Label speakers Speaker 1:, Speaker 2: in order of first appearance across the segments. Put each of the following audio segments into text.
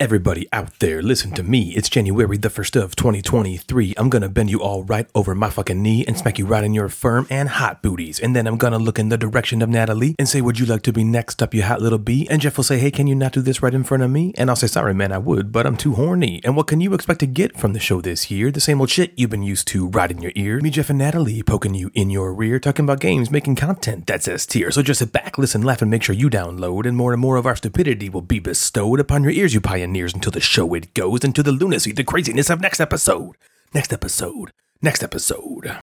Speaker 1: Everybody out there, listen to me. It's January the 1st of 2023. I'm gonna bend you all right over my fucking knee and smack you right in your firm and hot booties. And then I'm gonna look in the direction of Natalie and say, Would you like to be next up, you hot little bee? And Jeff will say, Hey, can you not do this right in front of me? And I'll say, Sorry, man, I would, but I'm too horny. And what can you expect to get from the show this year? The same old shit you've been used to right in your ear. Me, Jeff, and Natalie poking you in your rear, talking about games, making content that's S tier. So just sit back, listen, laugh, and make sure you download, and more and more of our stupidity will be bestowed upon your ears, you pioneers, until the show it goes into the lunacy, the craziness of next episode. Next episode. Next episode.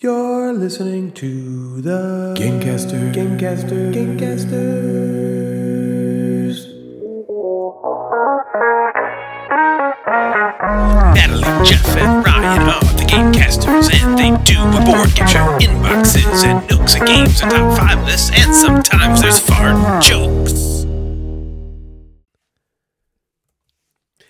Speaker 1: You're listening to the Gamecaster. Gamecaster. Gamecasters.
Speaker 2: Natalie, Jeff, and Ryan are the Gamecasters, and they do a board game show, inboxes, and nooks and games, and top five lists, and sometimes there's fart jokes.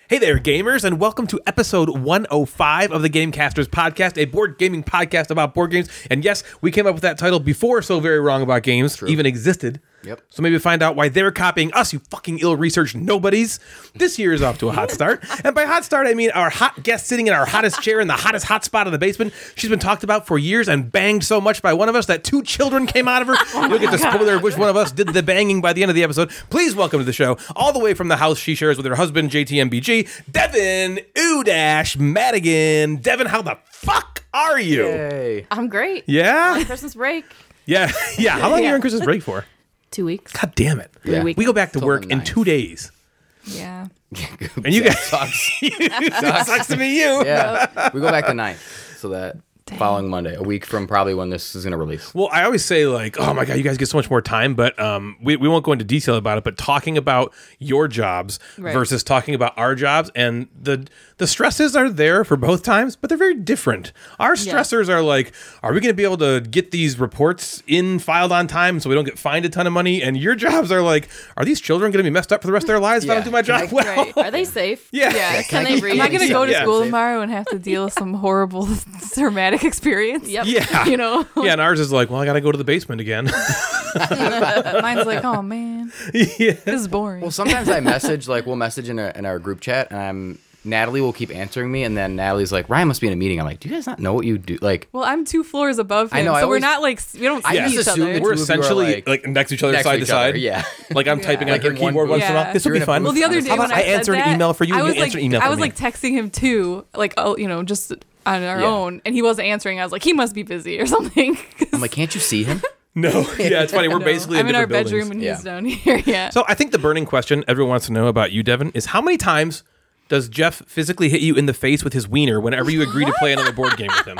Speaker 1: Hey there, gamers, and welcome to episode 105 of the Gamecasters podcast, a board gaming podcast about board games. And yes, we came up with that title before So Very Wrong About Games even existed.
Speaker 3: Yep.
Speaker 1: So maybe find out why they're copying us, you fucking ill researched nobodies. This year is off to a hot start. and by hot start, I mean our hot guest sitting in our hottest chair in the hottest hot spot in the basement. She's been talked about for years and banged so much by one of us that two children came out of her. You'll get the spoiler of which one of us did the banging by the end of the episode. Please welcome to the show, all the way from the house she shares with her husband, JTMBG, Devin Udash Madigan. Devin, how the fuck are you?
Speaker 3: Hey.
Speaker 4: I'm great.
Speaker 1: Yeah?
Speaker 4: Christmas break.
Speaker 1: Yeah. Yeah. How long are you
Speaker 4: Yeah.
Speaker 1: on Christmas break for?
Speaker 4: Two weeks.
Speaker 1: God damn it.
Speaker 4: Yeah.
Speaker 1: We go back to
Speaker 3: Till
Speaker 1: work
Speaker 3: the
Speaker 1: in
Speaker 3: ninth.
Speaker 1: two days.
Speaker 4: Yeah.
Speaker 1: And you guys,
Speaker 3: Sucks.
Speaker 1: sucks. to be you.
Speaker 3: yeah. We go back to ninth. So that following Monday, a week from probably when this is going to release.
Speaker 1: Well, I always say like, oh my god, you guys get so much more time, but um, we, we won't go into detail about it. But talking about your jobs
Speaker 4: Right.
Speaker 1: versus talking about our jobs, and the the stresses are there for both times, but they're very different. Our stressors are like, are we going to be able to get these reports in filed on time so we don't get fined a ton of money? And your jobs are like, are these children going to be messed up for the rest of their lives if I
Speaker 3: Yeah.
Speaker 1: don't do my job well?
Speaker 4: Right. Are they safe?
Speaker 1: Yeah. Yeah,
Speaker 4: yeah.
Speaker 1: can
Speaker 4: Can
Speaker 3: I
Speaker 4: they
Speaker 3: get-
Speaker 4: read?
Speaker 3: am I
Speaker 4: I'm
Speaker 3: gonna
Speaker 4: going to
Speaker 3: Yeah.
Speaker 4: go to
Speaker 1: Yeah.
Speaker 4: school
Speaker 1: Safe.
Speaker 4: tomorrow and have to deal with some horrible traumatic experience. Yep.
Speaker 1: Yeah.
Speaker 4: You know?
Speaker 1: Yeah, and ours is like, well, I got to go to the basement again.
Speaker 4: Mine's like, oh, man.
Speaker 1: yeah.
Speaker 4: This is boring.
Speaker 3: Well, sometimes I message, like, we'll message in, a, in our group chat, and I'm. Natalie will keep answering me, and then Natalie's like, "Ryan must be in a meeting." I'm like, "Do you guys not know what you do?" Like,
Speaker 4: well, I'm two floors above him,
Speaker 3: I know,
Speaker 4: so
Speaker 3: I
Speaker 4: we're
Speaker 3: always-
Speaker 4: not like, s- we don't see
Speaker 3: I
Speaker 4: each
Speaker 3: just assume
Speaker 4: other.
Speaker 3: it's
Speaker 1: We're
Speaker 3: two of you are,
Speaker 1: essentially like,
Speaker 3: like,
Speaker 1: next to each other,
Speaker 3: next to
Speaker 1: side to
Speaker 3: each other,
Speaker 1: side.
Speaker 3: yeah.
Speaker 1: Like I'm typing on
Speaker 3: Like
Speaker 1: your
Speaker 3: in one
Speaker 1: keyboard once in a
Speaker 4: booth.
Speaker 1: while. This will
Speaker 3: You're
Speaker 1: be
Speaker 3: in a
Speaker 1: fun.
Speaker 3: booth
Speaker 4: Well, the other day
Speaker 1: How
Speaker 4: when
Speaker 1: about I,
Speaker 4: I, said
Speaker 1: answer an
Speaker 4: that,
Speaker 1: email for you,
Speaker 4: I
Speaker 1: you
Speaker 4: was
Speaker 1: answer
Speaker 4: like,
Speaker 1: an email
Speaker 4: I
Speaker 1: for
Speaker 4: was
Speaker 1: me.
Speaker 4: like texting him too, like oh, you know, just on our
Speaker 3: Yeah.
Speaker 4: own, and he wasn't answering. I was like, he must be busy or something. 'Cause
Speaker 3: I'm like, "Can't you see him?"
Speaker 1: no, yeah, it's funny. We're
Speaker 4: I know.
Speaker 1: basically
Speaker 4: I'm in our
Speaker 1: different buildings.
Speaker 4: bedroom and he's
Speaker 3: Yeah.
Speaker 4: down here. Yeah.
Speaker 1: So I think the burning question everyone wants to know about you, Devin, is how many times does Jeff physically hit you in the face with his wiener whenever you agree to play another board game with him?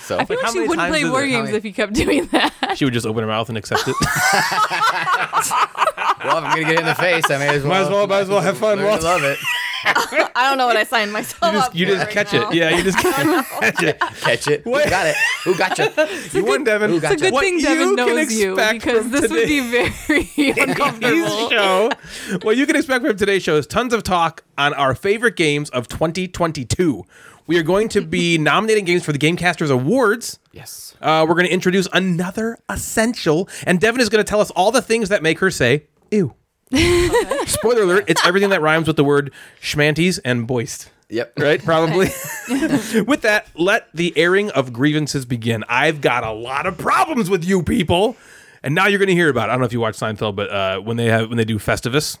Speaker 3: So
Speaker 4: I feel
Speaker 1: Like,
Speaker 4: like
Speaker 1: how
Speaker 4: she
Speaker 1: many
Speaker 4: wouldn't
Speaker 1: times
Speaker 4: play
Speaker 1: is
Speaker 4: war
Speaker 1: it? How
Speaker 4: games
Speaker 3: many-
Speaker 4: if you kept doing that.
Speaker 1: She would just open her mouth and accept it.
Speaker 3: well, if I'm gonna get in the face. I may as well.
Speaker 1: as well have fun.
Speaker 3: learn to love it.
Speaker 4: I don't know what I signed myself
Speaker 1: You just catch it. Yeah, you just catch it.
Speaker 3: Catch it. Who
Speaker 1: What?
Speaker 3: got it? Who got you?
Speaker 1: You won, Devin.
Speaker 3: Ooh, gotcha.
Speaker 4: It's a good
Speaker 1: What
Speaker 4: thing
Speaker 1: you
Speaker 4: Devin
Speaker 1: can
Speaker 4: knows you
Speaker 1: expect
Speaker 4: because
Speaker 1: from
Speaker 4: this would be very
Speaker 1: today's
Speaker 4: uncomfortable.
Speaker 1: show. What you can expect from today's show is tons of talk on our favorite games of 2022. We are going to be nominating games for the Gamecasters Awards.
Speaker 3: Yes.
Speaker 1: Uh, we're going to introduce another essential, and Devin is going to tell us all the things that make her say "ew." Spoiler alert: It's everything that rhymes with the word schmanties and boist.
Speaker 3: Yep.
Speaker 1: Right, probably. with that, let the airing of grievances begin. I've got a lot of problems with you people, and now you're going to hear about. it. I don't know if you watch Seinfeld, but uh, when they have when they do Festivus,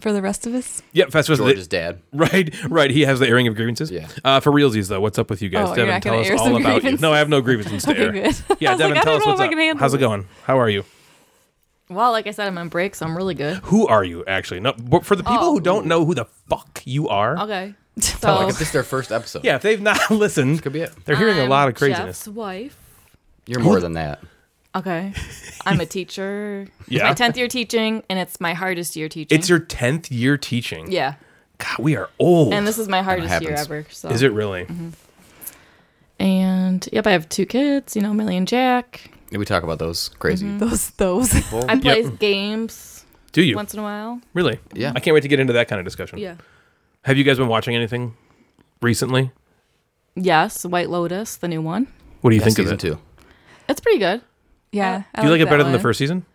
Speaker 4: For the rest of us,
Speaker 1: yep, Festivus. they-
Speaker 3: George's dad.
Speaker 1: Right, right. He has the airing of grievances.
Speaker 3: Yeah.
Speaker 1: Uh, for realsies though, what's up with you guys?
Speaker 4: Oh, you're
Speaker 1: Devin,
Speaker 4: not
Speaker 1: tell
Speaker 4: gonna
Speaker 1: us
Speaker 4: air
Speaker 1: all
Speaker 4: some
Speaker 1: about
Speaker 4: grievances?
Speaker 1: you. No, I have no grievances to
Speaker 4: Okay,
Speaker 1: air.
Speaker 4: good. I
Speaker 1: Yeah,
Speaker 4: was
Speaker 1: Devin,
Speaker 4: like, I
Speaker 1: tell
Speaker 4: don't
Speaker 1: us
Speaker 4: know
Speaker 1: what's
Speaker 4: if I
Speaker 1: up.
Speaker 4: can handle
Speaker 1: How's it
Speaker 4: it.
Speaker 1: going? How are you?
Speaker 5: Well, like I said, I'm on break, so I'm really good.
Speaker 1: Who are you actually? No, but for the people
Speaker 5: Oh.
Speaker 1: who don't know who the fuck you are.
Speaker 5: Okay.
Speaker 3: Like
Speaker 5: So
Speaker 4: Oh.
Speaker 3: if this is their first episode.
Speaker 1: Yeah, if they've not listened,
Speaker 3: Could be it.
Speaker 1: they're hearing a
Speaker 5: I'm
Speaker 1: lot of craziness.
Speaker 5: Jeff's wife.
Speaker 3: You're more than that.
Speaker 5: Okay. I'm a teacher.
Speaker 1: Yeah.
Speaker 5: It's my tenth year teaching, and it's my hardest year teaching.
Speaker 1: It's your tenth year teaching.
Speaker 5: yeah.
Speaker 1: God, we are old.
Speaker 5: And this is my hardest year
Speaker 3: happens.
Speaker 5: ever. So
Speaker 1: is it really?
Speaker 5: And yep, I have two kids. You know, Millie and Jack.
Speaker 3: Did we talk about those crazy?
Speaker 6: Mm-hmm.
Speaker 4: those those.
Speaker 5: I play games
Speaker 1: Do you
Speaker 5: once in a while.
Speaker 1: really?
Speaker 3: Yeah.
Speaker 1: I can't wait to get into that kind of discussion.
Speaker 5: Yeah.
Speaker 1: Have you guys been watching anything recently?
Speaker 5: Yes, White Lotus, the new one.
Speaker 1: What do you
Speaker 3: Yeah,
Speaker 1: think of
Speaker 3: season
Speaker 1: it?
Speaker 3: two.
Speaker 5: It's pretty good.
Speaker 4: Yeah.
Speaker 1: Do you like, it
Speaker 4: that
Speaker 1: better than the
Speaker 4: one.
Speaker 1: first season?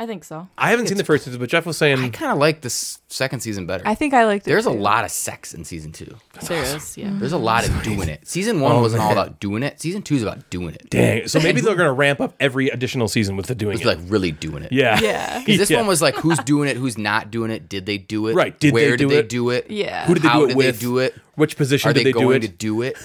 Speaker 5: I think so.
Speaker 1: I haven't seen the first season, but Jeff was saying
Speaker 3: I kind of like the s- second season better.
Speaker 6: I think I liked it.
Speaker 3: There's a
Speaker 6: too.
Speaker 3: lot of sex in season two.
Speaker 5: There is, yeah.
Speaker 3: There's a lot of doing it. Season one
Speaker 1: Oh,
Speaker 3: wasn't all
Speaker 1: man.
Speaker 3: about doing it. Season two is about doing it.
Speaker 1: Dang. So maybe they're gonna ramp up every additional season with the doing
Speaker 3: It's
Speaker 1: it.
Speaker 3: like really doing it.
Speaker 1: yeah.
Speaker 6: Yeah.
Speaker 3: 'Cause this
Speaker 1: Yeah.
Speaker 3: one was like, who's doing it? Who's not doing it? Did they do it?
Speaker 1: Right. Did they
Speaker 3: Where
Speaker 1: do
Speaker 3: did they
Speaker 1: it?
Speaker 3: do it?
Speaker 6: Yeah.
Speaker 1: Who did they
Speaker 3: How
Speaker 1: do it
Speaker 3: did
Speaker 1: with?
Speaker 3: They do it?
Speaker 1: Which position
Speaker 3: Are
Speaker 1: did
Speaker 3: they,
Speaker 1: they, do
Speaker 3: going
Speaker 1: it?
Speaker 3: to do it?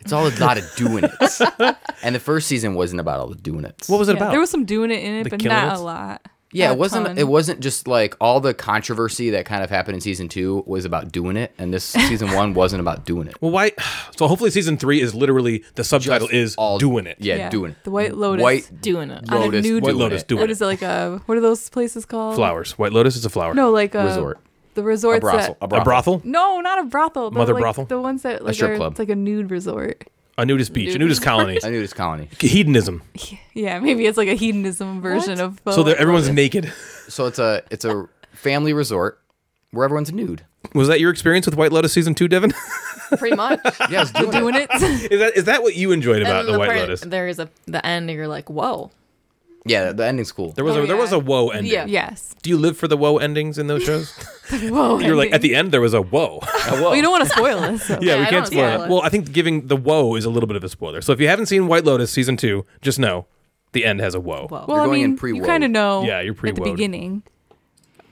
Speaker 3: it's all a lot of doing it. And the first season wasn't about all the doing it.
Speaker 1: what was it about?
Speaker 6: There was some doing it in it,
Speaker 1: The
Speaker 6: but
Speaker 1: killing
Speaker 6: not
Speaker 1: it?
Speaker 6: a lot.
Speaker 3: yeah,
Speaker 6: Not
Speaker 3: it
Speaker 6: a
Speaker 3: wasn't.
Speaker 6: ton.
Speaker 3: It wasn't just like all the controversy that kind of happened in season two was about doing it, and this season one wasn't about doing it.
Speaker 1: well, why? So hopefully season three is literally the subtitle is
Speaker 3: all
Speaker 1: doing it.
Speaker 3: Yeah, doing it.
Speaker 6: The White Lotus.
Speaker 3: White
Speaker 5: Doing it.
Speaker 6: on a
Speaker 3: Lotus.
Speaker 6: nude-
Speaker 1: White
Speaker 3: doing
Speaker 1: Lotus
Speaker 3: it.
Speaker 1: doing
Speaker 6: What
Speaker 1: it.
Speaker 6: is it like a? What are those places called?
Speaker 1: Flowers. White Lotus is a flower.
Speaker 6: No, like a
Speaker 3: Resort.
Speaker 6: The
Speaker 3: A
Speaker 6: resorts
Speaker 3: brothel.
Speaker 6: that.
Speaker 1: A brothel,
Speaker 6: no, not a brothel. the,
Speaker 1: Mother
Speaker 6: like,
Speaker 1: brothel?
Speaker 6: The ones that like
Speaker 3: strip
Speaker 6: are,
Speaker 3: club.
Speaker 6: It's like a nude resort.
Speaker 1: a nudist beach, a nudist colony,
Speaker 3: A nudist colony.
Speaker 1: hedonism.
Speaker 6: Yeah, maybe it's like a hedonism version of. the
Speaker 1: So they're-
Speaker 6: White
Speaker 1: everyone's naked.
Speaker 3: So it's a it's a family resort where everyone's nude.
Speaker 1: Was that your experience with White Lotus season two, Devin?
Speaker 5: Pretty much.
Speaker 3: Yeah, it's doing,
Speaker 6: Lotus.
Speaker 3: it.
Speaker 6: doing it.
Speaker 1: is that is that what you enjoyed
Speaker 5: And
Speaker 1: about
Speaker 5: then
Speaker 1: the, White
Speaker 5: part-
Speaker 1: Lotus?
Speaker 5: There is a the end, and you're like, whoa.
Speaker 3: Yeah, the ending's cool.
Speaker 1: There was a,
Speaker 4: Oh,
Speaker 1: there
Speaker 4: yeah.
Speaker 1: was a whoa ending.
Speaker 5: Yeah.
Speaker 6: yes.
Speaker 1: Do you live for the whoa endings in those shows?
Speaker 6: Whoa.
Speaker 1: You're like at the end there was a whoa.
Speaker 6: Well, you don't want to spoil this. So.
Speaker 1: yeah,
Speaker 5: Yeah,
Speaker 1: we
Speaker 5: I
Speaker 1: can't
Speaker 5: don't
Speaker 1: spoil
Speaker 5: spoil
Speaker 1: it.
Speaker 5: it.
Speaker 1: Well, I think giving the whoa is a little bit of a spoiler. So if you haven't seen White Lotus season two, just know the end has a whoa.
Speaker 5: Whoa.
Speaker 6: Well,
Speaker 3: You're
Speaker 6: I
Speaker 3: going in
Speaker 6: mean, you
Speaker 3: pre-woke.
Speaker 6: kind of know.
Speaker 1: Yeah, you're
Speaker 6: At
Speaker 1: pre-woke.
Speaker 6: the beginning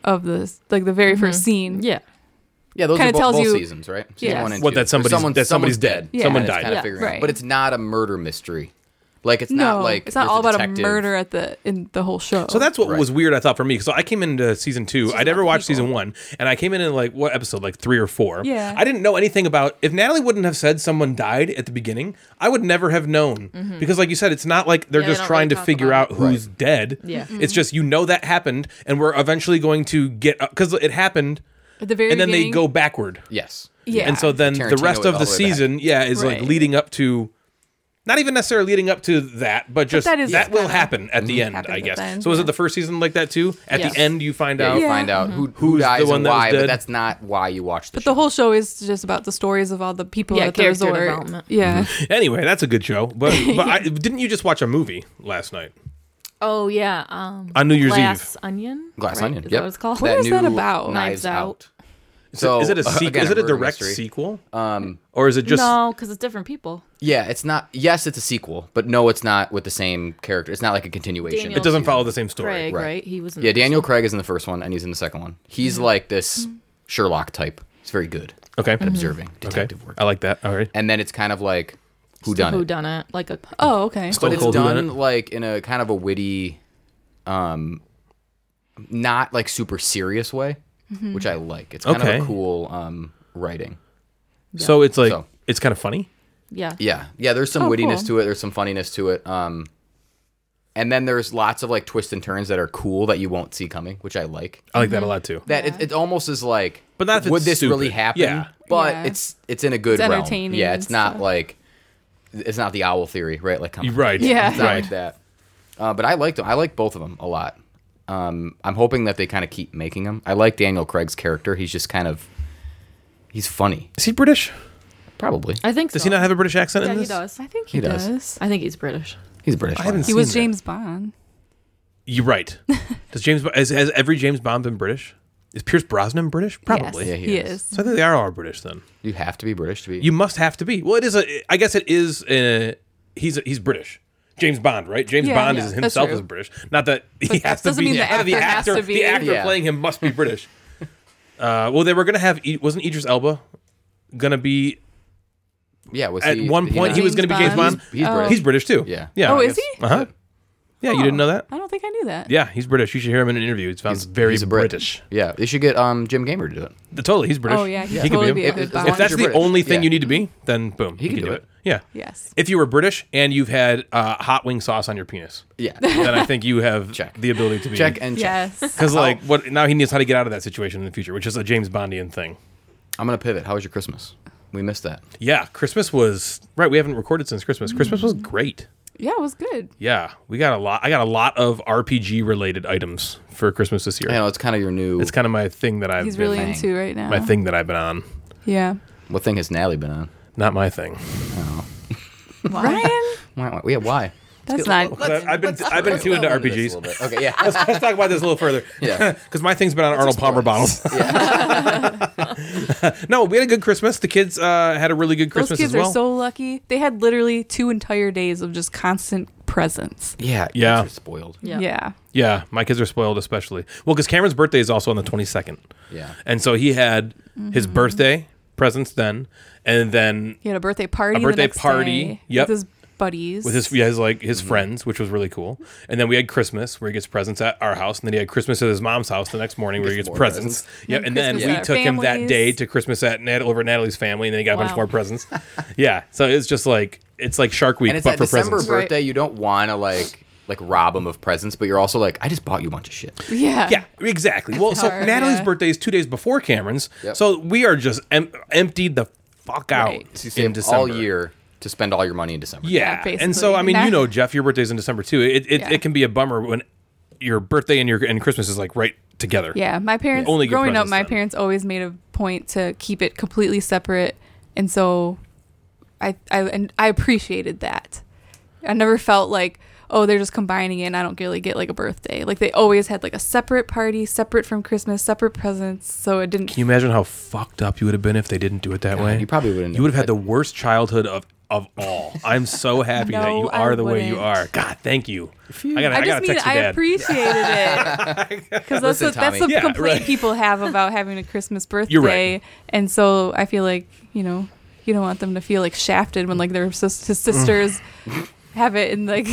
Speaker 6: of this, like the very first scene.
Speaker 5: Mm-hmm. Yeah.
Speaker 3: Yeah, those are
Speaker 6: Kinda
Speaker 3: both,
Speaker 6: tells
Speaker 3: both
Speaker 6: you-
Speaker 3: seasons, right? Season
Speaker 5: Yes.
Speaker 3: and
Speaker 1: What,
Speaker 3: two.
Speaker 1: that
Speaker 3: Or
Speaker 1: somebody's- that somebody's dead.
Speaker 6: Yeah.
Speaker 1: Someone
Speaker 3: And it's
Speaker 1: died.
Speaker 3: kinda
Speaker 5: Yeah.
Speaker 3: figuring out.
Speaker 6: Right.
Speaker 3: But it's not a murder mystery. Like it's
Speaker 6: No,
Speaker 3: not like
Speaker 6: it's not
Speaker 3: there's
Speaker 6: all about a
Speaker 3: detective.
Speaker 6: murder at the in the whole show.
Speaker 1: So that's what
Speaker 3: Right.
Speaker 1: was weird, I thought, for me. So I came into season two. I never watched season one. And I came in in like what episode? Like three or four.
Speaker 6: Yeah.
Speaker 1: I didn't know anything about. If Natalie wouldn't have said someone died at the beginning, I would never have known. Because, like you said, it's not like they're
Speaker 5: Mm-hmm. Yeah, they
Speaker 1: just
Speaker 5: don't
Speaker 1: trying
Speaker 5: really
Speaker 1: to
Speaker 5: talk
Speaker 1: figure out
Speaker 5: about
Speaker 1: who's dead.
Speaker 5: Yeah. Mm-hmm.
Speaker 1: It's just, you know, that happened. And we're eventually going to get. Because it happened.
Speaker 6: at the very
Speaker 1: And then they
Speaker 6: beginning,
Speaker 1: go backward.
Speaker 3: Yes.
Speaker 6: Yeah.
Speaker 1: And so then the
Speaker 3: Tarantino
Speaker 1: rest of
Speaker 3: went all
Speaker 1: the
Speaker 3: the way back.
Speaker 1: season, yeah, is like
Speaker 6: Right.
Speaker 1: leading up to not even necessarily leading up to that, but just
Speaker 6: that is
Speaker 1: that will
Speaker 6: kinda-
Speaker 1: happen at
Speaker 3: Mm-hmm.
Speaker 1: the end,
Speaker 6: happens
Speaker 1: I
Speaker 6: at
Speaker 1: guess.
Speaker 6: the end,
Speaker 1: so is it
Speaker 6: yeah.
Speaker 1: the first season like that too? At
Speaker 5: Yes.
Speaker 1: the end you find
Speaker 3: Yeah,
Speaker 1: out
Speaker 3: you
Speaker 6: Yeah. Mm-hmm.
Speaker 3: find out who, who
Speaker 1: Who's the
Speaker 3: dies
Speaker 1: one
Speaker 3: and
Speaker 1: that was
Speaker 3: why, but
Speaker 1: dead?
Speaker 3: that's not why you watch the
Speaker 6: But
Speaker 3: show.
Speaker 6: the whole show is just about the stories of all the people
Speaker 5: Yeah,
Speaker 6: at the
Speaker 5: character
Speaker 6: resort.
Speaker 5: development.
Speaker 6: Yeah.
Speaker 1: Anyway, that's a good show. But but I, didn't you just watch a movie last night?
Speaker 5: Oh yeah. Um.
Speaker 1: On New Year's
Speaker 5: Glass Onion.
Speaker 3: Glass
Speaker 5: right?
Speaker 3: Onion.
Speaker 5: Is
Speaker 3: yep.
Speaker 5: that what it's called?
Speaker 3: That
Speaker 6: is that
Speaker 3: new
Speaker 6: about?
Speaker 3: Knives
Speaker 5: Knives
Speaker 3: Out.
Speaker 5: Out.
Speaker 3: So uh,
Speaker 1: is it a sequel?
Speaker 3: again,
Speaker 1: Is it a
Speaker 3: murder
Speaker 1: direct
Speaker 3: mystery.
Speaker 1: sequel?
Speaker 3: Um,
Speaker 1: Or is it just
Speaker 5: no, because it's different people.
Speaker 3: yeah, it's not. Yes, it's a sequel, but no, it's not with the same character. It's not like a continuation.
Speaker 5: Daniel-
Speaker 1: it doesn't follow the same story?
Speaker 5: Craig,
Speaker 3: right.
Speaker 5: right. He was. In
Speaker 3: Yeah,
Speaker 5: the
Speaker 3: Daniel Craig is in the first one, and he's in the second one. He's like this Sherlock type. He's very good,
Speaker 1: Okay.
Speaker 3: observing
Speaker 1: Okay.
Speaker 3: detective work.
Speaker 1: I like that. All right.
Speaker 3: And then it's kind of like who
Speaker 5: first one.
Speaker 3: done
Speaker 5: Who
Speaker 3: it,
Speaker 5: done it? Like a.
Speaker 6: Oh, okay.
Speaker 1: Stone
Speaker 3: but it's
Speaker 1: Cold
Speaker 3: done
Speaker 1: Whodunit.
Speaker 3: like in a kind of a witty, um, not like super serious way, which I like. It's kind of
Speaker 1: Okay.
Speaker 3: a cool um writing.
Speaker 1: So it's like
Speaker 3: So-
Speaker 1: it's kind of funny.
Speaker 5: Yeah.
Speaker 3: Yeah, yeah. There's some
Speaker 6: Oh,
Speaker 3: wittiness
Speaker 6: cool.
Speaker 3: to it. There's some funniness to it. Um, and then there's lots of like twists and turns that are cool that you won't see coming, which I like.
Speaker 1: I like that a lot too.
Speaker 3: That it, it almost is like,
Speaker 1: But not if it's
Speaker 3: would this really
Speaker 1: stupid.
Speaker 3: happen?
Speaker 1: Yeah.
Speaker 3: But
Speaker 6: Yeah.
Speaker 3: it's it's in a good
Speaker 6: It's
Speaker 3: realm.
Speaker 6: entertaining
Speaker 3: Yeah,
Speaker 6: and
Speaker 3: it's not
Speaker 6: stuff.
Speaker 3: like it's not the owl theory, right? Like, come on.
Speaker 1: Right.
Speaker 6: Yeah.
Speaker 3: It's not
Speaker 1: Right.
Speaker 3: like that. Uh, but I liked them. I like both of them a lot. Um, I'm hoping that they kind of keep making them. I like Daniel Craig's character. He's just kind of he's funny,
Speaker 1: Is he British?
Speaker 3: probably.
Speaker 5: I think.
Speaker 1: Does he
Speaker 5: so.
Speaker 1: not have a British accent
Speaker 5: Yeah,
Speaker 1: in
Speaker 5: he
Speaker 1: this?
Speaker 5: does.
Speaker 6: I think he,
Speaker 3: He does.
Speaker 6: does.
Speaker 5: I think he's British.
Speaker 3: He's British.
Speaker 1: I haven't
Speaker 6: He
Speaker 1: seen
Speaker 6: was
Speaker 1: that.
Speaker 6: James Bond.
Speaker 1: You're right. Does James Bo- has, has every James Bond been British? Is Pierce Brosnan British? Probably.
Speaker 3: Yeah, he,
Speaker 6: He
Speaker 3: is.
Speaker 6: is.
Speaker 1: So I think they are all British then.
Speaker 3: You have to be British to be.
Speaker 1: You must have to be. Well, it is a. I guess it is. A, he's he's British. James Bond, right? James
Speaker 6: Yeah,
Speaker 1: Bond
Speaker 6: yeah,
Speaker 1: is
Speaker 6: that's
Speaker 1: himself
Speaker 6: true.
Speaker 1: is British. Not that he has to
Speaker 6: doesn't
Speaker 1: be.
Speaker 6: mean the
Speaker 1: not that
Speaker 6: actor has to be.
Speaker 1: The actor
Speaker 3: Yeah.
Speaker 1: playing him must be British. Uh, well, they were gonna have. E- Wasn't Idris Elba gonna be
Speaker 3: yeah. Was
Speaker 1: at
Speaker 3: he,
Speaker 1: one
Speaker 3: did
Speaker 1: point? He,
Speaker 3: not-
Speaker 1: was gonna be James
Speaker 6: James
Speaker 1: Bond.
Speaker 3: He's-
Speaker 6: Bond?
Speaker 3: he's British.
Speaker 1: He's British too.
Speaker 3: Yeah.
Speaker 1: Yeah.
Speaker 6: Oh,
Speaker 1: I
Speaker 6: is
Speaker 1: guess.
Speaker 6: he?
Speaker 1: Uh huh. Yeah, you didn't know that?
Speaker 6: I don't think I knew that.
Speaker 1: Yeah, he's British. You should hear him in an interview. It sounds very
Speaker 3: He's a Brit.
Speaker 1: British.
Speaker 3: Yeah, they should get um Jim Gamer to do it.
Speaker 1: Totally, he's British.
Speaker 6: Oh, yeah, he'd
Speaker 1: he
Speaker 6: totally
Speaker 1: could be.
Speaker 6: be
Speaker 1: him.
Speaker 6: a
Speaker 3: If-
Speaker 6: good
Speaker 3: as long
Speaker 6: Bond.
Speaker 1: if that's the
Speaker 3: you're British,
Speaker 1: only thing
Speaker 3: yeah.
Speaker 1: you need to be, then boom, he
Speaker 3: can do it.
Speaker 1: Yeah.
Speaker 6: Yes.
Speaker 1: If you were British and you've had uh, hot wing sauce on your penis,
Speaker 3: Yeah,
Speaker 1: then I think you have
Speaker 3: Check.
Speaker 1: the ability to be
Speaker 3: check and check.
Speaker 6: Yes.
Speaker 1: Because like what now he knows how to get out of that situation in the future, which is a James Bondian thing.
Speaker 3: I'm gonna pivot. How was your Christmas? We missed that.
Speaker 1: Yeah, Christmas was right. We haven't recorded since Christmas.
Speaker 6: Mm.
Speaker 1: Christmas was great.
Speaker 6: yeah, it was good.
Speaker 1: Yeah, we got a lot. I got a lot of RPG related items for Christmas this year.
Speaker 3: I know it's kind of your new.
Speaker 1: It's kind of my thing that I've
Speaker 6: He's
Speaker 1: been,
Speaker 6: really
Speaker 3: thing.
Speaker 6: into right now.
Speaker 1: my thing that I've been on.
Speaker 6: Yeah.
Speaker 3: what thing has Natalie been on?
Speaker 1: Not my thing.
Speaker 6: Ryan?
Speaker 3: Why? why- Yeah, why?
Speaker 6: That's not.
Speaker 1: I've I've been I've been too into
Speaker 3: delve into this a
Speaker 1: RPGs.
Speaker 3: little bit. Okay, yeah.
Speaker 1: Let's, let's talk about this a little further.
Speaker 3: Yeah.
Speaker 1: because my thing's been on Arnold Palmer bottles. no, we had a good Christmas. The kids uh, had a really good
Speaker 6: Those
Speaker 1: Christmas
Speaker 6: kids
Speaker 1: as well.
Speaker 6: are so lucky. They had literally two entire days of just constant presents.
Speaker 3: Yeah,
Speaker 1: Yeah.
Speaker 3: kids are spoiled.
Speaker 5: Yeah.
Speaker 6: Yeah.
Speaker 1: yeah, my kids are spoiled, especially well because Cameron's birthday is also on the twenty second,
Speaker 3: Yeah.
Speaker 1: and so he had his
Speaker 6: Mm.
Speaker 1: birthday presents then, and then
Speaker 6: He had a birthday party.
Speaker 1: A birthday
Speaker 6: the next
Speaker 1: party,
Speaker 6: Day
Speaker 1: yep.
Speaker 6: With his buddies.
Speaker 1: with his yeah, his like
Speaker 3: Mm-hmm.
Speaker 1: his friends, which was really cool. And then we had Christmas where he gets presents at our house, and then he had Christmas at his mom's house the next morning where he
Speaker 3: Gets
Speaker 1: gets
Speaker 3: more
Speaker 1: presents. Yeah, and then
Speaker 6: Christmas
Speaker 1: we
Speaker 6: at our
Speaker 1: took him that
Speaker 6: families.
Speaker 1: day to Christmas at Nat over at Natalie's family, and then he got a bunch
Speaker 5: Wow.
Speaker 1: more presents. yeah, so it's just like it's like Shark Week,
Speaker 3: And it's
Speaker 1: but
Speaker 3: that
Speaker 1: for
Speaker 3: December
Speaker 1: presents.
Speaker 3: birthday. You don't want to like like rob them of presents, but you're also like, I just bought you a bunch of shit.
Speaker 6: yeah.
Speaker 1: Yeah, exactly. Well, so
Speaker 6: Hard,
Speaker 1: Natalie's
Speaker 6: yeah.
Speaker 1: birthday is two days before Cameron's,
Speaker 3: Yep.
Speaker 1: so we are just em- emptied the fuck out
Speaker 6: Right.
Speaker 3: So you
Speaker 1: in
Speaker 3: save
Speaker 1: December
Speaker 3: all year to spend all your money in December.
Speaker 1: Yeah,
Speaker 6: basically.
Speaker 1: and so I mean,
Speaker 6: Nah.
Speaker 1: you know, Jeff, your birthday's in December too. It it,
Speaker 6: Yeah.
Speaker 1: it can be a bummer when your birthday and your and Christmas is like right together.
Speaker 6: Yeah, my parents
Speaker 1: Only good
Speaker 6: growing up,
Speaker 1: presents
Speaker 6: my
Speaker 1: then.
Speaker 6: parents always made a point to keep it completely separate, and so I I and I appreciated that. I never felt like oh they're just combining it and I don't really get like a birthday. Like they always had like a separate party, separate from Christmas, separate presents, so it didn't.
Speaker 1: Can you imagine how fucked up you would have been if they didn't do it that way?
Speaker 3: you probably wouldn't
Speaker 1: You would have had
Speaker 3: have
Speaker 1: the worst childhood of of all. I'm so happy that
Speaker 6: No,
Speaker 1: you
Speaker 6: I
Speaker 1: are the way you
Speaker 6: wouldn't.
Speaker 1: are. God, thank you. I gotta, I
Speaker 6: I just
Speaker 1: gotta
Speaker 6: mean
Speaker 1: text your
Speaker 6: I
Speaker 1: dad.
Speaker 6: appreciated it because that's
Speaker 3: Listen,
Speaker 6: what, that's the
Speaker 3: Tommy.
Speaker 1: Yeah,
Speaker 6: complaint
Speaker 1: right.
Speaker 6: people have about having a Christmas birthday,
Speaker 1: You're right.
Speaker 6: and so I feel like you know you don't want them to feel like shafted when like their sis- his sisters have it in like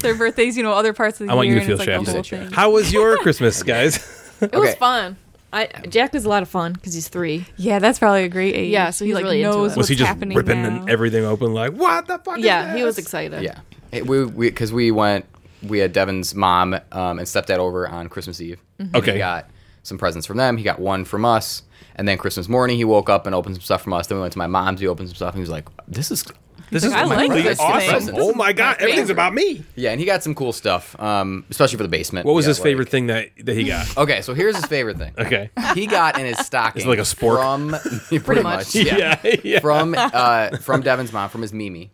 Speaker 6: their birthdays, you know, other parts of the
Speaker 1: I
Speaker 6: year.
Speaker 1: want you to
Speaker 6: and
Speaker 1: feel
Speaker 6: it's, like, the
Speaker 1: shafted.
Speaker 6: whole thing.
Speaker 1: How was your Christmas, guys?
Speaker 5: It was
Speaker 3: Okay.
Speaker 5: fun. I Jack is a lot of fun because he's three.
Speaker 6: Yeah, that's probably a great age.
Speaker 5: Yeah, so
Speaker 6: he
Speaker 5: he's
Speaker 6: like
Speaker 5: really into
Speaker 6: knows
Speaker 5: it.
Speaker 6: what's
Speaker 1: was he just
Speaker 6: happening
Speaker 1: ripping
Speaker 6: now.
Speaker 1: everything open like what the fuck? is
Speaker 5: Yeah, he
Speaker 1: this?"
Speaker 5: was excited.
Speaker 3: Yeah, It- we we because we went we had Devin's mom um, and stepdad over on Christmas Eve.
Speaker 1: Okay.
Speaker 3: he got some presents from them. He got one from us, and then Christmas morning he woke up and opened some stuff from us. Then we went to my mom's. He opened some stuff and he was like, "This is."
Speaker 1: This is
Speaker 6: I like
Speaker 1: completely
Speaker 6: this
Speaker 1: awesome.
Speaker 3: thing.
Speaker 1: Oh my god, everything's about me.
Speaker 3: Yeah, and he got some cool stuff, um, especially for the basement.
Speaker 1: What was
Speaker 3: Yeah,
Speaker 1: his favorite
Speaker 3: like-
Speaker 1: thing that that he got?
Speaker 3: Okay, so here's his favorite thing.
Speaker 1: Okay.
Speaker 3: He got in his stocking.
Speaker 1: like a spork?
Speaker 3: From, pretty, much. yeah.
Speaker 1: yeah.
Speaker 3: from uh, from Devin's mom, from his Mimi.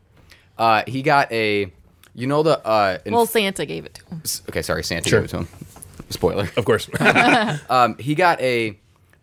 Speaker 3: Uh, he got a, you know the uh, in-
Speaker 5: Well, Santa gave it to him.
Speaker 3: okay, sorry, Santa
Speaker 1: Sure.
Speaker 3: gave it to him. Spoiler.
Speaker 1: Of course.
Speaker 3: Um, he got a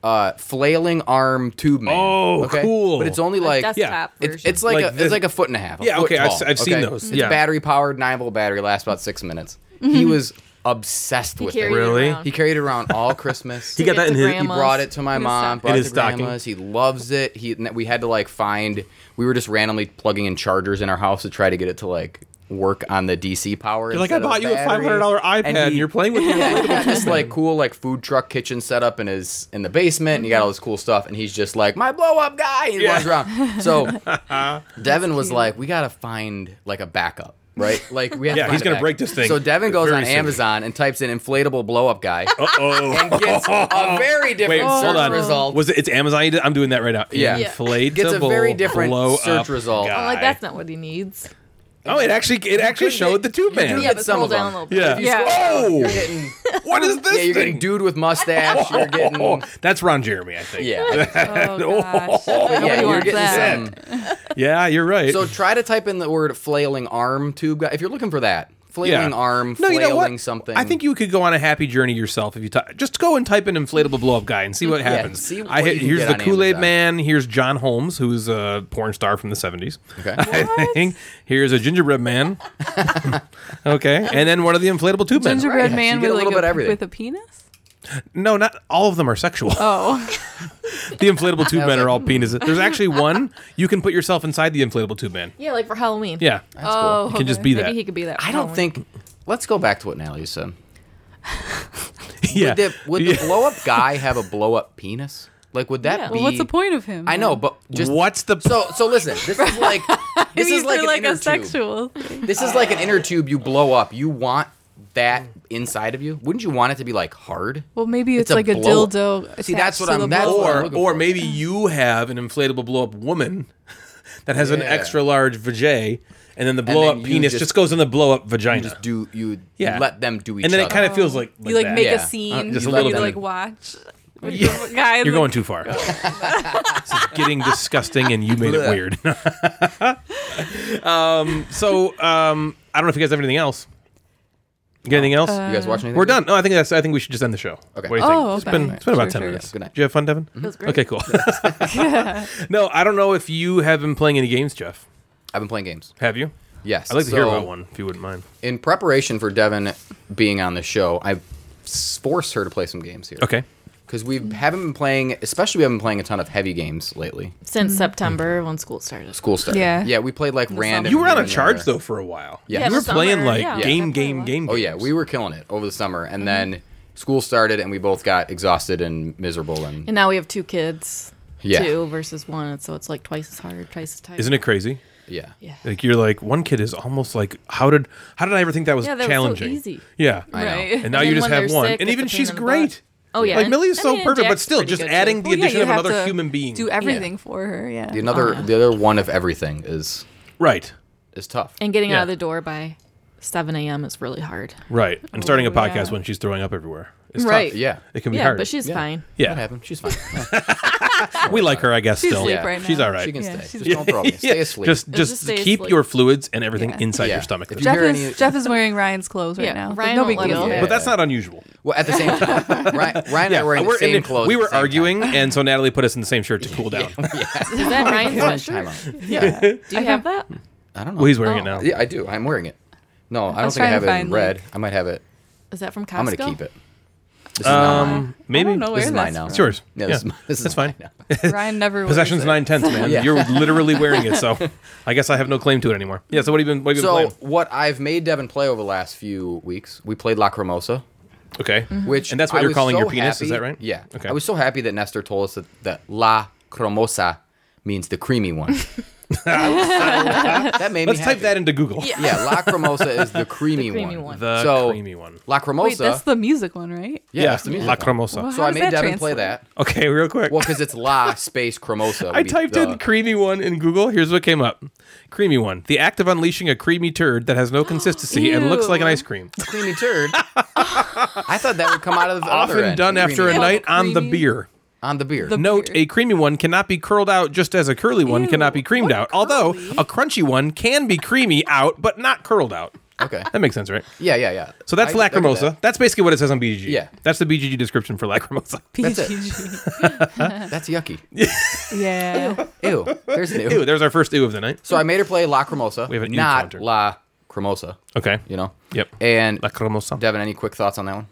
Speaker 3: uh, flailing arm tube man.
Speaker 1: Oh, cool.
Speaker 3: But it's only like
Speaker 5: desktop
Speaker 1: yeah,
Speaker 3: it's,
Speaker 5: version.
Speaker 3: it's like,
Speaker 1: Like
Speaker 3: a,
Speaker 1: this-
Speaker 3: it's like a foot and a half. a
Speaker 1: Yeah,
Speaker 3: foot
Speaker 1: okay, I've
Speaker 3: tall,
Speaker 1: s- I've seen those,
Speaker 3: It's
Speaker 1: yeah.
Speaker 3: battery powered, nine volt battery, lasts about six minutes. He was obsessed
Speaker 5: Mm-hmm. he
Speaker 3: with
Speaker 5: carried
Speaker 3: it.
Speaker 1: Really?
Speaker 5: it around.
Speaker 3: He carried it around all Christmas.
Speaker 1: He got that in
Speaker 5: Get to
Speaker 1: his- he
Speaker 3: He
Speaker 5: grandma's.
Speaker 3: brought it to my mom. Brought
Speaker 1: In
Speaker 3: it
Speaker 1: his
Speaker 3: to
Speaker 1: stocking.
Speaker 3: grandma's. He loves it. He we had to like find. We were just randomly plugging in chargers in our house to try to get it to like work on the DC power.
Speaker 1: You're like, I bought you a five hundred dollar iPad, and, you're playing with it.
Speaker 3: with this like cool like food truck kitchen setup in his in the basement, and he got all this cool stuff, and he's just like my blow up guy. And he
Speaker 1: Yeah.
Speaker 3: runs around. So Devin was like, we gotta find like a backup. Right, like we have
Speaker 1: Yeah,
Speaker 3: to find
Speaker 1: he's
Speaker 3: a
Speaker 1: gonna
Speaker 3: backup.
Speaker 1: break this thing
Speaker 3: So Devin goes
Speaker 1: very
Speaker 3: on
Speaker 1: soon.
Speaker 3: Amazon and types in inflatable blow up guy,
Speaker 1: Oh,
Speaker 3: gets a very
Speaker 1: wait,
Speaker 3: different
Speaker 1: hold
Speaker 3: search
Speaker 1: on.
Speaker 3: result.
Speaker 1: Was it? It's Amazon. you did- I'm doing that right now.
Speaker 3: Yeah. Oh, Yeah.
Speaker 1: Inflatable.
Speaker 3: Gets a very different
Speaker 1: blow
Speaker 3: search
Speaker 1: up
Speaker 3: result.
Speaker 1: guy.
Speaker 3: I'm
Speaker 5: I'm like, that's not what he needs.
Speaker 1: Oh, it actually it actually showed the tube man.
Speaker 3: Yeah,
Speaker 5: Yeah,
Speaker 3: get
Speaker 5: but
Speaker 3: some
Speaker 5: scroll
Speaker 3: of them.
Speaker 5: down a little bit.
Speaker 1: Yeah.
Speaker 6: Yeah.
Speaker 1: Oh,
Speaker 3: getting,
Speaker 1: what is this
Speaker 3: yeah, you're
Speaker 1: thing?
Speaker 3: getting dude with mustache. You're
Speaker 1: Oh,
Speaker 3: getting
Speaker 1: that's Ron Jeremy, I think.
Speaker 3: yeah,
Speaker 6: Oh gosh,
Speaker 3: yeah.
Speaker 6: nobody
Speaker 3: You're
Speaker 6: wants
Speaker 3: getting
Speaker 6: that.
Speaker 3: some.
Speaker 1: yeah, you're right.
Speaker 3: So try to type in the word flailing arm tube guy if you're looking for that flailing arm,
Speaker 1: No, you
Speaker 3: flailing
Speaker 1: know what?
Speaker 3: something.
Speaker 1: I think you could go on a happy journey yourself if you ty- just go and type in inflatable blow up guy and see what happens.
Speaker 3: see what
Speaker 1: I
Speaker 3: you can
Speaker 1: here's
Speaker 3: get
Speaker 1: the
Speaker 3: on
Speaker 1: Kool Aid
Speaker 3: Amazon.
Speaker 1: Man. Here's John Holmes, who's a porn star from the seventies.
Speaker 3: Okay.
Speaker 1: I think here's a gingerbread man. okay, and then one of the inflatable tube men.
Speaker 6: Gingerbread
Speaker 3: Right,
Speaker 6: man
Speaker 3: you get
Speaker 6: with
Speaker 3: a
Speaker 6: like
Speaker 3: little bit of everything.
Speaker 6: with a penis.
Speaker 1: No, not all of them are sexual.
Speaker 6: Oh,
Speaker 1: the inflatable tube men are all penises. There's actually one you can put yourself inside the inflatable tube man.
Speaker 5: Yeah, like for Halloween.
Speaker 1: Yeah,
Speaker 6: Oh.
Speaker 3: That's cool.
Speaker 1: you can just be
Speaker 5: Maybe
Speaker 1: that.
Speaker 5: he could be that. for
Speaker 3: I don't
Speaker 5: Halloween.
Speaker 3: think. Let's go back to what Natalie said.
Speaker 1: yeah,
Speaker 3: Would the, would
Speaker 1: Yeah.
Speaker 3: the blow up guy have a blow up penis? Like, would that
Speaker 5: Yeah.
Speaker 3: be?
Speaker 5: Well,
Speaker 6: what's the point of him?
Speaker 3: I know, but just
Speaker 1: What's the
Speaker 3: So so listen. This is like this
Speaker 6: Maybe
Speaker 3: is
Speaker 6: he's
Speaker 3: like an
Speaker 6: like
Speaker 3: inner
Speaker 6: a
Speaker 3: tube.
Speaker 6: sexual.
Speaker 3: This is like an inner tube you blow up. You want that inside of you? Wouldn't you want it to be like hard?
Speaker 6: Well, maybe it's,
Speaker 3: a
Speaker 6: like a
Speaker 3: blow-up.
Speaker 6: dildo.
Speaker 3: See, that's
Speaker 6: attached
Speaker 3: what
Speaker 6: to
Speaker 3: I'm-
Speaker 6: the
Speaker 3: that's
Speaker 6: blow-up.
Speaker 3: what I'm
Speaker 1: or
Speaker 3: looking
Speaker 1: or
Speaker 3: for.
Speaker 1: maybe you have an inflatable blow up woman that has an
Speaker 3: Yeah.
Speaker 1: extra large vajay, and then the blow up
Speaker 3: then you
Speaker 1: penis just,
Speaker 3: just-
Speaker 1: goes in the blow up vagina.
Speaker 3: Just do you
Speaker 1: yeah,
Speaker 3: let them do each
Speaker 1: and then
Speaker 3: other?
Speaker 1: it kind of feels like,
Speaker 6: you like
Speaker 1: that.
Speaker 6: make
Speaker 3: Yeah.
Speaker 6: a scene.
Speaker 1: Just a
Speaker 6: you
Speaker 1: little
Speaker 6: like
Speaker 1: bit.
Speaker 6: watch. guy in
Speaker 1: You're
Speaker 6: the-
Speaker 1: going too far. this is getting disgusting, and you made it weird. um, so um, I don't know if you guys have anything else. You got anything else?
Speaker 3: you guys watching anything?
Speaker 1: We're done. No, I think that's. I think we should just end the show. What
Speaker 3: Okay.
Speaker 1: do you think?
Speaker 6: Oh,
Speaker 1: It's
Speaker 6: okay.
Speaker 1: been it's been about ten
Speaker 6: Sure, sure.
Speaker 1: minutes.
Speaker 3: Good night.
Speaker 1: Did you have fun, Devin?
Speaker 6: It was great.
Speaker 1: Okay, cool. no, I don't know if you have been playing any games, Jeff.
Speaker 3: I've been playing games.
Speaker 1: Have you?
Speaker 3: Yes.
Speaker 1: I'd like to hear
Speaker 3: so-
Speaker 1: about one if you wouldn't mind.
Speaker 3: In preparation for Devin being on the show, I s- forced her to play some games here.
Speaker 1: Okay.
Speaker 3: Because we
Speaker 6: Mm.
Speaker 3: haven't been playing, especially we haven't been playing a ton of heavy games lately.
Speaker 5: Since September when school started.
Speaker 3: School started.
Speaker 6: Yeah.
Speaker 3: Yeah, we played like random.
Speaker 1: You were on
Speaker 3: here
Speaker 1: a
Speaker 3: and
Speaker 1: charge
Speaker 3: there.
Speaker 1: though for a while.
Speaker 3: Yeah.
Speaker 1: you
Speaker 3: Yeah,
Speaker 1: were
Speaker 5: the summer,
Speaker 1: playing like
Speaker 5: yeah.
Speaker 1: game,
Speaker 6: Yeah.
Speaker 1: game, game.
Speaker 3: Oh yeah,
Speaker 1: games.
Speaker 3: we were killing it over the summer, and
Speaker 1: Mm-hmm.
Speaker 3: then school started, and we both got exhausted and miserable. And,
Speaker 5: And now we have two kids.
Speaker 3: Yeah.
Speaker 5: Two versus one, so it's like twice as hard, twice as tight.
Speaker 1: Isn't it crazy?
Speaker 3: yeah,
Speaker 5: Yeah.
Speaker 1: Like you're like one kid is almost like how did how did I ever think that was
Speaker 5: Yeah, that was so
Speaker 1: challenging?
Speaker 5: easy.
Speaker 1: Yeah,
Speaker 3: I know.
Speaker 6: Right.
Speaker 1: and now
Speaker 5: And
Speaker 1: you
Speaker 5: then
Speaker 1: just
Speaker 5: when
Speaker 1: have
Speaker 5: they're
Speaker 1: one,
Speaker 5: sick,
Speaker 1: and
Speaker 5: it's
Speaker 1: even
Speaker 5: a pain
Speaker 1: she's
Speaker 5: in the
Speaker 1: great.
Speaker 5: butt. Oh yeah,
Speaker 1: like
Speaker 5: and-
Speaker 1: Millie is
Speaker 5: I
Speaker 1: so
Speaker 5: mean, and
Speaker 1: perfect, but
Speaker 5: Jack's
Speaker 1: still,
Speaker 5: pretty
Speaker 1: just
Speaker 5: good, too.
Speaker 1: adding the
Speaker 6: Well, yeah,
Speaker 1: addition
Speaker 6: you
Speaker 1: of
Speaker 6: have
Speaker 1: another
Speaker 6: to
Speaker 1: human being.
Speaker 6: Do everything for her. Yeah.
Speaker 3: the another the other one of everything is
Speaker 1: right,
Speaker 3: is tough.
Speaker 5: And getting
Speaker 1: Yeah.
Speaker 5: out of the door by 7 a.m. is really hard.
Speaker 1: right, and starting a
Speaker 6: Oh,
Speaker 1: podcast
Speaker 6: yeah.
Speaker 1: when she's throwing up everywhere. It's
Speaker 5: Right.
Speaker 1: Tough.
Speaker 3: yeah,
Speaker 1: It can be
Speaker 5: yeah,
Speaker 1: hard.
Speaker 5: but she's fine.
Speaker 3: That
Speaker 1: yeah,
Speaker 3: happened. She's fine.
Speaker 1: we like her, I guess.
Speaker 6: She's
Speaker 1: still,
Speaker 6: asleep
Speaker 3: Yeah.
Speaker 6: right now.
Speaker 1: she's all right.
Speaker 3: She can
Speaker 6: Yeah,
Speaker 3: stay.
Speaker 6: she's
Speaker 3: Just don't throw me. Stay
Speaker 1: Yeah,
Speaker 3: asleep.
Speaker 1: Just, just,
Speaker 5: just stay
Speaker 1: keep
Speaker 5: asleep.
Speaker 1: your fluids and everything
Speaker 6: Yeah.
Speaker 1: inside
Speaker 3: Yeah.
Speaker 1: your stomach.
Speaker 3: If
Speaker 1: If
Speaker 3: you
Speaker 1: you-
Speaker 6: Jeff
Speaker 3: hear
Speaker 6: is
Speaker 3: any-
Speaker 6: Jeff is wearing Ryan's clothes right
Speaker 5: Yeah,
Speaker 6: now.
Speaker 5: Ryan
Speaker 6: no
Speaker 5: won't
Speaker 6: big
Speaker 5: let us
Speaker 6: deal.
Speaker 5: do it.
Speaker 1: but that's not unusual.
Speaker 3: Well, at the same time, Ryan, Ryan and I were in the
Speaker 1: we're-
Speaker 3: same
Speaker 1: and
Speaker 3: clothes.
Speaker 1: we
Speaker 3: at
Speaker 1: were
Speaker 3: the same
Speaker 1: arguing, and so Natalie put us in the same shirt to cool down.
Speaker 5: Is that Ryan's
Speaker 3: Time.
Speaker 5: sweatshirt?
Speaker 3: Time out.
Speaker 5: Do you have that?
Speaker 3: I don't know.
Speaker 1: Well, he's wearing it now.
Speaker 3: Yeah, I do. I'm wearing it. No, I don't
Speaker 6: was
Speaker 3: think I
Speaker 6: trying
Speaker 3: have
Speaker 6: to
Speaker 3: it in
Speaker 6: find,
Speaker 3: red.
Speaker 6: like-
Speaker 3: I might have it.
Speaker 5: Is that from Costco?
Speaker 3: I'm gonna keep it. This is not mine.
Speaker 1: Um, maybe
Speaker 6: I don't know
Speaker 3: This
Speaker 6: Oh, where
Speaker 3: is mine
Speaker 6: that's
Speaker 3: now.
Speaker 1: it's yours.
Speaker 3: Yeah,
Speaker 1: Yeah.
Speaker 3: This, is, mi- this is
Speaker 1: That's
Speaker 3: mine
Speaker 1: fine.
Speaker 3: now.
Speaker 6: from. Ryan never wears
Speaker 1: Possession's
Speaker 6: it.
Speaker 1: nine tenths, man.
Speaker 3: Yeah.
Speaker 1: You're literally wearing it, so I guess I have no claim to it anymore. Yeah. So what have you been? What have you been
Speaker 3: So what I've made Devin play over the last few weeks, we played Lacrimosa,
Speaker 6: Mm-hmm.
Speaker 1: playing? Okay.
Speaker 3: which
Speaker 1: And that's what
Speaker 3: I
Speaker 1: you're
Speaker 3: was
Speaker 1: calling
Speaker 3: so
Speaker 1: your penis, is
Speaker 3: happy-
Speaker 1: that right?
Speaker 3: Yeah.
Speaker 1: Okay.
Speaker 3: I was so happy that Nestor told us that, that La Cremosa means the creamy one. that made
Speaker 1: Let's
Speaker 3: me
Speaker 1: type
Speaker 3: happy.
Speaker 1: that into Google.
Speaker 3: Yeah, Lacrimosa is the creamy,
Speaker 5: creamy
Speaker 3: one.
Speaker 5: one.
Speaker 1: The
Speaker 3: so,
Speaker 1: creamy one.
Speaker 3: Lacrimosa.
Speaker 6: Wait, that's the music one, right?
Speaker 3: yeah, that's the music one.
Speaker 1: Lacrimosa.
Speaker 6: What?
Speaker 3: So
Speaker 6: How
Speaker 3: I
Speaker 6: does
Speaker 3: made
Speaker 6: that
Speaker 3: Devin play
Speaker 6: translate?
Speaker 3: that.
Speaker 1: Okay, real quick.
Speaker 3: Well, because it's La space Cremosa. would
Speaker 1: I
Speaker 3: be
Speaker 1: typed
Speaker 3: the-
Speaker 1: in creamy one in Google. Here's what came up: creamy one, the act of unleashing a creamy turd that has no consistency and looks like an
Speaker 5: Ew.
Speaker 1: ice cream.
Speaker 3: creamy turd. I thought that would come out of the other
Speaker 1: Often
Speaker 3: end,
Speaker 1: done after a
Speaker 3: creamy
Speaker 1: night on the
Speaker 6: Creamy.
Speaker 1: beer.
Speaker 3: on the beer.
Speaker 1: Note a creamy one cannot be curled out just as a curly one cannot be
Speaker 6: Ew,
Speaker 1: creamed
Speaker 6: what
Speaker 1: out. Although a crunchy one can be creamy out but not curled out.
Speaker 3: Okay.
Speaker 1: That makes sense, right?
Speaker 3: Yeah, yeah, yeah.
Speaker 1: So that's
Speaker 3: I- I get
Speaker 1: Lacrimosa.
Speaker 3: that.
Speaker 1: That's basically what it says on BGG.
Speaker 3: Yeah.
Speaker 1: That's the BGG description for Lacrimosa.
Speaker 3: That's it.
Speaker 6: PG.
Speaker 3: That's yucky.
Speaker 6: yeah.
Speaker 3: Ew. There's an ew.
Speaker 1: Ew, there's our first ew of the night.
Speaker 3: So I made her play La Cremosa,
Speaker 1: We have an ew
Speaker 3: not
Speaker 1: counter.
Speaker 3: La Cremosa.
Speaker 1: Okay.
Speaker 3: You know.
Speaker 1: Yep.
Speaker 3: And
Speaker 1: Lacrimosa.
Speaker 3: Devin, any quick thoughts on that one?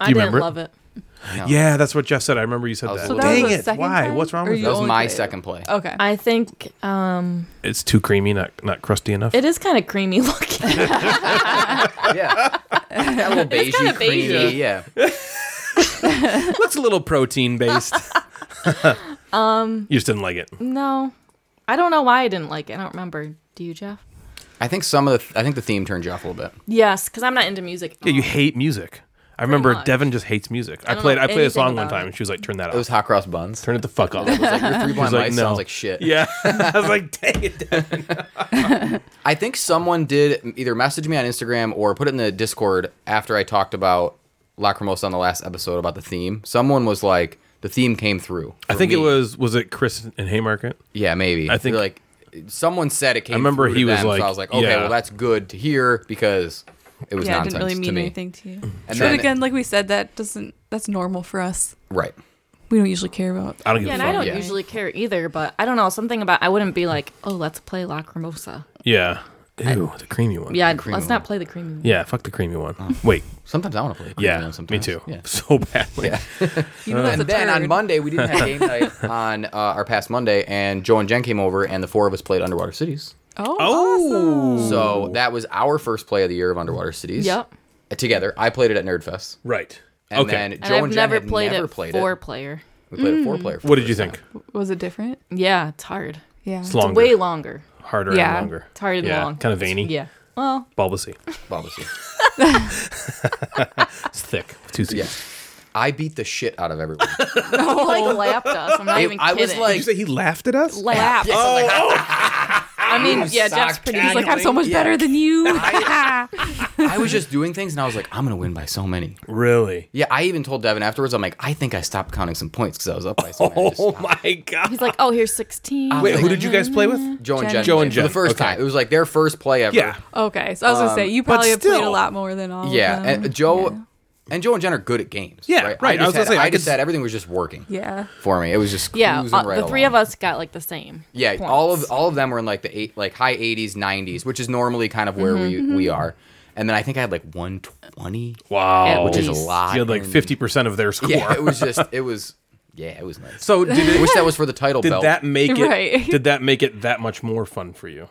Speaker 5: I
Speaker 1: Do you
Speaker 5: didn't
Speaker 1: remember it?
Speaker 5: love it.
Speaker 1: Yeah, that's what Jeff said. I remember you said
Speaker 3: was
Speaker 1: that.
Speaker 3: a So little- that
Speaker 1: Dang
Speaker 3: was
Speaker 6: the
Speaker 1: it.
Speaker 6: second
Speaker 1: Why?
Speaker 6: time?
Speaker 1: What's wrong
Speaker 6: Or
Speaker 1: with
Speaker 6: you
Speaker 1: that?
Speaker 3: That was
Speaker 6: only
Speaker 3: my
Speaker 6: played it.
Speaker 3: second play.
Speaker 6: Okay.
Speaker 5: I think um,
Speaker 1: It's too creamy, not not crusty enough.
Speaker 5: it is kind of creamy looking.
Speaker 3: Yeah. that little beigey,
Speaker 5: kinda
Speaker 3: creamy.
Speaker 5: beigey.
Speaker 3: Yeah.
Speaker 1: What's a little protein based? um You just didn't like it.
Speaker 5: no, I don't know why I didn't like it. I don't remember. Do you, Jeff?
Speaker 3: I think some of the. I think the theme turned you off a little bit.
Speaker 5: Yes, because I'm not into music.
Speaker 1: Yeah, you hate music. I remember
Speaker 5: much.
Speaker 1: Devin just hates music. I,
Speaker 5: don't
Speaker 1: played
Speaker 5: know
Speaker 1: I played a
Speaker 5: anything
Speaker 1: song one
Speaker 5: about
Speaker 1: time
Speaker 5: it.
Speaker 1: and she was like, turn that
Speaker 3: It
Speaker 1: off.
Speaker 3: was hot cross buns.
Speaker 1: Turn it the fuck off.
Speaker 3: It was like your three blind
Speaker 1: like,
Speaker 3: mice
Speaker 1: no.
Speaker 3: sounds like shit.
Speaker 1: Yeah. I was like, dang it.
Speaker 3: I think someone did either message me on Instagram or put it in the Discord after I talked about Lacrimosa on the last episode about the theme. Someone was like, the theme came through.
Speaker 1: I
Speaker 3: for
Speaker 1: think it
Speaker 3: me.
Speaker 1: was was it Chris in Haymarket?
Speaker 3: Yeah, maybe.
Speaker 1: I think-
Speaker 3: like someone said it came. I
Speaker 1: remember he was like,
Speaker 3: so I was like, okay,
Speaker 1: yeah.
Speaker 3: well that's good to hear because it was
Speaker 6: Yeah, it
Speaker 3: nonsense
Speaker 6: didn't really
Speaker 3: to
Speaker 6: mean
Speaker 3: me.
Speaker 6: anything to you.
Speaker 3: And
Speaker 6: But
Speaker 3: then-
Speaker 6: again, like we said, that doesn't. That's normal for us.
Speaker 3: Right.
Speaker 6: We don't usually care about.
Speaker 1: I don't give
Speaker 5: Yeah,
Speaker 1: a
Speaker 5: and
Speaker 1: fuck.
Speaker 5: I don't
Speaker 3: Yeah.
Speaker 5: usually care either, but I don't know something about. I wouldn't be like, oh, let's play Lacrimosa.
Speaker 1: Yeah. Ew, the creamy one.
Speaker 5: Yeah, Oh,
Speaker 3: creamy
Speaker 5: let's
Speaker 3: one.
Speaker 5: not play the creamy. One.
Speaker 1: Yeah, fuck the creamy one. Wait.
Speaker 3: Sometimes I want to play. Creepy
Speaker 1: Yeah.
Speaker 3: Man
Speaker 1: Me
Speaker 3: sometimes.
Speaker 1: too.
Speaker 3: Yeah.
Speaker 1: So badly.
Speaker 3: Yeah.
Speaker 6: You know, that's
Speaker 3: And
Speaker 6: a
Speaker 3: then
Speaker 6: turd.
Speaker 3: on Monday we didn't have game night on uh, our past Monday, and Joe and Jen came over, and the four of us played Underwater Cities.
Speaker 6: Oh.
Speaker 1: Oh.
Speaker 3: So that was our first play of the year of Underwater Cities.
Speaker 5: Yep.
Speaker 3: Together, I played it at Nerdfest.
Speaker 1: Right.
Speaker 3: And
Speaker 1: okay.
Speaker 3: then Joe
Speaker 5: And I've
Speaker 3: and Jen
Speaker 5: never
Speaker 3: had
Speaker 5: played
Speaker 3: never
Speaker 5: it Mm.
Speaker 3: played
Speaker 5: four
Speaker 3: it.
Speaker 5: player.
Speaker 3: We played a four player.
Speaker 1: what did you think?
Speaker 6: Was it different?
Speaker 5: Yeah, it's hard.
Speaker 6: Yeah.
Speaker 1: It's
Speaker 6: It's
Speaker 1: longer.
Speaker 5: It's way longer.
Speaker 1: harder
Speaker 6: Yeah.
Speaker 1: and longer.
Speaker 5: It's harder than
Speaker 1: yeah.
Speaker 5: long.
Speaker 1: Kind of veiny.
Speaker 5: Yeah. Well,
Speaker 1: Bulbousy.
Speaker 3: Obviously.
Speaker 1: It's thick. with Two C's.
Speaker 3: Yeah. I beat the shit out of everyone.
Speaker 5: like lapped us. I'm not
Speaker 3: It-
Speaker 5: even
Speaker 3: I
Speaker 5: kidding.
Speaker 3: was like,
Speaker 1: Did you say he laughed at us?
Speaker 5: lapped.
Speaker 3: Yes, I was like,
Speaker 5: I mean, yeah, Jeff's pretty.
Speaker 6: He's like, I'm so much better than you.
Speaker 3: I was just doing things and I was like, I'm gonna win by so many.
Speaker 1: Really?
Speaker 3: Yeah, I even told Devin afterwards. I'm like, I think I stopped counting some points because I was up by so many. I just
Speaker 1: Oh
Speaker 3: stopped.
Speaker 1: my god.
Speaker 5: He's like, oh, here's 16.
Speaker 1: Wait, who did you guys play with?
Speaker 3: Joe and
Speaker 6: Jen.
Speaker 3: Jen.
Speaker 1: Joe and
Speaker 3: played for
Speaker 1: Jen,
Speaker 3: The first
Speaker 1: okay.
Speaker 3: time. It was like their first play ever.
Speaker 1: Yeah.
Speaker 6: okay, so I was gonna say you probably have played
Speaker 1: Um, still.
Speaker 6: a lot more than all.
Speaker 3: Yeah.
Speaker 6: of them.
Speaker 3: And Joe and Joe and Jen are good at games.
Speaker 1: Yeah,
Speaker 3: Right.
Speaker 1: right.
Speaker 3: I,
Speaker 1: I
Speaker 3: just
Speaker 1: was gonna
Speaker 3: had,
Speaker 1: say, I
Speaker 3: I just
Speaker 1: could-
Speaker 3: said everything was just working
Speaker 6: yeah.
Speaker 3: for me. It was just
Speaker 5: yeah,
Speaker 3: cruising
Speaker 5: uh,
Speaker 3: right
Speaker 5: the three
Speaker 3: along.
Speaker 5: of us got like the same.
Speaker 3: Yeah,
Speaker 5: points.
Speaker 3: all of all of them were in like the eight, like high 80s, 90s, which is normally kind of where we we are. And then I think I had like 120,
Speaker 1: Wow.
Speaker 3: which is a
Speaker 5: Jeez.
Speaker 3: lot.
Speaker 1: You had like
Speaker 3: And-
Speaker 1: fifty percent of their score.
Speaker 3: Yeah, it was just it was yeah, it was nice.
Speaker 1: so did
Speaker 3: I
Speaker 1: it,
Speaker 3: wish that was for the title
Speaker 1: did
Speaker 3: belt.
Speaker 1: that make it
Speaker 6: Right.
Speaker 1: did that make it that much more fun for you?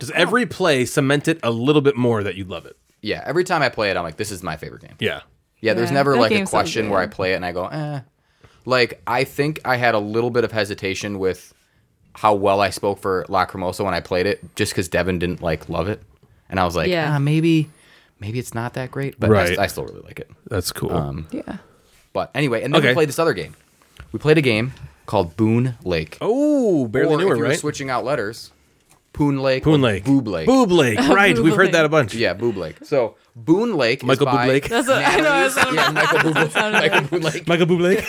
Speaker 1: Does
Speaker 3: Oh.
Speaker 1: every play cement it a little bit more that you love it?
Speaker 3: yeah, every time I play it, I'm like, this is my favorite game.
Speaker 1: Yeah.
Speaker 3: Yeah, there's
Speaker 6: Yeah,
Speaker 3: never
Speaker 6: that
Speaker 3: like a
Speaker 6: game's so
Speaker 3: question where I
Speaker 6: good.
Speaker 3: play it and I go, eh. Like I think I had a little bit of hesitation with how well I spoke for Lacrimosa when I played it, just because Devin didn't like love it, and I was like,
Speaker 5: Yeah.
Speaker 3: ah, maybe, maybe it's not that great, but I-
Speaker 1: Right.
Speaker 3: I, still really like it.
Speaker 1: That's cool.
Speaker 3: Um,
Speaker 6: Yeah.
Speaker 3: But anyway, and then
Speaker 1: Okay.
Speaker 3: we played this other game. We played a game called Boone Lake.
Speaker 1: oh, barely
Speaker 3: or
Speaker 1: knew
Speaker 3: if
Speaker 1: her,
Speaker 3: you were
Speaker 1: right?
Speaker 3: switching out letters, Poon Lake, or
Speaker 1: Boone Lake.
Speaker 3: Boob Lake,
Speaker 1: Boob Lake. Right.
Speaker 6: Boob
Speaker 1: We've heard
Speaker 6: Lake.
Speaker 1: that a bunch.
Speaker 3: Yeah, Boob Lake. So Boone Lake.
Speaker 1: Michael
Speaker 3: is
Speaker 1: Boob
Speaker 3: by
Speaker 1: Lake.
Speaker 5: That's what I know. I was like,
Speaker 3: yeah, Michael Bublé. Michael Bublé.
Speaker 1: Michael Boob Lake.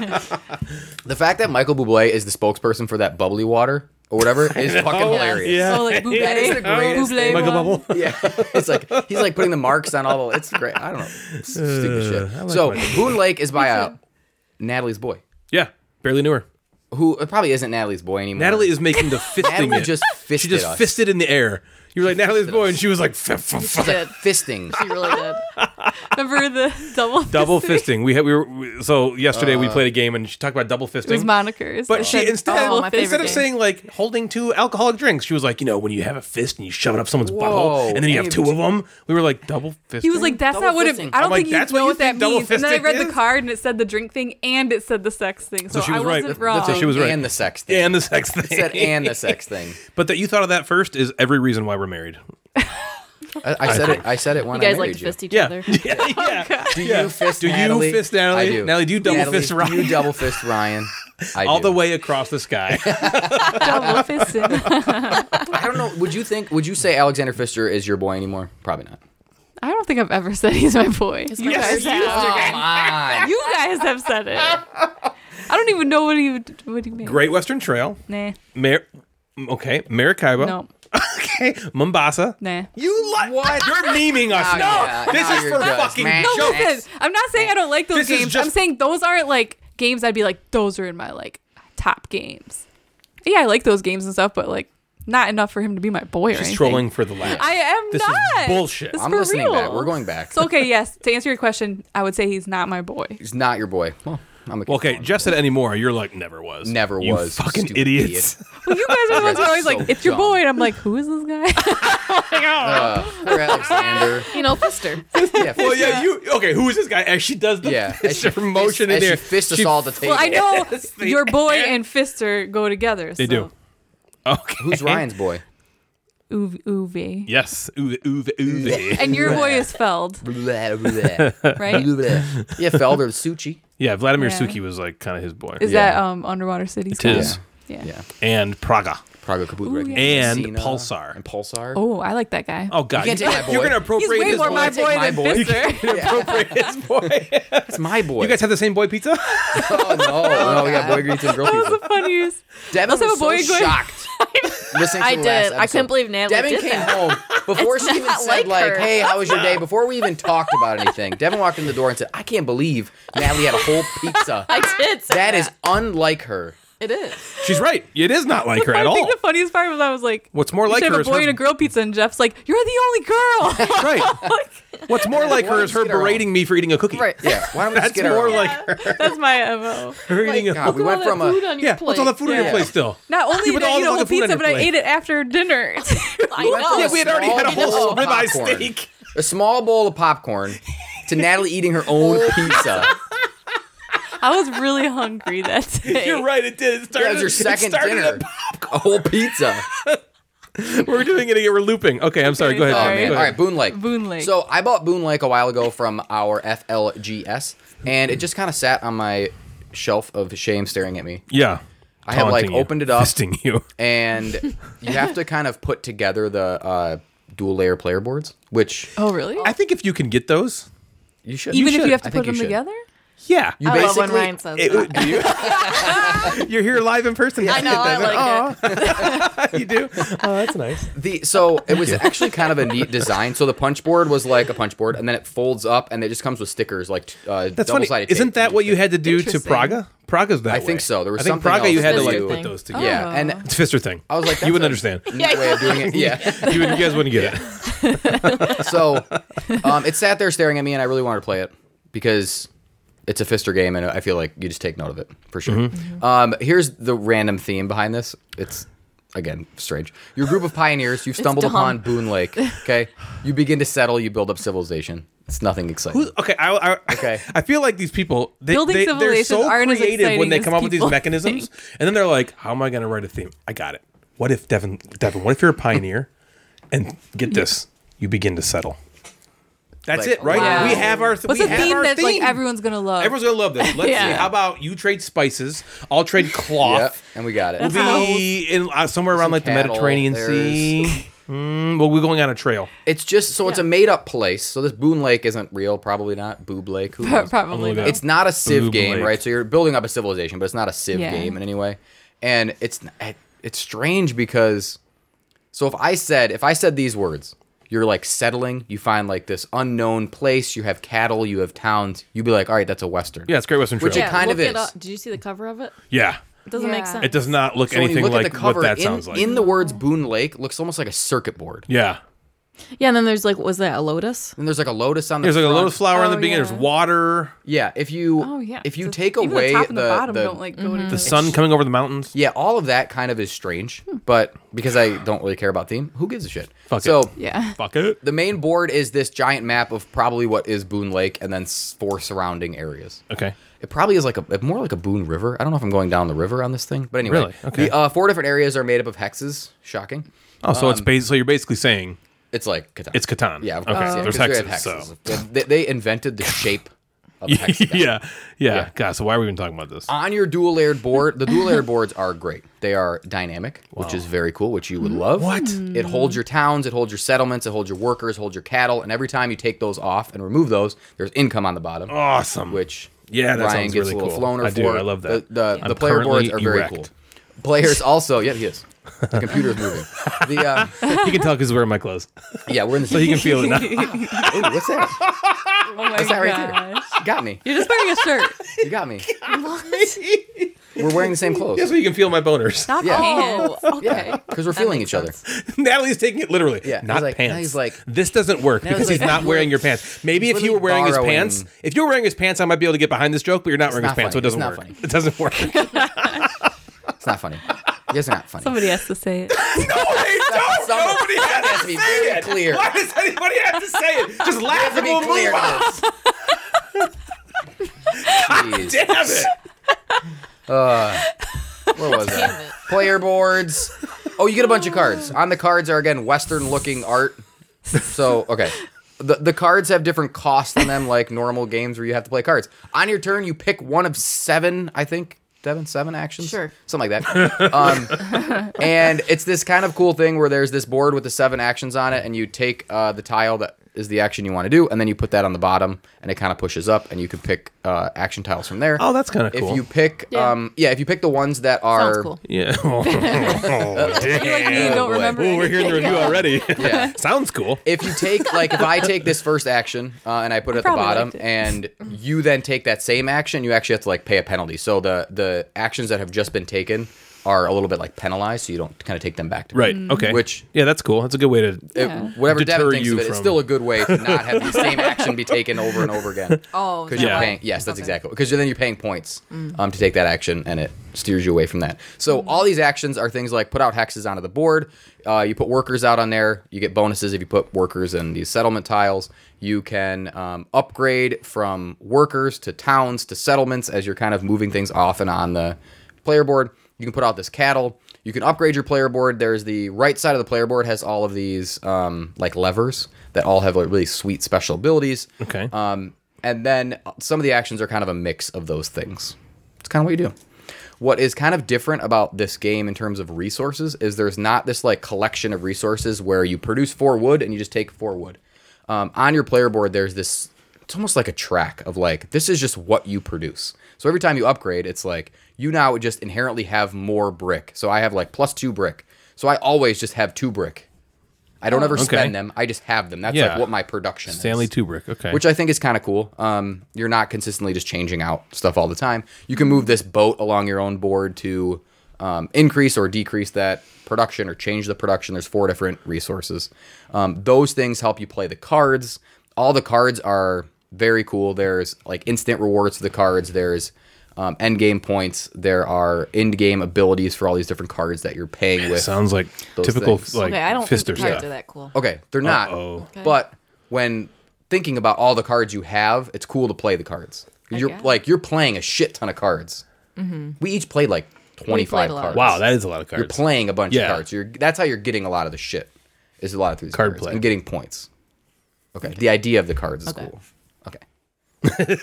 Speaker 3: The fact that Michael Bublé is the spokesperson for that bubbly water or whatever is fucking hilarious.
Speaker 1: Yeah.
Speaker 6: Oh, like Buble.
Speaker 3: That is the greatest
Speaker 6: Buble
Speaker 3: thing.
Speaker 1: Michael
Speaker 6: one.
Speaker 1: Bubble.
Speaker 3: Yeah, it's like he's like putting the marks on all the. It's great. I don't know. It's Stupid shit.
Speaker 1: Uh, I like
Speaker 3: so
Speaker 1: Michael
Speaker 3: Boone Lake is by uh, Natalie's boy,
Speaker 1: Yeah. Barely knew her.
Speaker 3: who it probably isn't Natalie's boy anymore.
Speaker 1: Natalie is making the fisting.
Speaker 3: Natalie
Speaker 1: it.
Speaker 3: just
Speaker 1: she
Speaker 3: fisted
Speaker 1: just
Speaker 3: us.
Speaker 1: fisted in the air. You were like Natalie's boy, and she was like "F- f- f-
Speaker 3: She's like fisting.
Speaker 5: she really did.
Speaker 6: Remember the double
Speaker 1: double fisting. We had we were we- so yesterday
Speaker 3: Uh.
Speaker 1: we played a game and she talked about double fisting.
Speaker 6: It was monikers.
Speaker 1: but she
Speaker 6: Said
Speaker 1: instead
Speaker 5: "Oh, my favorite
Speaker 1: instead of
Speaker 5: game."
Speaker 1: saying like holding two alcoholic drinks, she was like, you know, when you have a fist and you shove it up someone's butthole, and then you have
Speaker 3: Ames.
Speaker 1: two of them. We were like double fisting.
Speaker 6: He was like, "That's
Speaker 3: Double
Speaker 6: not what it."
Speaker 3: fisting.
Speaker 6: I
Speaker 1: I'm
Speaker 6: don't
Speaker 1: like,
Speaker 6: think you
Speaker 1: "That's what
Speaker 6: know
Speaker 1: you
Speaker 6: what that
Speaker 1: think double
Speaker 6: means." And then I
Speaker 1: fisting
Speaker 6: read
Speaker 1: is?
Speaker 6: the card, and it said the drink thing, and it said the sex thing. So,
Speaker 1: she was
Speaker 6: I
Speaker 1: right. That's-
Speaker 6: wasn't wrong.
Speaker 1: that's what she was right.
Speaker 3: and the sex thing.
Speaker 1: and the sex thing.
Speaker 3: It said and the sex thing.
Speaker 1: But that you thought of that first is every reason why we're married.
Speaker 3: I, I said it. I said it when
Speaker 5: You guys
Speaker 3: I
Speaker 5: like
Speaker 3: married
Speaker 5: to fist each
Speaker 1: Yeah.
Speaker 5: other.
Speaker 1: yeah. yeah.
Speaker 3: Do
Speaker 1: Yeah.
Speaker 3: you fist?
Speaker 1: Do you
Speaker 3: Natalie?
Speaker 1: fist Natalie?
Speaker 3: I do.
Speaker 1: Natalie, do you double
Speaker 3: Natalie,
Speaker 1: fist
Speaker 3: Do
Speaker 1: Ryan?
Speaker 3: you double fist Ryan? I
Speaker 1: All
Speaker 3: do.
Speaker 1: the way across the sky.
Speaker 6: double fisted.
Speaker 3: I don't know. Would you think? Would you say Alexander Fister is your boy anymore? Probably not.
Speaker 6: I don't think I've ever said he's my boy. You
Speaker 1: Yes,
Speaker 6: guys, have. you guys have said it. I don't even know what he would- what he meant.
Speaker 1: Great Western Trail.
Speaker 6: Nah,
Speaker 1: Mar- okay, Maracaibo.
Speaker 6: no,
Speaker 1: Okay, Mombasa.
Speaker 6: nah.
Speaker 1: You like what? You're memeing us
Speaker 3: Oh,
Speaker 1: now.
Speaker 3: yeah.
Speaker 1: This
Speaker 3: Now
Speaker 1: is
Speaker 3: you're
Speaker 1: for
Speaker 3: just
Speaker 1: fucking
Speaker 3: mad.
Speaker 1: jokes.
Speaker 3: No,
Speaker 6: Listen, I'm not saying I don't like those
Speaker 1: This is
Speaker 6: games.
Speaker 1: just-
Speaker 6: I'm saying those aren't like games I'd be like, those are in my like top games. Yeah, I like those games and stuff, but like not enough for him to be my boy or
Speaker 1: She's
Speaker 6: anything.
Speaker 1: trolling for the laugh.
Speaker 6: I am
Speaker 1: This is
Speaker 6: not.
Speaker 1: bullshit.
Speaker 6: This is
Speaker 3: I'm
Speaker 6: for
Speaker 3: listening
Speaker 6: real.
Speaker 3: back. We're going back.
Speaker 6: So okay, yes. To answer your question, I would say he's not my boy.
Speaker 3: He's not your boy. Well, I'm a
Speaker 1: okay, Jeff said anymore. You're like never was.
Speaker 3: Never
Speaker 1: You
Speaker 3: was,
Speaker 1: Fucking
Speaker 3: stupid
Speaker 1: idiots.
Speaker 6: Well, you guys are the ones who are always
Speaker 3: so
Speaker 6: like, "It's your
Speaker 3: dumb.
Speaker 6: boy," and I'm like, "Who is this guy?"
Speaker 3: Uh, poor Alexander.
Speaker 5: You know, Fister.
Speaker 3: yeah, fist,
Speaker 1: Well, yeah, you okay? Who is this guy? And she does the
Speaker 3: yeah.
Speaker 1: fist motion in
Speaker 3: as
Speaker 1: there.
Speaker 3: She fist us
Speaker 1: She-
Speaker 3: all at the table.
Speaker 6: well, I know
Speaker 1: they-
Speaker 6: your boy and Fister go together.
Speaker 1: They do. Okay.
Speaker 3: Who's Ryan's boy?
Speaker 6: Uv- Uve.
Speaker 1: Yes. Uve, uve, uve.
Speaker 6: And your boy is Feld,
Speaker 3: Blah, blah, blah,
Speaker 6: right?
Speaker 3: blah. yeah, Felder Suchi.
Speaker 1: yeah, Vladimir
Speaker 6: Yeah.
Speaker 1: Suki was like kind of his boy.
Speaker 6: Is
Speaker 3: Yeah.
Speaker 6: that um Underwater City? It
Speaker 1: is.
Speaker 6: Yeah.
Speaker 3: Yeah.
Speaker 1: and Praga.
Speaker 3: Praga Kaboot. Recognition,
Speaker 1: And
Speaker 3: Cena,
Speaker 1: Pulsar.
Speaker 3: And Pulsar.
Speaker 6: Oh, I like that guy.
Speaker 1: Oh God!
Speaker 3: You can't take my
Speaker 1: are
Speaker 3: boy.
Speaker 1: gonna
Speaker 6: he's
Speaker 1: appropriate
Speaker 6: way
Speaker 1: his
Speaker 6: more my
Speaker 3: Take
Speaker 6: boy
Speaker 3: my
Speaker 6: than
Speaker 3: boy.
Speaker 6: Fister.
Speaker 1: appropriate his boy.
Speaker 3: That's my boy.
Speaker 1: You guys have the same boy pizza?
Speaker 3: Oh, no. No, we got boy greets and girl
Speaker 6: That's
Speaker 3: pizza.
Speaker 6: the funniest.
Speaker 3: Devin
Speaker 6: Let's
Speaker 3: was
Speaker 6: have a boy
Speaker 3: so
Speaker 6: going-
Speaker 3: shocked. listening to
Speaker 5: I
Speaker 3: the last
Speaker 5: did. I
Speaker 3: episode.
Speaker 5: couldn't believe Natalie
Speaker 3: Devin
Speaker 5: did
Speaker 3: came
Speaker 5: that.
Speaker 3: home before
Speaker 5: It's
Speaker 3: she even
Speaker 5: not
Speaker 3: said
Speaker 5: like
Speaker 3: like,
Speaker 5: her.
Speaker 3: "Hey, how was your day?" Before we even talked about anything, Devin walked in the door and said, "I can't believe Natalie had a whole pizza."
Speaker 5: I did. Say
Speaker 3: that is unlike her.
Speaker 5: It is.
Speaker 1: She's right. It is not like her at
Speaker 6: I
Speaker 1: all.
Speaker 6: think the funniest part was I was like,
Speaker 1: What's more
Speaker 6: "You
Speaker 1: like
Speaker 6: should
Speaker 1: her
Speaker 6: have
Speaker 1: is
Speaker 6: a boy
Speaker 1: her-
Speaker 6: and a girl pizza," and Jeff's like, "You're the only girl."
Speaker 1: right. What's more like her
Speaker 3: Why
Speaker 1: is her
Speaker 3: don't we get our
Speaker 1: berating me for eating a cookie.
Speaker 5: Right.
Speaker 3: Yeah, why don't we just
Speaker 1: That's
Speaker 3: get our
Speaker 1: more
Speaker 3: own?
Speaker 1: like her
Speaker 6: That's my mo.
Speaker 1: eating a
Speaker 3: God,
Speaker 1: cookie.
Speaker 3: we went from
Speaker 5: food
Speaker 3: a
Speaker 5: on your
Speaker 1: Yeah.
Speaker 5: plate.
Speaker 1: What's all the food on your
Speaker 3: Yeah.
Speaker 1: plate still?
Speaker 6: Not only
Speaker 1: put
Speaker 6: did I
Speaker 1: all
Speaker 6: eat
Speaker 1: the
Speaker 6: a whole
Speaker 1: fucking food on
Speaker 6: pizza,
Speaker 1: your
Speaker 6: but I
Speaker 1: plate.
Speaker 6: ate it after dinner.
Speaker 5: I
Speaker 3: we went
Speaker 5: know.
Speaker 3: from
Speaker 1: Yeah, we had already had a
Speaker 3: small
Speaker 1: whole
Speaker 3: bowl of
Speaker 1: ribeye
Speaker 3: popcorn,
Speaker 1: steak.
Speaker 3: a small bowl of popcorn, to Natalie eating her own pizza.
Speaker 6: I was really hungry that day.
Speaker 1: You're right. It did. It started.
Speaker 3: That was your
Speaker 1: it
Speaker 3: second
Speaker 1: started
Speaker 3: dinner.
Speaker 1: at-
Speaker 3: A whole pizza.
Speaker 1: We're doing it again. We're looping. Okay, I'm sorry.
Speaker 6: Okay,
Speaker 1: Go ahead.
Speaker 3: Oh,
Speaker 6: sorry.
Speaker 1: Go
Speaker 3: man.
Speaker 1: ahead.
Speaker 3: All right, Boone Lake.
Speaker 6: Boone Lake.
Speaker 3: So I bought Boone Lake a while ago from our FLGS, and it just kind of sat on my shelf of shame staring at me.
Speaker 1: Yeah.
Speaker 3: I had like
Speaker 1: taunting you,
Speaker 3: opened it up
Speaker 1: fisting you.
Speaker 3: and you have to kind of put together the uh, dual layer player boards, which
Speaker 6: Oh, really?
Speaker 1: I think if you can get those,
Speaker 3: you should.
Speaker 6: Even if
Speaker 1: should.
Speaker 6: you have to
Speaker 3: I think
Speaker 6: put
Speaker 3: you
Speaker 6: them
Speaker 3: should.
Speaker 6: together?
Speaker 1: yeah,
Speaker 3: You
Speaker 5: I love when
Speaker 3: basically-
Speaker 5: Ryan says
Speaker 1: It-
Speaker 5: that.
Speaker 1: do you? you're here live in person.
Speaker 5: I know, I like it.
Speaker 1: you do. Oh, that's nice.
Speaker 3: The so it was actually kind of a neat design. So the punch board was like a punch board, and then it folds up, and it just comes with stickers like t- uh,
Speaker 1: That's
Speaker 3: double
Speaker 1: funny.
Speaker 3: sided.
Speaker 1: Isn't that what you had to do to
Speaker 6: Interesting.
Speaker 1: Praga? Praga's that
Speaker 3: I think
Speaker 1: way.
Speaker 3: so. There was
Speaker 1: I think
Speaker 3: something
Speaker 1: Praga.
Speaker 3: else
Speaker 1: You had to
Speaker 5: that
Speaker 1: like
Speaker 5: you-
Speaker 1: put those together.
Speaker 3: Yeah, and
Speaker 1: It's Fister thing.
Speaker 3: I was like,
Speaker 1: you wouldn't
Speaker 3: "That's a
Speaker 1: understand.
Speaker 3: neat way of doing it. Yeah.
Speaker 1: you, wouldn't, you guys wouldn't get it.
Speaker 3: So um, it sat there staring at me, and I really wanted to play it because it's a Fister game, and I feel like you just take note of it for sure. Um, here's the random theme behind this. It's again strange. Your group of pioneers, you've stumbled
Speaker 5: dumb.
Speaker 3: upon Boone Lake. Okay, you begin to settle, you build up civilization. It's nothing exciting.
Speaker 1: Who's- okay, I, I,
Speaker 3: Okay.
Speaker 1: I feel like these people they,
Speaker 6: Building
Speaker 1: they, they're
Speaker 6: civilizations
Speaker 1: so
Speaker 6: aren't as
Speaker 1: creative when
Speaker 6: exciting
Speaker 1: they
Speaker 6: as
Speaker 1: come up with these
Speaker 6: people
Speaker 1: mechanisms, and then they're like, "How am I going to write a theme? I got it. What if Devin? Devin, what if you're a pioneer, and get this, you begin to settle. That's
Speaker 3: Like,
Speaker 1: it, right?
Speaker 5: wow.
Speaker 1: We have our.
Speaker 6: What's
Speaker 1: we
Speaker 6: a
Speaker 1: have
Speaker 6: theme
Speaker 1: our
Speaker 6: that like
Speaker 1: theme.
Speaker 6: everyone's gonna love?
Speaker 1: Everyone's gonna love this. Let's see.
Speaker 5: Yeah.
Speaker 1: How about you trade spices? I'll trade
Speaker 3: Yep,
Speaker 1: cloth.
Speaker 3: and we got it.
Speaker 1: We'll be in uh, somewhere around
Speaker 3: Some
Speaker 1: like the
Speaker 3: cattle.
Speaker 1: Mediterranean Sea. Mm, well, we're going on a trail.
Speaker 3: It's just so it's a made up place. So this Boone Lake isn't real, probably not. Boob Lake, who knows?
Speaker 6: Probably
Speaker 1: I'm gonna go.
Speaker 6: not.
Speaker 3: It's not a Civ
Speaker 1: Boob
Speaker 3: game,
Speaker 1: Lake.
Speaker 3: right? So you're building up a civilization, but it's not a Civ
Speaker 6: Yeah.
Speaker 3: game in any way. And it's it's strange because so if I said if I said these words, you're like settling. You find like this unknown place. You have cattle. You have towns. You'd be like, all right, that's a western.
Speaker 1: Yeah, it's Great Western Trail.
Speaker 3: Which it kind
Speaker 5: look
Speaker 3: of
Speaker 5: it
Speaker 3: is.
Speaker 5: up. Did you see the cover of it?
Speaker 1: yeah,
Speaker 5: It doesn't make
Speaker 6: Yeah.
Speaker 5: sense.
Speaker 1: it does not look
Speaker 3: So when you
Speaker 1: anything
Speaker 3: look
Speaker 1: like
Speaker 3: at the cover,
Speaker 1: what that
Speaker 3: in,
Speaker 1: sounds like.
Speaker 3: in the words Boone Lake looks almost like a circuit board.
Speaker 1: yeah.
Speaker 5: Yeah, and then there's like, was that a lotus?
Speaker 3: And there's like a lotus on the
Speaker 1: There's like a
Speaker 3: front.
Speaker 1: lotus flower in the
Speaker 6: Oh,
Speaker 1: beginning.
Speaker 6: yeah.
Speaker 1: There's water.
Speaker 3: Yeah, if you
Speaker 6: Oh yeah.
Speaker 3: if you
Speaker 6: So
Speaker 3: take
Speaker 6: even
Speaker 3: away
Speaker 6: the top and the, bottom
Speaker 3: the-
Speaker 6: don't like go
Speaker 1: The
Speaker 6: together.
Speaker 1: sun coming over the mountains.
Speaker 3: Yeah, all of that kind of is strange, but because I don't really care about theme, who gives a shit?
Speaker 1: Fuck
Speaker 3: so
Speaker 1: it.
Speaker 6: Yeah.
Speaker 1: Fuck it.
Speaker 3: the main board is this giant map of probably what is Boone Lake and then s- four surrounding areas.
Speaker 1: Okay.
Speaker 3: It probably is like a more like a Boone River. I don't know if I'm going down the river on this thing, but anyway,
Speaker 1: Really? Okay.
Speaker 3: the uh, four different areas are made up of hexes. Shocking.
Speaker 1: Oh, so it's bas- so you're basically saying
Speaker 3: It's like Catan.
Speaker 1: it's Catan.
Speaker 3: Um, Yeah, of
Speaker 1: Okay.
Speaker 3: course. yeah,
Speaker 1: There's
Speaker 3: 'cause they
Speaker 1: hexes.
Speaker 3: have
Speaker 1: So.
Speaker 3: hexes. They, they invented the shape of a
Speaker 1: yeah,
Speaker 3: hexagon.
Speaker 1: yeah, God, so why are we even talking about this?
Speaker 3: on your dual layered board, the dual layered boards are great. They are dynamic, which is very cool, which you would love.
Speaker 1: What?
Speaker 3: It holds your towns, it holds your settlements, it holds your workers, holds your cattle, and every time you take those off and remove those, there's income on the bottom,
Speaker 1: awesome.
Speaker 3: which
Speaker 1: Oh. Yeah, that
Speaker 3: Ryan
Speaker 1: sounds
Speaker 3: gets
Speaker 1: really
Speaker 3: a little
Speaker 1: cool.
Speaker 3: floner
Speaker 1: I
Speaker 3: for.
Speaker 1: do, I love that.
Speaker 3: The, the,
Speaker 1: I'm
Speaker 3: the player boards are
Speaker 1: currently
Speaker 3: very
Speaker 1: erect.
Speaker 3: cool. Players also, yeah, he is. The computer's moving. The uh,
Speaker 1: he can tell because he's wearing my clothes,
Speaker 3: yeah, we're in the
Speaker 1: so he can feel it now.
Speaker 3: Ooh, what's that?
Speaker 6: Oh my
Speaker 3: What's that right there?
Speaker 6: gosh.
Speaker 3: You got me.
Speaker 6: You're just wearing a shirt.
Speaker 3: You got me. We're wearing the same clothes.
Speaker 1: That's where you can feel my boners.
Speaker 6: Not
Speaker 3: Yeah.
Speaker 6: pants.
Speaker 5: Oh,
Speaker 3: Yeah, because we're feeling each other.
Speaker 1: Natalie's taking it literally.
Speaker 3: Yeah,
Speaker 1: not
Speaker 3: he's like-
Speaker 1: pants.
Speaker 3: now he's like-
Speaker 1: this doesn't work because
Speaker 3: like-
Speaker 1: he's not wearing your pants. Maybe
Speaker 3: He's
Speaker 1: if you were wearing
Speaker 3: literally
Speaker 1: his
Speaker 3: borrowing-
Speaker 1: pants, if you were wearing his pants, I might be able to get behind this joke. But you're not wearing his
Speaker 3: not
Speaker 1: pants, so it
Speaker 3: funny. It's
Speaker 1: doesn't
Speaker 3: not
Speaker 1: work.
Speaker 3: funny.
Speaker 1: It doesn't work.
Speaker 3: It's not funny. You guys are not funny.
Speaker 6: Somebody has to say it.
Speaker 1: They don't.
Speaker 3: Somebody-
Speaker 1: Nobody had
Speaker 3: It has to be very clear.
Speaker 1: Why does anybody have to say it? Just laugh
Speaker 3: Let
Speaker 1: and
Speaker 3: me
Speaker 1: we'll
Speaker 3: clear
Speaker 1: move on.
Speaker 3: this. Jeez.
Speaker 1: Damn it.
Speaker 3: Where was that? Player boards. Oh, you get a bunch of cards. On the cards are again Western looking art. So okay. The, the cards have different costs on them, like normal games where you have to play cards. On your turn, you pick one of seven, I think, Devin, seven actions?
Speaker 5: Sure.
Speaker 3: Something like that. Um, and it's this kind of cool thing where there's this board with the seven actions on it, and you take uh, the tile that is the action you want to do, and then you put that on the bottom, and it kind of pushes up, and you can pick uh, action tiles from there.
Speaker 1: Oh, that's kinda cool.
Speaker 3: If you pick,
Speaker 5: Yeah.
Speaker 3: um, yeah, if you pick the ones that are
Speaker 5: Sounds cool.
Speaker 1: Yeah. Oh,
Speaker 6: You
Speaker 1: damn.
Speaker 6: don't
Speaker 3: boy.
Speaker 6: remember.
Speaker 1: Ooh, we're hearing the review already.
Speaker 3: Yeah.
Speaker 1: Sounds cool.
Speaker 3: if you take like if I take this first action uh, and I put it at the
Speaker 6: probably
Speaker 3: bottom,
Speaker 6: liked it.
Speaker 3: and you then take that same action, you actually have to like pay a penalty. So the the actions that have just been taken are a little bit like penalized, so you don't kind of take them back. To
Speaker 1: Right. Okay.
Speaker 3: Mm. Which-
Speaker 1: yeah, that's cool. That's a good way to.
Speaker 3: It- whatever
Speaker 1: Deter
Speaker 3: Devin thinks
Speaker 1: you
Speaker 3: of it, it's
Speaker 1: from-
Speaker 3: still a good way to not have the same action be taken over and over again.
Speaker 5: Oh,
Speaker 3: because
Speaker 5: that
Speaker 3: you're
Speaker 1: Yeah.
Speaker 3: paying. Yes, that's exactly because then you're paying points um, to take that action, and it steers you away from that. So all these actions are things like put out hexes onto the board. Uh, you put workers out on there. You get bonuses if you put workers in these settlement tiles. You can um, upgrade from workers to towns to settlements as you're kind of moving things off and on the player board. You can put out this cattle. You can upgrade your player board. There's the right side of the player board has all of these um, like levers that all have like really sweet special abilities.
Speaker 1: Okay.
Speaker 3: Um, and then some of the actions are kind of a mix of those things. It's kind of what you do. What is kind of different about this game in terms of resources is there's not this like collection of resources where you produce four wood and you just take four wood. Um, on your player board, there's this. It's almost like a track of like this is just what you produce. So every time you upgrade, it's like you now just inherently have more brick. So I have like plus two brick. So I always just have two brick. I don't ever
Speaker 1: Oh, okay.
Speaker 3: spend them. I just have them. That's
Speaker 1: Yeah.
Speaker 3: like what my production
Speaker 1: Stanley
Speaker 3: is
Speaker 1: Kubrick. Okay.
Speaker 3: which I think is kind of cool. Um, you're not consistently just changing out stuff all the time. You can move this boat along your own board to um, increase or decrease that production or change the production. There's four different resources. Um, those things help you play the cards. All the cards are very cool. There's like instant rewards to the cards. There's um, end game points. There are end game abilities for all these different cards that you're paying with.
Speaker 1: sounds like
Speaker 3: Those
Speaker 1: typical
Speaker 3: things.
Speaker 1: like
Speaker 5: okay, I don't think
Speaker 1: fister
Speaker 5: the cards
Speaker 1: stuff.
Speaker 5: are that cool.
Speaker 3: Okay, they're not.
Speaker 1: Uh-oh.
Speaker 3: But when thinking about all the cards you have, it's cool to play the cards. 'Cause You're
Speaker 5: guess.
Speaker 3: like you're playing a shit ton of cards. We each played like twenty
Speaker 5: played
Speaker 3: five
Speaker 5: a lot.
Speaker 3: cards.
Speaker 1: Wow, that is a lot of cards.
Speaker 3: you're playing a bunch
Speaker 1: Yeah.
Speaker 3: of cards. You're that's how you're getting a lot of the shit. Is a lot of through these
Speaker 1: Card
Speaker 3: cards
Speaker 1: play.
Speaker 3: and getting points. Okay, the idea of the cards is cool. Okay.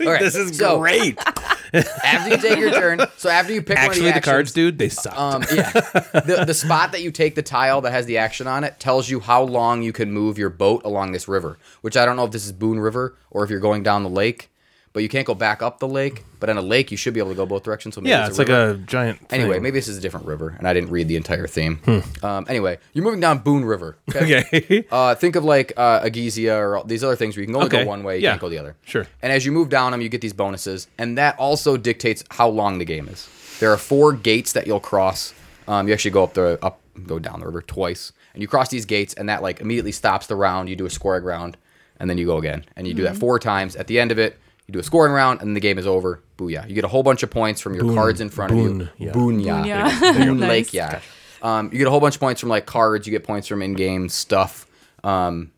Speaker 3: All right.
Speaker 1: This is
Speaker 3: so
Speaker 1: great.
Speaker 3: after you take your turn, so after you pick one
Speaker 1: Actually,
Speaker 3: of
Speaker 1: the
Speaker 3: the actions,
Speaker 1: cards, dude, they suck.
Speaker 3: um, yeah. the, the spot that you take the tile that has the action on it tells you how long you can move your boat along this river, which I don't know if this is Boone River or if you're going down the lake, but you can't go back up the lake. But in a lake, you should be able to go both directions. So maybe
Speaker 1: yeah, it's like
Speaker 3: river.
Speaker 1: a giant. Thing. Hmm.
Speaker 3: Anyway, maybe this is a different river, and I didn't read the entire theme. Um, anyway, you're moving down Boone River.
Speaker 1: Okay.
Speaker 3: Uh, think of like uh, Agizia or all these other things where you can only
Speaker 1: Okay,
Speaker 3: go one way, you
Speaker 1: yeah,
Speaker 3: can't go the other.
Speaker 1: sure.
Speaker 3: And as you move down them, you get these bonuses, and that also dictates how long the game is. There are four gates that you'll cross. Um, you actually go up the up, go down the river twice, and you cross these gates, and that like immediately stops the round. You do a scoring round, and then you go again, and you do that four times. At the end of it, you do a scoring round, and the game is over. Booyah! You get a whole bunch of points from your cards in front
Speaker 1: boon,
Speaker 3: of you.
Speaker 1: yeah.
Speaker 3: Boonya.
Speaker 6: Boonya.
Speaker 3: Boon
Speaker 6: Nice.
Speaker 3: Lake, yeah. Um, you get a whole bunch of points from like cards. You get points from in-game stuff. Um,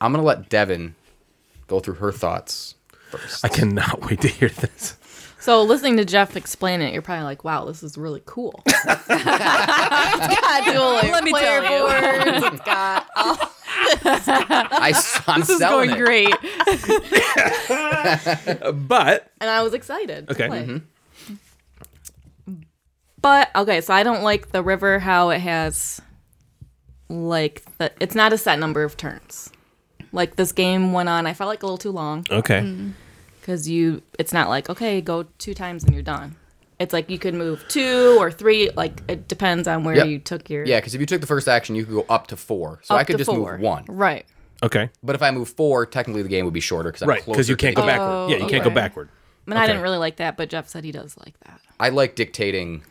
Speaker 3: I'm gonna let Devin go through her thoughts first.
Speaker 1: I cannot wait to hear this.
Speaker 5: So listening to Jeff explain it, you're probably like, "Wow, this is really cool." It's got dual
Speaker 4: Let me
Speaker 5: player
Speaker 4: tell
Speaker 5: boards. It's got
Speaker 3: I, am
Speaker 4: This is
Speaker 3: selling
Speaker 4: going
Speaker 3: it.
Speaker 4: great.
Speaker 1: But
Speaker 5: and I was excited.
Speaker 1: Okay.
Speaker 5: To play.
Speaker 3: Mm-hmm.
Speaker 5: But okay, so I don't like the river how it has like the it's not a set number of turns. Like this game went on, I felt like a little too long
Speaker 1: okay,
Speaker 5: because you it's not like okay, go two times and you're done. It's like you could move two or three. Like it depends on where
Speaker 3: Yep.
Speaker 5: you took your
Speaker 3: Yeah, because if you took the first action, you could go up to four. So
Speaker 5: Up
Speaker 3: I could
Speaker 5: to
Speaker 3: just
Speaker 5: four.
Speaker 3: move one.
Speaker 6: Right.
Speaker 1: okay,
Speaker 3: But if I move four, technically the game would be shorter because I'm
Speaker 1: right? Because you
Speaker 3: closer
Speaker 1: can't
Speaker 3: to
Speaker 1: go
Speaker 3: the game.
Speaker 1: backward. yeah, you can't go
Speaker 6: okay.
Speaker 1: backward.
Speaker 5: I mean, I
Speaker 1: Okay.
Speaker 5: didn't really like that, but Jeff said he does like that.
Speaker 3: I like dictating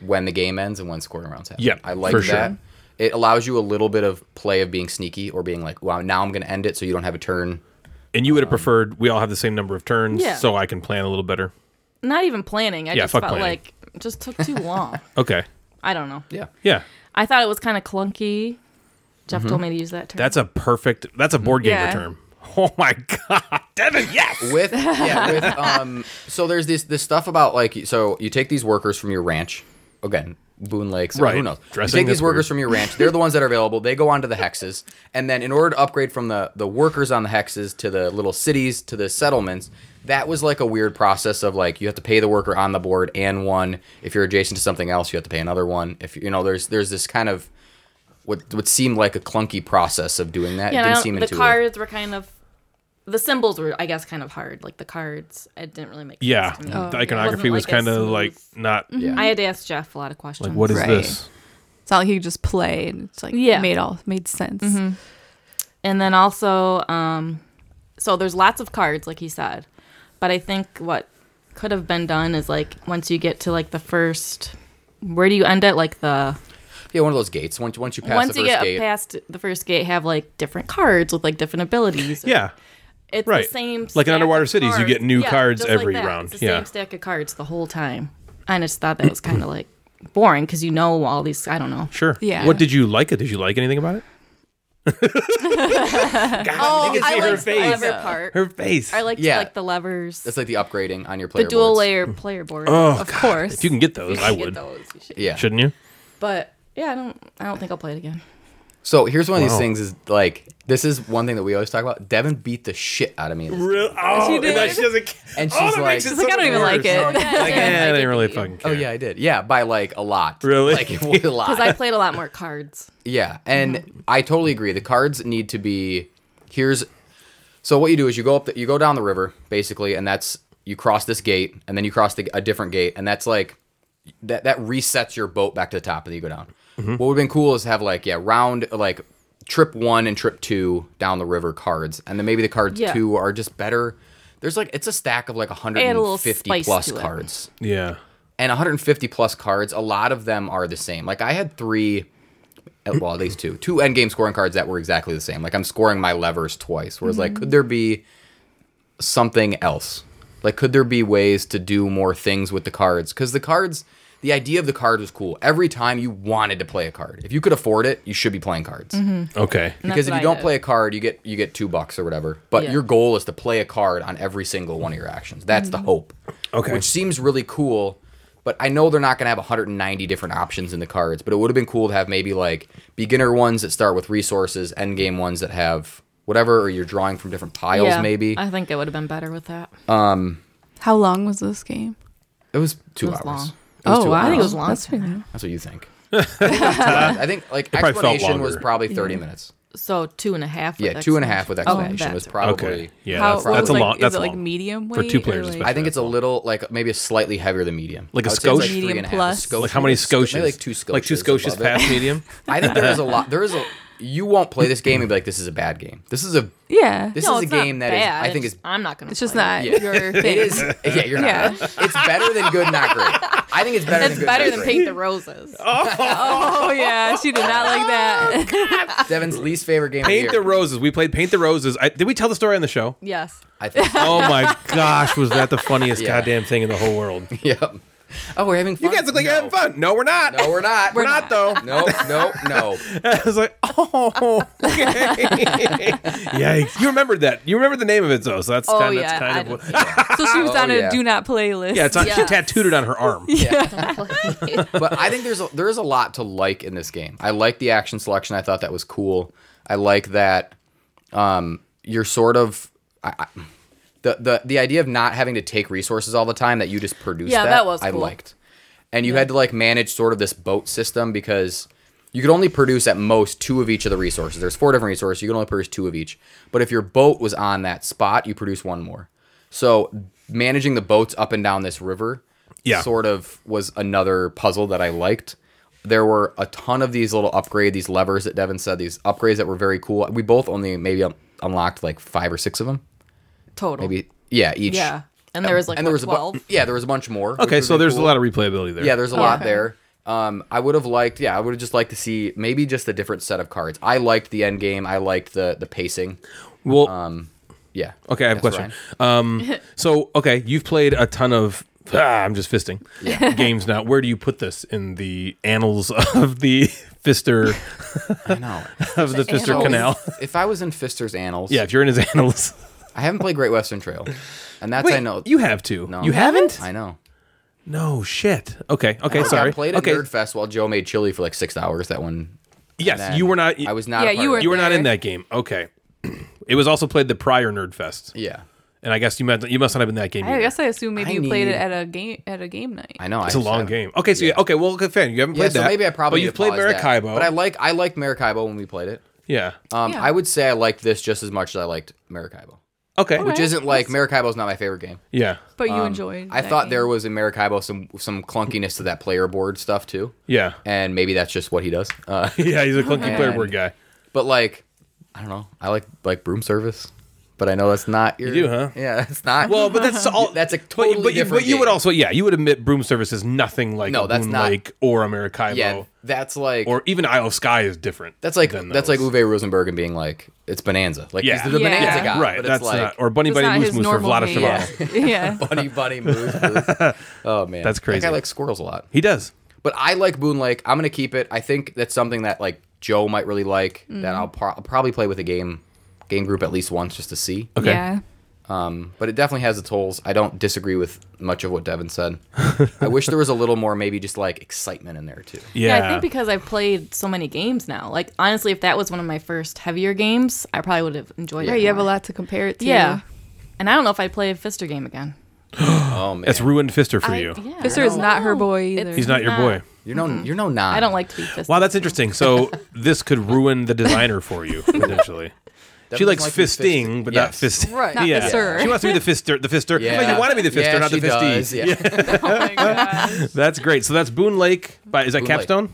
Speaker 3: when the game ends and when scoring rounds happen.
Speaker 1: Yep,
Speaker 3: I like
Speaker 1: for
Speaker 3: that.
Speaker 1: sure.
Speaker 3: It allows you a little bit of play of being sneaky or being like, "Wow, now I'm going to end it," so you don't have a turn.
Speaker 1: And you would have preferred we all have the same number of turns,
Speaker 5: Yeah.
Speaker 1: so I can plan a little better.
Speaker 5: Not even planning. I
Speaker 1: Yeah,
Speaker 5: just
Speaker 1: fuck
Speaker 5: felt
Speaker 1: planning.
Speaker 5: like it just took too long.
Speaker 1: Okay,
Speaker 5: I don't know.
Speaker 3: Yeah.
Speaker 1: yeah,
Speaker 5: I thought it was kind of clunky. Jeff
Speaker 3: Mm-hmm.
Speaker 5: told me to use that term.
Speaker 1: that's a perfect. That's a board gamer
Speaker 6: Yeah.
Speaker 1: term. Oh my god, Devin, yes.
Speaker 3: with yeah with um so there's this this stuff about like so you take these workers from your ranch again Boone Lakes
Speaker 1: Right.
Speaker 3: who knows
Speaker 1: Dressing
Speaker 3: you take
Speaker 1: is
Speaker 3: these workers
Speaker 1: weird.
Speaker 3: from your ranch they're the ones that are available they go onto the hexes and then in order to upgrade from the the workers on the hexes to the little cities to the settlements that was like a weird process of like you have to pay the worker on the board and one if you're adjacent to something else you have to pay another one if you you know there's there's this kind of what would seem like a clunky process of doing that
Speaker 5: yeah,
Speaker 3: it
Speaker 5: and I
Speaker 3: didn't
Speaker 5: don't-
Speaker 3: seem
Speaker 5: the
Speaker 3: intuitive
Speaker 5: cards were kind of the symbols were, I guess, kind of hard. Like the cards, it didn't really make
Speaker 1: Yeah,
Speaker 5: sense to me.
Speaker 1: the iconography
Speaker 5: Oh, Wasn't
Speaker 1: was
Speaker 5: like a
Speaker 1: kind of
Speaker 5: smooth- Mm-hmm.
Speaker 1: like not.
Speaker 3: yeah.
Speaker 5: I had to ask Jeff a lot of questions.
Speaker 1: Like what is
Speaker 6: Right.
Speaker 1: this?
Speaker 6: It's not like you could just play and it's like
Speaker 5: Yeah.
Speaker 6: made all made sense.
Speaker 5: And then also, um, so there's lots of cards, like he said, but I think what could have been done is like once you get to like the first, where do you end at? Like the
Speaker 3: yeah one of those gates once once you pass
Speaker 5: once
Speaker 3: the
Speaker 5: you
Speaker 3: first
Speaker 5: get
Speaker 3: gate
Speaker 5: past the first gate, have like different cards with like different abilities. or-
Speaker 1: Yeah,
Speaker 5: It's
Speaker 1: Right.
Speaker 5: the same
Speaker 1: Like in
Speaker 5: stack
Speaker 1: Underwater
Speaker 5: of
Speaker 1: Cities, you
Speaker 5: cards.
Speaker 1: get new cards
Speaker 5: just like
Speaker 1: every
Speaker 5: that.
Speaker 1: round.
Speaker 5: It's the
Speaker 1: Yeah.
Speaker 5: same stack of cards the whole time. I just thought that was kind of like boring because you know all these. I don't know.
Speaker 1: sure.
Speaker 6: Yeah.
Speaker 1: What did you like it? Did you like anything about it?
Speaker 5: Oh,
Speaker 1: can see her
Speaker 5: liked
Speaker 1: face.
Speaker 5: the lever part.
Speaker 1: Her face.
Speaker 5: I liked
Speaker 3: Yeah.
Speaker 5: like the levers,
Speaker 3: That's like the upgrading on your
Speaker 5: the
Speaker 3: player.
Speaker 5: dual
Speaker 3: boards.
Speaker 5: layer player board.
Speaker 1: oh,
Speaker 6: Of
Speaker 1: God.
Speaker 6: course.
Speaker 1: If you can get those, I
Speaker 5: Get
Speaker 1: would.
Speaker 5: those, you should.
Speaker 3: Yeah.
Speaker 1: Shouldn't you?
Speaker 5: But yeah, I don't. I don't think I'll play it again.
Speaker 3: So here's one
Speaker 1: Wow.
Speaker 3: of these things is like this is one thing that we always talk about. Devin beat the shit out of me. in this
Speaker 1: Real, oh,
Speaker 6: She
Speaker 1: and
Speaker 6: did.
Speaker 1: that she doesn't.
Speaker 3: And
Speaker 1: oh,
Speaker 3: she's
Speaker 1: that
Speaker 3: like-
Speaker 1: makes it
Speaker 3: She's
Speaker 6: like,
Speaker 1: so
Speaker 6: I don't even
Speaker 1: much
Speaker 6: like it.
Speaker 1: worse. Like, eh, I didn't really fucking
Speaker 3: Oh
Speaker 1: care.
Speaker 3: yeah, I did. Yeah, by like a lot.
Speaker 1: Really?
Speaker 3: Like it was a lot.
Speaker 5: Because I played a lot more cards.
Speaker 3: yeah, and
Speaker 5: Mm-hmm.
Speaker 3: I totally agree. The cards need to be here's. So what you do is you go up, the, you go down the river basically, and that's you cross this gate, and then you cross the, a different gate, and that's like that that resets your boat back to the top, and you go down. What would have been cool is to have like yeah round like trip one and trip two down the river cards, and then maybe the cards
Speaker 5: Yeah.
Speaker 3: two are just better. There's like it's a stack of like
Speaker 5: little
Speaker 3: 150
Speaker 5: spice
Speaker 3: plus
Speaker 5: to it.
Speaker 3: cards
Speaker 1: Yeah.
Speaker 3: and 150 plus cards, a lot of them are the same. Like I had three, uh, well, at least two, two end game scoring cards that were exactly the same. Like I'm scoring my levers twice. Whereas, like,
Speaker 5: Mm-hmm.
Speaker 3: could there be something else? Like, could there be ways to do more things with the cards? Because the cards, the idea of the card was cool. Every time you wanted to play a card, if you could afford it, you should be playing cards.
Speaker 1: Okay.
Speaker 5: Mm-hmm, That's
Speaker 3: Because if
Speaker 5: what
Speaker 3: you
Speaker 5: I
Speaker 3: don't
Speaker 5: did.
Speaker 3: play a card, you get you get two bucks or whatever. But
Speaker 5: Yeah.
Speaker 3: your goal is to play a card on every single one of your actions. That's
Speaker 5: Mm-hmm.
Speaker 3: the hope.
Speaker 1: Okay.
Speaker 3: Which seems really cool, but I know they're not going to have 190 different options in the cards. But it would have been cool to have maybe like beginner ones that start with resources, end game ones that have whatever, or you're drawing from different piles. Maybe
Speaker 5: I think it would have been better with that.
Speaker 6: How long was this game?
Speaker 3: it was two
Speaker 5: It was
Speaker 3: hours.
Speaker 5: long. Oh,
Speaker 3: It was two
Speaker 6: wow.
Speaker 5: I think it was
Speaker 3: hours.
Speaker 5: long.
Speaker 6: That's pretty long.
Speaker 3: That's what you think. I think like
Speaker 1: probably felt
Speaker 3: explanation was
Speaker 1: longer.
Speaker 3: probably 30 minutes.
Speaker 5: So two and a half. with
Speaker 3: Yeah, two and a half with
Speaker 5: explanation.
Speaker 3: explanation
Speaker 5: Oh,
Speaker 3: was
Speaker 5: that's-
Speaker 3: probably.
Speaker 1: Okay. Yeah.
Speaker 6: How,
Speaker 1: that's
Speaker 6: what
Speaker 1: that's
Speaker 6: was
Speaker 1: a
Speaker 6: like,
Speaker 1: long. That's
Speaker 6: is it like
Speaker 1: long.
Speaker 6: medium weight
Speaker 1: For two players
Speaker 6: or, like-
Speaker 1: especially.
Speaker 3: I think it's a little like maybe slightly heavier than medium.
Speaker 1: Like a
Speaker 3: I would say it's
Speaker 1: Scotia?
Speaker 3: three
Speaker 6: Medium
Speaker 3: and a half. A
Speaker 6: plus.
Speaker 3: Scotia
Speaker 1: Like how many
Speaker 3: is maybe
Speaker 1: Scotias?
Speaker 3: Like two Scotias.
Speaker 1: Like two Scotias
Speaker 3: above it.
Speaker 1: past medium.
Speaker 3: I think there is a lot. There is a. You won't play this game and be like, "This is a bad game." This is a.
Speaker 6: Yeah.
Speaker 3: This
Speaker 5: No,
Speaker 3: is a
Speaker 5: it's not
Speaker 3: game that is.
Speaker 5: bad.
Speaker 3: I think
Speaker 5: It's-
Speaker 3: is.
Speaker 5: I'm not gonna.
Speaker 6: it's just
Speaker 5: play it.
Speaker 6: not
Speaker 3: Yeah.
Speaker 6: your thing.
Speaker 3: It is. Yeah, you're not.
Speaker 6: Yeah.
Speaker 3: It's better than good, not great. I think it's better than
Speaker 5: It's
Speaker 3: good.
Speaker 5: better
Speaker 3: not
Speaker 5: than
Speaker 3: great.
Speaker 5: paint the roses.
Speaker 6: Oh yeah, she did not like that.
Speaker 3: Devin's least favorite game.
Speaker 1: Paint
Speaker 3: of
Speaker 1: the
Speaker 3: the year.
Speaker 1: roses. We played Paint the Roses. I, did we tell the story on the show?
Speaker 5: Yes.
Speaker 3: I think.
Speaker 1: Oh my gosh, was that the funniest
Speaker 3: Yeah.
Speaker 1: goddamn thing in the whole world? You
Speaker 3: Yep. Oh, we're having fun.
Speaker 1: guys look like you're having fun. No, we're not.
Speaker 3: No, we're not.
Speaker 1: We're not, though.
Speaker 3: No, no, no.
Speaker 1: I was like, oh, okay. Yikes. You remembered that. You remember the name of it, though. So that's
Speaker 5: Oh,
Speaker 1: kind,
Speaker 5: yeah,
Speaker 1: that's kind
Speaker 5: I
Speaker 1: of
Speaker 5: didn't
Speaker 1: what.
Speaker 6: So she was
Speaker 3: Oh,
Speaker 6: on a
Speaker 3: yeah.
Speaker 6: do not play list.
Speaker 1: Yeah, it's on, she
Speaker 5: Yeah.
Speaker 1: tattooed it on her arm.
Speaker 3: but I think there's a, there is a lot to like in this game. I like the action selection. I thought that was cool. I like that um, you're sort of I, I, the the the idea of not having to take resources all the time that you just produce.
Speaker 5: Yeah,
Speaker 3: that,
Speaker 5: that was
Speaker 3: I
Speaker 5: cool.
Speaker 3: liked, and you had to like manage sort of this boat system because. You could only produce at most two of each of the resources. There's four different resources. You can only produce two of each. But if your boat was on that spot, you produce one more. So managing the boats up and down this river
Speaker 1: Yeah.
Speaker 3: sort of was another puzzle that I liked. There were a ton of these little upgrade, these levers that Devin said, these upgrades that were very cool. We both only maybe un- unlocked like five or six of them.
Speaker 5: Total.
Speaker 3: Maybe yeah, each.
Speaker 5: Yeah. And there was like
Speaker 3: and there was a
Speaker 5: twelve.
Speaker 3: bu- yeah, there was a bunch more.
Speaker 1: Okay, so there's a lot of replayability there.
Speaker 3: Yeah, there's a lot
Speaker 6: Oh, Okay.
Speaker 3: there. Um, I would have liked, yeah, I would have just liked to see maybe just a different set of cards. I liked the end game. I liked the the pacing.
Speaker 1: Well,
Speaker 3: um, Yeah.
Speaker 1: okay, I have a
Speaker 3: Yes,
Speaker 1: question. Um, so, okay, you've played a ton of. Ah, I'm just fisting games now. Where do you put this in the annals of the fister
Speaker 3: Ryan. I know.
Speaker 1: of the fister
Speaker 3: So,
Speaker 1: canal?
Speaker 3: If I was in Fister's annals,
Speaker 1: Yeah, if you're in his annals,
Speaker 3: I haven't played Great Western Trail, and that's I know
Speaker 1: you have to.
Speaker 3: No.
Speaker 1: You haven't?
Speaker 3: I know.
Speaker 1: No shit. Okay. Okay.
Speaker 3: Yeah,
Speaker 1: sorry.
Speaker 3: I played at
Speaker 1: okay.
Speaker 3: Nerd Fest while Joe made chili for like six hours. That one.
Speaker 1: yes,
Speaker 3: then
Speaker 1: you were not.
Speaker 3: I was not.
Speaker 6: Yeah,
Speaker 3: a part
Speaker 6: you
Speaker 3: of
Speaker 6: were-
Speaker 3: it.
Speaker 1: You were not in
Speaker 6: there.
Speaker 1: that game. Okay. it was also played the prior Nerd Fest,
Speaker 3: Yeah,
Speaker 1: and I guess you meant you must not have been that game.
Speaker 6: I
Speaker 1: either.
Speaker 6: guess I assume maybe
Speaker 3: I
Speaker 6: you played
Speaker 3: need-
Speaker 6: it at a game at a game night.
Speaker 3: I know.
Speaker 1: it's a long game. Okay. So yeah. Okay. Well, good fan. You haven't
Speaker 3: Yeah,
Speaker 1: played
Speaker 3: so
Speaker 1: that.
Speaker 3: maybe I probably.
Speaker 1: But
Speaker 3: need
Speaker 1: you
Speaker 3: to
Speaker 1: played
Speaker 3: pause that.
Speaker 1: Maracaibo.
Speaker 3: But I like I liked Maracaibo when we played it.
Speaker 1: yeah.
Speaker 3: Um,
Speaker 6: Yeah.
Speaker 3: I would say I liked this just as much as I liked Maracaibo,
Speaker 1: Okay.
Speaker 3: which isn't like Maracaibo's not my favorite game.
Speaker 1: Yeah.
Speaker 6: But you enjoyed.
Speaker 3: um, I
Speaker 6: that
Speaker 3: thought
Speaker 6: game.
Speaker 3: there was in Maracaibo some some clunkiness to that player board stuff too,
Speaker 1: Yeah.
Speaker 3: and maybe that's just what he does. Uh,
Speaker 1: Yeah. He's a clunky player
Speaker 3: And-
Speaker 1: board guy.
Speaker 3: but like, I don't know. I like like broom service, but I know that's not your.
Speaker 1: You do, huh?
Speaker 3: Yeah, that's not.
Speaker 1: Well, but that's all.
Speaker 3: that's a
Speaker 1: but-
Speaker 3: totally
Speaker 1: but, you,
Speaker 3: different
Speaker 1: But you would
Speaker 3: game.
Speaker 1: also, yeah, you would admit Broom Service is nothing like
Speaker 3: No,
Speaker 1: a
Speaker 3: that's
Speaker 1: Boone
Speaker 3: not-
Speaker 1: Lake or a Maracaibo
Speaker 3: yeah, that's like
Speaker 1: or even Isle of Sky is different.
Speaker 3: That's like
Speaker 1: than
Speaker 3: that's like
Speaker 1: those.
Speaker 3: Uwe Rosenberg and being like, it's Bonanza. Like
Speaker 1: Yeah.
Speaker 3: he's the
Speaker 6: Yeah.
Speaker 3: Bonanza
Speaker 6: Yeah,
Speaker 3: guy.
Speaker 1: right.
Speaker 3: But it's
Speaker 1: that's
Speaker 3: like
Speaker 1: not or Bunny
Speaker 6: It's not
Speaker 1: Bunny Moose
Speaker 6: his
Speaker 1: Moose for
Speaker 6: normal
Speaker 1: Vlada
Speaker 6: game.
Speaker 1: Shavalo.
Speaker 6: yeah.
Speaker 3: bunny bunny moose. moose. oh man.
Speaker 1: That's crazy.
Speaker 3: That guy likes squirrels a lot.
Speaker 1: He does.
Speaker 3: But I like Boone Lake. I'm gonna keep it. I think that's something that like Joe might
Speaker 5: Mm-hmm.
Speaker 3: really like. That I'll, pro- I'll probably play with a game game group at least once just to see.
Speaker 1: Okay.
Speaker 6: Yeah.
Speaker 3: Um, but it definitely has its holes. I don't disagree with much of what Devin said. I wish there was a little more, maybe just like excitement in there too.
Speaker 5: Yeah. I think because I've played so many games now. Like honestly, if that was one of my first heavier games, I probably would have enjoyed
Speaker 6: Right,
Speaker 5: it.
Speaker 6: you have a
Speaker 5: more.
Speaker 6: lot to compare it to.
Speaker 5: Yeah. And I don't know if I'd play a Fister game again.
Speaker 3: Oh man,
Speaker 1: That's ruined Fister for
Speaker 5: I-
Speaker 1: you.
Speaker 5: yeah.
Speaker 6: Fister is not her boy
Speaker 5: It's
Speaker 6: either.
Speaker 1: He's not your boy.
Speaker 3: you're no, you're no non.
Speaker 5: I don't like to be Fister.
Speaker 1: Wow, that's interesting. So this could ruin the designer for you potentially. she
Speaker 3: Definitely
Speaker 1: likes
Speaker 3: like to be
Speaker 1: fisting,
Speaker 3: fisted.
Speaker 1: but
Speaker 3: Yes.
Speaker 1: not fisting.
Speaker 4: Right.
Speaker 6: Not
Speaker 1: yeah.
Speaker 6: fister.
Speaker 1: She wants to be the fister. The fister.
Speaker 3: Yeah,
Speaker 1: Like, you want to be the fister,
Speaker 3: Yeah,
Speaker 1: not the
Speaker 3: she
Speaker 1: fistee.
Speaker 3: does, Yeah. yeah,
Speaker 4: Oh my god.
Speaker 1: That's great. So that's Boone Lake. By is that
Speaker 3: Boone Lake.
Speaker 1: Capstone?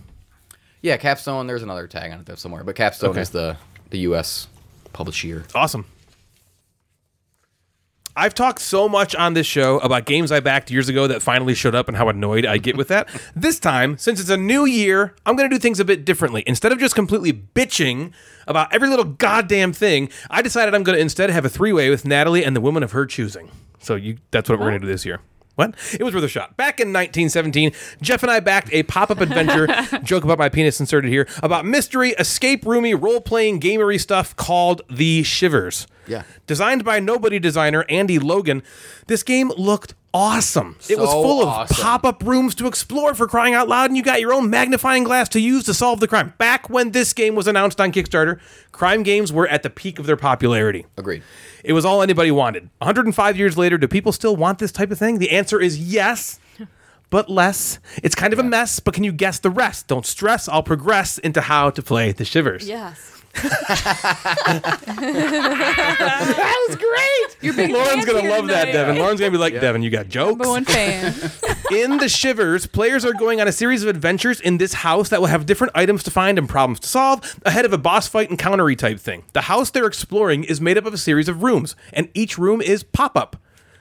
Speaker 3: Capstone. There's another tag on it there somewhere, but Capstone
Speaker 1: Okay.
Speaker 3: is the the U.S. publisher.
Speaker 1: Awesome. I've talked so much on this show about games I backed years ago that finally showed up and how annoyed I get with that. this time, since it's a new year, I'm going to do things a bit differently. Instead of just completely bitching about every little goddamn thing, I decided I'm going to instead have a three-way with Natalie and the woman of her choosing. So you that's what we're going to do this year. What? It was worth a shot. Back in 1917, Jeff and I backed a pop up adventure, joke about my penis inserted here, about mystery, escape roomy, role playing, gamery stuff called The Shivers.
Speaker 3: Yeah.
Speaker 1: Designed by nobody designer Andy Logan, this game looked awesome. it was
Speaker 3: So
Speaker 1: full of
Speaker 3: awesome.
Speaker 1: pop up rooms to explore for crying out loud, and you got your own magnifying glass to use to solve the crime. Back when this game was announced on Kickstarter, crime games were at the peak of their popularity.
Speaker 3: Agreed.
Speaker 1: It was all anybody wanted. 105 years later, do people still want this type of thing? The answer is yes, but less. It's kind of a mess, but can you guess the rest? Don't stress. I'll progress into how to play the shivers.
Speaker 5: Yes.
Speaker 1: That was great. You're Lauren's gonna love that, Devin. Lauren's gonna be like, Devin, you got jokes.
Speaker 6: Number one fan.
Speaker 1: In the shivers, players are going on a series of adventures in this house that will have different items to find and problems to solve ahead of a boss fight and countery type thing. The house they're exploring is made up of a series of rooms, and each room is pop up.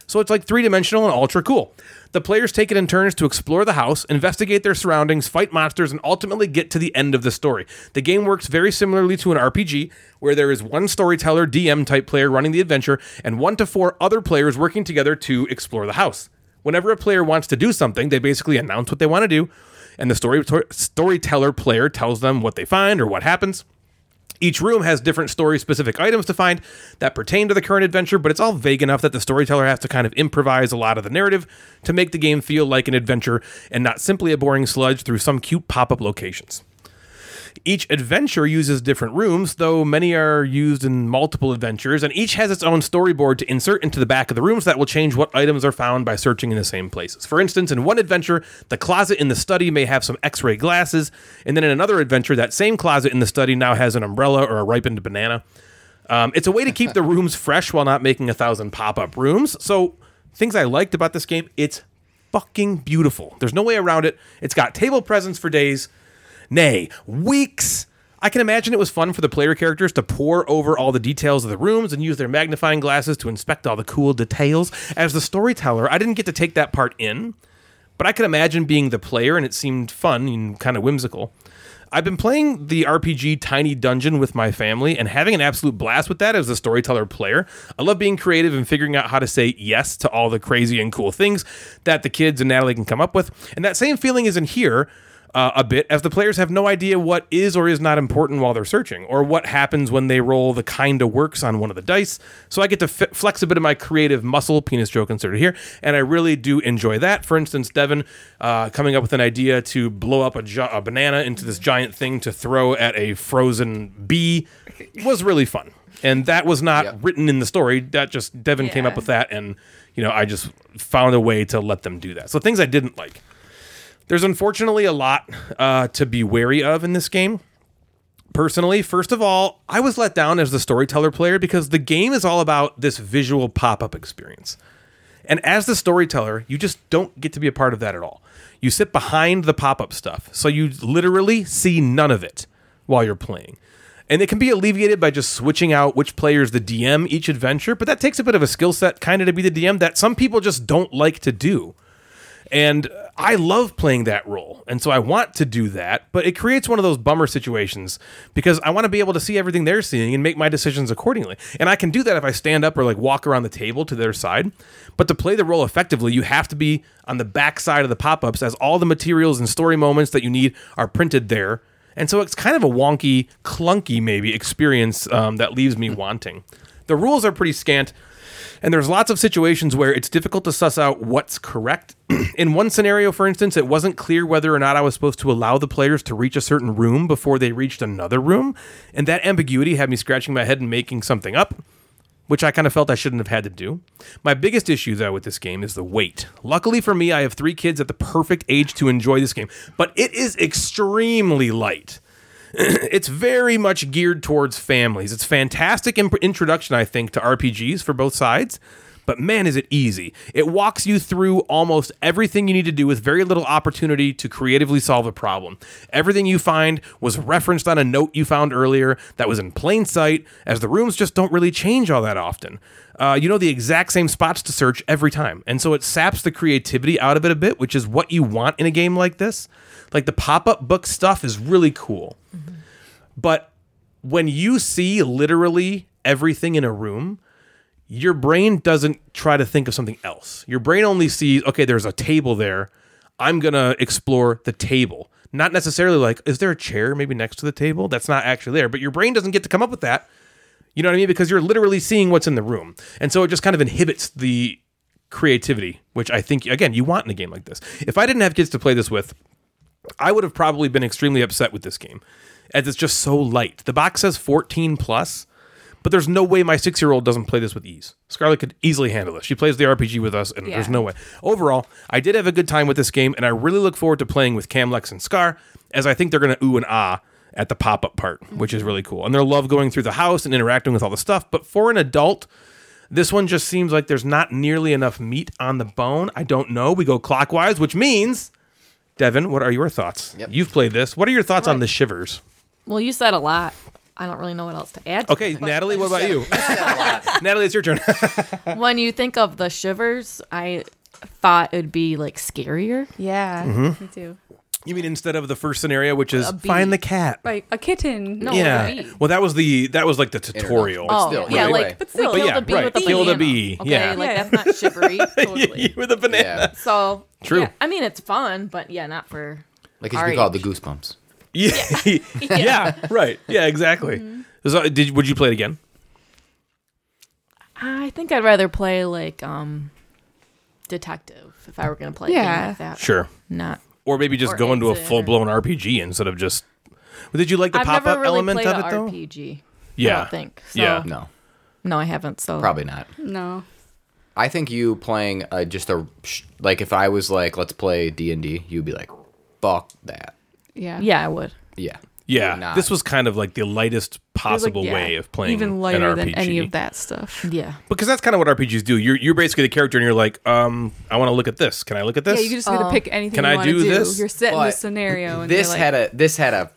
Speaker 1: So it's like three dimensional and ultra cool. The players take it in turns to explore the house, investigate their surroundings, fight monsters, and ultimately get to the end of the story. The game works very similarly to an RPG, where there is one storyteller, DM type player running the adventure, and one to four other players working together to explore the house. Whenever a player wants to do something, they basically announce what they want to do, and the story storyteller player tells them what they find or what happens. Each room has different story specific items to find that pertain to the current adventure, but it's all vague enough that the storyteller has to kind of improvise a lot of the narrative to make the game feel like an adventure and not simply a boring sludge through some cute pop up locations. Each adventure uses different rooms, though many are used in multiple adventures, and each has its own storyboard to insert into the back of the rooms that will change what items are found by searching in the same places. For instance, in one adventure, the closet in the study may have some x ray glasses, and then in another adventure, that same closet in the study now has an umbrella or a ripened banana. Um, it's a way to keep the rooms fresh while not making a thousand pop up rooms. So, things I liked about this game, it's fucking beautiful. There's no way around it. It's got table presence for days nay, weeks. I can imagine it was fun for the player characters to pore over all the details of the rooms and use their magnifying glasses to inspect all the cool details. As the storyteller, I didn't get to take that part in, but I could imagine being the player, and it seemed fun and kind of whimsical. I've been playing the RPG Tiny Dungeon with my family and having an absolute blast with that as a storyteller player. I love being creative and figuring out how to say yes to all the crazy and cool things that the kids and Natalie can come up with. And that same feeling is in here uh, a bit as the players have no idea what is or is not important while they're searching or what happens when they roll the kind of works on one of the dice. So I get to fi- flex a bit of my creative muscle, penis joke inserted here, and I really do enjoy that. For instance, Devin uh, coming up with an idea to blow up a, gi- a banana into this giant thing to throw at a frozen bee was really fun. And that was not
Speaker 3: Yep.
Speaker 1: written in the story. That just Devin came up
Speaker 4: Yeah.
Speaker 1: with that, and you know I just found a way to let them do that. So things I didn't like. There's unfortunately a lot uh, to be wary of in this game. Personally, first of all, I was let down as the storyteller player because the game is all about this visual pop up experience. And as the storyteller, you just don't get to be a part of that at all. You sit behind the pop up stuff. So you literally see none of it while you're playing. And it can be alleviated by just switching out which player is the DM each adventure, but that takes a bit of a skill set kind of to be the DM that some people just don't like to do. And I love playing that role. And so I want to do that, but it creates one of those bummer situations because I want to be able to see everything they're seeing and make my decisions accordingly. And I can do that if I stand up or like walk around the table to their side. But to play the role effectively, you have to be on the back side of the pop ups as all the materials and story moments that you need are printed there. And so it's kind of a wonky, clunky maybe experience um, that leaves me wanting. The rules are pretty scant And there's lots of situations where it's difficult to suss out what's correct. In one scenario, for instance, it wasn't clear whether or not I was supposed to allow the players to reach a certain room before they reached another room, and that ambiguity had me scratching my head and making something up which I kind of felt I shouldn't have had to do. My biggest issue, though, with this game is the wait. Luckily for me, I have three kids at the perfect age to enjoy this game, but it is extremely light. it's very much geared towards families. It's fantastic imp- introduction, I think, to RPGs for both sides. But man, is it easy. It walks you through almost everything you need to do with very little opportunity to creatively solve a problem. Everything you find was referenced on a note you found earlier that was in plain sight, as the rooms just don't really change all that often. Uh, you know the exact same spots to search every time. And so it saps the creativity out of it a bit, which is what you want in a game like this. Like the pop up book stuff is really cool. But when you see literally everything in a room, your brain doesn't try to think of something else. Your brain only sees, okay, there's a table there. I'm going to explore the table. Not necessarily like, is there a chair maybe next to the table? That's not actually there. But your brain doesn't get to come up with that. You know what I mean? Because you're literally seeing what's in the room. And so it just kind of inhibits the creativity, which I think, again, you want in a game like this. If I didn't have kids to play this with, I would have probably been extremely upset with this game, as it's just so light. The box says 14 plus, but there's no way my six year old doesn't play this with ease. Scarlett could easily handle this. She plays the RPG with us, and there's no way. Overall, I did have a good time with this game, and I really look forward to playing with Cam, Lex, and Scar, as I think they're going to ooh and ah at the pop up part, which is really cool. And they love going through the house and interacting with all the stuff, but for an adult, this one just seems like there's not nearly enough meat on the bone. I don't know. We go clockwise, which means, Devin, what are your thoughts?
Speaker 3: Yep.
Speaker 1: You've played this. What are your thoughts on the shivers?
Speaker 5: Well, you said a lot. I don't really know what else to add. to
Speaker 1: Okay,
Speaker 5: that.
Speaker 1: Natalie, what about you? Natalie, it's your turn.
Speaker 3: Uh,
Speaker 5: when you think of the shivers, I thought it'd be like scarier.
Speaker 6: Yeah, me too.
Speaker 1: you mean instead of the first scenario, which is
Speaker 5: A bee.
Speaker 1: find the cat?
Speaker 6: Right, a kitten.
Speaker 5: No, a
Speaker 1: Yeah.
Speaker 5: bee.
Speaker 1: Well, that was the that was like the tutorial.
Speaker 3: But
Speaker 5: Oh,
Speaker 3: still,
Speaker 5: yeah,
Speaker 3: either
Speaker 5: like-
Speaker 3: way.
Speaker 6: but
Speaker 5: We
Speaker 6: still,
Speaker 5: killed
Speaker 1: yeah,
Speaker 5: a bee
Speaker 1: right.
Speaker 5: with a
Speaker 1: Killed a
Speaker 5: banana.
Speaker 1: bee,
Speaker 5: Okay,
Speaker 1: yeah.
Speaker 5: like that's not chivery. Totally.
Speaker 1: With a banana.
Speaker 3: yeah.
Speaker 5: So
Speaker 1: True.
Speaker 5: yeah, I mean, it's fun, but yeah, not for
Speaker 3: Like it should
Speaker 5: Our
Speaker 3: be called the Goosebumps.
Speaker 1: Yeah. yeah. Right. Yeah. Exactly.
Speaker 5: Mm-hmm.
Speaker 1: So, did would you play it again?
Speaker 5: I think I'd rather play like um detective if I were gonna play yeah.
Speaker 6: Yeah.
Speaker 5: like that.
Speaker 1: Sure.
Speaker 5: Not.
Speaker 1: Or maybe just
Speaker 5: Or
Speaker 1: go into a
Speaker 5: incident or-
Speaker 1: full blown RPG instead of just. Did you like the
Speaker 5: I've
Speaker 1: pop
Speaker 5: never
Speaker 1: up
Speaker 5: really
Speaker 1: element
Speaker 5: played
Speaker 1: of
Speaker 5: a
Speaker 1: it though?
Speaker 5: RPG.
Speaker 1: yeah.
Speaker 5: I don't think. So,
Speaker 1: Yeah.
Speaker 3: No,
Speaker 5: No, I haven't. So
Speaker 3: probably not.
Speaker 6: no.
Speaker 3: I think you playing uh, just a sh- like if I was like let's play D and D, you'd be like, fuck that.
Speaker 6: Yeah.
Speaker 5: Yeah, I would.
Speaker 3: Yeah.
Speaker 1: Yeah,
Speaker 3: Not.
Speaker 1: this was kind of like the lightest
Speaker 6: It was, like,
Speaker 1: possible
Speaker 6: yeah,
Speaker 1: way of playing
Speaker 6: even lighter
Speaker 1: an RPG.
Speaker 6: than any of that stuff.
Speaker 5: Yeah.
Speaker 1: Because that's kind of what RPGs do. You're you're basically the character, and you're like, um, I want to look at this. Can I look at
Speaker 6: Yeah,
Speaker 1: this?
Speaker 6: you just get to pick anything.
Speaker 1: Can
Speaker 6: you
Speaker 1: I
Speaker 6: wanna
Speaker 1: do this?
Speaker 6: You're set in
Speaker 3: But
Speaker 6: the scenario. And
Speaker 3: this
Speaker 6: you're like,
Speaker 3: had a this had a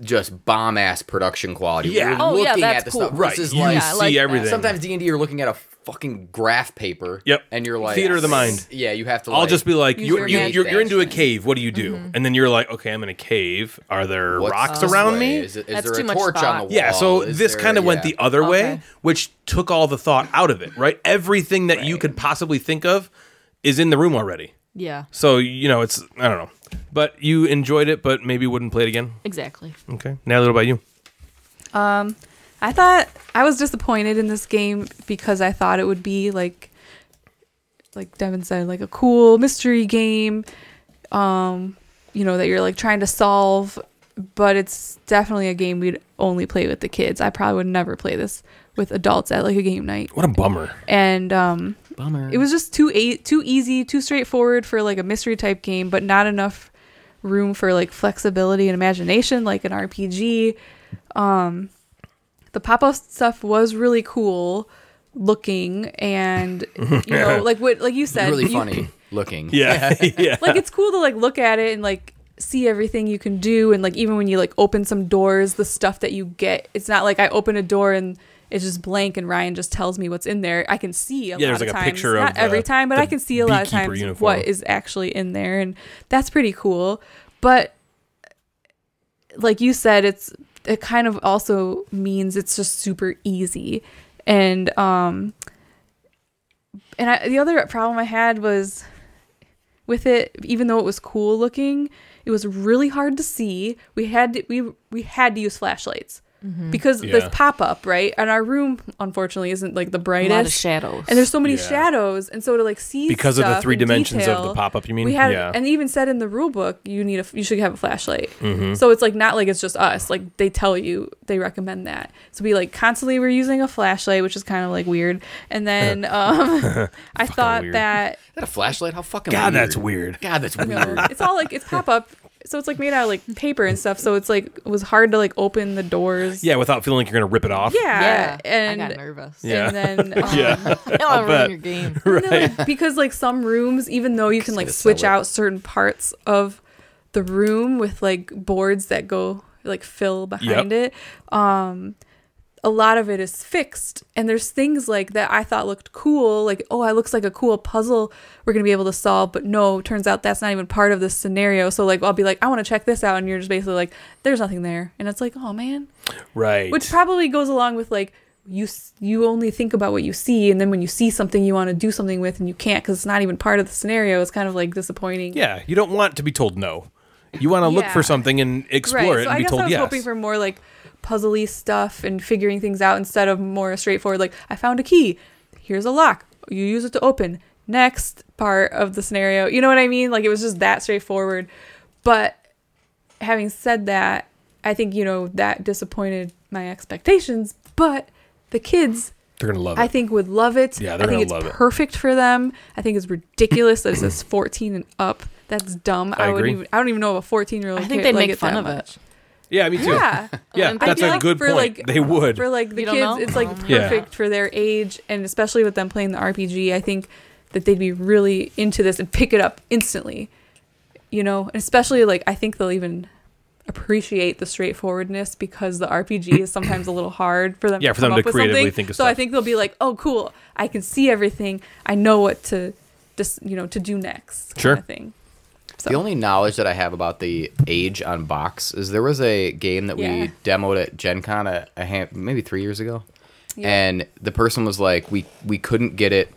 Speaker 3: just bomb ass production quality.
Speaker 1: Yeah.
Speaker 3: You're
Speaker 5: Oh, yeah,
Speaker 3: looking
Speaker 5: that's
Speaker 3: at the
Speaker 5: cool.
Speaker 3: stuff.
Speaker 1: right.
Speaker 3: This is
Speaker 1: you
Speaker 3: like
Speaker 5: I
Speaker 1: see
Speaker 5: like that.
Speaker 1: everything.
Speaker 3: sometimes D and D you're looking at a fucking graph paper.
Speaker 1: Yep.
Speaker 3: And you're like
Speaker 1: Theater of the mind.
Speaker 3: Yeah, you have to.
Speaker 1: I'll
Speaker 3: like,
Speaker 1: just be like,
Speaker 6: Use
Speaker 1: you're
Speaker 6: your Mm-hmm.
Speaker 1: you,
Speaker 6: imagination.
Speaker 1: you're, you're into a cave. What do you do? And then you're like, okay, I'm in a cave. Are there
Speaker 3: what's
Speaker 1: rocks
Speaker 3: this
Speaker 1: around
Speaker 3: way?
Speaker 1: me?
Speaker 3: Is, it- is
Speaker 5: That's
Speaker 3: there
Speaker 5: too
Speaker 3: a
Speaker 5: much
Speaker 3: torch on the
Speaker 5: thought.
Speaker 3: wall?
Speaker 1: Yeah, so
Speaker 3: Is
Speaker 1: this
Speaker 3: there-
Speaker 1: kind of went
Speaker 3: yeah.
Speaker 1: the other way,
Speaker 5: Okay.
Speaker 1: which took all the thought out of it, right? Everything that you could possibly think of is in the room already.
Speaker 5: Yeah.
Speaker 1: So, you know, it's, I don't know. But you enjoyed it, but maybe wouldn't play it again.
Speaker 5: Exactly.
Speaker 1: Okay. Natalie, what about you?
Speaker 6: I thought I was disappointed in this game because I thought it would be like, like Devin said, like a cool mystery game, um, you know, that you're like trying to solve. But it's definitely a game we'd only play with the kids. I probably would never play this with adults at like a game night.
Speaker 1: What a bummer.
Speaker 6: And um,
Speaker 3: bummer.
Speaker 6: it was just too a- too easy, too straightforward for like a mystery type game, but not enough room for like flexibility and imagination like an RPG. Um the pop-up stuff was really cool looking and you know like what like you said
Speaker 3: really
Speaker 6: you-
Speaker 3: funny looking.
Speaker 1: Yeah. yeah.
Speaker 6: like it's cool to like look at it and like see everything you can do and like even when you like open some doors the stuff that you get it's not like i open a door and it's just blank and ryan just tells me what's in there i can see a
Speaker 1: Yeah,
Speaker 6: lot
Speaker 1: there's,
Speaker 6: of
Speaker 1: like, a
Speaker 6: times
Speaker 1: picture of
Speaker 6: not
Speaker 1: the-
Speaker 6: every time but
Speaker 1: the
Speaker 6: i can see a lot of
Speaker 1: beekeeper
Speaker 6: times
Speaker 1: uniform.
Speaker 6: what is actually in there and that's pretty cool but like you said it's it kind of also means it's just super easy and um and I, the other problem i had was with it even though it was cool looking it was really hard to see we had to, we we had to use flashlights because
Speaker 1: Yeah.
Speaker 6: this pop up right, and our room unfortunately isn't like the brightest.
Speaker 5: shadows.
Speaker 6: and there's so many
Speaker 1: Yeah.
Speaker 6: shadows, and so to like see
Speaker 1: Because of the
Speaker 6: stuff
Speaker 1: three
Speaker 6: in
Speaker 1: dimensions of the
Speaker 6: detail,
Speaker 1: pop-up, you mean?
Speaker 6: we had,
Speaker 1: Yeah.
Speaker 6: and even said in the rule book, you need a you should have a flashlight.
Speaker 1: Mm-hmm.
Speaker 6: So it's like not like it's just us. Like they tell you they recommend that. So we like constantly were using a flashlight, which is kind of like weird. And then um, I thought
Speaker 1: weird.
Speaker 6: that
Speaker 3: Is that a flashlight? How fucking
Speaker 1: God,
Speaker 3: weird.
Speaker 1: that's weird.
Speaker 3: God, that's weird.
Speaker 6: no, it's all like it's pop up, so it's like made out of like paper and stuff. So it's like it was hard to like open the doors.
Speaker 1: Yeah, without feeling like you're gonna rip it off.
Speaker 6: yeah, and
Speaker 5: I got nervous.
Speaker 1: Yeah.
Speaker 6: and then um,
Speaker 5: I'll
Speaker 1: bet.
Speaker 5: ruin your game.
Speaker 6: And then, like, because like some rooms, even though you can like
Speaker 3: gonna sell
Speaker 6: switch
Speaker 3: it.
Speaker 6: out certain parts of the room with like boards that go like fill behind it, um, a lot of it is fixed. And there's things like that I thought looked cool, like oh, it looks like a cool puzzle we're gonna be able to solve. But no, turns out that's not even part of this scenario. So like I'll be like, I want to check this out, and you're just basically like, there's nothing there, and it's like, oh man
Speaker 1: Right.
Speaker 6: which probably goes along with like you s- you only think about what you see and then when you see something you want to do something with and you can't because it's not even part of the scenario it's kind of like disappointing
Speaker 1: yeah, you don't want to be told no. You want to look
Speaker 6: Yeah.
Speaker 1: for something and explore
Speaker 6: right
Speaker 1: it and
Speaker 6: so i
Speaker 1: be
Speaker 6: guess
Speaker 1: told
Speaker 6: i was
Speaker 1: yes.
Speaker 6: hoping for more like puzzly stuff and figuring things out instead of more straightforward like i found a key here's a lock you use it to open next part of the scenario you know what i mean like it was just that straightforward but having said that, I think you know that disappointed my expectations, but the kids
Speaker 1: They're gonna love it.
Speaker 6: I think would love it.
Speaker 1: Yeah,
Speaker 6: I
Speaker 1: they're
Speaker 6: think
Speaker 1: gonna
Speaker 6: it's
Speaker 1: love it.
Speaker 6: perfect for them. I think it's ridiculous that it says 14 and up. That's dumb.
Speaker 1: I
Speaker 6: I, would
Speaker 1: agree.
Speaker 6: even I don't even know if a 14-year-old
Speaker 5: I think
Speaker 6: kid
Speaker 5: they'd
Speaker 6: like
Speaker 5: make
Speaker 6: that
Speaker 5: fun of
Speaker 6: much.
Speaker 5: it.
Speaker 1: yeah, me too.
Speaker 6: Yeah.
Speaker 1: Yeah,
Speaker 5: And I
Speaker 1: that's
Speaker 6: feel
Speaker 1: a
Speaker 6: like
Speaker 1: good
Speaker 6: for,
Speaker 1: point.
Speaker 6: like-
Speaker 1: they would.
Speaker 6: For like the
Speaker 5: You
Speaker 6: kids,
Speaker 5: don't know?
Speaker 6: it's like
Speaker 5: Oh,
Speaker 1: yeah.
Speaker 6: perfect for their age and especially with them playing the RPG, I think that they'd be really into this and pick it up instantly. You know, and especially like I think they'll even appreciate the straightforwardness because the RPG is sometimes a little hard for them
Speaker 1: Yeah,
Speaker 6: to
Speaker 1: for them
Speaker 6: come
Speaker 1: to
Speaker 6: up with
Speaker 1: creatively
Speaker 6: something.
Speaker 1: think of
Speaker 6: so I
Speaker 1: stuff.
Speaker 6: think they'll be like, "Oh, cool. I can see everything. I know what to just, you know, to do next."
Speaker 1: Sure.
Speaker 6: Kind of thing.
Speaker 3: The only knowledge that I have about the age on box is there was a game that
Speaker 6: Yeah.
Speaker 3: we demoed at Gen Con a, a ha- maybe three years ago,
Speaker 6: Yeah.
Speaker 3: and the person was like, "We we couldn't get it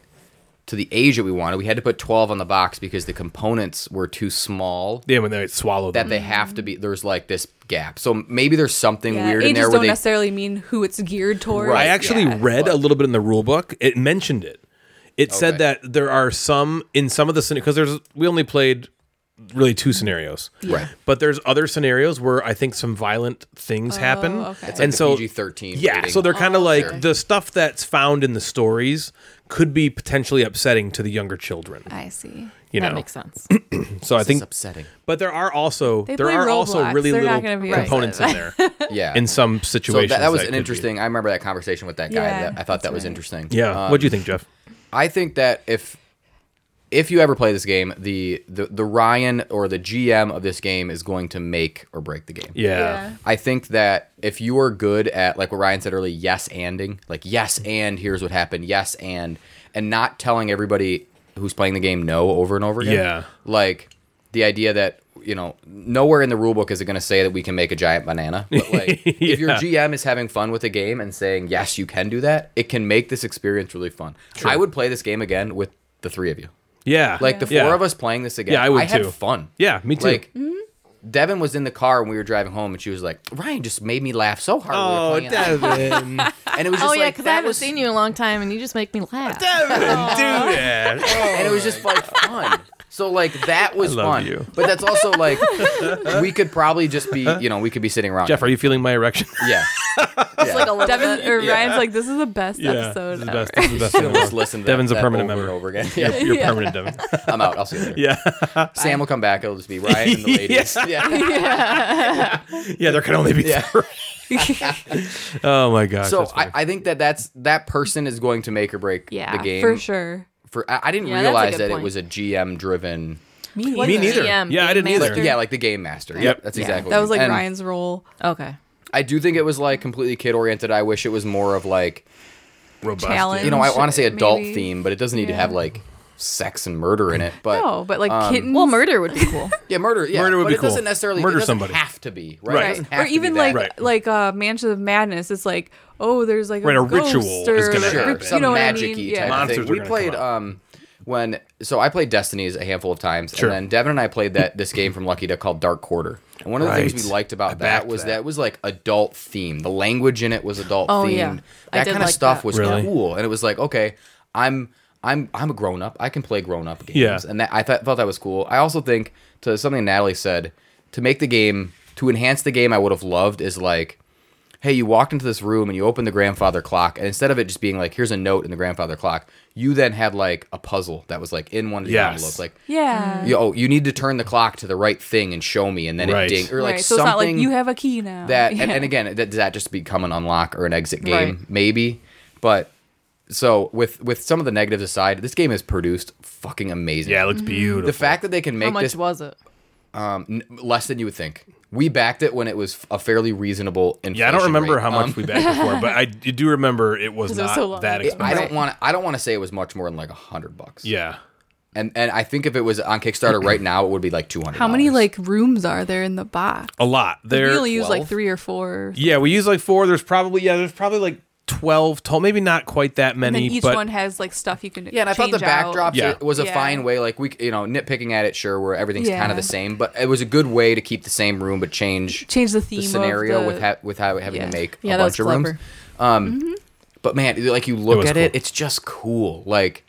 Speaker 3: to the age that we wanted. We had to put 12 on the box because the components were too small."
Speaker 1: yeah, when they swallow
Speaker 3: That
Speaker 1: them.
Speaker 3: they have to be there's like this gap, so maybe there's something
Speaker 6: Yeah,
Speaker 3: weird
Speaker 6: ages
Speaker 3: in there
Speaker 6: don't
Speaker 3: where they
Speaker 6: necessarily mean who it's geared towards.
Speaker 1: I actually
Speaker 6: Yeah.
Speaker 1: read a little bit in the rule book. It mentioned it. It said
Speaker 3: Okay.
Speaker 1: that there are some in some of the because there's we only played really two scenarios.
Speaker 3: Right.
Speaker 1: But there's other scenarios where I think some violent things happen.
Speaker 6: Oh, okay. It's
Speaker 3: like the PG-13
Speaker 1: Yeah,
Speaker 3: rating.
Speaker 1: so they're
Speaker 6: Oh,
Speaker 1: kind of like
Speaker 3: okay.
Speaker 1: the stuff that's found in the stories could be potentially upsetting to the younger children.
Speaker 6: I see.
Speaker 1: You
Speaker 5: that
Speaker 1: know.
Speaker 5: makes sense. Oh,
Speaker 1: so I
Speaker 3: it's
Speaker 1: think
Speaker 3: upsetting.
Speaker 1: but there are also
Speaker 6: They
Speaker 1: there
Speaker 6: play
Speaker 1: are also
Speaker 6: Roblox.
Speaker 1: really
Speaker 6: They're not
Speaker 1: little
Speaker 6: gonna be upset.
Speaker 1: components in there
Speaker 3: Yeah,
Speaker 1: in some situations.
Speaker 3: So that, that was
Speaker 1: could
Speaker 3: an
Speaker 1: be-
Speaker 3: interesting. I remember that conversation with that guy.
Speaker 6: Yeah,
Speaker 3: that, I thought
Speaker 6: that's
Speaker 3: that was
Speaker 6: right.
Speaker 3: interesting.
Speaker 1: Yeah.
Speaker 3: Um,
Speaker 1: what do you think, Jeff?
Speaker 3: I think that if if you ever play this game, the, the the Ryan or the GM of this game is going to make or break the game.
Speaker 1: Yeah.
Speaker 3: I think that if you are good at like what Ryan said earlier, yes anding, like yes and here's what happened, yes and and not telling everybody who's playing the game no over and over again.
Speaker 1: Yeah.
Speaker 3: Like the idea that you know, nowhere in the rule book is it going to say that we can make a giant banana. But like, if your
Speaker 1: Yeah.
Speaker 3: GM is having fun with a game and saying yes, you can do that, it can make this experience really fun. I would play this game again with the three of you,
Speaker 1: Yeah.
Speaker 3: like the four
Speaker 1: Yeah.
Speaker 3: of us playing this again.
Speaker 1: Yeah, I would
Speaker 3: had
Speaker 1: too.
Speaker 3: fun.
Speaker 1: Yeah, me too.
Speaker 3: Like,
Speaker 5: Mm-hmm.
Speaker 3: Devin was in the car when we were driving home, and she was like, "Ryan just made me laugh so hard."
Speaker 6: Oh,
Speaker 3: when we were playing it."
Speaker 1: Oh, Devin.
Speaker 3: And it was just
Speaker 5: oh yeah,
Speaker 3: like
Speaker 5: because
Speaker 3: that
Speaker 5: I haven't
Speaker 3: was,
Speaker 5: seen you in a long time, and you just make me laugh.
Speaker 6: Oh.
Speaker 3: and it was just like fun. So like that was
Speaker 1: love
Speaker 3: fun.
Speaker 1: you.
Speaker 3: But that's also like we could probably just be, you know, we could be sitting around.
Speaker 1: Jeff, are you feeling my erection?
Speaker 3: yeah. yeah.
Speaker 5: Like a little
Speaker 6: Devin
Speaker 5: bit.
Speaker 6: or Ryan's like, this is the best episode
Speaker 1: this is the
Speaker 6: ever.
Speaker 1: best. This is the best. in the
Speaker 3: Just
Speaker 1: world.
Speaker 3: listen to
Speaker 1: Devin's
Speaker 3: that,
Speaker 1: a permanent
Speaker 3: that over
Speaker 1: member.
Speaker 3: and over again.
Speaker 1: You're permanent, Devin.
Speaker 3: Yeah. I'm out. I'll see you later.
Speaker 1: Yeah,
Speaker 3: Sam will come back. It'll just be Ryan and the ladies. Yeah.
Speaker 1: yeah. There can only be
Speaker 3: Yeah.
Speaker 1: three. oh my gosh.
Speaker 3: So
Speaker 1: that's funny.
Speaker 3: I, I think that that's that person is going to make or break
Speaker 5: Yeah,
Speaker 3: the game.
Speaker 6: for sure.
Speaker 3: For I, I didn't
Speaker 5: Yeah, that's a
Speaker 3: realize
Speaker 5: good
Speaker 3: that it
Speaker 5: point.
Speaker 3: was a GM driven.
Speaker 6: Me,
Speaker 1: me
Speaker 5: the
Speaker 1: neither.
Speaker 5: GM,
Speaker 1: yeah, I
Speaker 5: game
Speaker 1: didn't either.
Speaker 5: master.
Speaker 3: Yeah, like the game master.
Speaker 1: Yep.
Speaker 3: That's exactly.
Speaker 6: That
Speaker 3: what
Speaker 6: was
Speaker 3: you-
Speaker 6: like
Speaker 3: and
Speaker 6: Ryan's role.
Speaker 5: Okay.
Speaker 3: I do think it was like completely kid oriented. I wish it was more of like
Speaker 1: Robust.
Speaker 6: challenge.
Speaker 3: you know, I want to say adult
Speaker 6: maybe.
Speaker 3: theme, but it doesn't need to
Speaker 6: Yeah.
Speaker 3: have like sex and murder in it. But
Speaker 6: No, but like
Speaker 3: Um,
Speaker 6: kittens.
Speaker 5: Well, murder would be cool.
Speaker 3: yeah, murder. Yeah,
Speaker 1: Murder would
Speaker 3: but
Speaker 1: be
Speaker 3: it doesn't
Speaker 1: cool.
Speaker 3: necessarily
Speaker 1: Murder
Speaker 3: it doesn't
Speaker 1: somebody.
Speaker 3: have to be right. It
Speaker 1: Right.
Speaker 3: doesn't have
Speaker 6: Or
Speaker 3: to be
Speaker 6: even
Speaker 3: that.
Speaker 6: like
Speaker 1: Right.
Speaker 6: like uh, Mansion of Madness. It's like, oh, there's like a,
Speaker 1: Right, a
Speaker 6: ghost
Speaker 1: ritual
Speaker 6: or,
Speaker 1: is gonna
Speaker 3: sure
Speaker 1: happen.
Speaker 6: you
Speaker 3: some
Speaker 6: know what I
Speaker 3: magic-y
Speaker 6: mean?
Speaker 3: type
Speaker 6: Yeah.
Speaker 3: of
Speaker 1: Monsters
Speaker 3: thing.
Speaker 1: were
Speaker 3: We
Speaker 1: gonna
Speaker 3: played
Speaker 1: come out.
Speaker 3: um, when so I played Destinies a handful of times,
Speaker 1: Sure.
Speaker 3: and then Devin and I played that this game from Lucky Duck called Dark Quarter. And one of the things
Speaker 1: Right.
Speaker 3: we liked
Speaker 1: I
Speaker 3: about
Speaker 1: backed
Speaker 3: that was
Speaker 1: that.
Speaker 3: that. it was like adult themed. The language in it was adult
Speaker 4: Oh,
Speaker 3: themed.
Speaker 4: yeah. I
Speaker 3: That
Speaker 4: did
Speaker 3: kind of
Speaker 4: like
Speaker 3: stuff
Speaker 4: that.
Speaker 3: was
Speaker 1: Really?
Speaker 3: cool, and it was like okay, I'm I'm I'm a grown up. I can play grown up games,
Speaker 1: Yeah.
Speaker 3: and that I thought felt that was cool. I also think to something Natalie said to make the game to enhance the game, I would have loved is like hey, you walked into this room and you opened the grandfather clock, and instead of it just being like, here's a note in the grandfather clock, you then had like a puzzle that was like in one of the
Speaker 1: Yes.
Speaker 3: envelopes, like.
Speaker 6: Yeah.
Speaker 1: Mm.
Speaker 3: Yo, oh, you need to turn the clock to the right thing and show me, and then
Speaker 1: Right.
Speaker 3: it ding or like
Speaker 6: right. So it's not like
Speaker 3: something
Speaker 6: you have a key now.
Speaker 3: that.
Speaker 6: Yeah.
Speaker 3: And, and again, that, does that just become an unlock or an exit game?
Speaker 5: Right.
Speaker 3: Maybe, but so with with some of the negatives aside, this game is produced fucking amazing.
Speaker 1: Yeah, it
Speaker 6: Mm-hmm.
Speaker 1: looks beautiful.
Speaker 3: the fact that they can
Speaker 4: How
Speaker 3: make
Speaker 4: much
Speaker 3: this
Speaker 4: was it?
Speaker 3: um, n- less than you would think. We backed it when it was a fairly reasonable inflation.
Speaker 1: yeah, I don't remember
Speaker 3: rate.
Speaker 1: how much
Speaker 3: Um,
Speaker 1: we backed before, but I d- do remember it was
Speaker 6: 'Cause it was
Speaker 1: not
Speaker 6: so long
Speaker 1: that
Speaker 6: ago.
Speaker 3: It-
Speaker 1: expensive.
Speaker 3: I don't want. I don't want to say it was much more than like a hundred bucks.
Speaker 1: yeah.
Speaker 3: and and I think if it was on Kickstarter right now, it would be like two hundred.
Speaker 6: How many like rooms are there in the box?
Speaker 1: A lot. There
Speaker 6: we only use like
Speaker 3: 12?
Speaker 6: three or four.
Speaker 1: Yeah, we use like four. There's probably yeah, there's probably like twelve total. Maybe not quite that
Speaker 6: And then
Speaker 1: many,
Speaker 6: each
Speaker 1: but
Speaker 6: one has like stuff you can
Speaker 3: Yeah, and I thought the
Speaker 6: change out.
Speaker 3: backdrop
Speaker 1: Yeah.
Speaker 3: was a
Speaker 6: Yeah.
Speaker 3: fine way. Like we, c- you know, nitpicking at it, sure, where everything's kind
Speaker 6: Yeah.
Speaker 3: of the same, but it was a good way to keep the same room but change
Speaker 6: Change the theme
Speaker 3: the scenario
Speaker 6: of the,
Speaker 3: with ha- with how having
Speaker 6: Yeah.
Speaker 3: to make
Speaker 5: Yeah,
Speaker 3: a
Speaker 5: that was
Speaker 3: bunch of rooms.
Speaker 5: clever.
Speaker 3: Um,
Speaker 6: Mm-hmm.
Speaker 3: but man, like you look
Speaker 1: was
Speaker 3: at it,
Speaker 1: cool.
Speaker 3: it's just cool. Like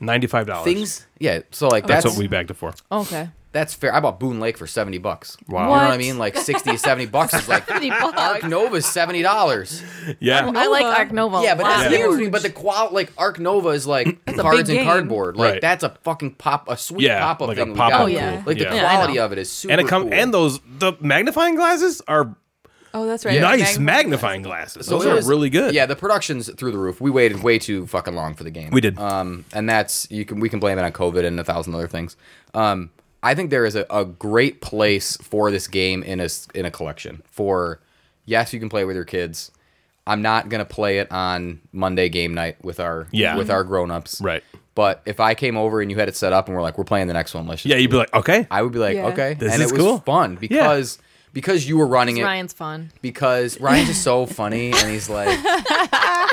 Speaker 1: ninety five dollars.
Speaker 3: things, yeah. So like
Speaker 1: That's,
Speaker 3: that's
Speaker 1: what we backed it for.
Speaker 4: Okay.
Speaker 3: that's fair. I bought Boone Lake for seventy bucks.
Speaker 1: Wow.
Speaker 3: you know what I
Speaker 4: What?
Speaker 3: mean? Like sixty to seventy bucks is like Arc Nova's seventy dollars.
Speaker 1: Yeah.
Speaker 5: I like Arc Nova.
Speaker 3: Yeah, but
Speaker 5: a lot.
Speaker 3: that's huge. But the qual like Arc Nova is like cards and
Speaker 6: big game.
Speaker 3: cardboard. Like
Speaker 1: Right.
Speaker 3: that's a fucking pop, a sweet
Speaker 1: Yeah,
Speaker 3: pop up
Speaker 1: like a
Speaker 3: thing. we
Speaker 1: pop-up
Speaker 3: got.
Speaker 5: cool.
Speaker 3: Like the
Speaker 1: Yeah.
Speaker 5: Yeah, I
Speaker 3: quality
Speaker 5: know.
Speaker 3: of it is super.
Speaker 1: And it come
Speaker 3: cool.
Speaker 1: and those the magnifying glasses are
Speaker 6: Oh, that's right.
Speaker 1: nice
Speaker 6: Magma-
Speaker 1: magnifying glasses.
Speaker 3: So
Speaker 1: Those
Speaker 3: it
Speaker 1: are
Speaker 3: was-
Speaker 1: really good.
Speaker 3: Yeah, the production's through the roof. We waited way too fucking long for the game.
Speaker 1: We did.
Speaker 3: Um, and that's you can we can blame it on COVID and a thousand other things. Um, I think there is a, a great place for this game in a s- in a collection. For yes, you can play with your kids. I'm not gonna play it on Monday game night with our
Speaker 1: Yeah.
Speaker 3: with our grown ups.
Speaker 1: Right.
Speaker 3: But if I came over and you had it set up and we're like, we're playing the next one, let's just
Speaker 1: Yeah,
Speaker 3: do
Speaker 1: you'd be like, okay.
Speaker 3: I would be like,
Speaker 6: Yeah.
Speaker 3: okay,
Speaker 1: This
Speaker 3: and
Speaker 1: is
Speaker 3: it was
Speaker 1: cool.
Speaker 3: fun because because you were running it.
Speaker 5: Ryan's fun.
Speaker 3: Because Ryan's just so funny, and he's like,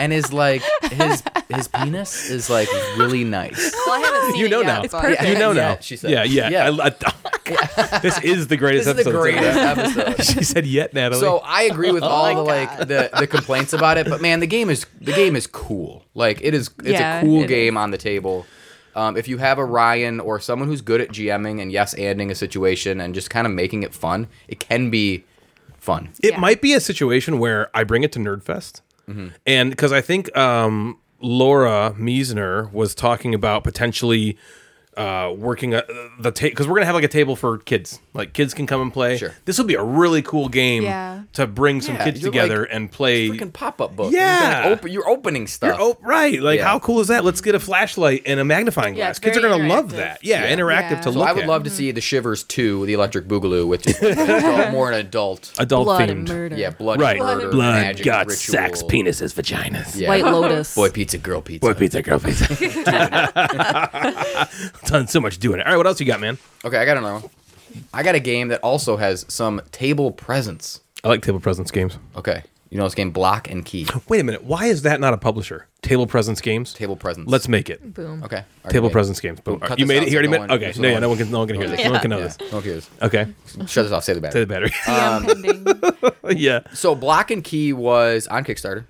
Speaker 3: and his like his his penis is like really nice.
Speaker 4: Well, I haven't seen
Speaker 1: You
Speaker 4: it
Speaker 1: know
Speaker 4: yet,
Speaker 1: now.
Speaker 4: but-
Speaker 3: perfect.
Speaker 1: you know
Speaker 3: Yeah,
Speaker 1: now.
Speaker 3: she said.
Speaker 1: Yeah, yeah.
Speaker 3: Yeah.
Speaker 1: I- I- this is the greatest
Speaker 3: This is the
Speaker 1: episode. so
Speaker 3: greatest
Speaker 1: far.
Speaker 3: episode.
Speaker 1: she said, "Yet, Natalie."
Speaker 3: So I agree with all the like the, the complaints about it, but man, the game is the game is cool. Like it is, it's
Speaker 6: Yeah,
Speaker 3: a cool
Speaker 6: it
Speaker 3: game on the table. Um, if you have a Ryan or someone who's good at GMing and yes, anding a situation and just kind of making it fun, it can be fun.
Speaker 1: It might be a situation where I bring it to Nerdfest,
Speaker 3: Mm-hmm.
Speaker 1: and because I think um, Laura Meisner was talking about potentially uh, working a, the table because we're gonna have like a table for kids, like kids can come and play.
Speaker 3: Sure.
Speaker 1: This would be a really cool game
Speaker 6: Yeah.
Speaker 1: to bring some
Speaker 3: Yeah,
Speaker 1: kids
Speaker 3: you're
Speaker 1: together
Speaker 3: like-
Speaker 1: and play.
Speaker 3: freaking pop-up book.
Speaker 1: Yeah.
Speaker 3: you're, open, you're opening stuff.
Speaker 1: You're- oh, right! Like,
Speaker 3: Yeah.
Speaker 1: how cool is that? Let's get a flashlight and a magnifying
Speaker 5: Yeah,
Speaker 1: glass.
Speaker 5: it's
Speaker 1: Kids are
Speaker 5: very
Speaker 1: gonna love
Speaker 5: interactive.
Speaker 1: that. Yeah,
Speaker 3: Yeah.
Speaker 1: interactive
Speaker 6: Yeah.
Speaker 1: to
Speaker 3: so
Speaker 1: look.
Speaker 3: I would
Speaker 1: at.
Speaker 3: love to see the Shivers 2, the Electric Boogaloo, with just adult- more an adult.
Speaker 1: adult
Speaker 5: Blood and
Speaker 1: themed.
Speaker 5: murder.
Speaker 3: Yeah, blood,
Speaker 1: Right,
Speaker 3: murder,
Speaker 1: blood,
Speaker 3: magic,
Speaker 1: guts,
Speaker 3: ritual.
Speaker 1: sex, penises, vaginas.
Speaker 3: Yeah.
Speaker 5: White Lotus.
Speaker 3: Boy pizza, girl pizza.
Speaker 1: Boy, pizza, girl pizza. Done so much doing it. All right, what else you got, man?
Speaker 3: Okay, I got another one. I got a game that also has some table presence.
Speaker 1: I like table presence games.
Speaker 3: Okay, you know this game Block and Key.
Speaker 1: Wait a minute. Why is that not a publisher? Table presence games.
Speaker 3: Table presence.
Speaker 1: Let's make it.
Speaker 5: Boom.
Speaker 3: Okay. alright,
Speaker 1: Table
Speaker 3: okay.
Speaker 1: presence games. Boom.
Speaker 3: Cut
Speaker 1: you
Speaker 3: this
Speaker 1: made
Speaker 3: out
Speaker 1: it.
Speaker 3: so
Speaker 1: You already
Speaker 3: no
Speaker 1: made
Speaker 3: one-
Speaker 1: it. Okay.
Speaker 3: so
Speaker 1: No,
Speaker 3: no
Speaker 1: yeah.
Speaker 3: one-
Speaker 1: No one can. No one can hear this. No one can know
Speaker 3: Yeah.
Speaker 1: this.
Speaker 3: Who cares?
Speaker 1: Okay.
Speaker 3: Shut this off. Save the battery.
Speaker 1: To the battery.
Speaker 6: DM pending.
Speaker 3: Uh,
Speaker 1: yeah.
Speaker 3: So Block and Key was on Kickstarter.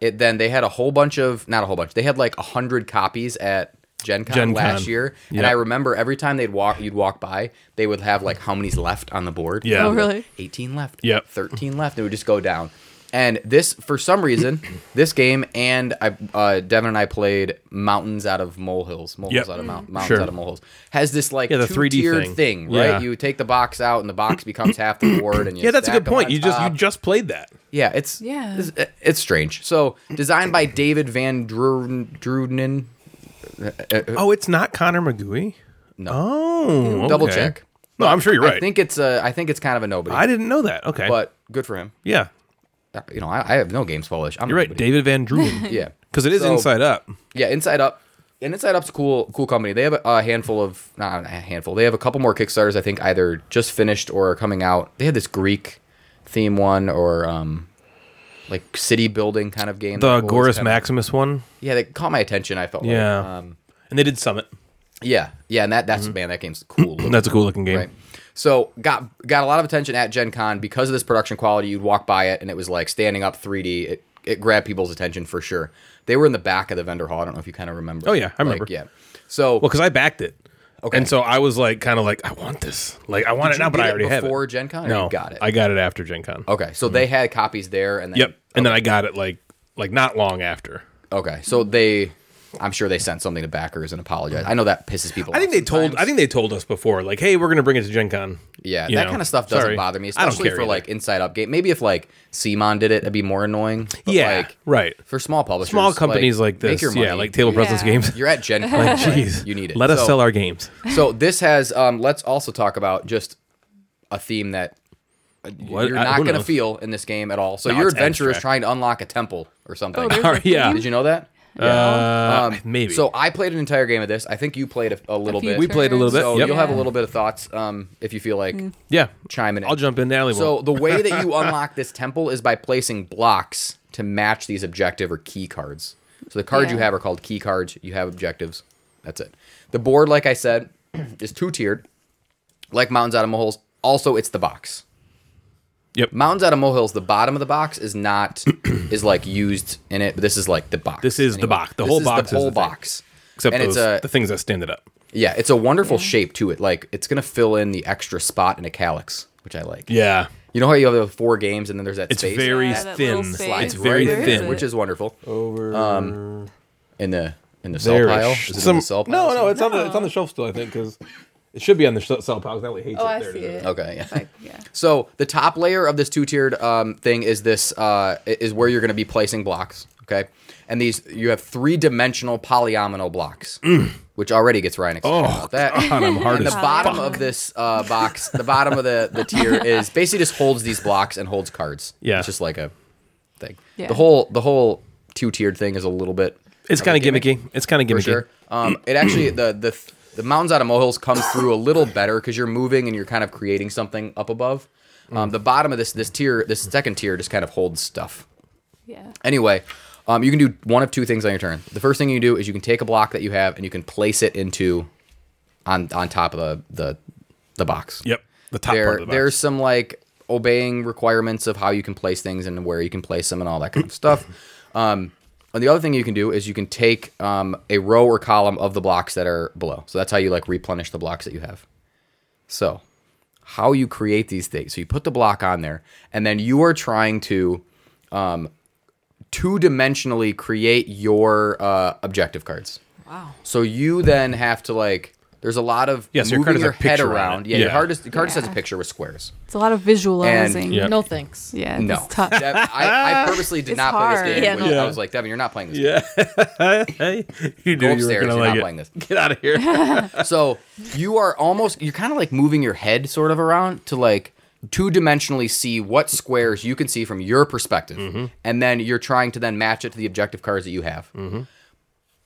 Speaker 3: It then they had a whole bunch of not a whole bunch. They had like a hundred copies at Gen Con
Speaker 1: Gen
Speaker 3: last
Speaker 1: Con.
Speaker 3: year.
Speaker 1: Yep.
Speaker 3: And I remember every time they'd walk you'd walk by, they would have like how many's left on the board.
Speaker 1: Yeah. Oh,
Speaker 6: really?
Speaker 3: Eighteen left.
Speaker 1: Yep.
Speaker 3: Thirteen left. It would just go down. And this for some reason, this game and I uh Devin and I played Mountains out of Molehills. Molehills
Speaker 1: Yep.
Speaker 3: out of mount, mountains
Speaker 1: Sure.
Speaker 3: out of molehills. Has this like
Speaker 1: Yeah, the 3D
Speaker 3: two-tiered
Speaker 1: thing.
Speaker 3: thing, right?
Speaker 1: Yeah.
Speaker 3: You take the box out and the box becomes half the board and you
Speaker 1: Yeah, that's a
Speaker 3: stack
Speaker 1: good
Speaker 3: them
Speaker 1: point.
Speaker 3: on
Speaker 1: You just you
Speaker 3: top.
Speaker 1: just played that.
Speaker 3: Yeah, it's
Speaker 6: Yeah.
Speaker 3: it's, it's strange. So designed by David Van Druden, Druden
Speaker 1: Oh, it's not Connor Magui.
Speaker 3: Uh, No.
Speaker 1: Oh.
Speaker 3: double
Speaker 1: okay.
Speaker 3: check.
Speaker 1: No, I'm sure you're right.
Speaker 3: I think it's uh, I think it's kind of a nobody,
Speaker 1: I didn't know that. Okay.
Speaker 3: but good for him. Uh,
Speaker 1: yeah,
Speaker 3: You know, I, I have no games published. I'm
Speaker 1: you're right.
Speaker 3: nobody.
Speaker 1: David Van Drunen.
Speaker 3: Yeah,
Speaker 1: Because it is
Speaker 3: So-
Speaker 1: Inside Up.
Speaker 3: Yeah, Inside Up. And Inside Up's a cool, cool company. They have a, a handful of not a handful. They have a couple more Kickstarters. I think either just finished or are coming out. They had this Greek theme one or um, like city building kind of game.
Speaker 1: The
Speaker 3: that I've
Speaker 1: Goris
Speaker 3: always kinda-
Speaker 1: Maximus one.
Speaker 3: Yeah, that caught my attention. I felt like.
Speaker 1: Yeah.
Speaker 3: um,
Speaker 1: And they did Summit.
Speaker 3: Yeah, yeah, and that that's man, that game's cool. looking.
Speaker 1: Mm-hmm. That's a cool looking game.
Speaker 3: Right. So got got a lot of attention at Gen Con because of this production quality. You'd walk by it and it was like standing up 3D. It it grabbed people's attention for sure. They were in the back of the vendor hall. I don't know if you kind of remember.
Speaker 1: Oh, yeah, I remember.
Speaker 3: Like, yeah. So
Speaker 1: Well, because I backed it.
Speaker 3: Okay.
Speaker 1: And so I was like, kind of like, I want this. Like, I want
Speaker 3: Did
Speaker 1: it now,
Speaker 3: you
Speaker 1: but
Speaker 3: get
Speaker 1: I
Speaker 3: it
Speaker 1: already have it.
Speaker 3: before Gen Con or
Speaker 1: No,
Speaker 3: you got it?
Speaker 1: I got it after Gen Con.
Speaker 3: okay, so they had copies there and then
Speaker 1: Yep. And then I got it like, like not long after.
Speaker 3: okay, so they. I'm sure they sent something to backers and apologized. I know that pisses people.
Speaker 1: I think
Speaker 3: off
Speaker 1: they told.
Speaker 3: sometimes.
Speaker 1: I think they told us before, like, "Hey, we're gonna bring it to Gen Con."
Speaker 3: Yeah,
Speaker 1: You
Speaker 3: that
Speaker 1: know,
Speaker 3: kind of stuff doesn't
Speaker 1: sorry.
Speaker 3: bother me,
Speaker 1: I don't
Speaker 3: especially
Speaker 1: care
Speaker 3: for like
Speaker 1: either.
Speaker 3: Inside Up Game. Maybe if like Simon did it, it'd be more annoying. But,
Speaker 1: yeah,
Speaker 3: like,
Speaker 1: right.
Speaker 3: for small publishers,
Speaker 1: Small companies like,
Speaker 3: make
Speaker 1: this,
Speaker 3: your
Speaker 1: yeah,
Speaker 3: money.
Speaker 1: like Table Presence
Speaker 6: Yeah.
Speaker 1: Games.
Speaker 3: You're at Gen Con,
Speaker 1: like,
Speaker 3: right?
Speaker 1: jeez,
Speaker 3: you need it.
Speaker 1: Let us
Speaker 3: So-
Speaker 1: sell our games.
Speaker 3: So this has. Um, let's also talk about just a theme that uh,
Speaker 1: What?
Speaker 3: you're
Speaker 1: I-
Speaker 3: not
Speaker 1: who
Speaker 3: going to
Speaker 1: knows?
Speaker 3: feel in this game at all. So
Speaker 1: No,
Speaker 3: your
Speaker 1: it's
Speaker 3: adventure is
Speaker 1: abstract.
Speaker 3: trying to unlock a temple or something.
Speaker 1: Or- yeah,
Speaker 3: Did you know that?
Speaker 1: uh, maybe.
Speaker 3: Um, So I played an entire game of this. I think you played a, a little
Speaker 6: few
Speaker 3: bit.
Speaker 1: we played a little bit.
Speaker 3: So
Speaker 1: yep.
Speaker 3: you'll have a little bit of thoughts um, if you feel like
Speaker 1: yeah.
Speaker 3: chiming in.
Speaker 1: I'll jump in. Natalie.
Speaker 3: So
Speaker 1: will.
Speaker 3: the way that you unlock this temple is by placing blocks to match these objective or key cards. So the cards you
Speaker 6: Yeah.
Speaker 3: have are called key cards. You have objectives. That's it. The board, like I said, is two tiered, like mountains out of moleholes. Also, it's the box.
Speaker 1: Yep.
Speaker 3: Mountains out of molehills. The bottom of the box is not is like used in it. But this is like the box.
Speaker 1: This is the box. The
Speaker 3: This
Speaker 1: whole
Speaker 3: is
Speaker 1: box is
Speaker 3: The whole
Speaker 1: the thing.
Speaker 3: box.
Speaker 1: except
Speaker 3: and
Speaker 1: those,
Speaker 3: it's a
Speaker 1: the things that stand it up.
Speaker 3: yeah. It's a wonderful shape to it. Like it's gonna fill in the extra spot in a calyx, which I like.
Speaker 1: Yeah.
Speaker 3: You know how you have the four games and then there's that
Speaker 1: It's
Speaker 3: space.
Speaker 1: very
Speaker 4: Yeah, that little
Speaker 1: thin.
Speaker 4: space.
Speaker 1: It's very
Speaker 3: right in
Speaker 1: thin.
Speaker 3: there, which is wonderful. Over um, in the in the cell
Speaker 1: There
Speaker 3: pile.
Speaker 1: is
Speaker 3: Is it in
Speaker 1: some-
Speaker 3: the cell pile?
Speaker 1: no, no, it's on the it's on the shelf still. I think because it should be on the sh- cell pile. Natalie hates
Speaker 6: Oh,
Speaker 1: it.
Speaker 6: I
Speaker 1: There it
Speaker 6: see
Speaker 1: is.
Speaker 6: it.
Speaker 3: Okay, yeah.
Speaker 6: Like, yeah.
Speaker 3: So the top layer of this two-tiered um, thing is this uh, is where you're going to be placing blocks. Okay, and these you have three-dimensional polyomino blocks, which already gets Ryan excited about that.
Speaker 1: Mm. Oh, God, I'm hard
Speaker 3: and
Speaker 1: as
Speaker 3: the bottom of this uh, box, the bottom of the, the tier is basically just holds these blocks and holds cards.
Speaker 1: Yeah.
Speaker 3: it's just like a thing.
Speaker 6: Yeah.
Speaker 3: The whole the whole two-tiered thing is a little bit
Speaker 1: It's kind of gimmicky. It's kind of gimmicky.
Speaker 3: for sure. Um, it actually the the the mountains out of molehills comes through a little better because you're moving and you're kind of creating something up above. Um, the bottom of this this tier this second tier just kind of holds stuff.
Speaker 6: Yeah.
Speaker 3: Anyway, um, you can do one of two things on your turn. The first thing you do is you can take a block that you have and you can place it into on on top of the the, the box.
Speaker 1: Yep. The top
Speaker 3: There
Speaker 1: part of the box.
Speaker 3: there's some like obeying requirements of how you can place things and where you can place them and all that kind of stuff. Um, and the other thing you can do is you can take um, a row or column of the blocks that are below. So that's how you like replenish the blocks that you have. So how you create these things. So you put the block on there, and then you are trying to um, two dimensionally create your uh, objective cards. Wow. So you then have to like. There's a lot of
Speaker 1: Yeah, so your card
Speaker 3: moving
Speaker 1: has a
Speaker 3: your head
Speaker 1: picture on
Speaker 3: around.
Speaker 1: it.
Speaker 3: Yeah, your
Speaker 1: Yeah.
Speaker 3: card is, the card just has a picture with squares.
Speaker 6: It's a lot of visualizing.
Speaker 3: And-
Speaker 1: Yeah.
Speaker 5: No thanks.
Speaker 6: Yeah,
Speaker 3: No,
Speaker 6: it's tough.
Speaker 3: Dev- I, I purposely did
Speaker 6: It's
Speaker 3: not play
Speaker 6: hard.
Speaker 3: this game.
Speaker 5: Yeah,
Speaker 3: with-
Speaker 1: no.
Speaker 3: I was like, Devin, you're not playing this.
Speaker 1: Yeah. hey, you knew
Speaker 3: Game. Go
Speaker 1: you were
Speaker 3: upstairs.
Speaker 1: gonna
Speaker 3: You're
Speaker 1: like
Speaker 3: not
Speaker 1: it.
Speaker 3: playing this.
Speaker 1: Get out of here.
Speaker 3: So you are almost you're kind of like moving your head sort of around to like two dimensionally see what squares you can see from your perspective, and then you're trying to then match it to the objective cards that you have.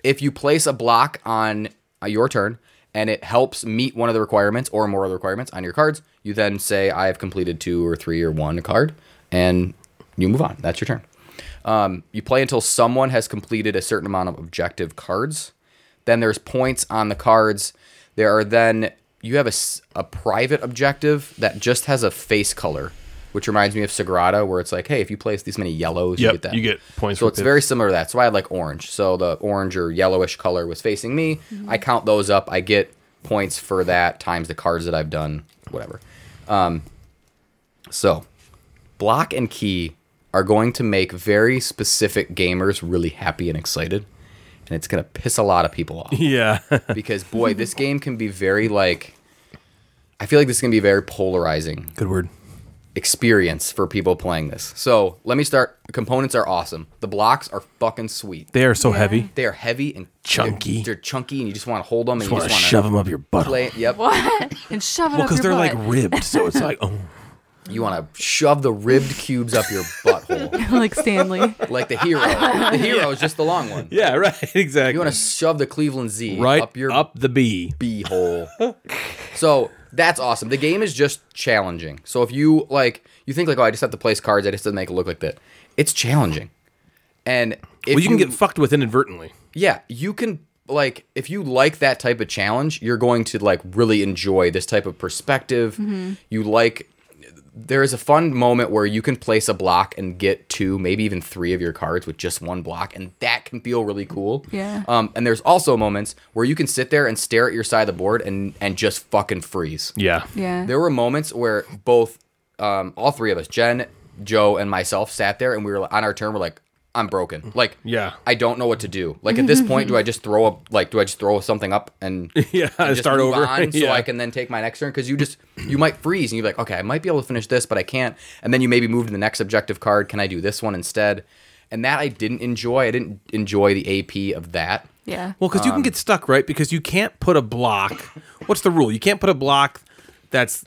Speaker 3: If you place a block on uh, your turn and it helps meet one of the requirements or more of the requirements on your cards, you then say, "I have completed two or three or one card," and you move on. That's your turn. Um, you play until someone has completed a certain amount of objective cards. Then there's points on the cards. There are then you have a, s- a private objective that just has a face color, which reminds me of Sagrada, where it's like, hey, if you place these many yellows,
Speaker 1: Yep,
Speaker 3: you get that.
Speaker 1: you get points
Speaker 3: So
Speaker 1: for
Speaker 3: it's
Speaker 1: pips.
Speaker 3: very similar to that. So I had like orange. So the orange or yellowish color was facing me. I count those up. I get points for that times the cards that I've done, whatever. Um, So, block and key are going to make very specific gamers really happy and excited, and it's going to piss a lot of people off
Speaker 1: yeah.
Speaker 3: because boy, this game can be very like I feel like this is going to be a very polarizing
Speaker 1: Good word.
Speaker 3: experience for people playing this. So, let me start. Components are awesome. The blocks are fucking sweet.
Speaker 1: They are so heavy.
Speaker 3: They are heavy and
Speaker 1: Chunky.
Speaker 3: They're, they're chunky and you just want to hold them and
Speaker 1: Just
Speaker 3: you
Speaker 1: want
Speaker 3: just
Speaker 1: to
Speaker 3: want to
Speaker 1: shove them up your butt.
Speaker 3: play.
Speaker 1: Well,
Speaker 3: Yep.
Speaker 6: What?
Speaker 4: and shove it up
Speaker 1: because
Speaker 4: your
Speaker 1: they're like
Speaker 4: butt.
Speaker 1: ribbed, so it's like, oh,
Speaker 3: You want to shove the ribbed cubes up your butthole.
Speaker 6: like Stanley.
Speaker 3: like the hero. The hero is just the long one.
Speaker 1: yeah, right, exactly.
Speaker 3: You want to shove the Cleveland Z
Speaker 1: right
Speaker 3: up your
Speaker 1: the B.
Speaker 3: beehole. so that's awesome. The game is just challenging. So if you like, you think like, oh, I just have to place cards. I just have to make it look like that. It's challenging, and if
Speaker 1: Well, you can get fucked with inadvertently.
Speaker 3: yeah, you can like if you like that type of challenge, you're going to like really enjoy this type of perspective. You like there is a fun moment where you can place a block and get two, maybe even three of your cards with just one block, and that can feel really cool.
Speaker 6: Yeah.
Speaker 3: Um, and there's also moments where you can sit there and stare at your side of the board and and just fucking freeze.
Speaker 1: Yeah.
Speaker 6: Yeah.
Speaker 3: There were moments where both, um, all three of us, Jen, Joe, and myself, sat there and we were on our turn. We're like, I'm broken. Like,
Speaker 1: Yeah.
Speaker 3: I don't know what to do. Like at this point, do I just throw a like? Do I just throw something up and
Speaker 1: Yeah,
Speaker 3: and just
Speaker 1: start
Speaker 3: move
Speaker 1: over.
Speaker 3: on so
Speaker 1: Yeah.
Speaker 3: I can then take my next turn? Because you just you might freeze and you're like, okay, I might be able to finish this, but I can't. And then you maybe move to the next objective card. Can I do this one instead? And that I didn't enjoy. I didn't enjoy the AP of that.
Speaker 6: yeah.
Speaker 1: Well, because you
Speaker 3: Um,
Speaker 1: can get stuck, right? Because you can't put a block. What's the rule? You can't put a block that's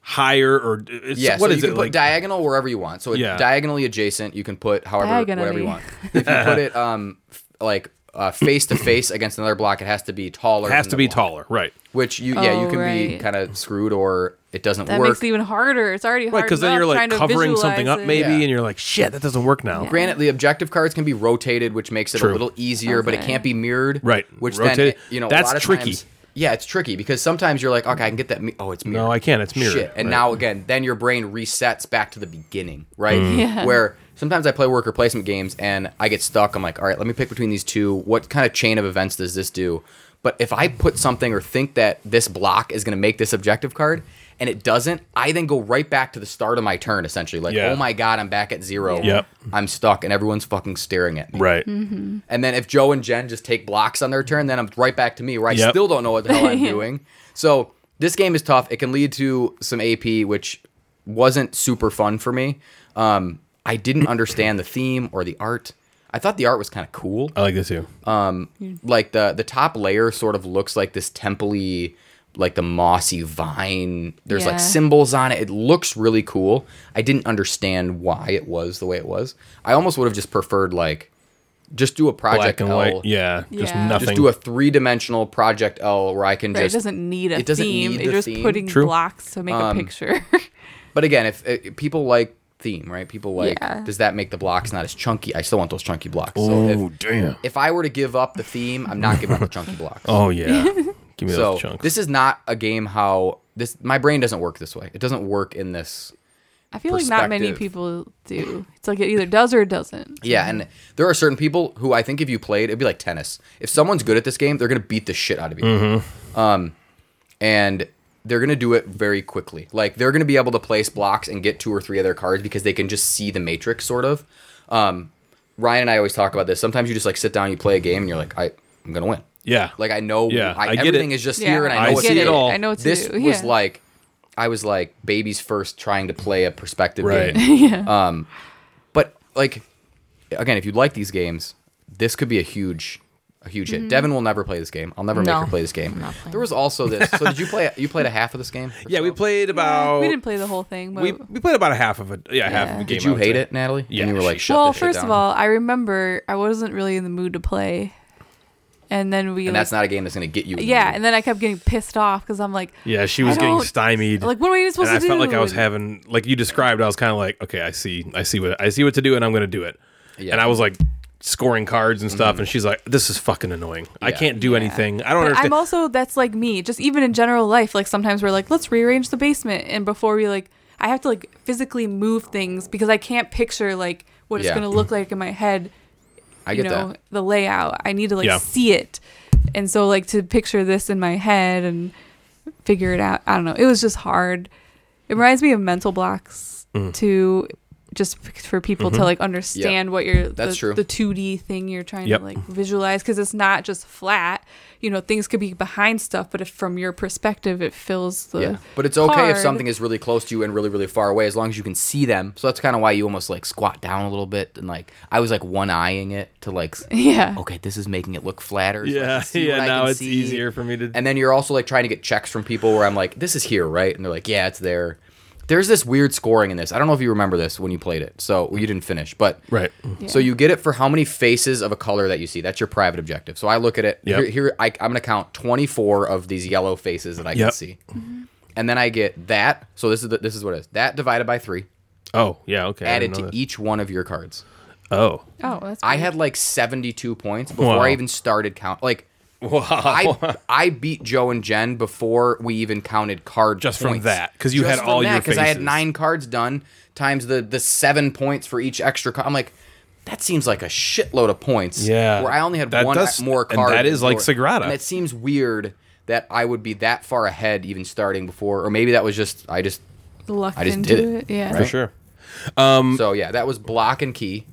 Speaker 1: higher or it's,
Speaker 3: Yeah,
Speaker 1: what is
Speaker 3: so you can
Speaker 1: it
Speaker 3: put
Speaker 1: like?
Speaker 3: diagonal wherever you want. So it's
Speaker 1: Yeah.
Speaker 3: diagonally adjacent. You can put however whatever you
Speaker 6: Diagonally.
Speaker 3: want. If you put it um f- like uh, face to face against another block, it has to be taller.
Speaker 1: has to
Speaker 3: than the
Speaker 1: be
Speaker 3: block,
Speaker 1: taller, right?
Speaker 3: Which you yeah you
Speaker 6: Oh,
Speaker 3: can be
Speaker 6: right.
Speaker 3: kind of screwed or it doesn't
Speaker 6: That
Speaker 3: work.
Speaker 6: makes it even harder. It's already hard
Speaker 1: Right, because then
Speaker 6: enough
Speaker 1: you're
Speaker 6: trying
Speaker 1: like
Speaker 6: to
Speaker 1: covering
Speaker 6: visualize
Speaker 1: something up
Speaker 6: it.
Speaker 1: maybe,
Speaker 3: Yeah.
Speaker 1: and you're like, shit, that doesn't work now.
Speaker 3: Granted, the objective cards can be rotated, which makes it a
Speaker 1: True.
Speaker 3: little easier, but it
Speaker 6: Okay.
Speaker 3: can't be mirrored.
Speaker 1: Right.
Speaker 3: Which
Speaker 1: Rotated-
Speaker 3: then you know
Speaker 1: that's
Speaker 3: a lot of
Speaker 1: tricky.
Speaker 3: times- yeah, it's tricky because sometimes you're like, okay, I can get that. Mi- oh, it's mirrored.
Speaker 1: I can't, it's mirrored,
Speaker 3: Shit. And
Speaker 1: right.
Speaker 3: now again, then your brain resets back to the beginning, right?
Speaker 1: Mm.
Speaker 6: Yeah.
Speaker 3: Where sometimes I play worker placement games and I get stuck. I'm like, all right, let me pick between these two. What kind of chain of events does this do? But if I put something or think that this block is going to make this objective card and it doesn't, I then go right back to the start of my turn essentially. Like,
Speaker 1: Yeah.
Speaker 3: oh my god, I'm back at zero.
Speaker 1: Yep.
Speaker 3: I'm stuck and everyone's fucking staring at me.
Speaker 1: Right.
Speaker 6: Mm-hmm.
Speaker 3: And then if Joe and Jen just take blocks on their turn, then I'm right back to me where I
Speaker 1: Yep.
Speaker 3: still don't know what the hell I'm doing. So this game is tough. It can lead to some AP, which wasn't super fun for me. Um, I didn't understand the theme or the art. I thought the art was kind of cool
Speaker 1: I like this too.
Speaker 3: like the the top layer sort of looks like this templey like the mossy vine there's
Speaker 6: Yeah.
Speaker 3: like symbols on it it looks really cool i didn't understand why it was the way it was i almost would have just preferred like just do a project
Speaker 1: Black and
Speaker 3: l
Speaker 1: white. Yeah. Just
Speaker 6: Yeah.
Speaker 1: nothing.
Speaker 3: just do a three-dimensional project l where i can
Speaker 6: Right, it
Speaker 3: just
Speaker 6: doesn't need a
Speaker 3: it doesn't
Speaker 6: theme.
Speaker 3: need the
Speaker 6: You're just
Speaker 3: theme. Um,
Speaker 6: putting
Speaker 1: True.
Speaker 6: blocks to make a picture.
Speaker 3: But again, if, if people like theme, right? People like
Speaker 6: Yeah.
Speaker 3: does that make the blocks not as chunky? I still want those chunky blocks.
Speaker 1: oh
Speaker 3: if,
Speaker 1: damn.
Speaker 3: if I were to give up the theme, I'm not giving up the chunky blocks.
Speaker 1: Oh yeah. Give me
Speaker 3: So
Speaker 1: those chunks.
Speaker 3: this is not a game how this my brain doesn't work this way. It doesn't work in this.
Speaker 6: I feel like not many
Speaker 3: Perspective.
Speaker 6: people do. It's like it either does or it doesn't.
Speaker 3: Yeah, and
Speaker 1: Mm-hmm.
Speaker 3: there are certain people who I think if you played, it'd be like tennis. If someone's good at this game, they're gonna beat the shit out of you. Um,
Speaker 1: Mm-hmm.
Speaker 3: and they're gonna do it very quickly. Like they're gonna be able to place blocks and get two or three other cards because they can just see the matrix, sort of. Um, Ryan and I always talk about this. Sometimes you just like sit down, you play a game, and you're like, I, I'm gonna win.
Speaker 1: yeah.
Speaker 3: Like I know,
Speaker 1: Yeah,
Speaker 3: I,
Speaker 1: I get it.
Speaker 3: everything is just
Speaker 6: Yeah,
Speaker 3: here, and
Speaker 1: I
Speaker 3: I know what
Speaker 1: see
Speaker 3: to
Speaker 6: get
Speaker 1: it
Speaker 3: do.
Speaker 1: all.
Speaker 6: I know what to
Speaker 3: this
Speaker 6: do.
Speaker 3: was
Speaker 6: yeah.
Speaker 3: like I was like baby's first trying to play a perspective
Speaker 1: Right.
Speaker 3: game. But like again, if you like these games, this could be a huge a huge
Speaker 6: Mm-hmm.
Speaker 3: hit. Devin will never play this game. I'll never
Speaker 5: No.
Speaker 3: make her play this game.
Speaker 5: not playing
Speaker 3: There was also this. So did you play you played a half of this game?
Speaker 1: yeah. We played about.
Speaker 3: oh,
Speaker 6: we didn't play the whole thing, but
Speaker 1: We, we played about a half of it. Yeah, half of a
Speaker 6: Yeah.
Speaker 1: game.
Speaker 3: Did
Speaker 1: I
Speaker 3: you
Speaker 1: would
Speaker 3: hate
Speaker 1: say.
Speaker 3: it, Natalie?
Speaker 1: Yeah,
Speaker 3: And you were like,
Speaker 1: she-
Speaker 3: shut
Speaker 6: well,
Speaker 3: this shit
Speaker 6: first
Speaker 3: down.
Speaker 6: of all, I remember I wasn't really in the mood to play, and then we
Speaker 3: and
Speaker 6: like,
Speaker 3: that's not a game that's going to get you. in the
Speaker 6: yeah,
Speaker 3: mood.
Speaker 6: and then I kept getting pissed off because I'm like
Speaker 1: Yeah, she was
Speaker 6: I
Speaker 1: getting
Speaker 6: don't-
Speaker 1: stymied.
Speaker 6: like what am I even supposed
Speaker 1: and I
Speaker 6: to do?
Speaker 1: felt like I was
Speaker 6: And-
Speaker 1: having like you described. I was kind of like, okay, I see, I see what I see what to do, and I'm going to do it.
Speaker 3: Yeah. Mm-hmm.
Speaker 1: And I was like scoring cards and stuff, and she's like, this is fucking annoying. I
Speaker 3: Yeah.
Speaker 1: can't do anything. I don't
Speaker 6: But
Speaker 1: understand.
Speaker 6: I'm also that's like me. Just even in general life, like sometimes we're like, let's rearrange the basement, and before we like, I have to like physically move things because I can't picture like what
Speaker 3: Yeah.
Speaker 6: it's gonna look like in my head.
Speaker 3: I
Speaker 6: you
Speaker 3: get
Speaker 6: know
Speaker 3: that.
Speaker 6: the layout. I need to like
Speaker 1: Yeah.
Speaker 6: see it, and so like to picture this in my head and figure it out. I don't know. It was just hard. It reminds me of mental blocks
Speaker 3: Mm.
Speaker 6: to just f- for people to like understand what you're
Speaker 3: Mm-hmm. That's
Speaker 6: the,
Speaker 3: true.
Speaker 6: the 2D thing you're trying
Speaker 1: Yep.
Speaker 6: to like visualize because it's not just flat. You know, things could be behind stuff, but if from your perspective, it fills the.
Speaker 3: Yeah, but it's okay if
Speaker 6: card.
Speaker 3: something is really close to you and really, really far away, as long as you can see them. So that's kind of why you almost like squat down a little bit and like I was like one eyeing it to like, s-
Speaker 6: Yeah.
Speaker 3: okay, this is making it look flatter. so I can
Speaker 1: yeah,
Speaker 3: see
Speaker 1: yeah.
Speaker 3: what I
Speaker 1: Now
Speaker 3: can
Speaker 1: it's
Speaker 3: see.
Speaker 1: easier for me to.
Speaker 3: And then you're also like trying to get checks from people where I'm like, this is here, right? And they're like, yeah, it's there. There's this weird scoring in this. I don't know if you remember this when you played it. So well, you didn't finish, but
Speaker 1: right.
Speaker 3: so you get it for how many faces of a color that you see. That's your private objective. So I look at it.
Speaker 1: Yep.
Speaker 3: Here, here I, I'm going to count 24 of these yellow faces that I can
Speaker 1: Yep.
Speaker 3: see, and then I get that. So this is the, this is what it is. That divided by three,
Speaker 1: Oh yeah. Okay. I
Speaker 3: added
Speaker 1: didn't
Speaker 3: to
Speaker 1: know that.
Speaker 3: each one of your cards.
Speaker 1: Oh.
Speaker 6: Oh, that's.
Speaker 3: I had like 72 points before
Speaker 1: Wow.
Speaker 3: I even started count. Like
Speaker 1: Wow.
Speaker 3: I I beat Joe and Jen before we even counted card
Speaker 1: Just from
Speaker 3: points.
Speaker 1: that, 'cause you
Speaker 3: Just
Speaker 1: had
Speaker 3: from
Speaker 1: all your
Speaker 3: that, I had
Speaker 1: faces.
Speaker 3: nine cards done times the the seven points for each extra. Card. I'm like, that seems like a shitload of points.
Speaker 1: Yeah.
Speaker 3: where I only had
Speaker 1: That
Speaker 3: one
Speaker 1: does-
Speaker 3: more
Speaker 1: and
Speaker 3: card.
Speaker 1: that is like
Speaker 3: before-
Speaker 1: Sagrada.
Speaker 3: And it seems weird that I would be that far ahead even starting before, or maybe that was just I just
Speaker 6: Lucked
Speaker 3: I just
Speaker 6: into
Speaker 3: did
Speaker 6: it. Yeah.
Speaker 1: For sure. Um,
Speaker 3: so yeah that was block and key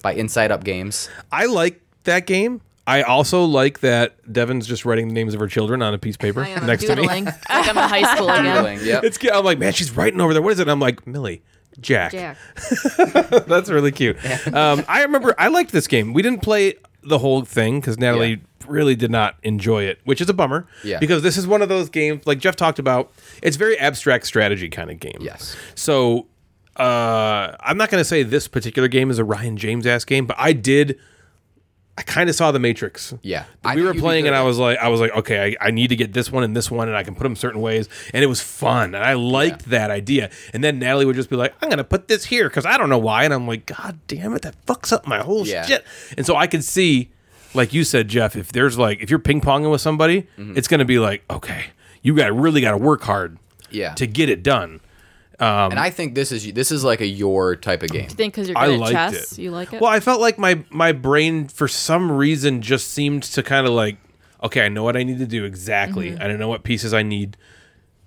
Speaker 3: by Inside Up Games.
Speaker 1: I like that game. I also like that Devin's just writing the names of her children on a piece of paper
Speaker 5: I am
Speaker 1: next to me.
Speaker 5: doodling. It's like I'm in high school again.
Speaker 3: Doodling, yep.
Speaker 1: It's cute. I'm like, man, she's writing over there. What is it? I'm like, Millie, Jack.
Speaker 5: Jack.
Speaker 1: That's really cute. Um, I remember I liked this game. We didn't play the whole thing because Natalie
Speaker 3: Yeah.
Speaker 1: really did not enjoy it, which is a bummer.
Speaker 3: Yeah.
Speaker 1: Because this is one of those games, like Jeff talked about, it's very abstract strategy kind of game.
Speaker 3: Yes.
Speaker 1: So uh, I'm not going to say this particular game is a Ryan James ass game, but I did. I kind of saw The Matrix.
Speaker 3: Yeah.
Speaker 1: we
Speaker 3: I think
Speaker 1: were
Speaker 3: you'd be
Speaker 1: playing,
Speaker 3: good
Speaker 1: and I
Speaker 3: at
Speaker 1: was like, I was like, okay, I, I need to get this one and this one, and I can put them certain ways, and it was fun, and I liked that idea. And then Natalie would just be like, I'm gonna put this here because I don't know why, and I'm like, God damn it, that fucks up my whole
Speaker 3: Yeah.
Speaker 1: shit. And so I could see, like you said, Jeff, if there's like if you're ping ponging with somebody,
Speaker 3: Mm-hmm.
Speaker 1: it's gonna be like, okay, you got to really got to work hard,
Speaker 3: Yeah.
Speaker 1: to get it done.
Speaker 3: and I think this is this is like a your type of game.
Speaker 5: Think because you're
Speaker 1: I
Speaker 5: good at
Speaker 1: liked
Speaker 5: chess,
Speaker 1: it.
Speaker 5: you like it.
Speaker 1: Well, I felt like my my brain for some reason just seemed to kind of like, okay, I know what I need to do exactly.
Speaker 5: Mm-hmm.
Speaker 1: I don't know what pieces I need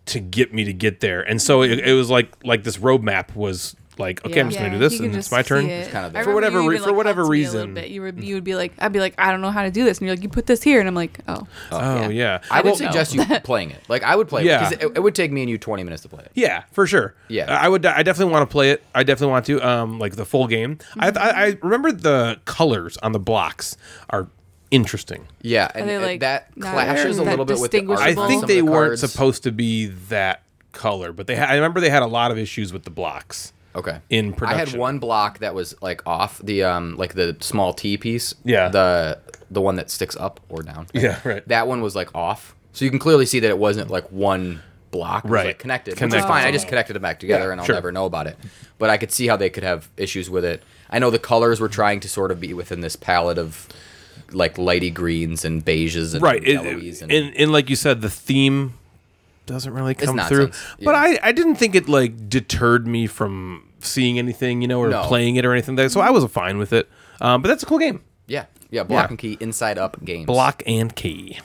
Speaker 1: to get me to get there. And so it, it was like like this roadmap was like, okay, I'm just gonna do
Speaker 6: you
Speaker 1: this,
Speaker 6: can
Speaker 1: and it's
Speaker 6: just
Speaker 1: my turn.
Speaker 6: see it.
Speaker 3: kind of
Speaker 6: I
Speaker 3: there.
Speaker 1: For whatever
Speaker 6: remember you
Speaker 1: re-
Speaker 6: even,
Speaker 1: for
Speaker 6: like,
Speaker 1: whatever
Speaker 6: helped me a little
Speaker 1: reason.
Speaker 6: bit. you would you would be like, I'd be like, I don't know how to do this, and you're like, you put this here, and I'm like, oh,
Speaker 1: Oh yeah,
Speaker 3: I would
Speaker 1: Well,
Speaker 3: suggest you playing it. Like I would play
Speaker 1: Yeah.
Speaker 3: it because it, it would take me and you 20 minutes to play it.
Speaker 1: Yeah, for sure.
Speaker 3: Yeah.
Speaker 1: I I would. I definitely want to play it. I definitely want to. Um, like the full game. I,
Speaker 5: Mm-hmm.
Speaker 1: I I remember the colors on the blocks are interesting.
Speaker 3: Yeah, and
Speaker 6: they,
Speaker 3: it-
Speaker 6: like,
Speaker 3: that
Speaker 6: not
Speaker 3: clashes a
Speaker 6: that
Speaker 3: little bit with the art
Speaker 1: I
Speaker 6: distinguishable?
Speaker 3: on
Speaker 6: Well,
Speaker 1: think
Speaker 3: some of
Speaker 1: they
Speaker 3: the
Speaker 1: weren't
Speaker 3: cards.
Speaker 1: supposed to be that color, but they. Ha- I remember they had a lot of issues with the blocks.
Speaker 3: Okay.
Speaker 1: in
Speaker 3: I had
Speaker 1: production.
Speaker 3: one block that was like off the um like the small T piece.
Speaker 1: Yeah.
Speaker 3: The the one that sticks up or down.
Speaker 1: Yeah, right.
Speaker 3: That one was like off. So you can clearly see that it wasn't like one block. It was, like,
Speaker 1: Right.
Speaker 3: connected. Which
Speaker 1: Connected.
Speaker 3: is fine. I just connected them back together and I'll
Speaker 1: sure.
Speaker 3: never know about it. But I could see how they could have issues with it. I know the colors were trying to sort of be within this palette of like lighty greens and beiges and
Speaker 1: right. It-
Speaker 3: yellowies
Speaker 1: and, and like you said, the theme doesn't really come through.
Speaker 3: nonsense,
Speaker 1: But
Speaker 3: yeah.
Speaker 1: I I didn't think it like deterred me from seeing anything, you know, or
Speaker 3: No.
Speaker 1: playing it or anything. like that. So I was fine with it. Um, but that's a cool game.
Speaker 3: Yeah, yeah. Block
Speaker 1: Yeah.
Speaker 3: and key, inside up games.
Speaker 1: Block and key.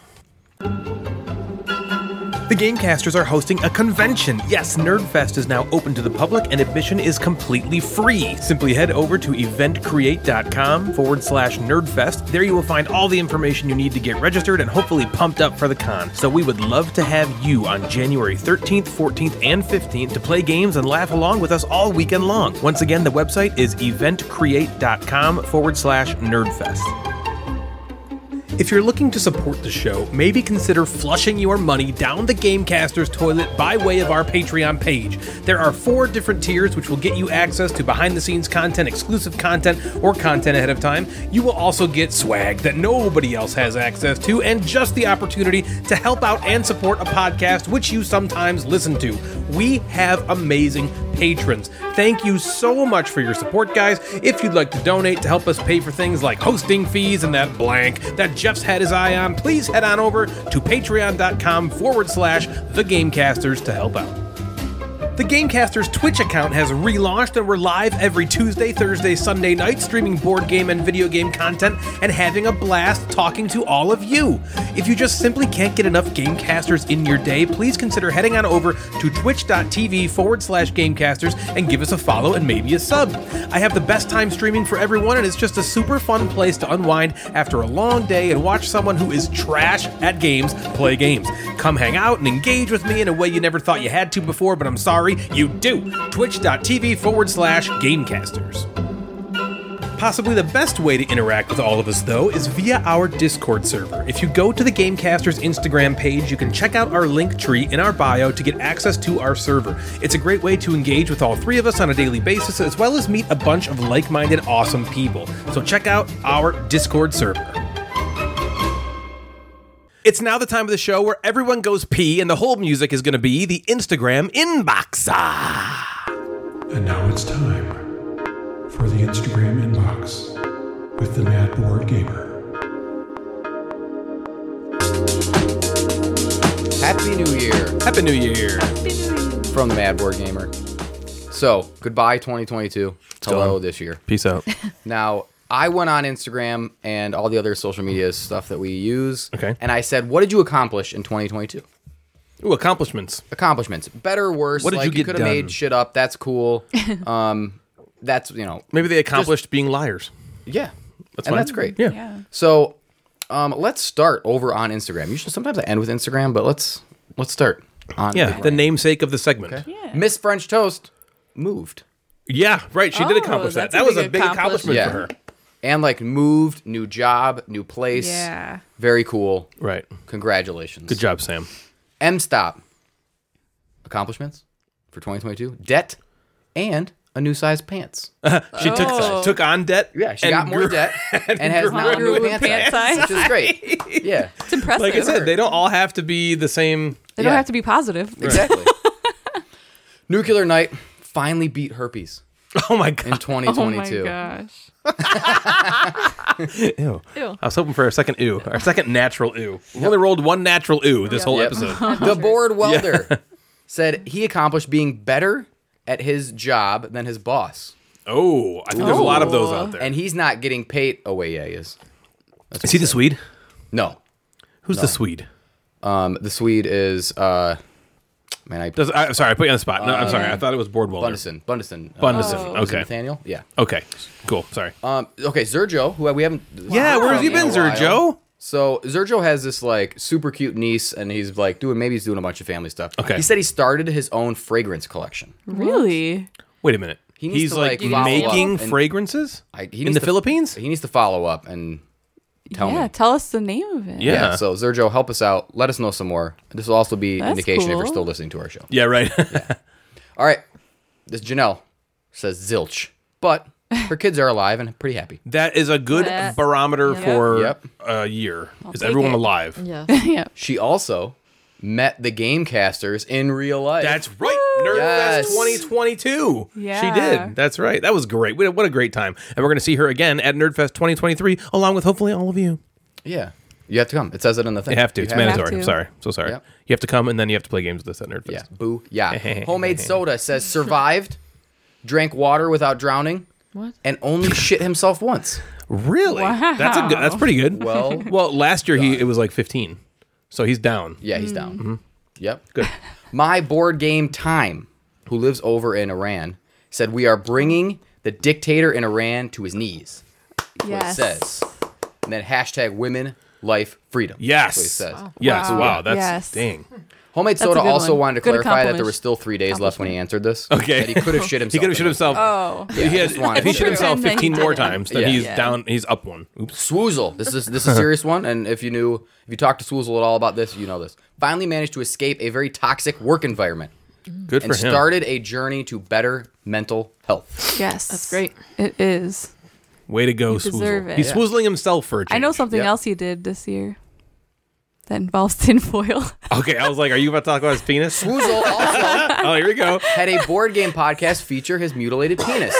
Speaker 1: The Gamecasters are hosting a convention. Yes, Nerdfest is now open to the public and admission is completely free. Simply head over to eventcreate.com forward slash nerdfest. There you will find all the information you need to get registered and hopefully pumped up for the con. So we would love to have you on January 13th, 14th, and 15th to play games and laugh along with us all weekend long. Once again, the website is eventcreate.com forward slash nerdfest. If you're looking to support the show, maybe consider flushing your money down the Gamecaster's toilet by way of our Patreon page. There are four different tiers which will get you access to behind the scenes content, exclusive content, or content ahead of time. You will also get swag that nobody else has access to and just the opportunity to help out and support a podcast which you sometimes listen to. We have amazing patrons. Thank you so much for your support, guys. If you'd like to donate to help us pay for things like hosting fees and that blank that Jeff's had his eye on, please head on over to patreon.com forward slash the Gamecasters to help out. The Gamecasters Twitch account has relaunched and we're live every Tuesday, Thursday, Sunday night, streaming board game and video game content and having a blast talking to all of you. If you just simply can't get enough Gamecasters in your day, please consider heading on over to twitch.tv forward slash Gamecasters and give us a follow and maybe a sub. I have the best time streaming for everyone and it's just a super fun place to unwind after a long day and watch someone who is trash at games play games. Come hang out and engage with me in a way you never thought you had to before, but I'm sorry, you do. Twitch.tv forward slash Gamecasters. Possibly the best way to interact with all of us, though, is via our Discord server. If you go to the Gamecasters Instagram page, you can check out our link tree in our bio to get access to our server. It's a great way to engage with all three of us on a daily basis, as well as meet a bunch of like minded, awesome people. So check out our Discord server. It's now the time of the show where everyone goes pee, and the whole music is going to be the Instagram inbox.
Speaker 7: And now it's time for the Instagram inbox with the Mad Board Gamer.
Speaker 3: Happy New Year
Speaker 1: Happy New Year.
Speaker 3: from the Mad Board Gamer. So goodbye 2022. Hello
Speaker 1: gone.
Speaker 3: this year.
Speaker 1: Peace out.
Speaker 3: Now, I went on Instagram and all the other social media stuff that we use.
Speaker 1: Okay.
Speaker 3: And I said, what did you accomplish in 2022?
Speaker 1: Ooh, accomplishments.
Speaker 3: Accomplishments, better, or worse.
Speaker 1: What did
Speaker 3: like,
Speaker 1: you get
Speaker 3: could have
Speaker 1: done?
Speaker 3: made shit up. That's cool. um, that's you know,
Speaker 1: Maybe they accomplished being liars.
Speaker 3: yeah.
Speaker 1: That's
Speaker 3: and
Speaker 1: fine.
Speaker 3: that's great.
Speaker 1: Yeah.
Speaker 6: Yeah.
Speaker 3: So, um, let's start over on Instagram. Usually, sometimes I end with Instagram, but let's let's start on
Speaker 1: Yeah,
Speaker 3: Instagram.
Speaker 1: the namesake of the segment.
Speaker 4: Yeah.
Speaker 3: Miss French Toast moved
Speaker 1: Yeah, right. She did
Speaker 4: Oh,
Speaker 1: accomplish that.
Speaker 4: that's
Speaker 1: That
Speaker 4: a
Speaker 1: was
Speaker 4: big
Speaker 1: a big accomplishment
Speaker 3: accomplishment.
Speaker 1: for her.
Speaker 3: and like moved, new job, new place.
Speaker 6: Yeah.
Speaker 3: Very cool.
Speaker 1: Right.
Speaker 3: Congratulations.
Speaker 1: Good job, Sam.
Speaker 3: M stop. Accomplishments for 2022. Debt and a new size pants.
Speaker 1: She took took on debt.
Speaker 3: Oh. Yeah, she
Speaker 1: and
Speaker 3: got more
Speaker 1: grew-
Speaker 3: debt and, has now a
Speaker 4: grew
Speaker 3: new
Speaker 4: a
Speaker 3: pants,
Speaker 4: pant
Speaker 3: size,
Speaker 4: size.
Speaker 3: which is great. Yeah,
Speaker 6: It's impressive.
Speaker 1: Like I said, they don't all have to be the same.
Speaker 6: They
Speaker 3: Yeah.
Speaker 6: don't have to be positive.
Speaker 3: exactly. Nuclear Night finally beat herpes
Speaker 1: Oh my
Speaker 3: in
Speaker 1: god.
Speaker 3: 2022.
Speaker 4: Oh my gosh.
Speaker 1: Ew.
Speaker 4: Ew.
Speaker 1: I was hoping for our second ew, our second natural ew. We only rolled one natural ew this whole
Speaker 3: Yep.
Speaker 1: episode.
Speaker 3: the board welder said he accomplished being better at his job than his boss,
Speaker 1: Oh, I think there's a lot of those out there.
Speaker 3: and he's not getting paid. Oh wait, yeah, he is.
Speaker 1: is he the Swede?
Speaker 3: No,
Speaker 1: Who's the Swede?
Speaker 3: um, the Swede is. Uh, man, I
Speaker 1: Does, I, sorry, I put you on the spot. No, I'm sorry.
Speaker 3: Uh,
Speaker 1: I thought it was Board Welder.
Speaker 3: Bundesen. Bundesen. uh,
Speaker 1: Bundesen,
Speaker 3: was it
Speaker 1: okay.
Speaker 3: Nathaniel. Yeah.
Speaker 1: Okay, cool. Sorry.
Speaker 3: Um, okay, Zerjo, who we haven't.
Speaker 1: yeah, where have you been,
Speaker 3: in a while.
Speaker 1: Zerjo?
Speaker 3: So Zerjo has this like super cute niece, and he's like doing maybe he's doing a bunch of family stuff.
Speaker 1: Okay.
Speaker 3: He said he started his own fragrance collection.
Speaker 6: Really?
Speaker 1: Wait a minute.
Speaker 3: He needs
Speaker 1: He's
Speaker 3: to,
Speaker 1: like,
Speaker 3: like, follow
Speaker 1: making
Speaker 3: up and-
Speaker 1: fragrances
Speaker 3: I, he
Speaker 1: in
Speaker 3: needs
Speaker 1: the
Speaker 3: to-
Speaker 1: Philippines.
Speaker 3: He needs to follow up and tell
Speaker 6: yeah.
Speaker 3: me.
Speaker 6: Tell us the name of it.
Speaker 1: Yeah.
Speaker 3: yeah. So Zerjo, help us out. Let us know some more. This will also be
Speaker 6: That's
Speaker 3: indication if you're
Speaker 6: cool.
Speaker 3: still listening to our show.
Speaker 1: Yeah, right.
Speaker 3: All right. This Janelle says zilch, but her kids are alive and pretty happy.
Speaker 1: that is a good
Speaker 5: Yeah.
Speaker 1: barometer for
Speaker 3: Yep.
Speaker 1: a year. is everyone
Speaker 6: it.
Speaker 1: alive?
Speaker 5: Yeah.
Speaker 6: yeah.
Speaker 3: She also met the Gamecasters in real life.
Speaker 1: That's right. Nerd
Speaker 3: Yes.
Speaker 1: Fest 2022.
Speaker 6: Yeah.
Speaker 1: She did. That's right. That was great. What a, what a great time. And we're going to see her again at Nerdfest 2023, along with hopefully all of you.
Speaker 3: Yeah. You have to come. It says it in the thing.
Speaker 1: You have to. It's mandatory.
Speaker 6: to.
Speaker 1: I'm sorry. I'm so sorry.
Speaker 3: Yep.
Speaker 1: You have to come and then you have to play games with us at Nerdfest.
Speaker 3: Yeah. Boo. Yeah. Homemade soda says survived, drank water without drowning,
Speaker 5: What?
Speaker 3: and only shit himself once.
Speaker 1: Really? That's a good. That's pretty good.
Speaker 3: Well
Speaker 1: well, last year he it was like 15, so he's down.
Speaker 3: Yeah, he's down. Yep.
Speaker 1: Mm-hmm. Good.
Speaker 3: My board game time, who lives over in Iran, said we are bringing the dictator in Iran to his knees. What it
Speaker 6: Yes.
Speaker 3: says. And then hashtag women, life, freedom.
Speaker 1: Yes.
Speaker 3: That's what it says.
Speaker 1: Yes. Wow. That's
Speaker 6: Yes.
Speaker 1: dang.
Speaker 3: Homemade
Speaker 6: a
Speaker 3: soda
Speaker 6: good
Speaker 3: also
Speaker 6: one.
Speaker 3: wanted to
Speaker 6: Good
Speaker 3: clarify that there
Speaker 6: accomplish-
Speaker 3: was still three days left when he answered this.
Speaker 1: Okay.
Speaker 3: That he could have shit himself.
Speaker 1: He could have
Speaker 3: in
Speaker 1: shit
Speaker 3: it.
Speaker 1: himself.
Speaker 6: Oh.
Speaker 1: He had-
Speaker 3: just wanted
Speaker 1: if he
Speaker 3: to
Speaker 1: shit
Speaker 3: clarify.
Speaker 1: himself
Speaker 6: And then he
Speaker 1: 15 more
Speaker 6: didn't.
Speaker 1: times, then
Speaker 3: Yeah.
Speaker 1: he's
Speaker 3: Yeah.
Speaker 1: down. He's up one. Oops.
Speaker 3: Swoozle. This is this is a serious one, and if you knew if you talked to Swoozle at all about this, you know this. Finally managed to escape a very toxic work environment
Speaker 1: Good
Speaker 3: and
Speaker 1: for him.
Speaker 3: started a journey to better mental health.
Speaker 6: Yes.
Speaker 5: That's great.
Speaker 6: It is.
Speaker 1: Way to go,
Speaker 6: deserve
Speaker 1: Swoozle.
Speaker 6: it.
Speaker 1: He's
Speaker 6: Yeah.
Speaker 1: swoozling himself for a change.
Speaker 6: I know something
Speaker 3: Yep.
Speaker 6: else he did this year that involves tinfoil.
Speaker 1: Okay, I was like, are you about to talk about his penis?
Speaker 3: Swoozle also
Speaker 1: oh, here we go.
Speaker 3: had a board game podcast feature his mutilated penis.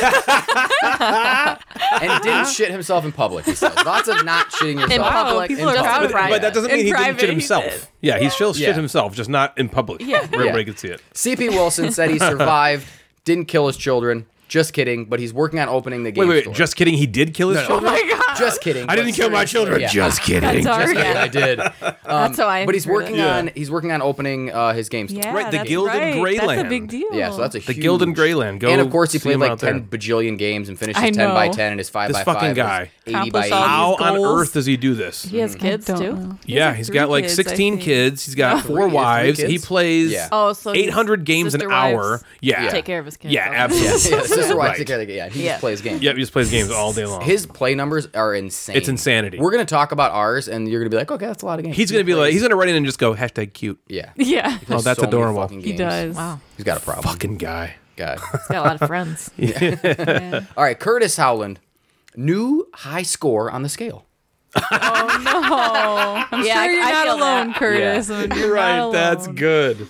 Speaker 3: and didn't shit himself in public, he says. Lots of not shitting yourself.
Speaker 5: In public.
Speaker 6: people are
Speaker 5: just
Speaker 6: proud
Speaker 5: in
Speaker 6: of
Speaker 5: private.
Speaker 1: But that doesn't
Speaker 6: In
Speaker 1: mean he
Speaker 6: private,
Speaker 1: didn't shit
Speaker 6: he
Speaker 1: himself. Yeah, he still
Speaker 3: Yeah.
Speaker 1: shit himself, just not in public. Yeah. Where everybody
Speaker 3: Yeah.
Speaker 1: could see it.
Speaker 3: CP Wilson said he survived, didn't kill his children. Just kidding, but he's working on opening the game.
Speaker 1: Wait, wait,
Speaker 3: store.
Speaker 1: wait. Just kidding. He did kill his
Speaker 6: Oh
Speaker 1: children?
Speaker 3: just kidding.
Speaker 1: I didn't
Speaker 3: but
Speaker 1: kill my
Speaker 3: seriously,
Speaker 1: children.
Speaker 3: yeah.
Speaker 1: Just kidding.
Speaker 6: Sorry.
Speaker 3: Yeah, I did. Um,
Speaker 5: That's how I
Speaker 3: But he's
Speaker 5: heard it.
Speaker 3: working
Speaker 1: Yeah.
Speaker 3: on he's working on opening uh, his game store.
Speaker 6: Yeah,
Speaker 1: Right, the
Speaker 6: that's
Speaker 1: Gilded
Speaker 6: right. That's
Speaker 1: Greyland.
Speaker 6: a big deal.
Speaker 3: Yeah, so that's a
Speaker 1: The
Speaker 3: huge-
Speaker 1: Guild and Greyland. Go
Speaker 3: and of course, he
Speaker 1: see
Speaker 3: played
Speaker 1: him
Speaker 3: like
Speaker 1: out there.
Speaker 3: ten bajillion games and finished
Speaker 6: I
Speaker 3: his ten by
Speaker 6: know.
Speaker 3: ten and his five
Speaker 1: This
Speaker 3: by
Speaker 1: fucking
Speaker 3: five, his
Speaker 1: guy.
Speaker 3: eighty by
Speaker 6: Accomplished all
Speaker 3: eighty.
Speaker 1: How on
Speaker 6: goals.
Speaker 1: earth does he do this?
Speaker 5: He
Speaker 3: Mm.
Speaker 5: has kids
Speaker 6: don't
Speaker 5: too.
Speaker 6: know.
Speaker 1: yeah,
Speaker 6: like
Speaker 1: he's
Speaker 6: three
Speaker 1: got like
Speaker 6: kids, I
Speaker 1: 16
Speaker 6: think. Oh.
Speaker 1: kids. He's got
Speaker 3: Three-
Speaker 1: four
Speaker 3: three
Speaker 1: wives.
Speaker 3: kids?
Speaker 1: He plays
Speaker 3: Yeah.
Speaker 5: Oh, so he's-
Speaker 1: 800 games an
Speaker 5: sister
Speaker 1: hour.
Speaker 5: wives
Speaker 1: Yeah.
Speaker 5: Take care of his kids.
Speaker 1: Yeah,
Speaker 5: obviously.
Speaker 3: Yeah,
Speaker 1: absolutely.
Speaker 3: yeah, this is why I
Speaker 1: Right.
Speaker 3: took care of the- yeah, he
Speaker 5: Yeah.
Speaker 3: just plays games.
Speaker 1: Yep, he just plays games all day long.
Speaker 3: His play numbers are insane.
Speaker 1: It's insanity.
Speaker 3: We're gonna talk about ours, and you're gonna be like, okay, that's a lot of games.
Speaker 1: he's going to be like, he's going to write in and just go, hashtag cute.
Speaker 3: yeah.
Speaker 6: Yeah.
Speaker 1: Oh, that's
Speaker 3: so many
Speaker 1: adorable.
Speaker 3: fucking
Speaker 6: He
Speaker 3: games.
Speaker 6: does.
Speaker 5: Wow.
Speaker 3: He's got a problem.
Speaker 1: Fucking guy.
Speaker 3: God.
Speaker 5: He's got a lot of friends.
Speaker 3: All right, Curtis Howland, new high score on the scale.
Speaker 6: I'm sure you're not alone, Curtis.
Speaker 1: You're right. That's good.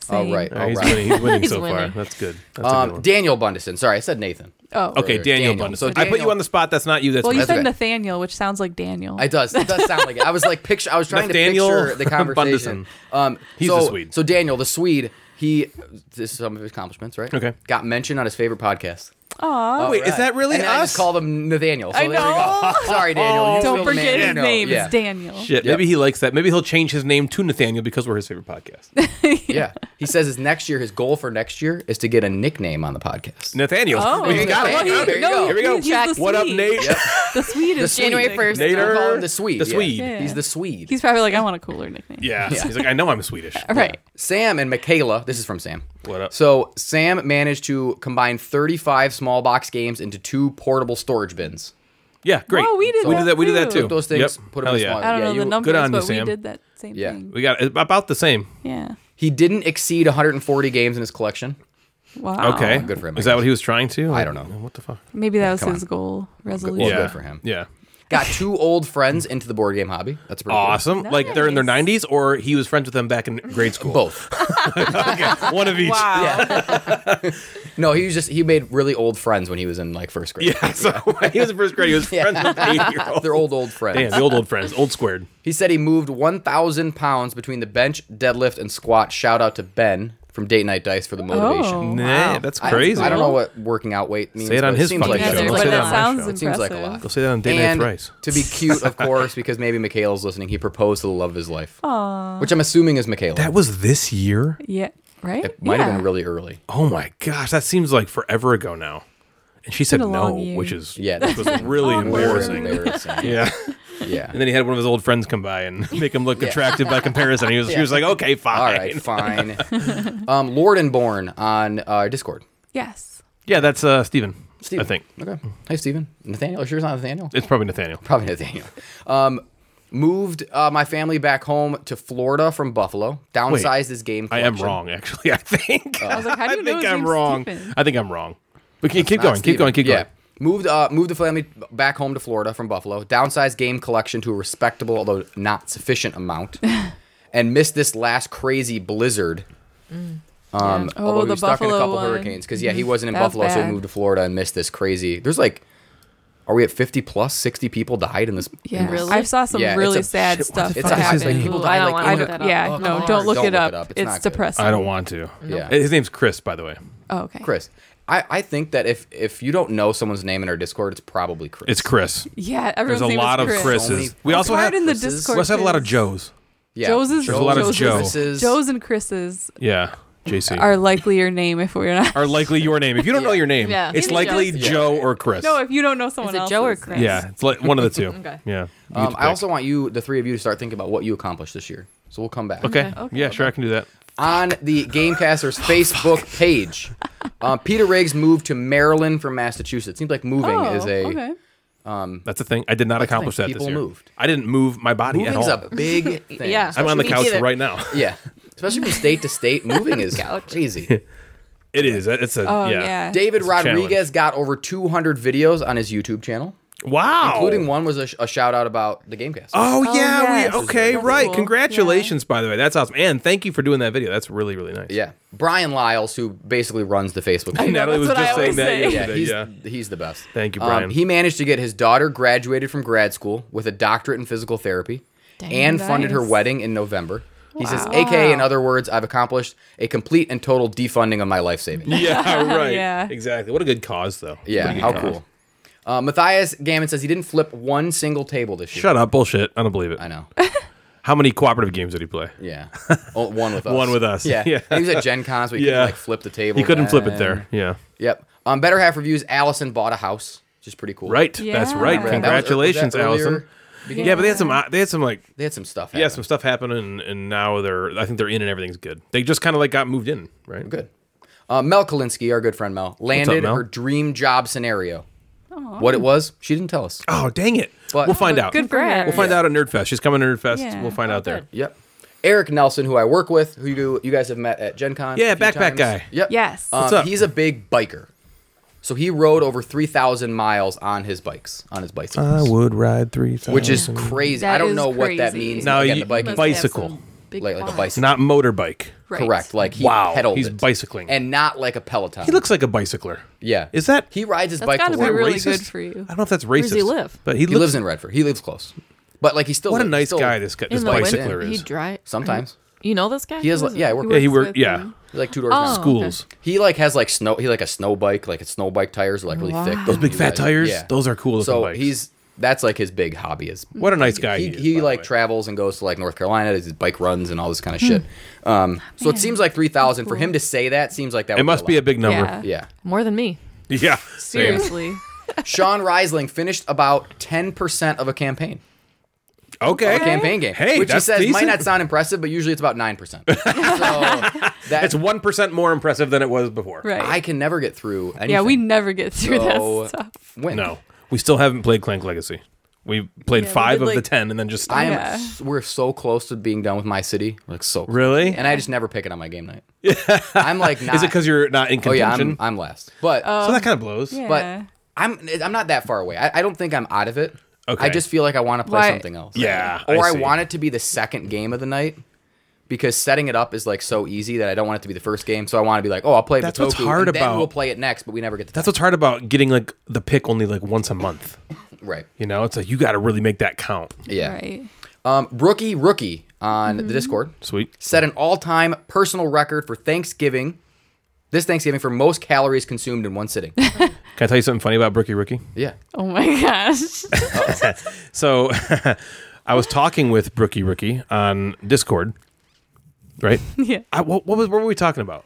Speaker 6: saying.
Speaker 3: All right, all
Speaker 1: All right, he's
Speaker 3: right.
Speaker 1: winning. He's winning
Speaker 5: He's
Speaker 1: so far.
Speaker 5: winning.
Speaker 1: That's good. That's a good
Speaker 3: Um,
Speaker 1: one.
Speaker 3: Daniel Bundison. Sorry, I said Nathan.
Speaker 6: Oh.
Speaker 1: okay, Daniel,
Speaker 3: or Daniel.
Speaker 1: Bundus.
Speaker 3: So
Speaker 1: I put you
Speaker 3: Daniel-
Speaker 1: on the spot. That's not you. That's
Speaker 6: Well, you
Speaker 1: me.
Speaker 3: That's
Speaker 6: said
Speaker 3: okay.
Speaker 6: Nathaniel, which sounds like Daniel.
Speaker 3: It does. It does sound like it. I was like picture. I was trying
Speaker 1: Nathaniel
Speaker 3: to picture the conversation. Um,
Speaker 1: He's
Speaker 3: so,
Speaker 1: the Swede.
Speaker 3: So Daniel, the Swede, he this is some of his accomplishments, right?
Speaker 1: Okay.
Speaker 3: Got mentioned on his favorite podcast.
Speaker 6: Aw.
Speaker 1: Wait, is that really
Speaker 3: and then I just
Speaker 1: us?
Speaker 3: called him Nathaniel. So
Speaker 6: I Oh.
Speaker 3: there you go. Sorry, Daniel. You
Speaker 6: Don't
Speaker 3: little man,
Speaker 6: forget
Speaker 3: you
Speaker 6: his
Speaker 3: know.
Speaker 6: name.
Speaker 3: Yeah.
Speaker 6: It's Daniel.
Speaker 1: Shit, maybe he likes that. Maybe he'll change his name to Nathaniel because we're his favorite podcast.
Speaker 3: yeah. He says his next year, his goal for next year is to get a nickname on the podcast.
Speaker 1: Nathaniel.
Speaker 6: Oh,
Speaker 1: we got
Speaker 3: Nathaniel.
Speaker 1: it.
Speaker 3: Well, he-
Speaker 1: There you
Speaker 3: no,
Speaker 1: go. Here we go.
Speaker 6: he's the
Speaker 1: What up,
Speaker 6: Swede.
Speaker 1: Nate?
Speaker 6: The Swede is
Speaker 3: Swede.
Speaker 5: January first.
Speaker 1: Nader.
Speaker 3: I'll call him the Swede.
Speaker 1: The
Speaker 3: yeah.
Speaker 1: Swede.
Speaker 6: Yeah.
Speaker 3: He's the Swede.
Speaker 6: He's probably like, I want a cooler nickname.
Speaker 1: Yeah. He's like, I know I'm Swedish.
Speaker 6: Right.
Speaker 3: Sam and Michaela, this is from Sam.
Speaker 1: What up?
Speaker 3: So Sam managed to combine 35 small box games into two portable storage bins.
Speaker 1: Yeah, great.
Speaker 6: Oh, we did
Speaker 1: we
Speaker 6: that
Speaker 1: did that. We did that
Speaker 6: too.
Speaker 1: too.
Speaker 3: Took those things,
Speaker 1: Yep.
Speaker 3: put 'em
Speaker 1: Hell
Speaker 3: in
Speaker 1: yeah.
Speaker 3: small-
Speaker 6: I don't
Speaker 3: Yeah,
Speaker 6: know
Speaker 3: you-
Speaker 6: the
Speaker 3: good
Speaker 6: numbers,
Speaker 1: on you,
Speaker 6: but
Speaker 1: Sam.
Speaker 6: we did that same
Speaker 3: Yeah.
Speaker 6: thing.
Speaker 1: We got it. about the same.
Speaker 6: Yeah.
Speaker 3: He didn't exceed 140 games in his collection.
Speaker 6: Wow.
Speaker 1: Okay.
Speaker 3: Oh. good for him, I
Speaker 1: Is that
Speaker 3: guess.
Speaker 1: what he was trying to?
Speaker 3: I don't know.
Speaker 1: What the fuck?
Speaker 6: Maybe that was
Speaker 3: come
Speaker 6: his goal resolution.
Speaker 3: Well,
Speaker 1: yeah.
Speaker 3: good for him.
Speaker 1: Yeah.
Speaker 3: Got two old friends into the board game hobby. That's pretty cool.
Speaker 1: Awesome. Like they're in their 90s, or he was friends with them back in grade school.
Speaker 3: Both.
Speaker 1: One of each.
Speaker 3: No, he was just he made really old friends when he was in like first grade.
Speaker 1: Yeah. So when he was in first grade, he was friends with eight year olds.
Speaker 3: They're old old friends.
Speaker 1: Damn, the old old friends, old squared.
Speaker 3: He said he moved 1,000 pounds between the bench, deadlift, and squat. Shout out to Ben from Date Night Dice for the motivation.
Speaker 6: Oh.
Speaker 1: Nah, that's
Speaker 3: I-
Speaker 1: crazy.
Speaker 3: I, don't know what working out weight means.
Speaker 1: Say it
Speaker 3: but
Speaker 1: on his
Speaker 3: seems like
Speaker 1: fucking show.
Speaker 3: it.
Speaker 1: Go
Speaker 6: But
Speaker 1: say that
Speaker 6: that
Speaker 1: on
Speaker 6: sounds
Speaker 1: our show.
Speaker 3: It seems like a lot.
Speaker 6: impressive.
Speaker 1: Go say that on Day Night
Speaker 3: and
Speaker 1: Thrice.
Speaker 3: to be cute, of course, because maybe Michaela's listening, he proposed to the love of his life, which I'm assuming is Michaela.
Speaker 1: That was this year.
Speaker 6: Yeah. Right?
Speaker 3: it might have
Speaker 6: Yeah.
Speaker 3: been really early.
Speaker 1: Oh my gosh, that seems like forever ago now. And she said
Speaker 6: been a
Speaker 1: no,
Speaker 6: long year.
Speaker 1: which is
Speaker 3: Yeah, Oh,
Speaker 1: which
Speaker 3: that's
Speaker 1: was really embarrassing.
Speaker 3: embarrassing.
Speaker 1: Yeah.
Speaker 3: Yeah.
Speaker 1: And then he had one of his old friends come by and make him look attractive by comparison. He was he was like, okay, fine.
Speaker 3: All right, fine. um, Lord and Born on uh, Discord.
Speaker 6: Yes.
Speaker 1: Yeah, that's uh, Steven, I think
Speaker 3: Okay. Hey, Steven. Nathaniel. Are you sure it's not Nathaniel?
Speaker 1: it's probably Nathaniel.
Speaker 3: Probably Nathaniel. Um, moved uh, my family back home to Florida from Buffalo. Downsized his game
Speaker 1: I am
Speaker 3: collection.
Speaker 1: wrong, actually. I think. I
Speaker 6: was like, how do you know
Speaker 1: think
Speaker 6: his
Speaker 1: I'm
Speaker 6: name's
Speaker 1: wrong.
Speaker 6: Steven?
Speaker 1: I think I'm wrong. But keep, keep
Speaker 3: Not
Speaker 1: going. Keep going. Keep
Speaker 3: Steven.
Speaker 1: going.
Speaker 3: Yeah. Moved, uh, moved the family back home to Florida from Buffalo. Downsized game collection to a respectable, although not sufficient amount, and missed this last crazy blizzard. Um,
Speaker 6: Oh,
Speaker 3: although he
Speaker 6: the
Speaker 3: was stuck in a
Speaker 6: Buffalo
Speaker 3: couple
Speaker 6: one.
Speaker 3: hurricanes because yeah, he wasn't in
Speaker 6: That was
Speaker 3: Buffalo, so he
Speaker 6: bad.
Speaker 3: moved to Florida and missed this crazy. There's like, are we at 50 plus? 60 people died in this.
Speaker 6: Yeah.
Speaker 3: in this-
Speaker 6: I saw some
Speaker 3: Yeah, it's
Speaker 6: really
Speaker 3: a-
Speaker 6: sad
Speaker 1: shit, what
Speaker 6: stuff.
Speaker 1: the
Speaker 3: It's
Speaker 1: fuck
Speaker 3: a
Speaker 6: that
Speaker 1: is his
Speaker 3: hack.
Speaker 6: happened.
Speaker 1: name?
Speaker 3: Like people
Speaker 5: I
Speaker 3: died.
Speaker 5: don't
Speaker 3: like,
Speaker 5: wanna
Speaker 3: in
Speaker 5: look
Speaker 3: the-
Speaker 5: that up.
Speaker 6: Yeah,
Speaker 5: Oh,
Speaker 6: no,
Speaker 3: come
Speaker 6: don't
Speaker 3: on.
Speaker 6: look
Speaker 3: Don't
Speaker 6: it
Speaker 3: look
Speaker 6: up.
Speaker 3: it up. It's
Speaker 6: It's,
Speaker 3: not good.
Speaker 6: depressing.
Speaker 1: I don't want to. Uh,
Speaker 3: Yeah.
Speaker 1: His name's Chris, by the way.
Speaker 6: oh, okay.
Speaker 3: Chris, I, I think that if if you don't know someone's name in our Discord, it's probably Chris.
Speaker 1: It's Chris.
Speaker 6: Yeah,
Speaker 1: There's
Speaker 6: everyone's
Speaker 1: a
Speaker 6: name is
Speaker 1: lot of
Speaker 6: Chris.
Speaker 3: So
Speaker 1: Chris's.
Speaker 3: many-
Speaker 1: we also
Speaker 6: Hard
Speaker 1: have
Speaker 6: in the
Speaker 3: Chris's.
Speaker 1: we
Speaker 6: Discord.
Speaker 1: also have a lot of
Speaker 6: Chris.
Speaker 1: Joe's.
Speaker 3: yeah.
Speaker 6: Joe's is
Speaker 1: There's a lot of
Speaker 6: Joe's
Speaker 1: Joe.
Speaker 6: is-
Speaker 3: Chris's.
Speaker 6: Joe's and Chris's
Speaker 1: Yeah, JC.
Speaker 6: are likely your name if we're not.
Speaker 1: are likely your name. If you don't know your name,
Speaker 5: Yeah.
Speaker 1: it's
Speaker 5: Maybe
Speaker 1: likely
Speaker 5: Joe's.
Speaker 1: Joe or Chris.
Speaker 6: no, if you don't know someone
Speaker 5: it
Speaker 6: else.
Speaker 5: Joe or Chris?
Speaker 1: yeah, it's like one of the two. Yeah. You get
Speaker 3: Um,
Speaker 1: to pick.
Speaker 3: I also want you, the three of you, to start thinking about what you accomplished this year. So we'll come back.
Speaker 1: okay. Yeah, sure, I can do that.
Speaker 3: On the Gamecasters Facebook page, um, Peter Riggs moved to Maryland from Massachusetts. Seems like moving
Speaker 6: Oh,
Speaker 3: is a
Speaker 6: okay.
Speaker 1: That's the thing. I did not
Speaker 3: the
Speaker 1: accomplish
Speaker 3: thing.
Speaker 1: that this
Speaker 3: People
Speaker 1: year.
Speaker 3: moved.
Speaker 1: I didn't move my body at
Speaker 3: moving's
Speaker 1: all.
Speaker 3: a big thing.
Speaker 5: Yeah.
Speaker 1: I'm on the
Speaker 5: Me
Speaker 1: couch
Speaker 5: either.
Speaker 1: right now.
Speaker 3: yeah. Especially from state to state, moving is crazy.
Speaker 1: It is. It's a
Speaker 6: Oh,
Speaker 1: yeah.
Speaker 6: yeah.
Speaker 3: David
Speaker 1: It's a challenge.
Speaker 3: Rodriguez got over 200 videos on his YouTube channel,
Speaker 1: Wow.
Speaker 3: including one was a, sh- a shout out about the Gamecast.
Speaker 1: Oh, yeah,
Speaker 6: yes.
Speaker 1: we okay,
Speaker 6: That's
Speaker 1: right.
Speaker 6: cool.
Speaker 1: Congratulations, by the way. That's awesome. And thank you for doing that video. That's really, really nice.
Speaker 3: Yeah, Brian Lyles, who basically runs the Facebook. page.
Speaker 1: Natalie was
Speaker 6: that's what
Speaker 1: just
Speaker 6: I
Speaker 1: saying
Speaker 6: always
Speaker 1: that
Speaker 6: say.
Speaker 3: yeah,
Speaker 1: yesterday.
Speaker 3: he's,
Speaker 1: yeah.
Speaker 3: he's the best.
Speaker 1: Thank you,
Speaker 3: Um,
Speaker 1: Brian.
Speaker 3: he managed to get his daughter graduated from grad school with a doctorate in physical therapy and funded her
Speaker 6: nice.
Speaker 3: wedding in November. He says, AK, in other words, I've accomplished a complete and total defunding of my life savings.
Speaker 1: yeah, right.
Speaker 6: Yeah.
Speaker 1: Exactly. What a good cause, though.
Speaker 3: Yeah,
Speaker 1: What a
Speaker 3: how
Speaker 1: good cause.
Speaker 3: cool. Uh, Matthias Gammon says he didn't flip one single table this year.
Speaker 1: Shut up, bullshit. I don't believe it.
Speaker 3: I know.
Speaker 1: How many cooperative games did he play?
Speaker 3: Yeah. Oh, one with us.
Speaker 1: One with us.
Speaker 3: Yeah.
Speaker 1: Yeah.
Speaker 3: He was at Gen Cons, but he
Speaker 1: Yeah.
Speaker 3: couldn't like flip the table.
Speaker 1: He couldn't flip it
Speaker 3: then.
Speaker 1: there. Yeah.
Speaker 3: Yep. Um, Better Half Reviews, Allison bought a house, which is pretty cool.
Speaker 1: Right. That's right.
Speaker 6: Yeah.
Speaker 3: That was- was that
Speaker 1: Congratulations,
Speaker 3: earlier?
Speaker 1: Allison. Yeah. but they had some. They had some like.
Speaker 3: They had some stuff.
Speaker 1: Yeah,
Speaker 3: happen.
Speaker 1: some stuff happened, and, and now they're. I think they're in, and everything's good. They just kind of like got moved in, right?
Speaker 3: Good. Uh, Mel Kalinsky, our good friend Mel, landed
Speaker 1: Mel?
Speaker 3: her dream job scenario. What it was, she didn't tell us.
Speaker 1: Oh dang it!
Speaker 3: But-
Speaker 1: we'll find out.
Speaker 5: Good for him.
Speaker 1: We'll find out at Nerdfest. She's coming to Nerdfest.
Speaker 6: Yeah. Oh,
Speaker 1: We'll find out there.
Speaker 5: Oh, good.
Speaker 3: Yep. Eric Nelson, who I work with, who you, you guys have met at Gen Con.
Speaker 1: Yeah,
Speaker 3: a few
Speaker 1: backpack
Speaker 3: times.
Speaker 1: guy.
Speaker 3: Yep.
Speaker 6: Yes.
Speaker 3: Um,
Speaker 1: What's up?
Speaker 3: He's a big biker. So he rode over 3,000 miles on his bikes, on his bicycles.
Speaker 1: would ride three.
Speaker 3: Which is crazy. I
Speaker 6: That
Speaker 3: don't
Speaker 6: is
Speaker 3: know what that
Speaker 6: crazy.
Speaker 3: means.
Speaker 1: now
Speaker 3: Again,
Speaker 1: you,
Speaker 3: the biking.
Speaker 5: Must have
Speaker 1: bicycle.
Speaker 5: some-
Speaker 6: Big
Speaker 3: like, like a
Speaker 6: quad.
Speaker 3: bicycle.
Speaker 1: Not motorbike.
Speaker 6: Right.
Speaker 3: Correct. Like he
Speaker 1: Wow,
Speaker 3: pedaled
Speaker 1: he's
Speaker 3: it.
Speaker 1: bicycling.
Speaker 3: and not like a Peloton.
Speaker 1: He looks like a bicycler.
Speaker 3: yeah.
Speaker 1: Is that-
Speaker 3: he rides his
Speaker 6: That's
Speaker 3: bike to
Speaker 6: gotta be
Speaker 3: work?
Speaker 6: really
Speaker 1: racist?
Speaker 6: good for you.
Speaker 1: I don't know if that's racist.
Speaker 5: does he live?
Speaker 1: But he,
Speaker 3: He
Speaker 1: looks,
Speaker 3: lives in Redford. He lives close, but like he still
Speaker 1: What a
Speaker 3: he
Speaker 1: nice
Speaker 3: still-
Speaker 1: guy this guy, this
Speaker 5: In the
Speaker 3: winter,
Speaker 1: bicycler
Speaker 5: He
Speaker 1: is.
Speaker 5: drive.
Speaker 3: Sometimes
Speaker 5: You know this guy?
Speaker 3: he has
Speaker 5: Who
Speaker 3: like
Speaker 5: is
Speaker 3: yeah, I
Speaker 5: it?
Speaker 3: work
Speaker 1: yeah, he
Speaker 6: works
Speaker 1: worked.
Speaker 6: with
Speaker 1: Yeah,
Speaker 6: him.
Speaker 3: he's like two doors
Speaker 5: Oh,
Speaker 3: down.
Speaker 5: okay.
Speaker 1: schools.
Speaker 3: He like has like snow. He like a snow bike, like his snow bike tires are like really thick.
Speaker 5: Wow.
Speaker 1: Those big
Speaker 3: new
Speaker 1: fat
Speaker 3: guys-
Speaker 1: tires? Those are cool looking
Speaker 3: So
Speaker 1: bikes.
Speaker 3: he's that's like his big hobby is
Speaker 1: What a nice guy he
Speaker 3: he,
Speaker 1: is,
Speaker 3: he,
Speaker 1: by the
Speaker 3: like
Speaker 1: way.
Speaker 3: travels and goes to like North Carolina, does his bike runs and all this kind
Speaker 5: Hmm.
Speaker 3: of shit. Um, so it seems like three thousand for him to say that seems like that.
Speaker 1: It
Speaker 3: would
Speaker 1: must be a
Speaker 3: lot.
Speaker 1: big number.
Speaker 6: Yeah.
Speaker 3: yeah.
Speaker 5: More than me.
Speaker 1: Yeah. same.
Speaker 6: Seriously.
Speaker 3: Sean Reisling finished about ten percent of a campaign.
Speaker 1: Okay.
Speaker 3: A campaign game,
Speaker 1: Hey,
Speaker 3: which he
Speaker 1: that's
Speaker 3: says might
Speaker 1: decent.
Speaker 3: not sound impressive, but usually it's about nine percent. So that,
Speaker 1: It's one percent more impressive than it was before.
Speaker 6: right.
Speaker 3: I can never get through. Anything.
Speaker 6: yeah, we never get through
Speaker 3: so
Speaker 6: that stuff.
Speaker 3: Win.
Speaker 1: No, we still haven't played Clank Legacy. We played
Speaker 6: we
Speaker 1: five
Speaker 6: did,
Speaker 1: of the
Speaker 6: like-
Speaker 1: ten, and then just
Speaker 3: I am.
Speaker 6: Yeah.
Speaker 3: s- We're so close to being done with my city. We're, like so. close.
Speaker 1: Really?
Speaker 3: And I just never pick it on my game night. I'm like, not,
Speaker 1: Is it because you're not in
Speaker 3: Oh yeah,
Speaker 1: contention?
Speaker 3: I'm, I'm last. But
Speaker 6: Oh,
Speaker 1: so that kind of blows.
Speaker 6: Yeah.
Speaker 3: but I'm I'm not that far away. I, I don't think I'm out of it.
Speaker 1: Okay.
Speaker 3: I just feel like I want to play
Speaker 6: Why-
Speaker 3: something else.
Speaker 1: Yeah, I
Speaker 3: Or I,
Speaker 1: see.
Speaker 3: want it to be the second game of the night. Because setting it up is like so easy that I don't want it to be the first game, so I want to be like, oh, I'll play
Speaker 1: That's
Speaker 3: Bitoku,
Speaker 1: what's hard
Speaker 3: and
Speaker 1: about-
Speaker 3: Then we'll play it next, but we never get to.
Speaker 1: That's what's hard about getting like the pick only like once a month.
Speaker 3: right.
Speaker 1: You know, it's like you got to really make that count.
Speaker 3: Yeah.
Speaker 6: Right. Mm-hmm.
Speaker 3: Um, rookie rookie on the Discord
Speaker 1: Sweet.
Speaker 3: set an all-time personal record for Thanksgiving. This Thanksgiving for most calories consumed in one sitting.
Speaker 1: Can I tell you something funny about Brookie Rookie?
Speaker 3: Yeah.
Speaker 6: Oh my gosh.
Speaker 1: So I was talking with Brookie Rookie on Discord, right?
Speaker 6: yeah.
Speaker 1: I, what, what was what were we talking about?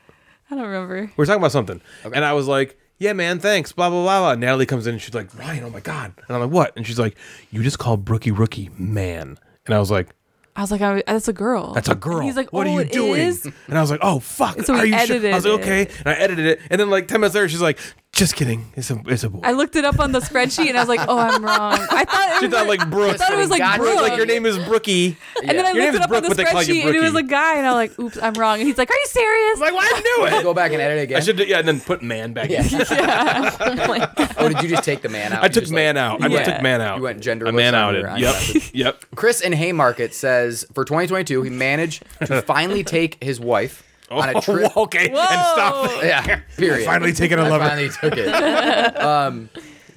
Speaker 6: I don't remember.
Speaker 1: We were talking about something, and I was like, "Yeah, man, thanks." Blah blah blah. blah. And Natalie comes in and she's like, "Ryan, oh my god!" And I'm like, "What?" And she's like, "You just called Brookie Rookie man," and I was like,
Speaker 6: I was like, I, that's a girl.
Speaker 1: That's a girl.
Speaker 6: he's like,
Speaker 1: what
Speaker 6: "Oh,
Speaker 1: are you
Speaker 6: it
Speaker 1: doing?
Speaker 6: is?"
Speaker 1: And I was like, oh fuck.
Speaker 6: so we
Speaker 1: are you sure?
Speaker 6: edited
Speaker 1: I was like,
Speaker 6: it.
Speaker 1: okay. And I edited it. And then like ten minutes later, she's like, just kidding. It's a it's a boy.
Speaker 6: I looked it up on the spreadsheet and I was like, oh, I'm wrong. I thought
Speaker 1: she
Speaker 6: it was
Speaker 1: thought like Brooke.
Speaker 6: I thought it was like
Speaker 3: God,
Speaker 6: Brooke.
Speaker 3: Brooke,
Speaker 1: like your name is Brookie.
Speaker 6: And then I
Speaker 1: Your name
Speaker 6: looked
Speaker 1: is
Speaker 6: it up
Speaker 1: Brooke,
Speaker 6: on
Speaker 1: but
Speaker 6: the
Speaker 1: they call you
Speaker 6: spreadsheet and it was a
Speaker 1: Brookie.
Speaker 6: guy and I'm like, oops, I'm wrong. And he's like, are you serious?
Speaker 1: like, well, I knew
Speaker 3: Go
Speaker 1: it.
Speaker 3: back and edit it again.
Speaker 1: I should yeah, and then put man back in.
Speaker 3: Oh, did you just take the man out?
Speaker 1: I
Speaker 3: You
Speaker 1: took
Speaker 3: just, like-
Speaker 1: man out. I just
Speaker 6: Yeah.
Speaker 1: took man out.
Speaker 3: You went genderless
Speaker 1: I man
Speaker 3: on
Speaker 1: outed.
Speaker 3: your- on your
Speaker 1: Yep. yep.
Speaker 3: Chris in Haymarket says for 2022, he managed to finally take his wife on a trip.
Speaker 1: Oh, okay. And stop.
Speaker 3: Yeah, period.
Speaker 1: Finally taking a
Speaker 3: I
Speaker 1: lover.
Speaker 3: finally took it. um,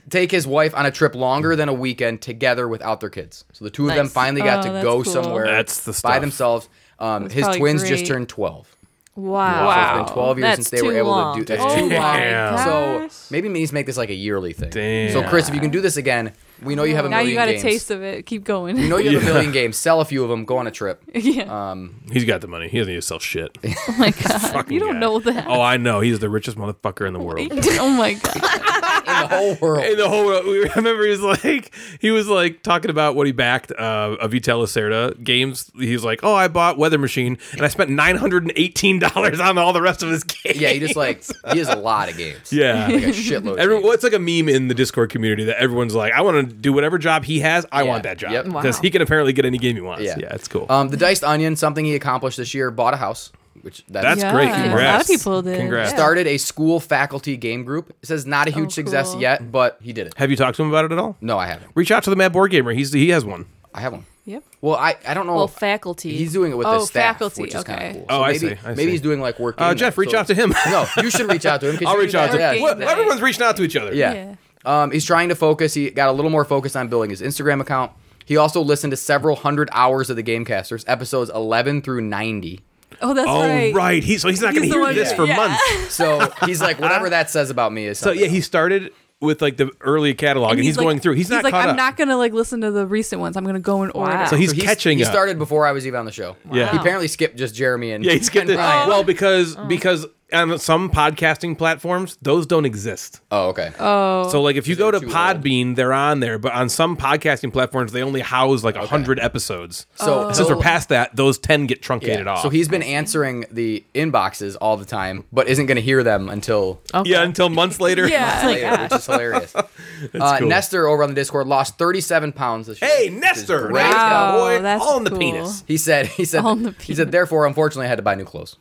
Speaker 3: take his wife on a trip longer than a weekend together without their kids. So the two of them
Speaker 5: Nice.
Speaker 3: finally got
Speaker 6: Oh,
Speaker 3: to
Speaker 6: that's
Speaker 3: go
Speaker 6: cool.
Speaker 3: somewhere
Speaker 1: That's the
Speaker 3: by
Speaker 1: stuff.
Speaker 3: themselves. Um, his
Speaker 6: probably
Speaker 3: twins just
Speaker 6: great.
Speaker 3: turned 12.
Speaker 5: Wow.
Speaker 3: So it's been 12 years
Speaker 5: That's
Speaker 3: since they were
Speaker 5: too
Speaker 3: able
Speaker 5: long.
Speaker 3: to
Speaker 6: Oh,
Speaker 3: do. That's
Speaker 1: Damn.
Speaker 3: too long.
Speaker 1: Damn.
Speaker 3: So maybe we need to make this like a yearly thing.
Speaker 1: Damn.
Speaker 3: So Chris, if you can do this again, we know you have a
Speaker 6: now
Speaker 3: million
Speaker 6: you got a
Speaker 3: games.
Speaker 6: taste of it. Keep going.
Speaker 3: We know you have a million games. Sell a few of them. Go on a trip. Um,
Speaker 6: yeah.
Speaker 1: He's got the money. He doesn't need to sell shit.
Speaker 5: Oh my god.
Speaker 1: Fucking
Speaker 6: don't
Speaker 1: guy.
Speaker 6: know that.
Speaker 1: Oh, I know. He's the richest motherfucker in the world.
Speaker 6: oh my god.
Speaker 3: in the whole world.
Speaker 1: And the whole we remember he was like he was like talking about what he backed uh, a Vitella Serta games. He's like, oh, I bought Weather Machine and I spent nine hundred and eighteen dollars on all the rest of his games.
Speaker 3: Yeah, he just like he has a lot of games. like a
Speaker 1: yeah.
Speaker 3: shitload. of
Speaker 1: Every,
Speaker 3: games.
Speaker 1: well, it's like a meme in the Discord community that everyone's like, I want to do whatever job he has. I
Speaker 3: Yeah.
Speaker 1: want that job
Speaker 3: Yep.
Speaker 1: because
Speaker 3: Wow.
Speaker 1: he can apparently get any game he wants. Yeah,
Speaker 3: Yeah.
Speaker 1: it's cool.
Speaker 3: Um, the diced onion, something he accomplished this year, bought a house, which
Speaker 1: That's
Speaker 3: that's,
Speaker 6: Yeah.
Speaker 1: great.
Speaker 6: A lot of
Speaker 1: Congrats.
Speaker 6: people did.
Speaker 1: Congrats.
Speaker 3: started a school faculty game group. It says not a huge success
Speaker 6: Oh, cool.
Speaker 3: yet, but he did it.
Speaker 1: Have you talked to him about it at all?
Speaker 3: No, I haven't.
Speaker 1: Reach out to the Mad Board Gamer. He's he has one.
Speaker 3: I have one.
Speaker 6: Yep.
Speaker 3: Well, I, I don't know.
Speaker 5: Well,
Speaker 3: if-
Speaker 5: faculty.
Speaker 3: Oh, He's doing it with
Speaker 6: Oh,
Speaker 3: his staff,
Speaker 6: faculty,
Speaker 3: which is kind
Speaker 6: okay.
Speaker 3: of cool.
Speaker 1: Oh, I
Speaker 3: maybe,
Speaker 1: see, I
Speaker 3: maybe
Speaker 1: see.
Speaker 3: he's doing like work.
Speaker 1: Uh,
Speaker 3: in
Speaker 1: Jeff,
Speaker 3: that,
Speaker 1: reach
Speaker 3: so-
Speaker 1: out to him.
Speaker 3: no, you should reach out to him. 'cause
Speaker 1: I'll
Speaker 3: you
Speaker 1: reach out to
Speaker 3: guys-
Speaker 1: him.
Speaker 3: yeah,
Speaker 1: Well, everyone's reaching out to each other.
Speaker 3: Yeah.
Speaker 6: Yeah.
Speaker 3: Um, he's trying to focus. He got a little more focus on building his Instagram account. He also listened to several hundred hours of the Gamecasters, episodes 11 through 90.
Speaker 6: Oh, that's
Speaker 1: Oh
Speaker 6: right.
Speaker 1: right. He so he's not
Speaker 6: He's
Speaker 1: going to
Speaker 6: the
Speaker 1: hear
Speaker 6: one-
Speaker 1: this
Speaker 6: yeah.
Speaker 1: for
Speaker 6: Yeah.
Speaker 1: months.
Speaker 3: So he's like, whatever that says about me is
Speaker 1: So
Speaker 3: something.
Speaker 1: yeah, he started with like the early catalog, and, he's,
Speaker 6: like-
Speaker 1: going through. He's, not
Speaker 6: like,
Speaker 1: caught
Speaker 6: I'm
Speaker 1: up.
Speaker 6: not gonna like listen to the recent ones. I'm gonna go in order.
Speaker 5: Wow.
Speaker 1: so he's,
Speaker 3: So
Speaker 1: catching
Speaker 3: He
Speaker 1: up.
Speaker 3: started before I was even on the show.
Speaker 1: Yeah.
Speaker 3: He apparently skipped just Jeremy and
Speaker 1: yeah, he skipped it.
Speaker 3: and Brian.
Speaker 1: Well, because
Speaker 6: Oh.
Speaker 1: because on some podcasting platforms, those don't exist.
Speaker 3: oh, okay.
Speaker 1: So like if you go
Speaker 3: they're
Speaker 1: to
Speaker 3: too old.
Speaker 1: Podbean, they're on there, but on some podcasting platforms, they only house like a hundred episodes.
Speaker 3: So-
Speaker 1: since we're
Speaker 3: Oh.
Speaker 1: past that, those ten get truncated
Speaker 3: yeah.
Speaker 1: off.
Speaker 3: So he's been answering the inboxes all the time, but isn't going to hear them until
Speaker 5: Okay.
Speaker 1: yeah until months later.
Speaker 6: Yeah.
Speaker 5: my
Speaker 3: later, which is hilarious. uh,
Speaker 1: cool.
Speaker 3: Nestor over on the Discord lost 37 pounds this year.
Speaker 1: Hey
Speaker 3: which is
Speaker 1: Nestor,
Speaker 3: great.
Speaker 1: nice
Speaker 6: Wow,
Speaker 1: boy,
Speaker 6: that's
Speaker 1: all in the
Speaker 6: cool.
Speaker 1: penis.
Speaker 3: He said, he said,
Speaker 6: On the
Speaker 3: he said, therefore, unfortunately, I had to buy new clothes.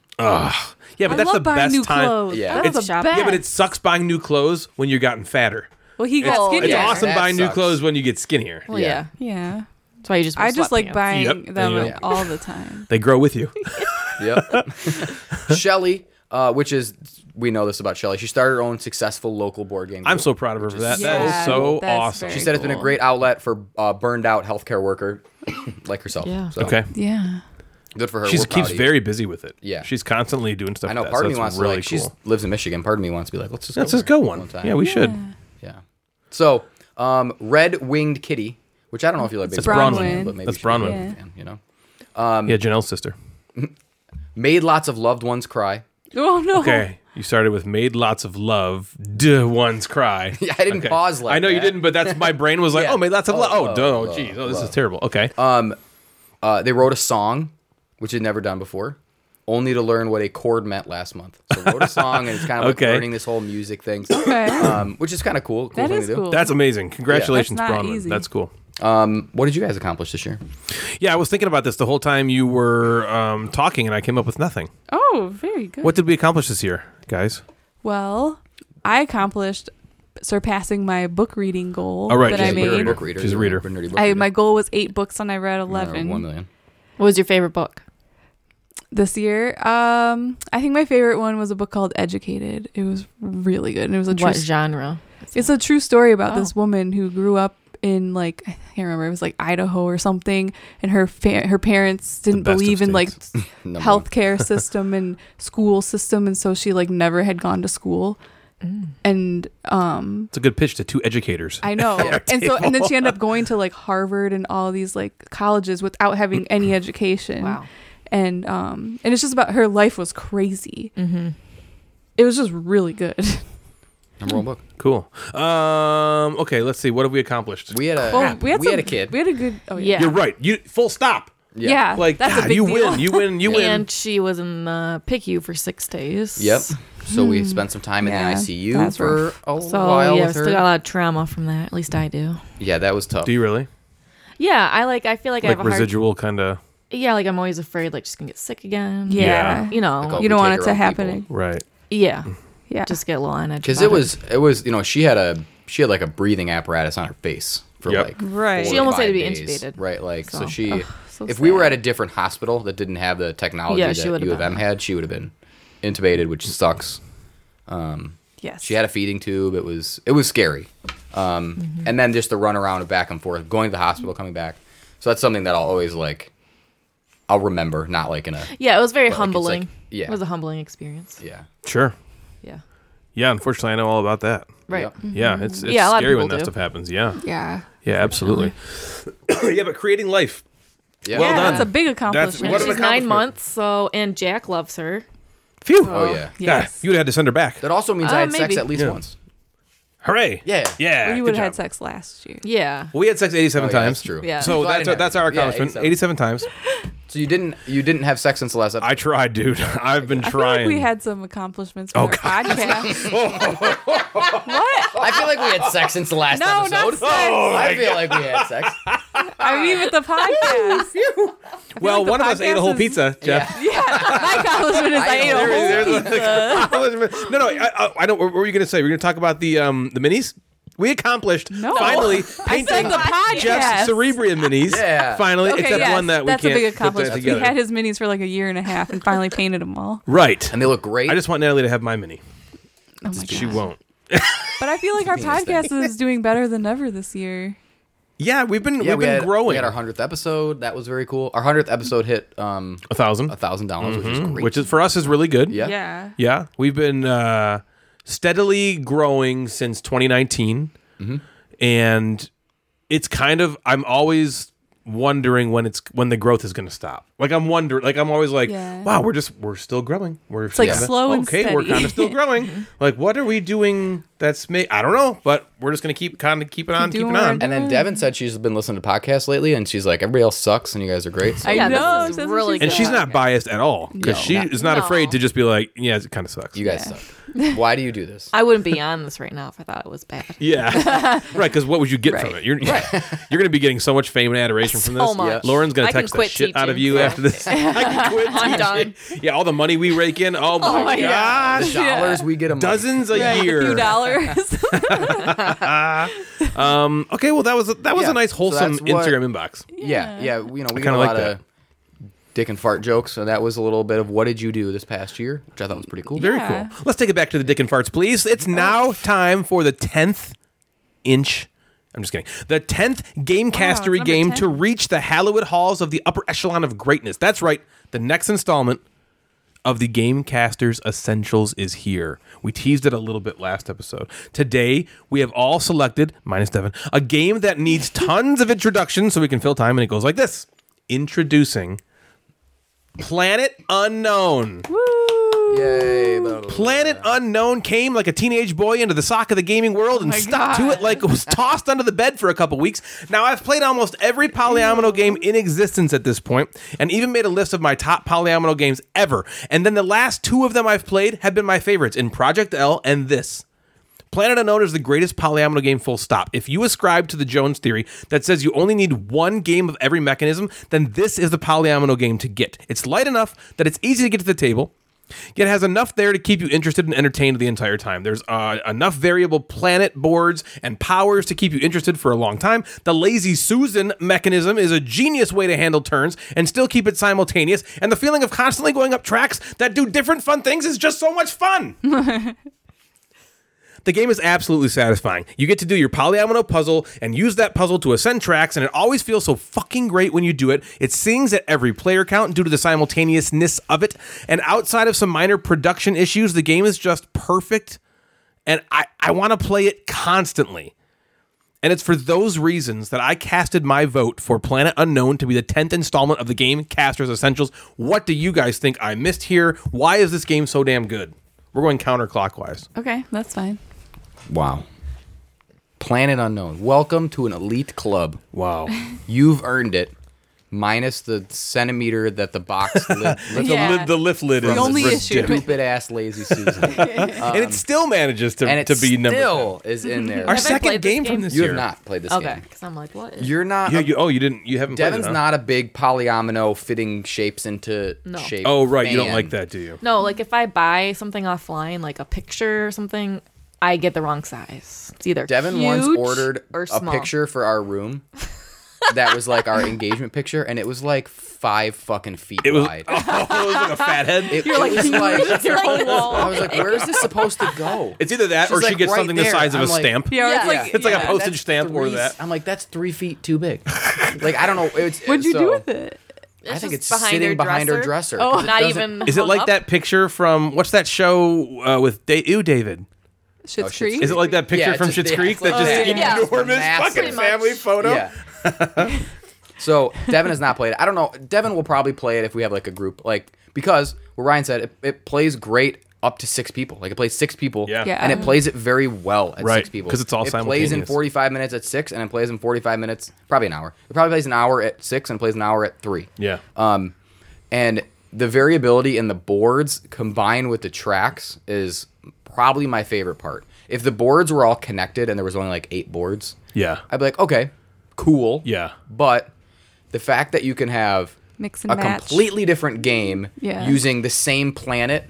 Speaker 1: Yeah, but
Speaker 6: I
Speaker 1: that's
Speaker 6: love
Speaker 1: the
Speaker 6: buying
Speaker 1: best
Speaker 6: new
Speaker 1: time.
Speaker 6: clothes.
Speaker 3: Yeah.
Speaker 6: That's
Speaker 1: It's-
Speaker 6: the
Speaker 5: yeah,
Speaker 6: best.
Speaker 1: Yeah, but it sucks buying new clothes when you've gotten fatter.
Speaker 6: well, he got
Speaker 5: it's-
Speaker 6: skinnier.
Speaker 1: It's
Speaker 3: Oh, Yeah,
Speaker 1: awesome
Speaker 3: that
Speaker 1: buying new
Speaker 3: sucks.
Speaker 1: clothes when you get skinnier.
Speaker 5: Well,
Speaker 3: Yeah.
Speaker 5: yeah.
Speaker 6: Yeah.
Speaker 5: That's why you just wear
Speaker 6: I just like
Speaker 5: sweatpants.
Speaker 6: buying
Speaker 1: Yep,
Speaker 6: them
Speaker 1: yep.
Speaker 6: all the time.
Speaker 1: They grow with you.
Speaker 3: Yep. Shelly, uh, which is we know this about Shelly. She started her own successful local board game.
Speaker 1: I'm
Speaker 3: group.
Speaker 1: so proud of her for that. that
Speaker 6: Yeah,
Speaker 1: is so
Speaker 6: that's
Speaker 1: awesome.
Speaker 6: very
Speaker 3: She said it's been a
Speaker 6: cool.
Speaker 3: great outlet for uh, burned out healthcare worker like herself.
Speaker 5: Yeah.
Speaker 3: So,
Speaker 1: okay.
Speaker 6: Yeah.
Speaker 3: Good for her.
Speaker 1: She
Speaker 3: We're proud
Speaker 1: keeps
Speaker 3: of you.
Speaker 1: very busy with it.
Speaker 3: Yeah.
Speaker 1: She's constantly doing stuff.
Speaker 3: I know.
Speaker 1: with
Speaker 3: Part
Speaker 1: that,
Speaker 3: of me
Speaker 1: so
Speaker 3: wants
Speaker 1: it's really
Speaker 3: to like.
Speaker 1: cool.
Speaker 3: She lives in Michigan. Part of me wants to be like, let's just
Speaker 1: Let's
Speaker 3: go
Speaker 1: just go
Speaker 3: there
Speaker 1: one.
Speaker 3: time.
Speaker 1: Yeah, we should.
Speaker 3: Yeah. So, um, Red Winged Kitty, which I don't know if you like.
Speaker 1: That's
Speaker 3: baby
Speaker 1: Bronwyn.
Speaker 3: Bronwyn, but maybe
Speaker 1: That's
Speaker 3: she would be a
Speaker 1: Bronwyn.
Speaker 3: fan, You know,
Speaker 1: yeah, Janelle's sister.
Speaker 3: made lots of loved ones cry.
Speaker 6: Oh no.
Speaker 1: Okay. You started with made lots of love, duh, one's cry.
Speaker 3: Yeah, I didn't
Speaker 1: Okay.
Speaker 3: pause like
Speaker 1: I know you
Speaker 3: that.
Speaker 1: didn't, but that's my brain was like,
Speaker 3: Yeah.
Speaker 1: oh, made lots of
Speaker 3: Oh,
Speaker 1: love. Oh,
Speaker 3: love,
Speaker 1: duh,
Speaker 3: love,
Speaker 1: geez, oh, this
Speaker 3: love.
Speaker 1: is terrible. Okay.
Speaker 6: Um,
Speaker 3: Uh, they wrote a song, which they'd never done before, only to learn what a chord meant last month. So wrote a song, and it's kind of
Speaker 1: Okay.
Speaker 3: like learning this whole music thing,
Speaker 6: Okay.
Speaker 3: um, which is kind of cool. cool
Speaker 6: That
Speaker 3: thing
Speaker 6: is
Speaker 3: to do.
Speaker 6: cool.
Speaker 1: that's amazing. Congratulations,
Speaker 6: That's not
Speaker 1: Bronwyn.
Speaker 6: easy.
Speaker 1: That's cool.
Speaker 3: What did you guys accomplish this year?
Speaker 1: Yeah, I was thinking about this the whole time you were um, talking, and I came up with nothing.
Speaker 6: Oh, very good.
Speaker 1: What did we accomplish this year, guys?
Speaker 6: Well, I accomplished surpassing my book reading goal
Speaker 1: All right,
Speaker 6: that
Speaker 1: she's
Speaker 6: I
Speaker 1: a
Speaker 3: You're
Speaker 1: reader.
Speaker 6: made.
Speaker 3: book reader.
Speaker 1: She's a
Speaker 3: You're
Speaker 1: reader.
Speaker 3: nerdy book
Speaker 6: I
Speaker 3: reader.
Speaker 6: my goal was eight books and I read
Speaker 3: No,
Speaker 6: eleven
Speaker 3: One million.
Speaker 5: What was your favorite book?
Speaker 6: this year. Um, I think my favorite one was a book called Educated. It was really good, and it was a true.
Speaker 5: What genre?
Speaker 6: It's a true story about this
Speaker 5: Oh.
Speaker 6: woman who grew up in like I can't remember. It was like Idaho or something, and her fa- her parents didn't
Speaker 1: best of
Speaker 6: believe in like
Speaker 1: states.
Speaker 3: Number one.
Speaker 6: healthcare system and school system, and so she like never had gone to school,
Speaker 5: Mm.
Speaker 6: and um
Speaker 1: It's a good pitch to two educators.
Speaker 6: I know. and so and then she ended up going to like Harvard and all these like colleges without having any education.
Speaker 5: Wow.
Speaker 6: And um and it's just about her life was crazy. Mm-hmm. It was just really good.
Speaker 3: Number one book.
Speaker 1: cool. Um, okay, let's see. What have we accomplished?
Speaker 3: We had a we had,
Speaker 6: some-
Speaker 3: a kid.
Speaker 6: We had a good. Oh yeah.
Speaker 5: Yeah.
Speaker 1: You're right. You full stop.
Speaker 6: Yeah.
Speaker 1: Like
Speaker 6: that's
Speaker 1: God,
Speaker 6: a big
Speaker 1: you
Speaker 6: deal.
Speaker 1: win. You win. You win.
Speaker 5: And she was in the PICU for six days.
Speaker 3: Yep. So we spent some time in
Speaker 6: Hmm. Yeah,
Speaker 3: the ICU
Speaker 6: that's
Speaker 3: for
Speaker 6: rough.
Speaker 3: a
Speaker 5: So
Speaker 3: while
Speaker 5: Oh, yeah,
Speaker 3: with
Speaker 5: still got a
Speaker 3: her.
Speaker 5: lot of trauma from that. At least I do.
Speaker 3: Yeah, that was tough.
Speaker 1: Do you really?
Speaker 5: Yeah, I like. I feel like, I
Speaker 1: Like
Speaker 5: have a
Speaker 1: residual kind of
Speaker 5: hard. Yeah, like I'm always afraid, like she's gonna get sick again.
Speaker 6: Yeah.
Speaker 1: Yeah.
Speaker 5: You know.
Speaker 3: Like, oh.
Speaker 6: You don't
Speaker 3: We
Speaker 6: want
Speaker 3: take
Speaker 6: it
Speaker 3: our
Speaker 6: to
Speaker 3: own
Speaker 6: happen.
Speaker 3: people.
Speaker 1: right.
Speaker 5: Yeah.
Speaker 6: Yeah.
Speaker 5: Just get a little on edge.
Speaker 3: Because
Speaker 5: about
Speaker 3: it was it was you know she had a she had like a breathing apparatus on her face for
Speaker 1: Yep.
Speaker 3: like
Speaker 6: Right.
Speaker 3: four
Speaker 6: She
Speaker 3: or
Speaker 5: almost had to
Speaker 3: five
Speaker 5: be
Speaker 3: days.
Speaker 5: intubated.
Speaker 3: right like so,
Speaker 5: So-
Speaker 3: she
Speaker 6: so
Speaker 3: if we were at
Speaker 6: sad.
Speaker 3: a different hospital that didn't have the technology
Speaker 5: Yeah,
Speaker 3: that
Speaker 5: she would've
Speaker 3: U of
Speaker 5: been.
Speaker 3: M had she would have been intubated which sucks
Speaker 6: Yes.
Speaker 3: she had a feeding tube it was it was scary um,
Speaker 5: Mm-hmm.
Speaker 3: and then just the run around of back and forth going to the hospital coming back so that's something that I'll always like I'll remember not like in a
Speaker 5: Yeah, it was very
Speaker 3: But, like, it's
Speaker 5: humbling.
Speaker 3: like- yeah.
Speaker 5: It was a humbling experience.
Speaker 3: yeah
Speaker 1: Sure.
Speaker 5: Yeah.
Speaker 1: Yeah. Unfortunately, I know all about that.
Speaker 5: Right.
Speaker 3: Yep.
Speaker 1: Yeah. It's, it's
Speaker 5: Mm-hmm. Yeah, a lot of
Speaker 1: scary when
Speaker 5: people
Speaker 1: that
Speaker 5: do.
Speaker 1: stuff happens. Yeah.
Speaker 6: yeah.
Speaker 1: Yeah. Absolutely. yeah, but creating life.
Speaker 3: yeah
Speaker 1: Well done.
Speaker 6: That's a big accomplishment.
Speaker 1: what an
Speaker 5: She's nine
Speaker 1: accomplishment.
Speaker 5: months, so and Jack loves her.
Speaker 1: Phew.
Speaker 3: oh yeah
Speaker 6: Yes.
Speaker 1: God, you would have had to send her back.
Speaker 3: that also means
Speaker 5: Uh,
Speaker 3: I had sex
Speaker 5: maybe.
Speaker 3: at least
Speaker 1: Yeah.
Speaker 3: once
Speaker 1: Hooray.
Speaker 3: Yeah.
Speaker 1: Yeah.
Speaker 6: you
Speaker 1: good
Speaker 6: would have had
Speaker 1: job.
Speaker 6: sex last year.
Speaker 5: Yeah.
Speaker 1: Well, we had sex 87
Speaker 3: Oh, yeah,
Speaker 1: times.
Speaker 3: that's true.
Speaker 5: Yeah.
Speaker 1: So
Speaker 3: Glad
Speaker 1: that's
Speaker 3: I didn't
Speaker 1: our,
Speaker 3: have
Speaker 1: that's
Speaker 3: it.
Speaker 1: our
Speaker 3: Yeah,
Speaker 1: accomplishment. 87.
Speaker 3: 87.
Speaker 1: times.
Speaker 3: so you didn't you didn't have sex since the last episode
Speaker 1: I tried, dude. I've been
Speaker 6: I feel
Speaker 1: trying.
Speaker 6: like we had some accomplishments for our podcast. what?
Speaker 3: I feel like we had sex since the last
Speaker 6: No,
Speaker 3: episode.
Speaker 6: not sex. Oh,
Speaker 3: I feel like we had sex.
Speaker 6: I mean, with the podcast.
Speaker 1: well,
Speaker 6: like the
Speaker 1: one of us ate a whole
Speaker 6: podcast is-
Speaker 1: pizza, Jeff.
Speaker 6: Yeah, my accomplishment is I, ate a
Speaker 3: know.
Speaker 6: whole
Speaker 1: There is- no, no. I, I, I don't. What were you gonna say? We're gonna talk about the um the minis. We accomplished
Speaker 6: No.
Speaker 1: finally
Speaker 6: I said
Speaker 1: painting
Speaker 6: the podcast.
Speaker 1: Jeff's Cerebrium minis.
Speaker 3: Yeah.
Speaker 1: Finally, except
Speaker 6: yes,
Speaker 1: one that we
Speaker 6: that's
Speaker 1: can't
Speaker 6: a big
Speaker 1: put that
Speaker 6: accomplishment. We
Speaker 1: together.
Speaker 6: had his minis for like a year and a half, and finally painted them all.
Speaker 1: right.
Speaker 3: And they look great.
Speaker 1: I just want Natalie to have my mini.
Speaker 6: Oh my
Speaker 1: She
Speaker 6: God.
Speaker 1: won't.
Speaker 6: But I feel like our
Speaker 3: Meanest thing.
Speaker 6: podcast is doing better than ever this year.
Speaker 1: Yeah, we've been
Speaker 3: yeah,
Speaker 1: we've
Speaker 3: we
Speaker 1: been
Speaker 3: had,
Speaker 1: growing.
Speaker 3: We had our hundredth episode. That was very cool. Our hundredth episode hit um
Speaker 1: a thousand,
Speaker 3: a thousand dollars, which is great.
Speaker 1: Mm-hmm. which is for us is really good.
Speaker 3: yeah.
Speaker 6: Yeah.
Speaker 1: Yeah, we've been uh, steadily growing since 2019, and it's kind of I'm always wondering when it's when the growth is going to stop. Like I'm wondering, like I'm always like,
Speaker 6: Yeah.
Speaker 1: wow, we're just we're still growing. We're it's
Speaker 6: like slow and
Speaker 1: okay, we're
Speaker 6: steady.
Speaker 1: kind of still growing. like what are we doing? That's me. I don't know, but we're just going to keep kind of keep it on, keep
Speaker 6: doing
Speaker 1: it
Speaker 6: what
Speaker 1: on.
Speaker 6: we're
Speaker 3: And then Devin said she's been listening to podcasts lately, and she's like, everybody else sucks, and you guys are great. So
Speaker 6: I
Speaker 5: Yeah, this
Speaker 6: know.
Speaker 5: is
Speaker 6: that's what
Speaker 5: really
Speaker 6: she
Speaker 1: And
Speaker 5: good.
Speaker 6: said.
Speaker 1: she's not biased at all because
Speaker 3: No.
Speaker 1: she is not
Speaker 5: No.
Speaker 1: afraid to just be like, yeah, it kind of sucks.
Speaker 3: you guys suck. Why do you do this?
Speaker 8: I wouldn't be on this right now if I thought it was bad.
Speaker 1: Yeah, right. Because what would you get from
Speaker 6: Right.
Speaker 1: it? You're you're gonna be getting so much fame and adoration from
Speaker 8: So
Speaker 1: this.
Speaker 8: much.
Speaker 1: Lauren's gonna
Speaker 8: I can
Speaker 1: text the
Speaker 8: quit
Speaker 1: shit out of
Speaker 8: teaching,
Speaker 1: you
Speaker 8: so-
Speaker 1: after this. I can quit
Speaker 8: I'm done.
Speaker 1: teaching. Yeah, all the money we rake in. Oh my,
Speaker 6: my
Speaker 1: gosh,
Speaker 3: The dollars we get a month.
Speaker 1: dozens a year.
Speaker 6: A few dollars.
Speaker 1: Um, okay, well that was that was
Speaker 3: Yeah,
Speaker 1: a nice
Speaker 3: so that's
Speaker 1: wholesome
Speaker 3: what-
Speaker 1: Instagram inbox.
Speaker 3: Yeah, yeah. You know, we got
Speaker 1: kinda
Speaker 3: a
Speaker 1: like
Speaker 3: lot
Speaker 1: that.
Speaker 3: of dick and fart jokes, so that was a little bit of what did you do this past year, which I thought was pretty cool.
Speaker 1: Very
Speaker 6: Yeah.
Speaker 1: cool. Let's take it back to the dick and farts, please. It's now time for the tenth inch. I'm just kidding. The tenth Gamecastery
Speaker 6: Oh, number
Speaker 1: game
Speaker 6: 10.
Speaker 1: to reach the hallowed halls of the upper echelon of greatness. That's right. The next installment of the Gamecasters Essentials is here. We teased it a little bit last episode. Today, we have all selected, minus Devin, a game that needs tons of introduction so we can fill time, and it goes like this Introducing Planet Unknown.
Speaker 3: Yay! blah, blah, blah.
Speaker 1: Planet Unknown came like a teenage boy into the sock of the gaming world and stuck to it like it was tossed under the bed for a couple weeks. Now, I've played almost every polyomino game in existence at this point, and even made a list of my top polyomino games ever. And then the last two of them I've played have been my favorites in Project L and this. Planet Unknown is the greatest polyomino game, full stop. If you ascribe to the Jones theory that says you only need one game of every mechanism, then this is the polyomino game to get. It's light enough that it's easy to get to the table, yet has enough there to keep you interested and entertained the entire time. There's uh, enough variable planet boards and powers to keep you interested for a long time. The Lazy Susan mechanism is a genius way to handle turns and still keep it simultaneous, and the feeling of constantly going up tracks that do different fun things is just so much fun. The game is absolutely satisfying. You get to do your polyomino puzzle and use that puzzle to ascend tracks, and it always feels so fucking great when you do it. It sings at every player count due to the simultaneousness of it. And outside of some minor production issues, the game is just perfect, and I, I want to play it constantly. And it's for those reasons that I casted my vote for Planet Unknown to be the 10th installment of the game Casters Essentials. What do you guys think I missed here? Why is this game so damn good? We're going counterclockwise.
Speaker 6: okay, that's fine.
Speaker 3: Wow. Planet Unknown. Welcome to an elite club.
Speaker 1: Wow.
Speaker 3: You've earned it, minus the centimeter that the box lid. lid
Speaker 6: Yeah.
Speaker 1: the, lid, the lift lid is
Speaker 6: The only
Speaker 1: ridiculous.
Speaker 6: issue.
Speaker 3: Stupid ass lazy Susan,
Speaker 1: and it still manages to,
Speaker 3: Um, and it
Speaker 1: to be number.
Speaker 3: still is in there.
Speaker 1: Our
Speaker 5: I
Speaker 1: second
Speaker 5: played this
Speaker 1: game,
Speaker 5: game?
Speaker 1: from this
Speaker 3: you
Speaker 1: year.
Speaker 3: have not played this
Speaker 8: Okay,
Speaker 3: game.
Speaker 8: because I'm like, what? Is
Speaker 3: You're not.
Speaker 1: Yeah, you, oh, you didn't. You haven't.
Speaker 3: Devin's
Speaker 1: played it, huh?
Speaker 3: not a big polyomino fitting shapes into
Speaker 8: No.
Speaker 3: shape.
Speaker 1: Oh, right. You don't
Speaker 3: fan.
Speaker 1: like that, do you?
Speaker 8: no, like if I buy something offline, like a picture or something, I get the wrong size. It's either
Speaker 3: Devin
Speaker 8: huge
Speaker 3: once ordered
Speaker 8: or
Speaker 3: a
Speaker 8: small.
Speaker 3: picture for our room that was like our engagement picture, and it was like five fucking feet
Speaker 1: It was.
Speaker 3: wide.
Speaker 1: Oh, it was like a fat head.
Speaker 3: It, it was like, I was like, where is this supposed to go?
Speaker 1: it's either that, or
Speaker 3: It's
Speaker 1: she
Speaker 3: like
Speaker 1: gets
Speaker 3: right
Speaker 1: something the
Speaker 3: there.
Speaker 1: size of
Speaker 3: I'm
Speaker 1: a
Speaker 3: like-
Speaker 1: stamp.
Speaker 6: Yeah,
Speaker 8: Yeah.
Speaker 6: it's like
Speaker 1: It's like a
Speaker 3: Yeah,
Speaker 1: postage
Speaker 3: that's
Speaker 1: stamp or
Speaker 3: three-
Speaker 1: that.
Speaker 3: I'm like, that's three feet too big. like, I don't know. It's,
Speaker 6: What'd you do
Speaker 3: so-
Speaker 6: with it?
Speaker 3: I think it's
Speaker 8: just behind
Speaker 3: sitting
Speaker 8: her
Speaker 3: behind her dresser.
Speaker 8: dresser? Oh,
Speaker 3: 'cause it
Speaker 8: not
Speaker 3: doesn't-
Speaker 8: even.
Speaker 1: Is it
Speaker 8: hung
Speaker 1: like
Speaker 8: up?
Speaker 1: that picture from what's that show uh, with da- Ew David?
Speaker 6: Shit's
Speaker 3: Oh, Schitt's
Speaker 6: Creek.
Speaker 1: Is it like that picture
Speaker 3: it's
Speaker 1: from
Speaker 3: just-
Speaker 1: Schitt's
Speaker 3: yeah,
Speaker 1: Creek
Speaker 3: it's
Speaker 1: that
Speaker 3: like
Speaker 1: just
Speaker 3: that. Yeah.
Speaker 1: enormous
Speaker 3: Massive.
Speaker 1: fucking
Speaker 8: Pretty much.
Speaker 1: family photo?
Speaker 3: Yeah. so Devin has not played it. I don't know. Devin will probably play it if we have like a group, like because what Ryan said, it, it plays great up to six people. Like it plays six people,
Speaker 1: Yeah.
Speaker 6: Yeah.
Speaker 3: and it plays it very well at
Speaker 1: Right,
Speaker 3: six people
Speaker 1: 'cause it's all
Speaker 3: it plays in
Speaker 1: simultaneous.
Speaker 3: forty five minutes at six, and it plays in forty five minutes, probably an hour. It probably plays an hour at six and plays an hour at three.
Speaker 1: Yeah.
Speaker 3: Um, and the variability in the boards combined with the tracks is probably my favorite part. If the boards were all connected and there was only like eight boards,
Speaker 1: Yeah.
Speaker 3: I'd be like, okay, cool.
Speaker 1: Yeah.
Speaker 3: But the fact that you can have
Speaker 6: Mix and
Speaker 3: a
Speaker 6: match.
Speaker 3: completely different game
Speaker 6: Yeah.
Speaker 3: using the same planet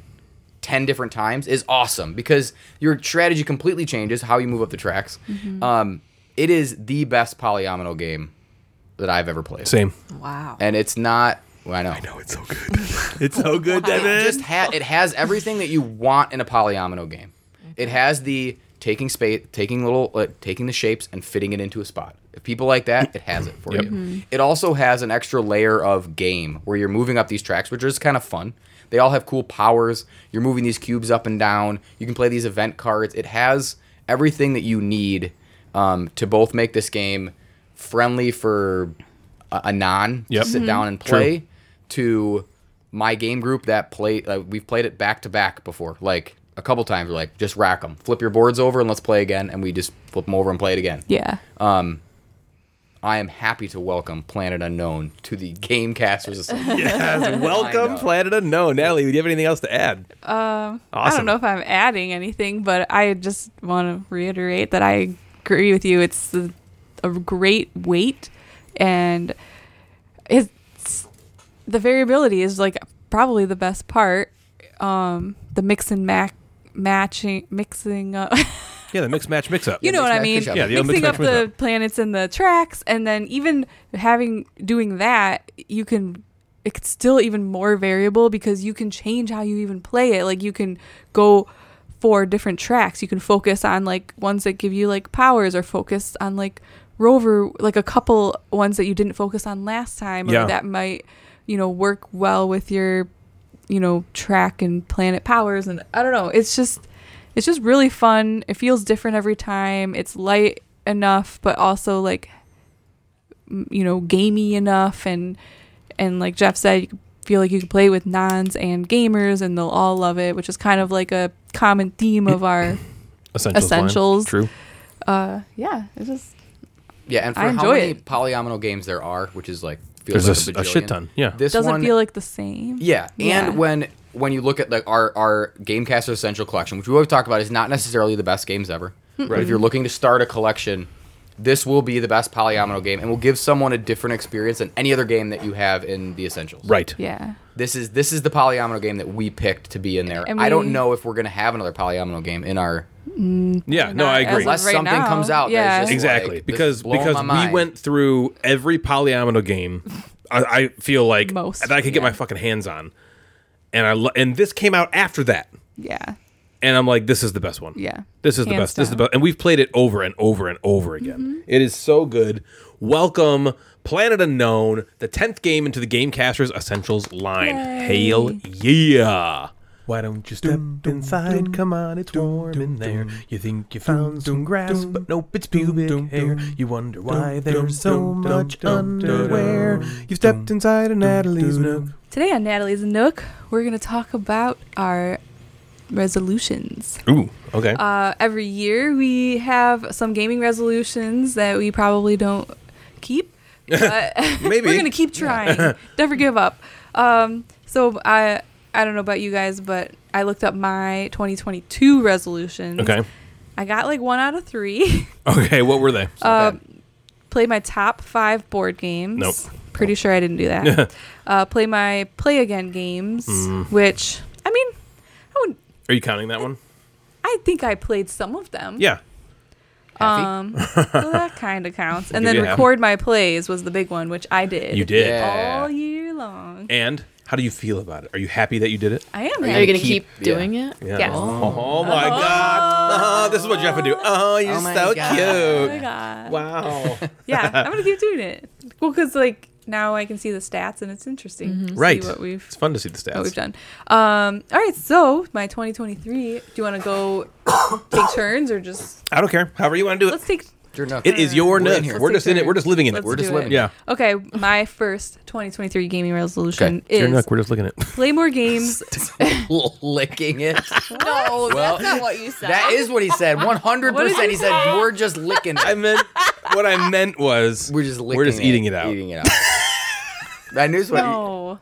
Speaker 3: 10 different times is awesome because your strategy completely changes how you move up the tracks.
Speaker 6: Mm-hmm.
Speaker 3: Um, it is the best polyomino game that I've ever played.
Speaker 1: Same.
Speaker 8: Wow.
Speaker 3: And it's not, well, I know.
Speaker 1: No, Oh, it's so good. it's so good, Devin.
Speaker 3: It just ha- it has everything that you want in a polyomino game. It has the taking space, taking little, uh, taking the shapes and fitting it into a spot. If people like that, it has it for
Speaker 1: Yep.
Speaker 3: you. It also has an extra layer of game where you're moving up these tracks, which is kind of fun. They all have cool powers. You're moving these cubes up and down. You can play these event cards. It has everything that you need um, to both make this game friendly for a, a non
Speaker 1: Yep.
Speaker 3: to
Speaker 6: Mm-hmm.
Speaker 3: sit down and
Speaker 1: True.
Speaker 3: play to my game group that play uh, we've played it back to back before like a couple times we're like just rack them flip your boards over and let's play again and we just flip them over and play it again
Speaker 6: yeah.
Speaker 3: I am happy to welcome Planet Unknown to the Gamecasters Assembly.
Speaker 1: Yes, welcome,
Speaker 3: know.
Speaker 1: Planet Unknown. Natalie, do you have anything else to add?
Speaker 6: Um, I
Speaker 1: Awesome.
Speaker 6: don't know if I'm adding anything, but I just want to reiterate that I agree with you. It's the- a great weight, and it's the variability is like probably the best part. Um, the mix and mac matching, mixing up.
Speaker 1: Yeah, the mix match mix up.
Speaker 6: you know what I mean?
Speaker 3: mix-match,
Speaker 1: yeah, the old
Speaker 6: mixing
Speaker 1: mix-match
Speaker 6: up
Speaker 1: mix-up.
Speaker 6: the planets and the tracks, and then even having doing that, you can it's still even more variable because you can change how you even play it. Like you can go for different tracks. You can focus on like ones that give you like powers, or focus on like rover, like a couple ones that you didn't focus on last time, or
Speaker 1: Yeah.
Speaker 6: that might you know work well with your you know track and planet powers and i don't know it's just it's just really fun it feels different every time it's light enough but also like m- you know gamey enough and and like jeff said you feel like you can play with nons and gamers and they'll all love it which is kind of like a common theme of our
Speaker 1: Essentials. line.
Speaker 6: Essentials.
Speaker 1: True.
Speaker 6: uh yeah it's just
Speaker 3: Yeah, and for
Speaker 6: I
Speaker 3: how
Speaker 6: enjoy
Speaker 3: many
Speaker 6: it.
Speaker 3: polyominal games there are, which is like feels
Speaker 1: There's
Speaker 3: like
Speaker 1: a, a shit
Speaker 3: bajillion,
Speaker 1: ton. Yeah.
Speaker 3: This
Speaker 6: doesn't
Speaker 3: one,
Speaker 6: feel like the same
Speaker 3: yeah,
Speaker 6: Yeah.
Speaker 3: and when when you look at like our our Gamecaster Essential Collection, which we always talk about, is not necessarily the best games ever. But if you're looking to start a collection, this will be the best polyomino game, and will give someone a different experience than any other game that you have in the Essentials.
Speaker 1: right.
Speaker 6: yeah
Speaker 3: This is this is the polyomino game that we picked to be in there.
Speaker 6: And
Speaker 3: I don't
Speaker 6: we-
Speaker 3: know if we're gonna have another polyomino game in our
Speaker 1: Yeah. No, I
Speaker 6: Not
Speaker 1: agree.
Speaker 6: as of
Speaker 3: unless
Speaker 6: right
Speaker 3: something
Speaker 6: now,
Speaker 3: comes out. that is
Speaker 6: yeah.
Speaker 3: just, like,
Speaker 1: exactly
Speaker 3: this is
Speaker 1: because
Speaker 3: blowing
Speaker 1: because
Speaker 3: my
Speaker 1: we
Speaker 3: mind.
Speaker 1: went through every polyomino game I, I feel like
Speaker 6: Most,
Speaker 1: that i could get
Speaker 6: yeah.
Speaker 1: my fucking hands on and i lo- and this came out after that
Speaker 6: yeah
Speaker 1: and i'm like this is the best one
Speaker 6: Yeah.
Speaker 1: this is the
Speaker 6: Hands
Speaker 1: best this is the
Speaker 6: down. Mm-hmm.
Speaker 1: best and we've played it over and over and over again It is so good welcome planet unknown the 10th game into the gamecasters essentials line hail yeah why don't you step inside? Come on, it's warm in there. You think you found some grass, but nope, it's pubic hair. You wonder why there's so much underwear. You've stepped inside of Natalie's nook.
Speaker 6: Today on Natalie's Nook, we're going to talk about our resolutions.
Speaker 1: Ooh, okay.
Speaker 6: Uh, every year, we have some gaming resolutions that we probably don't keep, but
Speaker 1: Maybe.
Speaker 6: we're going to keep trying. Never give up. Um, so I I don't know about you guys, but I looked up my 2022 resolutions.
Speaker 1: Okay.
Speaker 6: I got like one out of three.
Speaker 1: Okay, what were they?
Speaker 6: Uh, played my top five board games.
Speaker 1: Nope.
Speaker 6: Pretty sure I didn't do that. uh, play my play again games,
Speaker 1: Mm.
Speaker 6: which I mean, I would.
Speaker 1: Are you counting that one?
Speaker 6: I think I played some of them.
Speaker 1: Yeah.
Speaker 3: Happy?
Speaker 6: Um, so that kind of counts. And
Speaker 1: give
Speaker 6: then
Speaker 1: you half.
Speaker 6: record my plays was the big one, which I did.
Speaker 1: You did.
Speaker 3: Yeah.
Speaker 6: all year long.
Speaker 1: And how do you feel about it? Are you happy that you did it?
Speaker 6: I am.
Speaker 8: Are you
Speaker 6: happy.
Speaker 8: gonna keep,
Speaker 3: keep-
Speaker 8: doing it?
Speaker 1: Yeah.
Speaker 6: Yes.
Speaker 1: Oh, my god. Uh-huh, this is what Jeff would do. Oh, you're
Speaker 3: Oh my
Speaker 1: so
Speaker 3: God.
Speaker 6: Oh my
Speaker 1: cute.
Speaker 6: god.
Speaker 1: Wow.
Speaker 6: Yeah, I'm gonna keep doing it. Well, because like now I can see the stats and it's interesting. to see
Speaker 1: right.
Speaker 6: what we've
Speaker 1: it's fun to see the stats.
Speaker 6: what we've done. Um, all right, so my 2023. Do you want to go take turns or just
Speaker 1: I don't care. However you want to do it.
Speaker 6: let's take?
Speaker 3: You're nuts.
Speaker 1: It is your
Speaker 3: We're in
Speaker 1: nook.
Speaker 3: here.
Speaker 1: We're just in it. We're just living in it.
Speaker 6: Let's
Speaker 1: We're just
Speaker 6: do
Speaker 1: living.
Speaker 6: it.
Speaker 1: Yeah.
Speaker 6: Okay, my first 2023 gaming resolution is
Speaker 1: We're just looking at.
Speaker 6: play more games.
Speaker 3: licking it.
Speaker 5: No,
Speaker 3: Well,
Speaker 5: that's not what you said.
Speaker 3: That is what he said. One hundred percent. He said we're just licking.
Speaker 1: I
Speaker 3: It.
Speaker 1: meant what I meant was
Speaker 3: We're just licking.
Speaker 1: we're just eating it out.
Speaker 3: Eating it out. that news.
Speaker 6: no,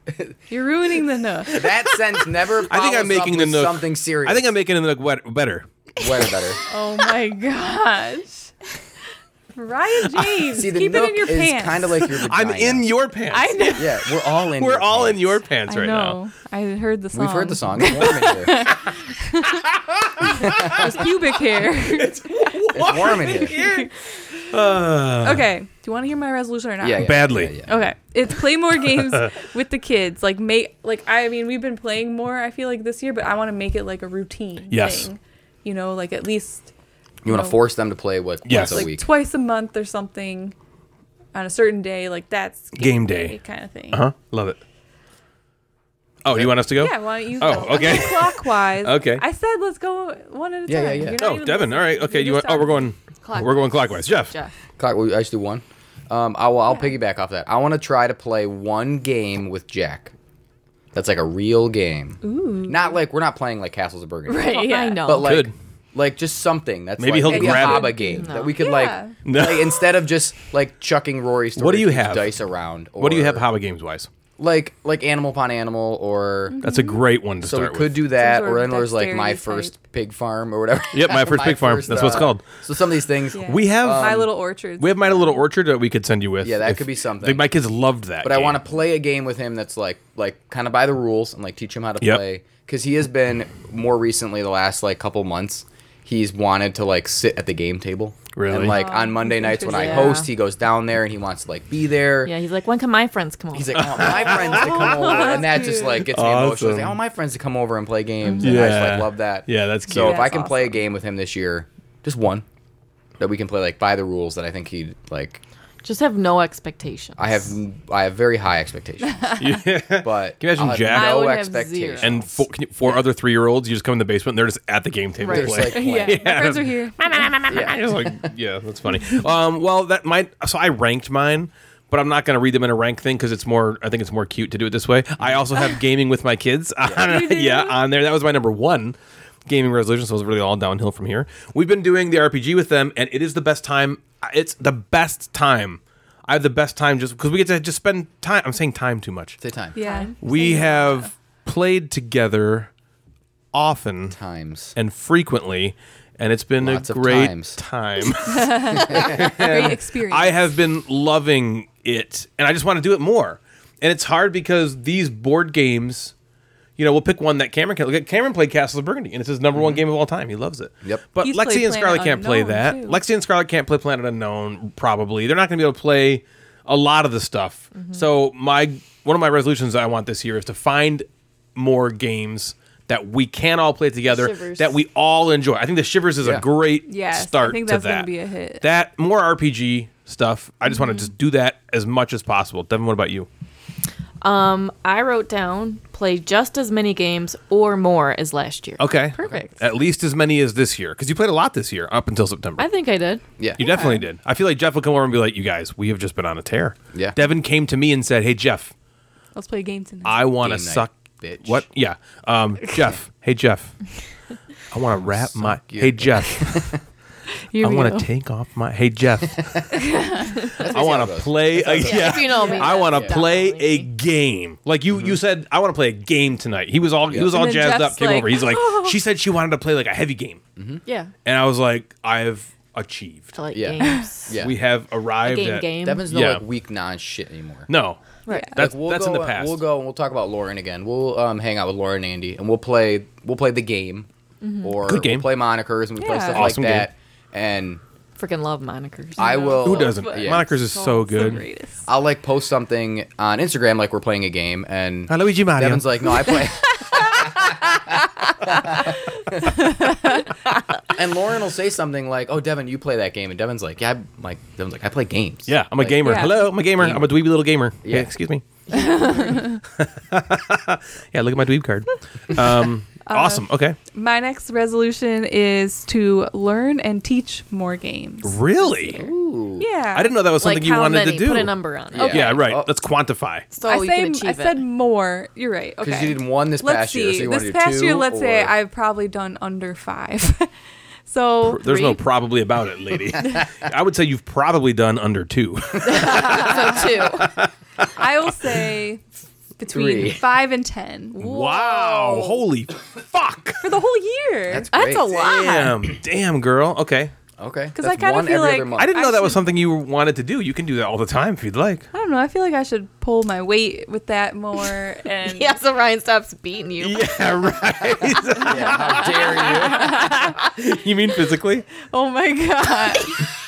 Speaker 6: you're ruining the nook.
Speaker 3: That sense
Speaker 1: I
Speaker 3: never.
Speaker 1: think
Speaker 3: follows
Speaker 1: I'm
Speaker 3: up
Speaker 1: making the
Speaker 3: with
Speaker 1: nook
Speaker 3: something serious.
Speaker 1: I think I'm making it look wet- better.
Speaker 3: way better.
Speaker 6: Oh my gosh, Ryan James,
Speaker 3: See, the
Speaker 6: keep
Speaker 3: nook
Speaker 6: it in your
Speaker 3: is
Speaker 6: pants.
Speaker 3: kind of like your.
Speaker 1: I'm
Speaker 3: Vagina.
Speaker 1: in your pants.
Speaker 6: I know.
Speaker 3: Yeah, we're all in.
Speaker 1: We're all in
Speaker 3: pants.
Speaker 1: your pants
Speaker 6: I
Speaker 1: right now.
Speaker 6: know. I heard the song.
Speaker 3: We've heard the song. It's warm in here.
Speaker 6: There's pubic hair.
Speaker 3: It's warm in here.
Speaker 1: Uh,
Speaker 6: okay, do you want to hear my resolution or not?
Speaker 3: Yeah, yeah,
Speaker 1: Badly.
Speaker 3: Yeah, yeah.
Speaker 6: Okay, it's play more games with the kids. Like make like I mean we've been playing more. I feel like this year, but I want to make it like a routine.
Speaker 1: Yes.
Speaker 6: thing. you know, like at least
Speaker 3: You want
Speaker 6: No.
Speaker 3: to force them to play what
Speaker 1: Yes.
Speaker 3: once a
Speaker 1: Like
Speaker 3: week.
Speaker 6: twice a month or something on a certain day. Like that's
Speaker 1: Game day.
Speaker 6: kind of thing.
Speaker 3: Uh-huh.
Speaker 1: Huh? Love it. Oh, you want us to go?
Speaker 6: Yeah, why don't you?
Speaker 1: Oh,
Speaker 6: go
Speaker 1: okay.
Speaker 6: Clockwise.
Speaker 1: Okay.
Speaker 6: I said let's go one at a
Speaker 3: Yeah,
Speaker 6: time.
Speaker 3: yeah, yeah.
Speaker 6: You're not
Speaker 1: Oh,
Speaker 6: even
Speaker 1: Devin.
Speaker 6: listening.
Speaker 1: All right. Okay.
Speaker 6: You're
Speaker 1: You
Speaker 6: just
Speaker 1: want? Oh, we're
Speaker 6: talking.
Speaker 1: going. We're going clockwise. Jeff.
Speaker 5: Jeff.
Speaker 3: Clock, I just do one. Um, I will, I'll piggyback off that. I want to try to play one game with Jack. That's like a real game. Ooh. Not like we're not playing like Castles of Burgundy.
Speaker 8: Right.
Speaker 5: yeah.
Speaker 8: I know.
Speaker 3: But like
Speaker 1: Good.
Speaker 3: Like just something that's
Speaker 1: Maybe
Speaker 3: like,
Speaker 1: he'll
Speaker 3: maybe
Speaker 1: grab
Speaker 3: a
Speaker 1: it.
Speaker 3: Haba game that we could
Speaker 6: Yeah.
Speaker 3: like,
Speaker 1: No.
Speaker 3: like, instead of just like chucking Rory's
Speaker 1: What do you
Speaker 3: Torture's
Speaker 1: have?
Speaker 3: dice around. Or,
Speaker 1: What do you have Haba games wise?
Speaker 3: like like animal upon animal or
Speaker 1: That's a great one to
Speaker 3: so we
Speaker 1: start
Speaker 3: could
Speaker 1: with.
Speaker 3: do that
Speaker 6: Mm-hmm. Some sort
Speaker 3: or
Speaker 6: of
Speaker 3: then there's like my
Speaker 6: dexterity
Speaker 3: first
Speaker 6: type.
Speaker 3: pig farm or whatever. uh,
Speaker 1: Yep, My First Pig Farm. That's what it's called.
Speaker 3: So some of these things.
Speaker 6: Yeah.
Speaker 1: we have um,
Speaker 6: My Little Orchards.
Speaker 1: We have My Little Orchard that we could send you with.
Speaker 3: Yeah, that could be something.
Speaker 1: Like, my kids loved that.
Speaker 3: But I want to play a game with him that's like like kind of by the rules and like teach him how to
Speaker 1: Yep.
Speaker 3: play because he has been more recently the last like couple months. He's wanted to like sit at the game table.
Speaker 1: Really?
Speaker 3: And like on Monday nights when I
Speaker 8: interesting.
Speaker 3: host, he goes down there and he wants to like be there.
Speaker 8: Yeah, he's like, when can my friends come over?
Speaker 3: He's like, I want my friends to come over, and that just like gets me emotional. He's like, I
Speaker 1: Awesome.
Speaker 3: want my friends to come over and play games, and I just
Speaker 1: Yeah.
Speaker 3: like love that.
Speaker 1: Yeah, that's
Speaker 3: so.
Speaker 1: cute.
Speaker 3: If I can play a game with him this year, just one that we can play like by the rules that I think he'd like.
Speaker 5: Just have no expectations.
Speaker 3: I have I have very high expectations,
Speaker 1: to.
Speaker 3: but
Speaker 1: Can you imagine
Speaker 3: I'll have
Speaker 1: Jack? I
Speaker 3: No
Speaker 5: would have
Speaker 3: expectations.
Speaker 5: zero.
Speaker 1: and four, can you, four other three year olds, you just come in the basement. and They're just at the game table
Speaker 3: They're just,
Speaker 1: playing.
Speaker 3: like, playing.
Speaker 6: My friends are here.
Speaker 1: I just like, yeah, that's funny. Um, well, that might. So I ranked mine, but I'm not going to read them in a rank thing because it's more. I think it's more cute to do it this way. I also have gaming with my kids. On, yeah, on there. That was my number one gaming resolution. So it was really all downhill from here. We've been doing the RPG with them, and it is the best time. It's the best time. I have the best time just because we get to just spend time. I'm saying time too much.
Speaker 3: Say time.
Speaker 6: Yeah.
Speaker 1: We have played together often
Speaker 3: Times.
Speaker 1: and frequently, and it's been
Speaker 3: Lots
Speaker 1: a
Speaker 3: of
Speaker 1: great
Speaker 3: times.
Speaker 1: time.
Speaker 6: Great experience.
Speaker 1: I have been loving it, and I just want to do it more. And it's hard because these board games, you know, we'll pick one that Cameron can. Look, Cameron played Castle of Burgundy, and it's his number one game of all time. He loves it.
Speaker 3: Yep.
Speaker 1: But
Speaker 6: Mm-hmm. He's
Speaker 1: Lexi
Speaker 6: played
Speaker 1: and Scarlett
Speaker 6: Planet
Speaker 1: can't play
Speaker 6: Unknown,
Speaker 1: that.
Speaker 6: too.
Speaker 1: Lexi and Scarlett can't play Planet Unknown. Probably they're not going to be able to play a lot of the stuff.
Speaker 6: Mm-hmm.
Speaker 1: So my one of my resolutions I want this year is to find more games. That we can all play together,
Speaker 8: Shivers.
Speaker 1: that we all enjoy. I think the Shivers is
Speaker 3: Yeah.
Speaker 1: a great
Speaker 6: Yes, I
Speaker 1: start
Speaker 6: think
Speaker 1: to
Speaker 6: that's
Speaker 1: that.
Speaker 6: gonna be a hit. Mm-hmm.
Speaker 1: That more RPG stuff. I just want to just do that as much as possible. Devin, what about you?
Speaker 8: Um, I wrote down play just as many games or more as last year.
Speaker 1: Okay,
Speaker 8: Perfect.
Speaker 1: At least as many as this year, because you played a lot this year up until September.
Speaker 8: I think I did.
Speaker 3: Yeah.
Speaker 1: you definitely did. I feel like Jeff would come over and be like, "You guys, we have just been on a tear."
Speaker 3: Yeah.
Speaker 1: Devin came to me and said, "Hey Jeff,
Speaker 6: Let's play a game tonight.
Speaker 1: I want to
Speaker 3: Game night,
Speaker 1: suck."
Speaker 3: bitch.
Speaker 1: What? Yeah. Um, Jeff. hey Jeff. I want to wrap my.
Speaker 3: you.
Speaker 1: Hey Jeff. I want to take off my. Hey Jeff. I want to
Speaker 3: goes.
Speaker 1: play. A, yeah.
Speaker 8: If you know me.
Speaker 1: I want to
Speaker 8: that's
Speaker 1: play
Speaker 8: definitely
Speaker 1: a
Speaker 8: me.
Speaker 1: game. Like you, you said, I want to play a game tonight. He was all he was all
Speaker 6: And then
Speaker 1: jazzed
Speaker 6: Jeff's
Speaker 1: up. Came
Speaker 6: like,
Speaker 1: over. He's like, she said she wanted to play like a heavy game,
Speaker 3: Mm-hmm.
Speaker 8: Yeah.
Speaker 1: and I was like, I've achieved.
Speaker 8: To like
Speaker 3: Yeah.
Speaker 8: games.
Speaker 3: Yeah.
Speaker 1: We have arrived
Speaker 8: Game
Speaker 1: at
Speaker 8: game.
Speaker 3: Devin's no
Speaker 1: Yeah.
Speaker 3: like week nine shit anymore.
Speaker 1: no.
Speaker 8: Right.
Speaker 1: That's
Speaker 3: Like, we'll
Speaker 1: that's
Speaker 3: go,
Speaker 1: in the past.
Speaker 3: We'll go and we'll talk about Lauren again. We'll um, hang out with Lauren and Andy, and we'll play we'll play the game, or
Speaker 1: Good game.
Speaker 3: we'll play monikers and we play
Speaker 6: Yeah.
Speaker 3: stuff
Speaker 1: Awesome
Speaker 3: like
Speaker 1: game.
Speaker 3: that. And
Speaker 8: Freaking love monikers.
Speaker 3: I will.
Speaker 1: Who doesn't?
Speaker 3: Yeah.
Speaker 1: Monikers is so
Speaker 6: The
Speaker 1: good.
Speaker 6: greatest.
Speaker 3: I'll like post something on Instagram like we're playing a game, and
Speaker 1: Ah, Luigi Mario.
Speaker 3: Devin's like, no, I play. and Lauren will say something like, "Oh, Devin, you play that game," and Devin's like, "Yeah, I'm like Devin's like, I play games."
Speaker 1: Yeah, I'm a
Speaker 3: Like,
Speaker 1: gamer.
Speaker 6: Yeah.
Speaker 1: Hello, I'm a gamer. I'm a dweeby little gamer. Yeah,
Speaker 3: Yeah.
Speaker 1: excuse me. yeah, look at my dweeb card. Um, awesome. Okay.
Speaker 6: My next resolution is to learn and teach more games.
Speaker 1: Really?
Speaker 3: Ooh.
Speaker 6: Yeah.
Speaker 1: I didn't know that was something
Speaker 8: like
Speaker 1: you
Speaker 8: how
Speaker 1: wanted
Speaker 8: many?
Speaker 1: to do.
Speaker 8: Put a number on it.
Speaker 3: Yeah.
Speaker 1: Yeah, right.
Speaker 3: Oh.
Speaker 1: Let's quantify.
Speaker 8: So
Speaker 6: I
Speaker 8: you
Speaker 6: say,
Speaker 8: can achieve
Speaker 6: I
Speaker 8: it.
Speaker 6: said more. You're right. Okay.
Speaker 3: Because you did one this
Speaker 6: let's
Speaker 3: past
Speaker 6: see.
Speaker 3: year, so you want to
Speaker 6: this
Speaker 3: do
Speaker 6: past
Speaker 3: two,
Speaker 6: year, let's say
Speaker 3: or-
Speaker 6: I've probably done under five. so
Speaker 1: There's no
Speaker 8: Three?
Speaker 1: probably about it, lady. I would say you've probably done under two.
Speaker 8: so two.
Speaker 6: I will say between
Speaker 3: Three.
Speaker 6: five and ten
Speaker 1: wow. Holy fuck.
Speaker 6: for the whole year.
Speaker 8: That's a
Speaker 3: Great.
Speaker 8: lot.
Speaker 1: Damn. Damn, girl. Okay.
Speaker 3: Okay. Because
Speaker 6: I kinda feel like-
Speaker 1: I didn't know
Speaker 6: I
Speaker 1: that was
Speaker 6: should-
Speaker 1: something you wanted to do. You can do that all the time if you'd like.
Speaker 6: I don't know. I feel like I should pull my weight with that more. And
Speaker 8: Yeah, so Ryan stops beating you.
Speaker 1: Yeah, right.
Speaker 3: How dare you?
Speaker 1: you mean physically?
Speaker 6: oh my god,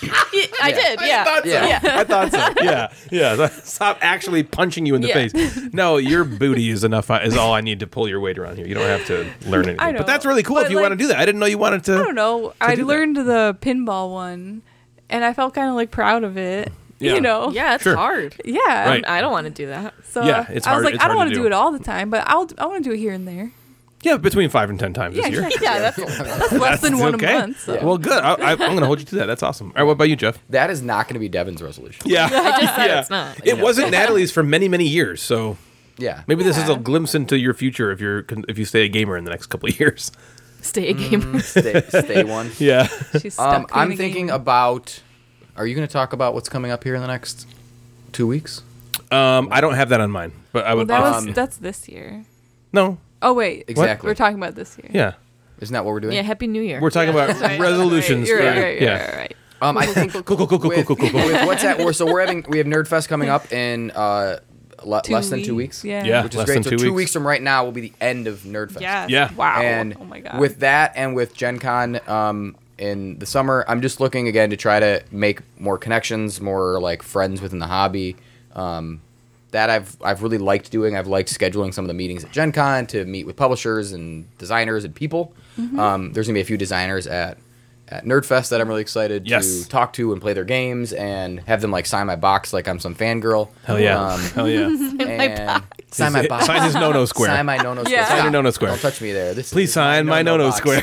Speaker 8: I did. Yeah.
Speaker 3: Yeah.
Speaker 1: I thought so. Yeah, yeah. Stop actually punching you in the
Speaker 8: Yeah.
Speaker 1: face. No, your booty is enough. uh, Is all I need to pull your weight around here. You don't have to learn anything.
Speaker 6: I know.
Speaker 1: But that's really cool if
Speaker 6: But,
Speaker 1: you want
Speaker 6: like,
Speaker 1: to do that. I didn't know you wanted to.
Speaker 6: I don't know. I
Speaker 1: do that.
Speaker 6: learned the pinball one, and I felt kind of like proud of it.
Speaker 1: Yeah.
Speaker 6: You know.
Speaker 8: Yeah, it's
Speaker 1: Sure.
Speaker 8: hard.
Speaker 6: Yeah.
Speaker 1: Right.
Speaker 8: I don't want to do that.
Speaker 6: So
Speaker 1: Yeah, it's
Speaker 6: I was
Speaker 1: hard-
Speaker 6: like,
Speaker 1: it's hard
Speaker 6: I don't
Speaker 1: to
Speaker 6: want to
Speaker 1: do.
Speaker 6: do it all the time, but I'll I want to do it here and there.
Speaker 1: Yeah, between five and ten times
Speaker 6: Yeah,
Speaker 1: this year.
Speaker 6: exactly.
Speaker 8: Yeah, that's
Speaker 6: That's less than
Speaker 1: It's
Speaker 6: one
Speaker 1: okay.
Speaker 6: a month. So.
Speaker 1: Well, good. I, I, I'm going to hold you to that. That's awesome. All right, what about you, Jeff?
Speaker 3: That is not going to be Devin's resolution.
Speaker 1: Yeah, I just
Speaker 8: said it's not.
Speaker 1: It wasn't Natalie's for many, many years. So
Speaker 3: Yeah.
Speaker 1: maybe this is a
Speaker 6: Yeah.
Speaker 1: glimpse into your future if you're if you stay a gamer in the next couple of years.
Speaker 5: Stay a gamer.
Speaker 3: stay, stay one.
Speaker 1: Yeah.
Speaker 6: She's stuck.
Speaker 3: Um,
Speaker 6: in
Speaker 3: I'm
Speaker 6: a
Speaker 3: thinking
Speaker 6: game.
Speaker 3: about. Are you going to talk about what's coming up here in the next two weeks?
Speaker 1: Um, I don't have that on mine, but I
Speaker 6: Well,
Speaker 1: would.
Speaker 6: that
Speaker 3: um,
Speaker 6: was that's this year.
Speaker 1: no.
Speaker 6: Oh wait,
Speaker 3: Exactly.
Speaker 6: We're talking about this year.
Speaker 1: Yeah.
Speaker 3: Isn't that what we're doing?
Speaker 8: Yeah, Happy New Year.
Speaker 1: We're talking about resolutions.
Speaker 6: You're right.
Speaker 1: for-
Speaker 6: You're right. You're
Speaker 1: yeah.
Speaker 6: right, you're right.
Speaker 3: Um, I think
Speaker 1: Cool, cool, cool, cool, cool,
Speaker 3: with,
Speaker 1: cool, cool, cool.
Speaker 3: with what's at war. So we're having we have Nerdfest coming up in uh, le-
Speaker 6: Two
Speaker 3: less than two weeks.
Speaker 6: Yeah.
Speaker 1: Yeah.
Speaker 3: which is
Speaker 1: less
Speaker 3: great.
Speaker 1: than
Speaker 3: so
Speaker 1: two
Speaker 3: two
Speaker 1: weeks.
Speaker 3: weeks. from right now will be the end of Nerdfest.
Speaker 6: Yes.
Speaker 1: Yeah.
Speaker 6: Wow.
Speaker 3: And
Speaker 6: oh my god.
Speaker 3: with that and with Gen Con um, in the summer, I'm just looking again to try to make more connections, more like friends within the hobby. Um, that I've I've really liked doing. I've liked scheduling some of the meetings at Gen Con to meet with publishers and designers and people.
Speaker 6: Mm-hmm.
Speaker 3: Um, there's gonna be a few designers at at Nerdfest that I'm really excited
Speaker 1: Yes.
Speaker 3: to talk to and play their games and have them like sign my box like I'm some fangirl.
Speaker 1: Hell yeah.
Speaker 3: Um,
Speaker 1: Hell yeah.
Speaker 3: and sign my box.
Speaker 1: Sign his no no square.
Speaker 3: Sign my no-no square.
Speaker 6: Yeah. Sign
Speaker 1: your no-no
Speaker 3: Stop.
Speaker 1: square.
Speaker 3: Don't touch me there. This
Speaker 1: Please
Speaker 3: is
Speaker 1: sign my no-no
Speaker 3: box.
Speaker 1: square.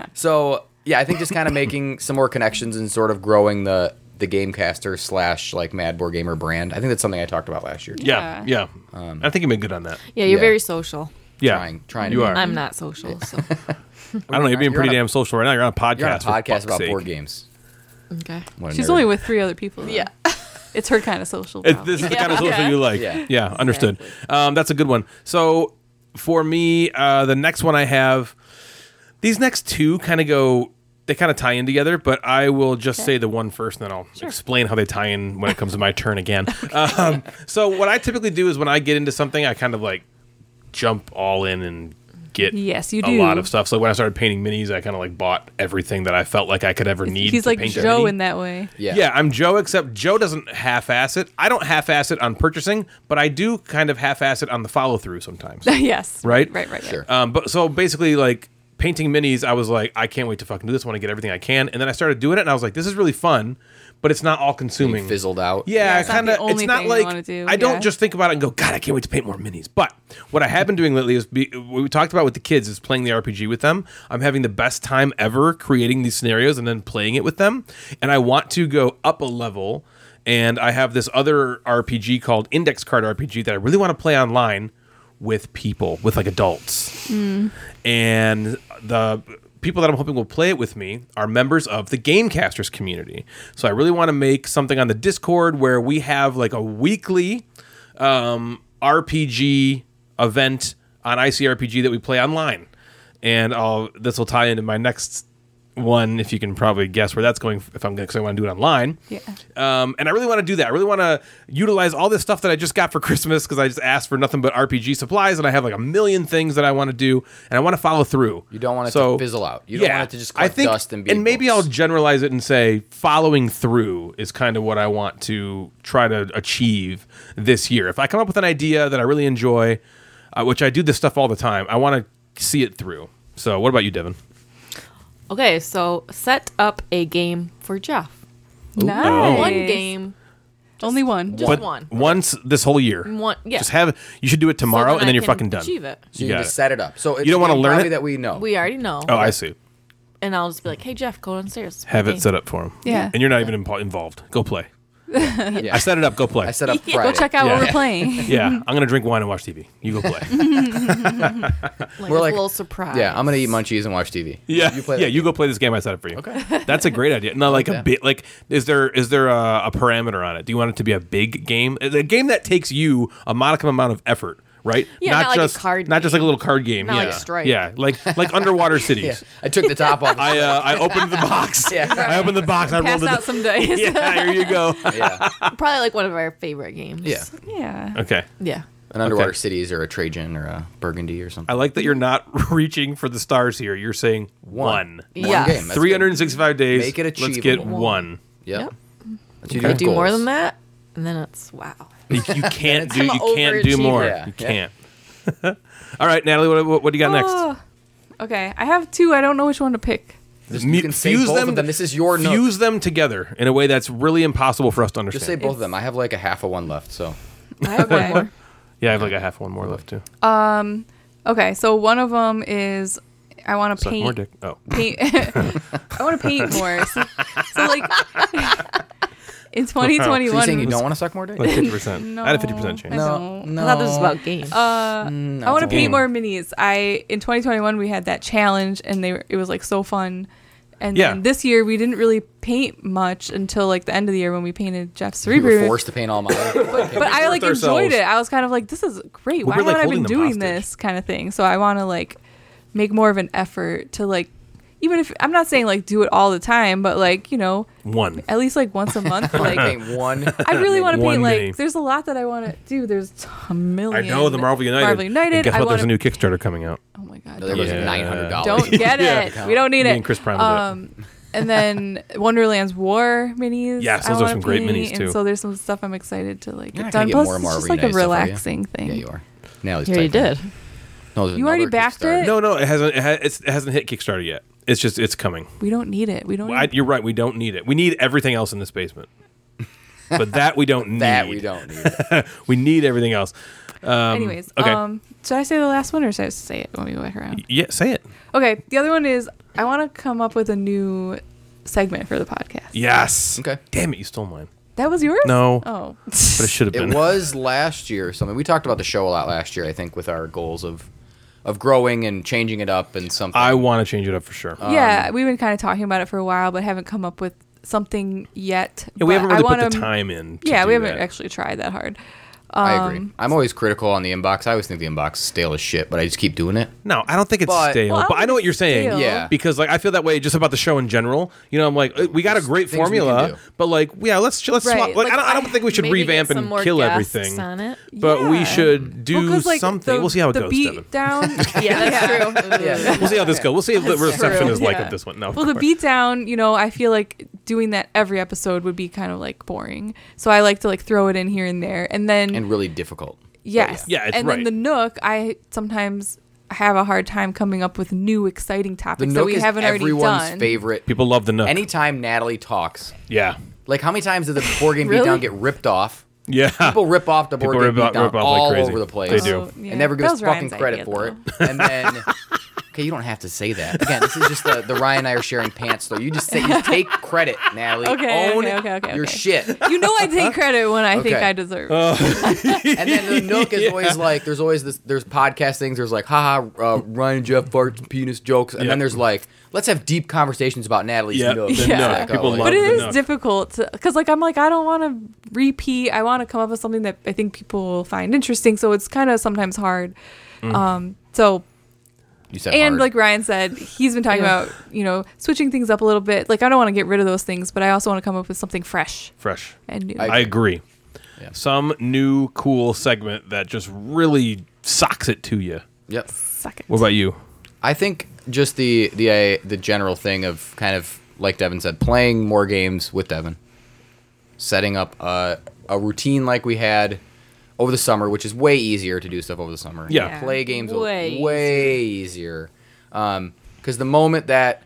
Speaker 3: Um, So yeah, I think just kind of making some more connections and sort of growing the the Gamecaster slash like Mad Board Gamer brand. I think that's something I talked about last year. too.
Speaker 1: yeah. Yeah. I think you made good on that.
Speaker 5: Yeah, you're
Speaker 3: Yeah.
Speaker 5: very social.
Speaker 1: Yeah.
Speaker 3: Um, Trying- trying to
Speaker 1: you
Speaker 3: be.
Speaker 1: are.
Speaker 5: I'm not social, so
Speaker 1: I don't know. You're being
Speaker 3: You're
Speaker 1: pretty
Speaker 3: on a-
Speaker 1: damn social right now. You're on a podcast.
Speaker 3: You're on a
Speaker 1: for
Speaker 3: podcast
Speaker 1: fuck's
Speaker 3: about
Speaker 1: sake.
Speaker 3: board games.
Speaker 5: okay.
Speaker 3: What a
Speaker 6: she's
Speaker 3: nerd.
Speaker 6: only with three other people. Yeah. It's her kind of social.
Speaker 1: It,
Speaker 6: now.
Speaker 1: this is the kind of social you like. Yeah,
Speaker 3: Yeah.
Speaker 1: understood. Um, that's a good one. So for me, uh, the next one I have, these next two kind of go, they kind of tie in together, but I will just say the one first and then I'll explain how they tie in when it comes to my turn again. um, so what I typically do is when I get into something, I kind of like jump all in and get
Speaker 6: Yes, you
Speaker 1: a
Speaker 6: do.
Speaker 1: lot of stuff. So when I started painting minis, I kind of like bought everything that I felt like I could ever need.
Speaker 6: He's
Speaker 1: to
Speaker 6: like
Speaker 1: paint a
Speaker 6: Joe
Speaker 1: mini.
Speaker 6: in that way.
Speaker 3: Yeah.
Speaker 1: Yeah, I'm Joe, except Joe doesn't half ass it. I don't half ass it on purchasing, but I do kind of half ass it on the follow through sometimes.
Speaker 6: yes.
Speaker 1: Right?
Speaker 6: Right. Right. Sure.
Speaker 1: um, but so basically, like painting minis, I was like, I can't wait to fucking do this. I want to get everything I can. And then I started doing it, and I was like, this is really fun, but it's not all consuming.
Speaker 3: You fizzled out.
Speaker 1: Yeah,
Speaker 6: it's not
Speaker 1: kind of.
Speaker 6: the only
Speaker 1: It's not
Speaker 6: thing you
Speaker 1: like
Speaker 6: wanna do,
Speaker 1: I don't
Speaker 6: yeah.
Speaker 1: just think about it and go, God, I can't wait to paint more minis. But what I have been doing lately is be, what we talked about with the kids is playing the RPG with them. I'm having the best time ever creating these scenarios and then playing it with them. And I want to go up a level. And I have this other RPG called Index Card RPG that I really want to play online with people, with like adults and the people that I'm hoping will play it with me are members of the Gamecasters community. So I really want to make something on the Discord where we have like a weekly um, RPG event on ICRPG that we play online, and I'll this will tie into my next one if you can probably guess where that's going if I'm because I want to do it online.
Speaker 6: Yeah.
Speaker 1: Um, and I really want to do that. I really want to utilize all this stuff that I just got for Christmas because I just asked for nothing but RPG supplies, and I have like a million things that I want to do, and I want to follow through.
Speaker 3: You don't want it
Speaker 1: So-
Speaker 3: to fizzle out. You don't want it to just collect dust and be.
Speaker 1: maybe I'll generalize it and say following through is kind of what I want to try to achieve this year. If I come up with an idea that I really enjoy, uh, which I do this stuff all the time, I want to see it through. So, what about you, Devin?
Speaker 5: Okay, so set up a game for Jeff.
Speaker 6: Nice.
Speaker 1: Oh.
Speaker 8: One game.
Speaker 6: Only one.
Speaker 8: Just
Speaker 1: but
Speaker 8: one.
Speaker 1: once this whole year,
Speaker 8: One- yeah.
Speaker 1: just have you should do it
Speaker 8: So
Speaker 1: tomorrow, and
Speaker 8: I
Speaker 1: then you're
Speaker 8: can
Speaker 1: fucking done.
Speaker 8: Achieve it.
Speaker 3: So you,
Speaker 1: got
Speaker 3: can
Speaker 1: it.
Speaker 3: just set it up. So it's
Speaker 1: don't wanna
Speaker 3: a game
Speaker 1: learn
Speaker 3: probably
Speaker 1: it?
Speaker 3: That we know.
Speaker 8: We already know.
Speaker 1: Oh, I see.
Speaker 8: And I'll just be like, hey, Jeff, go downstairs.
Speaker 1: Have
Speaker 8: Okay.
Speaker 1: it set up for him.
Speaker 6: Yeah.
Speaker 1: and you're not even impo- involved. Go play.
Speaker 3: Yeah.
Speaker 1: I set it up. Go play.
Speaker 3: I set up.
Speaker 6: Go
Speaker 3: Friday.
Speaker 6: check out
Speaker 1: Yeah.
Speaker 6: what we're playing.
Speaker 1: yeah, I'm gonna drink wine and watch TV. You go play.
Speaker 8: Like,
Speaker 3: We're
Speaker 8: it's
Speaker 3: like-
Speaker 8: a little surprise.
Speaker 3: Yeah, I'm gonna eat munchies and watch TV.
Speaker 1: Yeah,
Speaker 3: You play
Speaker 1: yeah.
Speaker 3: that
Speaker 1: You go play this game I set up for you. Okay, that's a great idea. No, like a bit. Like, is there is there a, a parameter on it? Do you want it to be a big game, a a game that takes you a modicum amount of effort, right?
Speaker 8: Yeah, not like a
Speaker 1: just
Speaker 8: card
Speaker 1: not just like a little card game.
Speaker 8: Not
Speaker 1: yeah,
Speaker 8: like Stripe.
Speaker 1: yeah, like like underwater cities.
Speaker 3: Yeah. I took the top off.
Speaker 1: I uh, I opened the box.
Speaker 3: Yeah.
Speaker 1: I opened the box. I rolled
Speaker 6: Pass
Speaker 1: it.
Speaker 6: out some dice.
Speaker 1: yeah, here you go.
Speaker 3: yeah.
Speaker 8: Probably like one of our favorite games.
Speaker 3: Yeah.
Speaker 6: Yeah.
Speaker 1: Okay.
Speaker 8: Yeah.
Speaker 3: An underwater cities or a Trajan or a Burgundy or something.
Speaker 1: I like that you're not reaching for the stars here. You're saying one.
Speaker 8: Yeah.
Speaker 3: game. That's good.
Speaker 1: 365 days.
Speaker 3: Make it
Speaker 1: Let's get
Speaker 3: achievable.
Speaker 1: one.
Speaker 3: Yep. That's what
Speaker 8: You do
Speaker 3: with
Speaker 8: more
Speaker 3: goals.
Speaker 8: than that, and then it's wow.
Speaker 1: You, you can't do.
Speaker 8: I'm
Speaker 1: You
Speaker 8: a
Speaker 1: can't do
Speaker 8: overachiever.
Speaker 1: more.
Speaker 3: Yeah,
Speaker 1: you
Speaker 3: yeah.
Speaker 1: can't. All right, Natalie. What, what, what do you got
Speaker 6: Ah.
Speaker 1: next?
Speaker 6: Oh. Okay. I have two. I don't know which one to pick.
Speaker 3: Just,
Speaker 1: Mu-
Speaker 3: you can say both of them. This is your note.
Speaker 1: fuse them together in a way that's really impossible for us to understand.
Speaker 3: Just say both of them. I have like a half of one left, so
Speaker 6: I have one more.
Speaker 1: Yeah, I have like a half one more left too.
Speaker 6: Okay, so one of them is I want to
Speaker 1: Suck
Speaker 6: paint.
Speaker 1: more dick. Oh,
Speaker 6: paint I want to paint more. So, so, like, in 2021.
Speaker 3: So you saying you don't want to suck more
Speaker 1: Like
Speaker 3: dick?
Speaker 1: 50%. I had a 50% chance.
Speaker 6: I don't.
Speaker 3: no.
Speaker 8: I thought this was about games.
Speaker 1: Mm,
Speaker 6: Uh, I want to
Speaker 1: game.
Speaker 6: paint more minis. I in 2021 we had that challenge and they were, it was like so fun. And
Speaker 1: Yeah.
Speaker 6: then this year we didn't really paint much until like the end of the year when we painted Jeff's
Speaker 3: You were
Speaker 6: Cerebro.
Speaker 3: forced to paint all mine.
Speaker 6: but I like
Speaker 1: forced
Speaker 6: enjoyed
Speaker 1: ourselves.
Speaker 6: it. I was kind of like, this is great.
Speaker 1: But
Speaker 6: Why
Speaker 1: we're, like,
Speaker 6: haven't I
Speaker 1: holding
Speaker 6: been
Speaker 1: them
Speaker 6: doing
Speaker 1: hostage.
Speaker 6: this kind of thing? So I want to like make more of an effort to like, even if I'm not saying like do it all the time, but like you know,
Speaker 1: One.
Speaker 6: at least like once a month.
Speaker 3: I
Speaker 6: Like
Speaker 3: paint one.
Speaker 6: I really want to
Speaker 1: One
Speaker 6: paint
Speaker 1: mini.
Speaker 6: like. There's a lot that I want to do. There's a
Speaker 1: I
Speaker 6: million.
Speaker 1: know the Marvel United.
Speaker 6: Marvel United.
Speaker 1: And guess
Speaker 6: I
Speaker 1: what? There's
Speaker 6: wanna-
Speaker 1: a new Kickstarter coming out.
Speaker 6: Oh my god.
Speaker 3: No, there goes
Speaker 1: Yeah.
Speaker 3: nine hundred dollars.
Speaker 6: Don't get it. We don't need
Speaker 1: Me
Speaker 6: it.
Speaker 1: and Chris Prime will do it.
Speaker 6: um, and then Wonderland's War minis.
Speaker 1: Yes,
Speaker 6: I
Speaker 1: those are
Speaker 6: wanna
Speaker 1: some great
Speaker 6: paint,
Speaker 1: minis,
Speaker 6: and
Speaker 1: too.
Speaker 6: so there's some stuff I'm excited to like
Speaker 3: You're not
Speaker 6: get done.
Speaker 3: gonna get
Speaker 6: Plus,
Speaker 3: more
Speaker 6: it's
Speaker 3: Marvel
Speaker 6: just like a
Speaker 3: United stuff, are you?
Speaker 6: relaxing thing.
Speaker 3: Yeah, you are. Natalie's
Speaker 5: You already
Speaker 3: typing.
Speaker 5: did.
Speaker 3: No, there's
Speaker 6: You already
Speaker 3: another
Speaker 6: backed
Speaker 3: Kickstarter.
Speaker 6: it?
Speaker 1: No, no, it hasn't. It, ha- it's, it hasn't hit Kickstarter yet. It's just it's coming.
Speaker 6: We don't need it. We don't.
Speaker 1: Well, I,
Speaker 6: need-
Speaker 1: you're right. We don't need it. We need everything else in this basement. But that we don't need.
Speaker 3: That we don't need.
Speaker 1: We need everything else. Um,
Speaker 6: Anyways,
Speaker 1: okay.
Speaker 6: um, should I say the last one or should I say it when we go back around?
Speaker 1: yeah, say it.
Speaker 6: Okay, the other one is I want to come up with a new segment for the podcast.
Speaker 1: Yes.
Speaker 3: Okay.
Speaker 1: Damn it, you stole mine.
Speaker 6: That was yours.
Speaker 1: No,
Speaker 6: Oh.
Speaker 1: but it should have been.
Speaker 3: It was last year or something. We talked about the show a lot last year, I think, with our goals of of growing and changing it up and something.
Speaker 1: I want to change it up for sure.
Speaker 6: yeah, we've been kind of talking about it for a while, but haven't come up with something yet.
Speaker 1: yeah, we
Speaker 6: but
Speaker 1: haven't
Speaker 6: I
Speaker 1: really
Speaker 6: wanna-
Speaker 1: put the time in. to
Speaker 6: Yeah,
Speaker 1: do
Speaker 6: we haven't
Speaker 1: that.
Speaker 6: actually tried that hard.
Speaker 3: I agree.
Speaker 6: Um,
Speaker 3: I'm always critical on the inbox. I always think the inbox is stale as shit, but I just keep doing it.
Speaker 1: No, I don't think it's
Speaker 3: But-
Speaker 1: stale.
Speaker 6: Well, I
Speaker 1: but I know what you're saying.
Speaker 6: stale.
Speaker 3: Yeah.
Speaker 1: Because like I feel that way just about the show in general. You know, I'm like uh, we got a great
Speaker 3: things we can do.
Speaker 1: formula, but like yeah, let's let's
Speaker 6: Right.
Speaker 1: swap. Like, I, don't, I don't think we should
Speaker 8: maybe get
Speaker 1: revamp and
Speaker 8: some more
Speaker 1: kill
Speaker 8: guests
Speaker 1: everything.
Speaker 8: on it.
Speaker 1: But we
Speaker 6: Yeah.
Speaker 1: should do
Speaker 6: 'cause, like,
Speaker 1: something.
Speaker 6: the-
Speaker 1: we'll see how it
Speaker 6: the
Speaker 1: goes, Devin.
Speaker 6: beat down.
Speaker 8: Yeah, that's true.
Speaker 1: We'll see how this goes. We'll see if the reception
Speaker 6: true.
Speaker 1: is like
Speaker 6: Yeah.
Speaker 1: of this one. No. of
Speaker 6: Well, the
Speaker 1: course.
Speaker 6: beat down, you know, I feel like doing that every episode would be kind of like boring. So I like to like throw it in here and there, and then
Speaker 3: And really difficult.
Speaker 6: yes,
Speaker 1: yeah. Yeah, it's
Speaker 6: and
Speaker 1: right.
Speaker 6: then the nook, I sometimes have a hard time coming up with new exciting
Speaker 3: The
Speaker 6: topics that
Speaker 3: Nook
Speaker 6: we
Speaker 3: is
Speaker 6: haven't already
Speaker 3: everyone's
Speaker 6: done.
Speaker 3: favorite.
Speaker 1: people love the nook.
Speaker 3: Anytime Natalie talks,
Speaker 1: yeah.
Speaker 3: like how many times did the board game beatdown get ripped off?
Speaker 1: Yeah.
Speaker 3: People rip off the board
Speaker 1: People
Speaker 3: game
Speaker 1: rip off-
Speaker 3: beatdown
Speaker 1: rip off like
Speaker 3: all
Speaker 1: crazy.
Speaker 3: over the place.
Speaker 1: They do. Oh,
Speaker 6: yeah.
Speaker 3: And never
Speaker 6: That
Speaker 3: gives
Speaker 6: was
Speaker 3: fucking
Speaker 6: Ryan's
Speaker 3: credit
Speaker 6: idea,
Speaker 3: for it. And then, okay, you don't have to say that. Again, this is just the, the Ryan and I are sharing pants, though. You just say, you take credit, Natalie.
Speaker 6: Okay,
Speaker 3: Own
Speaker 6: okay, okay, okay,
Speaker 3: your
Speaker 6: okay.
Speaker 3: shit.
Speaker 6: You know, I take credit when I think
Speaker 3: Okay.
Speaker 6: I deserve.
Speaker 1: Oh,
Speaker 6: it.
Speaker 3: And then the Nook is always like, there's always this, there's podcast things. There's like, haha, uh, Ryan and Jeff farts penis jokes. And
Speaker 1: Yep.
Speaker 3: then there's like, let's have deep conversations about Natalie's
Speaker 1: Yep,
Speaker 3: Nook.
Speaker 1: the
Speaker 3: It's
Speaker 1: Nook.
Speaker 3: like, oh,
Speaker 1: People
Speaker 3: like-
Speaker 1: love
Speaker 6: but it
Speaker 1: the
Speaker 6: is
Speaker 1: nook.
Speaker 6: difficult because like i'm like i don't want to repeat i want to come up with something that i think people will find interesting so it's kind of sometimes hard
Speaker 1: Mm.
Speaker 6: um so
Speaker 3: You said
Speaker 6: and
Speaker 3: hard.
Speaker 6: like ryan said he's been talking
Speaker 5: Yeah.
Speaker 6: about you know switching things up a little bit like i don't want to get rid of those things but i also want to come up with something fresh
Speaker 1: Fresh.
Speaker 6: and new
Speaker 1: I agree. Some new cool segment that just really socks it to you.
Speaker 3: yep.
Speaker 6: suck it
Speaker 1: What about you?
Speaker 3: I think just the the uh, the general thing of kind of like Devin said, playing more games with Devin, setting up a a routine like we had over the summer, which is way easier to do stuff over the summer.
Speaker 1: Yeah. Yeah.
Speaker 3: play games way
Speaker 5: Way
Speaker 3: way easier. Because the moment that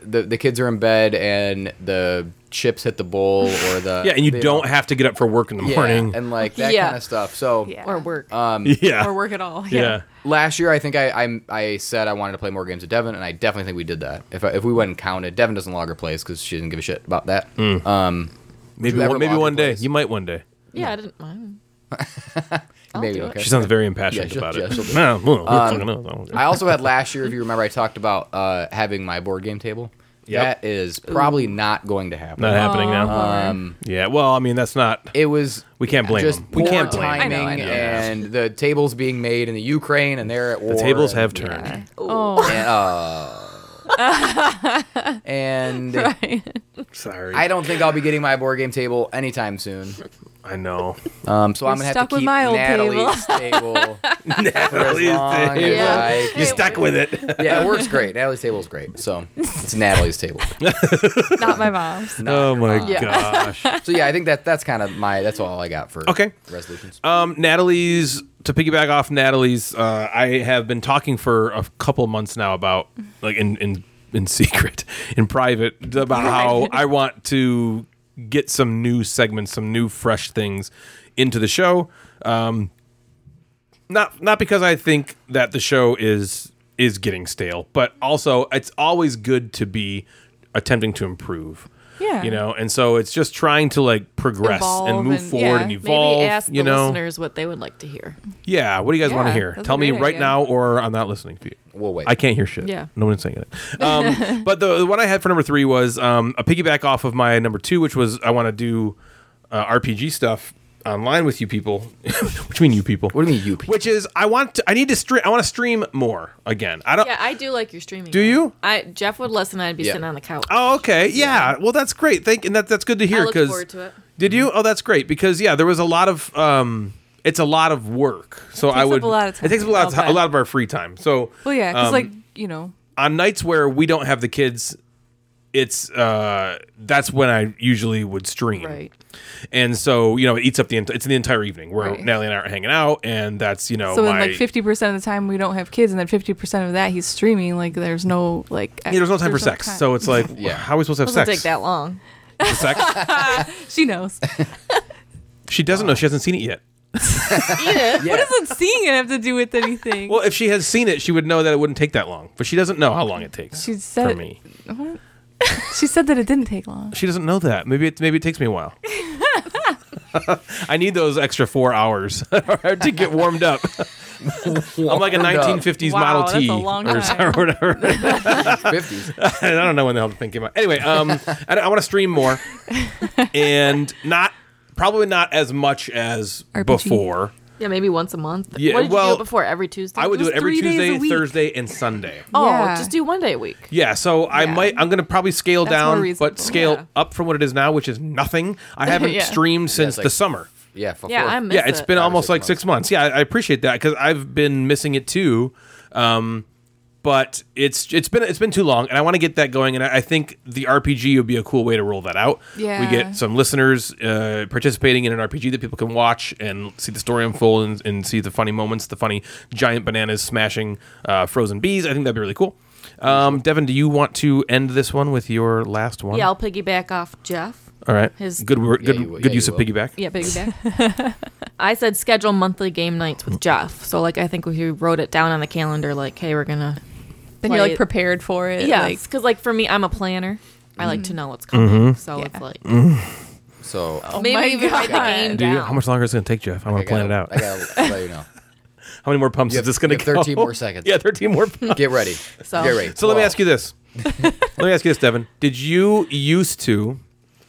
Speaker 3: the the kids are in bed and the chips hit the bowl or the
Speaker 1: Yeah, and you
Speaker 3: they
Speaker 1: don't have to get up for work in the
Speaker 3: yeah,
Speaker 1: morning.
Speaker 3: and like that
Speaker 5: Yeah.
Speaker 3: kind of stuff. So
Speaker 6: yeah.
Speaker 5: Or work.
Speaker 3: Uh,
Speaker 1: yeah.
Speaker 6: or work at all yeah,
Speaker 1: yeah.
Speaker 3: last year I think I, I I said I wanted to play more games with Devin, and I definitely think we did that. If I, if we went and counted, Devin doesn't log her plays because she didn't give a shit about that.
Speaker 1: Mm.
Speaker 3: Um,
Speaker 1: Maybe
Speaker 3: Whoever
Speaker 1: one, maybe
Speaker 3: log
Speaker 1: one
Speaker 3: it
Speaker 1: day.
Speaker 3: plays.
Speaker 1: You might one day.
Speaker 8: Yeah, I didn't mind.
Speaker 3: maybe
Speaker 8: do it.
Speaker 3: okay.
Speaker 1: She sounds very impassioned
Speaker 3: Yeah, she'll-
Speaker 1: about
Speaker 3: yeah,
Speaker 1: it.
Speaker 3: she'll do it.
Speaker 1: Nah, well, I don't know. I don't
Speaker 3: I
Speaker 1: know.
Speaker 3: also had last year, if you remember, I talked about uh, having my board game table.
Speaker 1: Yep.
Speaker 3: That is probably not going to happen.
Speaker 1: Not happening
Speaker 3: Uh,
Speaker 1: now. Um, yeah. Well, I mean, that's not.
Speaker 3: It was
Speaker 1: We can't blame
Speaker 3: just
Speaker 1: them.
Speaker 3: poor
Speaker 1: We can't blame
Speaker 3: timing
Speaker 1: them.
Speaker 6: I know, I know.
Speaker 3: and the tables being made in the Ukraine, and they're at war.
Speaker 1: The tables
Speaker 3: and-
Speaker 1: have turned.
Speaker 6: oh
Speaker 3: And, uh, and
Speaker 1: Sorry.
Speaker 3: I don't think I'll be getting my board game table anytime soon.
Speaker 1: I know.
Speaker 3: Um, so I'm gonna have
Speaker 6: stuck
Speaker 3: to
Speaker 6: with
Speaker 3: keep
Speaker 6: my old
Speaker 3: Natalie's table.
Speaker 1: Natalie's
Speaker 3: long
Speaker 1: table.
Speaker 3: as
Speaker 5: Yeah.
Speaker 3: I
Speaker 1: You're
Speaker 3: can-
Speaker 1: stuck with it.
Speaker 3: yeah, it works great. Natalie's table is great. So it's Natalie's table.
Speaker 6: not my mom's
Speaker 3: Not
Speaker 1: Oh
Speaker 3: her
Speaker 1: my
Speaker 3: mom.
Speaker 1: gosh.
Speaker 3: So yeah, I think that that's kind of my that's all I got for
Speaker 1: Okay.
Speaker 3: resolutions.
Speaker 1: Um, Natalie's to piggyback off Natalie's. Uh, I have been talking for a couple months now about like in in in secret, in private, about how I want to get some new segments, some new fresh things into the show. Um, not not because I think that the show is is getting stale, but also it's always good to be attempting to improve.
Speaker 6: Yeah.
Speaker 1: You know, and so it's just trying to like progress
Speaker 6: Evolve
Speaker 1: and move
Speaker 6: and-
Speaker 1: forward
Speaker 6: yeah.
Speaker 1: and
Speaker 6: Maybe
Speaker 1: evolve.
Speaker 5: Maybe ask
Speaker 1: you
Speaker 5: the
Speaker 1: know,
Speaker 5: listeners what they would like to hear.
Speaker 1: yeah. What do you guys want to
Speaker 6: Yeah,
Speaker 1: hear?
Speaker 6: that's a
Speaker 1: Tell me
Speaker 6: great
Speaker 1: right
Speaker 6: idea.
Speaker 1: now, or I'm not listening to you.
Speaker 3: We'll wait.
Speaker 1: I can't hear shit.
Speaker 5: Yeah.
Speaker 1: No one's saying it. Um, but the, the one I had for number three was um, a piggyback off of my number two, which was I want to do uh, RPG stuff online with you people. which mean you people?
Speaker 3: What do you mean you people?
Speaker 1: Which is I want to, I need to stream. I want to stream more again. I don't.
Speaker 8: Yeah, I do like your streaming.
Speaker 1: Do you?
Speaker 8: I Jeff would listen. I'd be
Speaker 3: Yeah.
Speaker 8: sitting on the couch.
Speaker 1: Oh, okay. Yeah. Well, that's great. Thank and that that's good to hear
Speaker 8: looked
Speaker 1: because
Speaker 8: forward to it.
Speaker 1: did you? Oh, that's great because yeah, there was a lot of um, it's a lot of work. So I
Speaker 6: up
Speaker 1: would
Speaker 6: a lot of
Speaker 1: it takes up a lot of
Speaker 6: time.
Speaker 1: ti- a lot of our free time. So
Speaker 6: Well, yeah, because
Speaker 1: um,
Speaker 6: like you know,
Speaker 1: on nights where we don't have the kids, it's uh that's when I usually would stream.
Speaker 5: Right.
Speaker 1: And so you know it eats up the ent- it's the entire evening where
Speaker 6: Right.
Speaker 1: Natalie and I are hanging out, and that's you know
Speaker 6: so then
Speaker 1: oh my
Speaker 6: like fifty percent of the time we don't have kids, and then fifty percent of that he's streaming. Like there's no like
Speaker 1: yeah, there's no time for sex.
Speaker 6: time.
Speaker 1: So it's like
Speaker 3: Yeah.
Speaker 1: how are we supposed to have
Speaker 8: Doesn't
Speaker 1: sex?
Speaker 8: take that long.
Speaker 1: Sex?
Speaker 6: she knows.
Speaker 1: She doesn't know. She hasn't seen it yet.
Speaker 6: What doesn't seeing it have to do with anything?
Speaker 1: Well, if she has seen it, she would know that it wouldn't take that long. But she doesn't know how long it takes
Speaker 6: She said
Speaker 1: for
Speaker 6: it-
Speaker 1: me.
Speaker 6: she said that it didn't take long.
Speaker 1: She doesn't know that. Maybe it, maybe it takes me a while. I need those extra four hours to get warmed up. I'm like a 1950s
Speaker 5: Wow,
Speaker 1: Model
Speaker 5: that's
Speaker 1: T
Speaker 5: a long
Speaker 1: or,
Speaker 5: time.
Speaker 1: or whatever.
Speaker 3: 50s.
Speaker 1: I don't know when the hell I'm thinking about. Anyway, um, I, I want to stream more and not probably not as much as
Speaker 6: RPG.
Speaker 1: before.
Speaker 8: Yeah, maybe once a month.
Speaker 1: Yeah,
Speaker 8: What did you
Speaker 1: well,
Speaker 8: do it before every Tuesday?
Speaker 1: I would do
Speaker 6: was
Speaker 1: it every
Speaker 6: three days a
Speaker 1: Tuesday,
Speaker 6: week.
Speaker 1: Thursday, and Sunday.
Speaker 8: Oh,
Speaker 6: Yeah.
Speaker 8: just do one day a week.
Speaker 1: Yeah, so I
Speaker 6: Yeah.
Speaker 1: might I'm gonna probably scale
Speaker 6: That's more
Speaker 1: down,
Speaker 6: reasonable.
Speaker 1: but scale
Speaker 8: Yeah.
Speaker 1: up from what it is now, which is nothing. I haven't
Speaker 8: Yeah.
Speaker 1: streamed since
Speaker 3: like-
Speaker 1: the summer.
Speaker 3: Yeah, for
Speaker 8: Yeah,
Speaker 3: four.
Speaker 8: I miss
Speaker 1: Yeah, it's
Speaker 8: it.
Speaker 1: been almost
Speaker 3: six
Speaker 1: like six months. Yeah, I, I appreciate that because I've been missing it too. Um, but it's it's been it's been too long, and I want to get that going. And I, I think the RPG would be a cool way to roll that out. we
Speaker 6: Yeah.
Speaker 1: get some listeners uh, participating in an RPG that people can watch and see the story unfold and, and see the funny moments, the funny giant bananas smashing uh, frozen bees. I think that'd be really cool. Um, Devin, do you want to end this one with your last one?
Speaker 5: Yeah, I'll piggyback off Jeff.
Speaker 1: All right.
Speaker 5: his-
Speaker 1: good wor- good
Speaker 3: you will.
Speaker 1: good
Speaker 3: Yeah, you
Speaker 1: use of
Speaker 3: will.
Speaker 1: piggyback.
Speaker 5: Yeah, piggyback. I said schedule monthly game nights with Jeff. So like I think we wrote it down on the calendar. Like, hey, we're gonna
Speaker 6: Then you're
Speaker 5: Like-
Speaker 6: like prepared for it.
Speaker 5: yeah,
Speaker 6: like,
Speaker 5: because like, Mm-hmm. for me, I'm a planner. I like to know what's coming.
Speaker 1: Mm-hmm.
Speaker 5: So it's
Speaker 6: Yeah.
Speaker 5: like Oh
Speaker 3: So I
Speaker 5: maybe
Speaker 6: my
Speaker 5: even write the
Speaker 6: God.
Speaker 5: game
Speaker 1: Do you,
Speaker 5: down.
Speaker 1: how much longer is it going to take, Jeff? I want to
Speaker 3: gotta-
Speaker 1: plan it out.
Speaker 3: I gotta let you know.
Speaker 1: How many more pumps
Speaker 3: You
Speaker 1: is
Speaker 3: have-
Speaker 1: this going to
Speaker 3: you
Speaker 1: go?
Speaker 3: have 13 more seconds.
Speaker 1: Yeah, 13 more pumps.
Speaker 3: Get ready.
Speaker 5: So-
Speaker 3: Get ready.
Speaker 1: So let me ask you this. let me ask you this, Devin. Did you used to,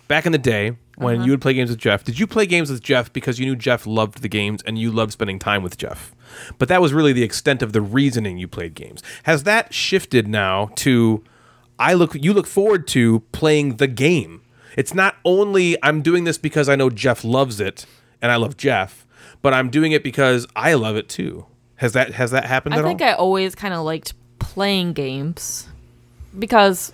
Speaker 1: back in the day, when
Speaker 5: Uh-huh.
Speaker 1: you would play games with Jeff, did you play games with Jeff because you knew Jeff loved the games and you loved spending time with Jeff? But that was really the extent of the reasoning you played games. Has that shifted now to I look you look forward to playing the game? It's not only I'm doing this because I know Jeff loves it and I love Jeff, but I'm doing it because I love it too. Has that has that happened
Speaker 5: I
Speaker 1: at
Speaker 5: think
Speaker 1: all?
Speaker 5: I always kind of liked playing games because,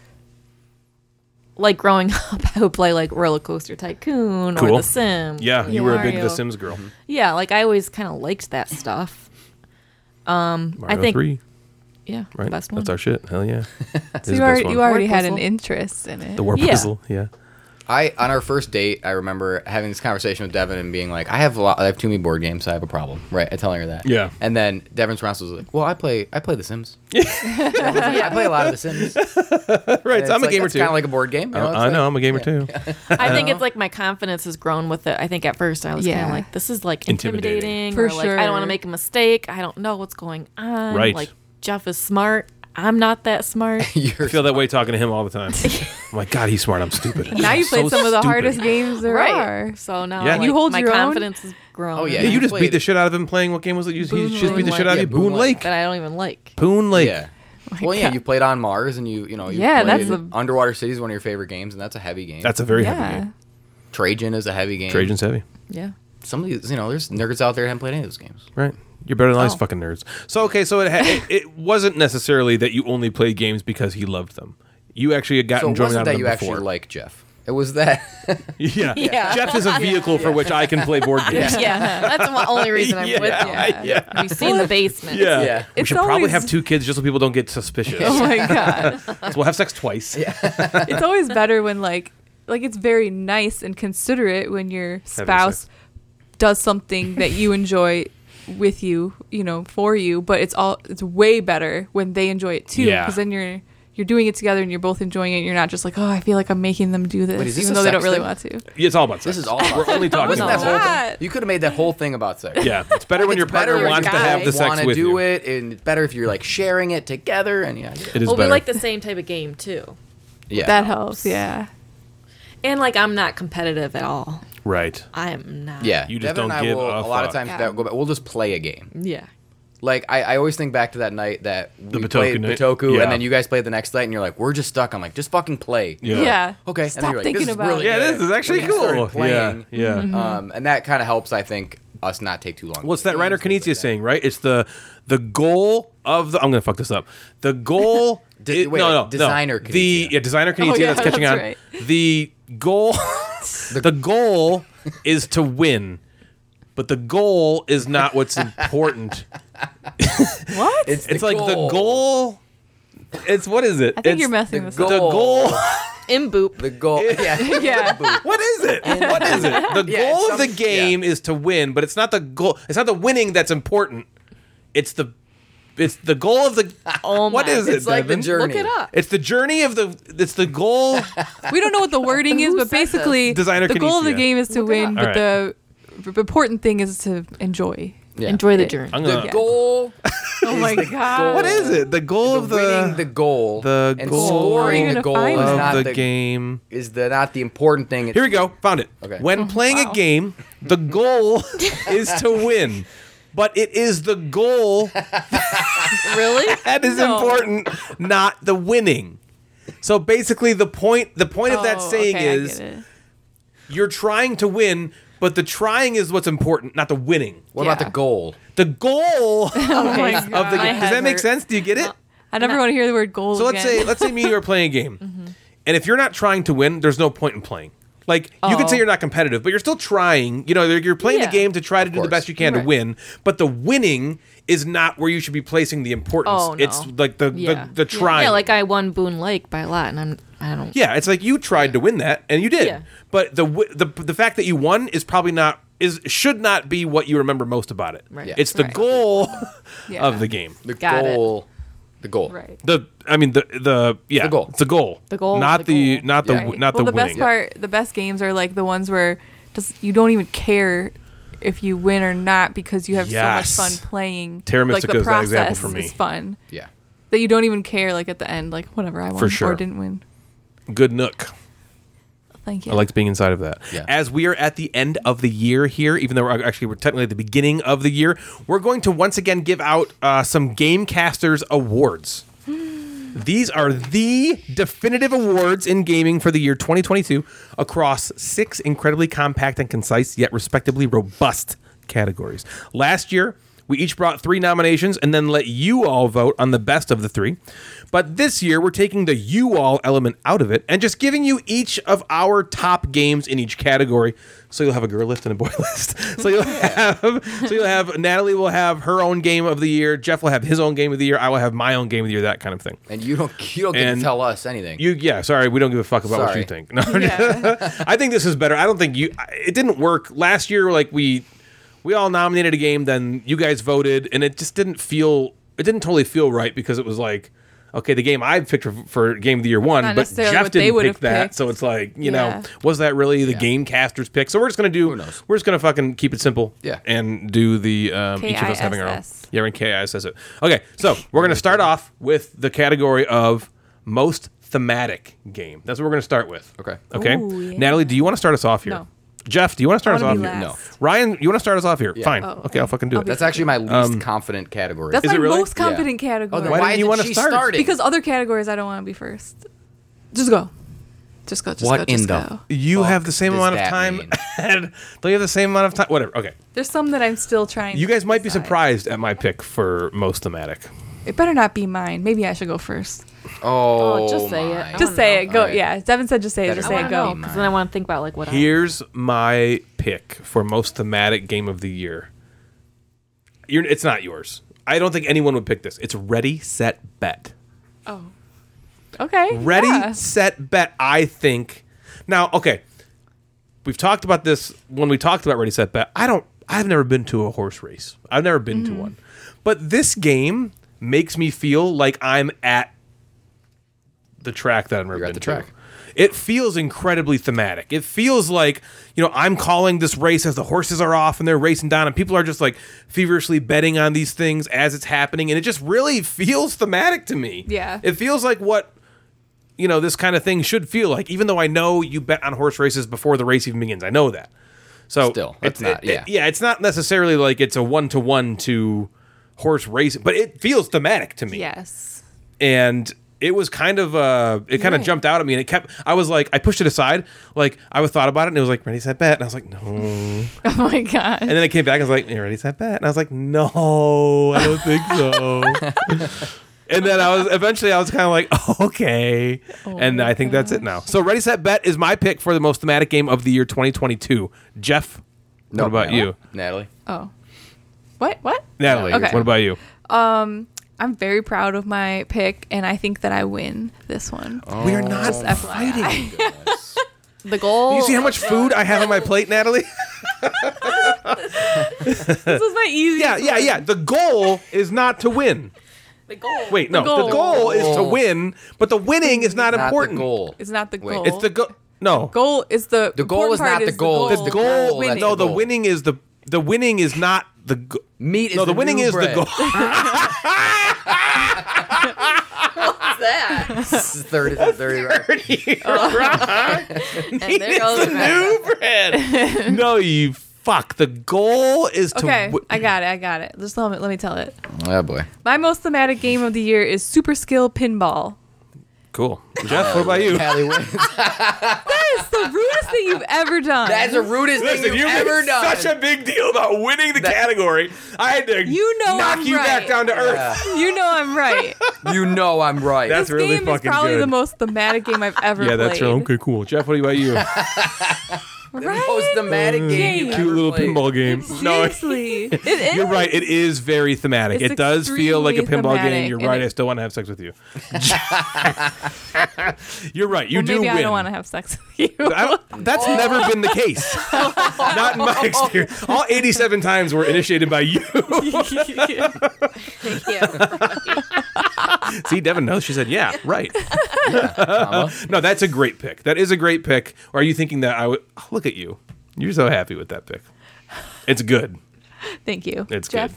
Speaker 5: like growing up, I would play like Roller Coaster Tycoon
Speaker 1: Cool.
Speaker 5: or The Sims.
Speaker 1: yeah, you were a big The
Speaker 6: Mario.
Speaker 1: Sims girl.
Speaker 5: yeah. Like I always kind of liked that stuff.
Speaker 1: Mario
Speaker 5: I think-
Speaker 1: 3.
Speaker 5: Yeah,
Speaker 1: Right.
Speaker 5: the best one.
Speaker 1: That's our shit. Hell yeah. It is
Speaker 6: so
Speaker 1: the
Speaker 6: you
Speaker 1: best
Speaker 6: already,
Speaker 1: one.
Speaker 6: you already had an
Speaker 5: puzzle.
Speaker 6: interest in it.
Speaker 1: the war
Speaker 5: Yeah.
Speaker 1: puzzle. Yeah.
Speaker 3: I on our first date, I remember having this conversation with Devin and being like, "I have a lot. I have too many board games. So I have a problem." Right? I telling her that.
Speaker 1: Yeah.
Speaker 3: And then Devin's response was like, "Well, I play. I play The Sims. yeah, I, was like, "I play a lot of The Sims.
Speaker 1: Right. so I'm a gamer
Speaker 3: It's
Speaker 1: too.
Speaker 3: kind of like a board game. you
Speaker 1: I-
Speaker 3: it's
Speaker 1: I
Speaker 3: like-
Speaker 1: know. I'm a gamer too.
Speaker 5: I think it's like my confidence has grown with it. I think at first I was kind
Speaker 6: Yeah.
Speaker 5: of like, this is like
Speaker 1: Intimidating.
Speaker 5: intimidating.
Speaker 6: For
Speaker 5: or like, I don't want
Speaker 6: sure.
Speaker 5: to make a mistake. I don't know what's going on.
Speaker 1: Right.
Speaker 5: Like, Jeff is smart. I'm not that smart.
Speaker 1: I feel that way talking to him all the time. I'm like, God, he's smart. I'm stupid.
Speaker 6: Now you
Speaker 1: I'm
Speaker 6: played
Speaker 1: so
Speaker 6: some of the
Speaker 1: stupid.
Speaker 6: hardest games there are.
Speaker 5: So now
Speaker 1: Yeah.
Speaker 5: like,
Speaker 1: You
Speaker 6: hold
Speaker 5: my
Speaker 6: your own?
Speaker 5: confidence has grown.
Speaker 3: Oh, yeah.
Speaker 1: Yeah, you just beat
Speaker 3: played-
Speaker 1: the shit out of him playing. What game was it? You he just beat the shit out of
Speaker 3: Yeah,
Speaker 1: you. Boone
Speaker 3: Boone Lake.
Speaker 1: Lake.
Speaker 5: That I don't even like.
Speaker 1: Boone Lake.
Speaker 3: Yeah. well, yeah, you played on Mars, and you you know you
Speaker 6: Oh Yeah,
Speaker 3: played
Speaker 6: that's a-
Speaker 3: Underwater City is one of your favorite games, and that's a heavy game.
Speaker 1: That's a very heavy
Speaker 6: Yeah.
Speaker 1: game.
Speaker 3: Trajan is a heavy game.
Speaker 1: Trajan's heavy.
Speaker 5: Yeah.
Speaker 3: Some of these, you know, there's nerds out there that haven't played any of those games.
Speaker 1: Right. You're better than us fucking nerds. So okay, so it, ha- it it wasn't necessarily that you only played games because he loved them. You actually got
Speaker 3: So it
Speaker 1: enjoyment
Speaker 3: wasn't
Speaker 1: out of
Speaker 3: that
Speaker 1: them
Speaker 3: you
Speaker 1: before.
Speaker 3: actually like Jeff. It was that.
Speaker 1: yeah. Jeff is a vehicle for which I can play board games.
Speaker 5: Yeah. That's the only reason I'm with you.
Speaker 1: Yeah. yeah.
Speaker 5: We've seen the basement.
Speaker 1: Yeah.
Speaker 3: Yeah.
Speaker 1: We
Speaker 6: It's
Speaker 1: should probably
Speaker 6: always-
Speaker 1: have two kids just so people don't get suspicious.
Speaker 6: Oh my god.
Speaker 1: So we'll have sex twice. Yeah.
Speaker 6: it's always better when like like it's very nice and considerate when your spouse
Speaker 1: sex.
Speaker 6: does something that you enjoy with you, you know, for you, but it's all it's way better when they enjoy it too
Speaker 1: Yeah.
Speaker 6: because then you're you're doing it together and you're both enjoying it. You're not just like, oh, I feel like I'm making them do this,
Speaker 3: Wait, is this
Speaker 6: even
Speaker 3: a
Speaker 6: though they
Speaker 3: sex
Speaker 6: don't really
Speaker 3: thing?
Speaker 6: want to.
Speaker 1: It's all about sex.
Speaker 3: This is all about
Speaker 1: We're only talking
Speaker 3: Wasn't
Speaker 1: about
Speaker 3: that whole
Speaker 1: sex.
Speaker 3: thing? You could have made that whole thing about sex.
Speaker 1: Yeah, it's better when
Speaker 3: It's
Speaker 1: your partner
Speaker 3: better if
Speaker 1: wants
Speaker 3: you
Speaker 1: to have the sex
Speaker 3: wanna
Speaker 1: with
Speaker 3: do
Speaker 1: you.
Speaker 3: it, and it's better if you're like sharing it together. And yeah,
Speaker 1: It is
Speaker 8: well,
Speaker 1: better.
Speaker 8: we like the same type of game too,
Speaker 3: yeah.
Speaker 6: That helps, yeah.
Speaker 8: and like I'm not competitive at all.
Speaker 1: right.
Speaker 8: I'm not.
Speaker 3: yeah.
Speaker 1: You just
Speaker 3: Devin and
Speaker 1: don't
Speaker 3: I
Speaker 1: give
Speaker 3: will,
Speaker 1: a
Speaker 3: lot of
Speaker 1: fuck.
Speaker 3: times
Speaker 6: Yeah.
Speaker 3: that go back. We'll just play a game.
Speaker 8: Yeah.
Speaker 3: Like I, I always think back to that night that
Speaker 1: The
Speaker 3: we
Speaker 1: Bitoku
Speaker 3: played
Speaker 1: night.
Speaker 3: Bitoku,
Speaker 1: Yeah.
Speaker 3: and then you guys played the next night, and you're like, "We're just stuck." I'm like, "Just fucking play."
Speaker 1: Yeah.
Speaker 6: Yeah.
Speaker 3: Okay.
Speaker 6: Stop
Speaker 3: and then you're like,
Speaker 6: thinking
Speaker 3: this is
Speaker 6: about
Speaker 3: really
Speaker 6: it. Mm-hmm.
Speaker 1: Yeah, this
Speaker 3: good.
Speaker 1: is actually
Speaker 3: And you started
Speaker 1: cool. Yeah,
Speaker 3: playing.
Speaker 1: yeah.
Speaker 3: Um, and that kind of helps, I think, us not take too long.
Speaker 1: What's that Reiner Knizia saying, right? It's the the goal of the. I'm gonna fuck this up. The goal.
Speaker 3: Di-
Speaker 1: i-
Speaker 3: wait,
Speaker 1: no, no, no.
Speaker 3: designer
Speaker 1: The
Speaker 3: Knizia.
Speaker 1: yeah, designer Knizia
Speaker 6: Oh, yeah,
Speaker 1: that's catching
Speaker 6: that's
Speaker 1: on.
Speaker 6: right.
Speaker 1: The goal. the goal is to win, but the goal is not what's important.
Speaker 6: What?
Speaker 1: it's like the goal. It's what is it?
Speaker 6: I think
Speaker 1: it's
Speaker 6: you're messing
Speaker 3: the
Speaker 6: this
Speaker 1: the
Speaker 6: up.
Speaker 1: goal.
Speaker 8: In boop.
Speaker 3: The goal. Yeah.
Speaker 6: Yeah.
Speaker 1: What is it? What is it? The
Speaker 3: Yeah,
Speaker 1: goal of
Speaker 3: some-
Speaker 1: the game is to win, but it's not the goal. It's not the winning that's important. It's the it's the goal of the.
Speaker 8: Oh
Speaker 1: What
Speaker 8: my-
Speaker 1: is it?
Speaker 3: It's like the
Speaker 1: Devin?
Speaker 3: journey.
Speaker 8: Look it up.
Speaker 1: It's the journey of the. It's the goal.
Speaker 6: we don't know what the wording is, but
Speaker 8: said this?
Speaker 6: basically,
Speaker 1: Designer
Speaker 6: the goal of the
Speaker 1: Kinesia.
Speaker 6: game is to win, but
Speaker 1: All
Speaker 6: the r- important thing is to enjoy.
Speaker 3: Yeah.
Speaker 8: Enjoy the journey.
Speaker 1: I'm
Speaker 3: The
Speaker 1: gonna,
Speaker 3: goal.
Speaker 6: Oh my god.
Speaker 1: What is it? The goal of the
Speaker 3: winning the goal.
Speaker 1: the
Speaker 3: and
Speaker 1: goal
Speaker 3: scoring
Speaker 6: You're
Speaker 3: the
Speaker 6: gonna
Speaker 3: goal
Speaker 6: find
Speaker 3: is
Speaker 6: it.
Speaker 1: of
Speaker 3: not
Speaker 1: the,
Speaker 3: the,
Speaker 1: game.
Speaker 3: Is the not the important thing. It's
Speaker 1: Here we go. Found it.
Speaker 3: Okay. Oh,
Speaker 1: When playing a game, the goal is to win, but it is the goal
Speaker 8: Really?
Speaker 1: that is
Speaker 6: No.
Speaker 1: important, not the winning. So basically, the point the point of that
Speaker 6: Oh,
Speaker 1: saying
Speaker 6: okay, I
Speaker 1: is
Speaker 6: get it.
Speaker 1: you're trying to win, but the trying is what's important, not the winning.
Speaker 3: What about
Speaker 6: Yeah.
Speaker 3: the goal?
Speaker 1: The goal
Speaker 6: Oh my
Speaker 1: of the
Speaker 6: God.
Speaker 1: game. Does that make sense? Do you get it?
Speaker 6: I never want to hear the word goal.
Speaker 8: Oh,
Speaker 1: So let's
Speaker 6: again.
Speaker 1: say let's say me and you are playing a game,
Speaker 8: Mm-hmm.
Speaker 1: and if you're not trying to win, there's no point in playing. Like you can say you're not competitive, but you're still trying. You know, you're- you're playing
Speaker 8: Oh.
Speaker 1: the
Speaker 8: Yeah.
Speaker 1: game to try to do the
Speaker 3: course.
Speaker 1: best you can to
Speaker 8: Right.
Speaker 1: win. But the winning is not where you should be placing the importance.
Speaker 8: Oh, no.
Speaker 1: It's like the
Speaker 8: Yeah.
Speaker 1: the, the trying.
Speaker 8: Yeah, like I won Boone Lake by a lot, and I'm I don't.
Speaker 1: Yeah, it's like you tried to win that and you did.
Speaker 8: Yeah.
Speaker 1: But the w- the the fact that you won is probably not is should not be what you remember most about it.
Speaker 8: Right.
Speaker 3: Yeah.
Speaker 1: It's the
Speaker 6: Right.
Speaker 1: goal
Speaker 6: Yeah.
Speaker 1: of the game.
Speaker 3: The
Speaker 8: Got it.
Speaker 3: goal. The goal.
Speaker 6: Right.
Speaker 1: The I mean the the yeah
Speaker 3: The goal.
Speaker 1: It's the goal.
Speaker 8: The goal,
Speaker 1: Not
Speaker 8: the
Speaker 1: the,
Speaker 8: goal.
Speaker 1: not the
Speaker 3: Yeah.
Speaker 1: w not
Speaker 6: well,
Speaker 1: the,
Speaker 6: the,
Speaker 1: winning.
Speaker 6: best part, the best games are like the ones where just, you don't even care if you win or not because you have
Speaker 1: Yes.
Speaker 6: so much fun playing.
Speaker 1: Terra
Speaker 6: like
Speaker 1: Mystica
Speaker 6: the
Speaker 1: is that
Speaker 6: process
Speaker 1: example for me.
Speaker 6: is fun
Speaker 3: Yeah.
Speaker 6: that you don't even care. Like at the end, like whatever I won
Speaker 1: sure.
Speaker 6: or didn't win.
Speaker 1: Good nook.
Speaker 6: Thank you.
Speaker 1: I liked being inside of that.
Speaker 3: Yeah.
Speaker 1: As we are at the end of the year here, even though we're actually we're technically at the beginning of the year, we're going to once again give out uh, some Gamecasters awards. These are the definitive awards in gaming for the year 2022 across six incredibly compact and concise, yet respectively robust categories. Last year, we each brought three nominations and then let you all vote on the best of the three. But this year, we're taking the you all element out of it and just giving you each of our top games in each category. So you'll have a girl list and a boy list. So you'll have so you'll have Natalie will have her own game of the year. Jeff will have his own game of the year. I will have my own game of the year. That kind of thing.
Speaker 3: And you don't you don't get
Speaker 1: And
Speaker 3: to tell us anything.
Speaker 1: You yeah, sorry, we don't give a fuck about what
Speaker 3: Sorry.
Speaker 1: you think. No, I think this is better. I don't think you. I- It didn't work last year. Like we, we all nominated a game, then you guys voted, and it just didn't feel. It didn't totally feel right because it was like, okay, the game I picked for, for game of the year won, but
Speaker 6: necessarily
Speaker 1: Jeff
Speaker 6: what they
Speaker 1: didn't
Speaker 6: would've
Speaker 1: pick that,
Speaker 6: picked.
Speaker 1: so it's like you
Speaker 6: Yeah.
Speaker 1: know, was that really the game caster's pick? So we're just gonna do.
Speaker 3: Who knows?
Speaker 1: We're just gonna fucking keep it simple.
Speaker 3: Yeah.
Speaker 1: and do the um, each of us having our own.
Speaker 6: KISS.
Speaker 1: Yeah, we're in KISS. That's it. Okay, so we're going to start off with the category of most thematic game. That's what we're going to start with.
Speaker 3: Okay.
Speaker 1: Okay.
Speaker 6: Ooh, yeah.
Speaker 1: Natalie, do you want to start us off here?
Speaker 6: No.
Speaker 1: Jeff, do you want to start us
Speaker 6: wanna
Speaker 1: off
Speaker 6: be
Speaker 1: here?
Speaker 6: last.
Speaker 1: No. Ryan, you want to start us off here? Fine.
Speaker 6: Oh,
Speaker 1: okay, I'll fucking do
Speaker 6: I'll
Speaker 1: it.
Speaker 6: be-
Speaker 1: That's
Speaker 3: That's actually my least confident category.
Speaker 6: That's
Speaker 1: um, Is it
Speaker 6: my
Speaker 1: really?
Speaker 6: most confident
Speaker 3: Oh,
Speaker 6: category.
Speaker 3: then
Speaker 1: Why didn't
Speaker 3: isn't
Speaker 1: you wanna
Speaker 3: she
Speaker 1: start?
Speaker 3: starting?
Speaker 6: because oh, other categories I don't want to be first. Just go. Just go. Just
Speaker 3: What
Speaker 6: go.
Speaker 3: in
Speaker 6: Just
Speaker 3: the-
Speaker 6: go.
Speaker 1: you
Speaker 3: fuck
Speaker 1: have the same
Speaker 3: does
Speaker 1: amount of
Speaker 3: that
Speaker 1: time.
Speaker 3: mean?
Speaker 1: and- don't you have the same amount of time? Whatever. Okay.
Speaker 6: There's some that I'm still trying.
Speaker 1: You
Speaker 6: to
Speaker 1: guys might be
Speaker 6: decide.
Speaker 1: surprised at my pick for most thematic.
Speaker 6: It better not be mine. Maybe I should go first.
Speaker 3: oh,
Speaker 5: Oh, just say it.
Speaker 3: my.
Speaker 5: I
Speaker 6: Just say it. Go.
Speaker 3: All right.
Speaker 6: Yeah. Devin said just say it.
Speaker 3: Better
Speaker 6: Just
Speaker 8: I
Speaker 6: say
Speaker 8: want
Speaker 6: it.
Speaker 8: to
Speaker 6: Go.
Speaker 8: know because then I want to think about like what. I,
Speaker 1: Here's my pick for most thematic game of the year. You're, it's not yours. I don't think anyone would pick this. It's Ready, Set, Bet.
Speaker 6: Okay.
Speaker 1: Ready,
Speaker 6: yeah.
Speaker 1: set, bet. I think. Now, okay, we've talked about this when we talked about ready, set, bet. I don't. I've never been to a horse race. I've never been
Speaker 6: Mm.
Speaker 1: to one, but this game makes me feel like I'm at the track that I've never
Speaker 3: You're at
Speaker 1: been
Speaker 3: the
Speaker 1: to.
Speaker 3: track.
Speaker 1: It feels incredibly thematic. It feels like, you know, I'm calling this race as the horses are off and they're racing down, and people are just like feverishly betting on these things as it's happening. And it just really feels thematic to me.
Speaker 6: Yeah.
Speaker 1: It feels like what, you know, this kind of thing should feel like, even though I know you bet on horse races before the race even begins. I know that. So
Speaker 3: Still,
Speaker 1: it's
Speaker 3: that's not-
Speaker 1: it- it-
Speaker 3: yeah.
Speaker 1: yeah, it's not necessarily like it's a one to one to horse racing, but it feels thematic to me
Speaker 6: Yes.
Speaker 1: and it was kind of uh it kind of jumped out at me and it kept i was like i pushed it aside like i was thought about it and it was like ready set bet and i was like no and
Speaker 4: Oh my god.
Speaker 1: then it came back and was like "Yeah, ready set bet and i was like no i don't think so and then i was eventually i was kind of like okay and i think that's it now so ready set bet is my pick for the most thematic game of the year 2022 jeff what about
Speaker 3: Natalie.
Speaker 1: you
Speaker 3: Natalie?
Speaker 6: Oh. What? What?
Speaker 1: natalie
Speaker 6: Okay.
Speaker 1: what about you
Speaker 6: I'm very proud of my pick, and I think that I win this one.
Speaker 3: Oh.
Speaker 1: we are not
Speaker 6: fighting.
Speaker 8: The goal.
Speaker 1: you see how much food i have on my plate natalie
Speaker 6: this was my easy.
Speaker 1: Yeah, yeah, yeah. The goal is not to win.
Speaker 5: The goal.
Speaker 1: Wait, no. The goal,
Speaker 6: goal.
Speaker 1: is to win, but the winning is not,
Speaker 3: Oh. Not
Speaker 1: important.
Speaker 3: the goal.
Speaker 6: It's not the goal.
Speaker 3: Wait,
Speaker 1: It's the goal. No.
Speaker 6: goal is the
Speaker 3: The goal
Speaker 6: important
Speaker 3: is not
Speaker 6: part
Speaker 3: the goal,
Speaker 1: The
Speaker 3: It's
Speaker 1: goal.
Speaker 3: the goal, that's
Speaker 1: No,
Speaker 3: the
Speaker 1: the
Speaker 3: goal.
Speaker 1: winning is the the winning is not the. Go-
Speaker 3: Meat is
Speaker 1: no, the,
Speaker 3: new
Speaker 1: winning is
Speaker 3: bread.
Speaker 1: the goal.
Speaker 5: that?
Speaker 3: This is third is the third, right?
Speaker 5: and there goes the
Speaker 1: no, you fuck. The goal is to.
Speaker 6: Okay,
Speaker 1: wi-
Speaker 6: I got it. I got it. Just let me let me tell it.
Speaker 3: Oh boy.
Speaker 6: My most thematic game of the year is Super Skill Pinball.
Speaker 1: cool. Jeff, what about you?
Speaker 3: Natalie wins.
Speaker 6: That's the rudest thing you've ever done.
Speaker 3: That's the rudest thing
Speaker 1: Listen,
Speaker 3: you've
Speaker 1: you made
Speaker 3: ever done.
Speaker 1: such a big deal about winning the category. I had to
Speaker 6: You know
Speaker 1: knock
Speaker 6: I'm
Speaker 1: you back
Speaker 6: right.
Speaker 1: down to earth.
Speaker 6: you know I'm right.
Speaker 3: you know I'm right.
Speaker 1: That's
Speaker 6: this
Speaker 1: really
Speaker 6: game is
Speaker 1: fucking
Speaker 6: probably
Speaker 1: good.
Speaker 6: the most thematic game I've ever
Speaker 1: yeah,
Speaker 6: played.
Speaker 1: that's right. Okay, cool. Jeff, what about you?
Speaker 6: Right?
Speaker 3: most thematic game. you've
Speaker 1: Mm. Cute
Speaker 3: ever
Speaker 1: little
Speaker 3: played.
Speaker 1: pinball game. No,
Speaker 6: Seriously, it is.
Speaker 1: You're right. It is very thematic.
Speaker 6: It's
Speaker 1: it does feel like a
Speaker 6: extremely
Speaker 1: pinball game.
Speaker 6: thematic,
Speaker 1: You're
Speaker 6: and
Speaker 1: right.
Speaker 6: it-
Speaker 1: I still want to have sex with you. You're right. You
Speaker 6: Well,
Speaker 1: do
Speaker 6: maybe
Speaker 1: win.
Speaker 6: I don't want to have sex with you.
Speaker 1: I don't- that's never been the case. Not in my experience. All 87 times were initiated by you. See, Devin knows. She said, "Yeah, right."
Speaker 3: Uh-huh.
Speaker 1: no, that's a great pick. That is a great pick. Or are you thinking that I would oh, look at you? You're so happy with that pick. It's good.
Speaker 6: Thank you.
Speaker 1: It's
Speaker 6: Jeff.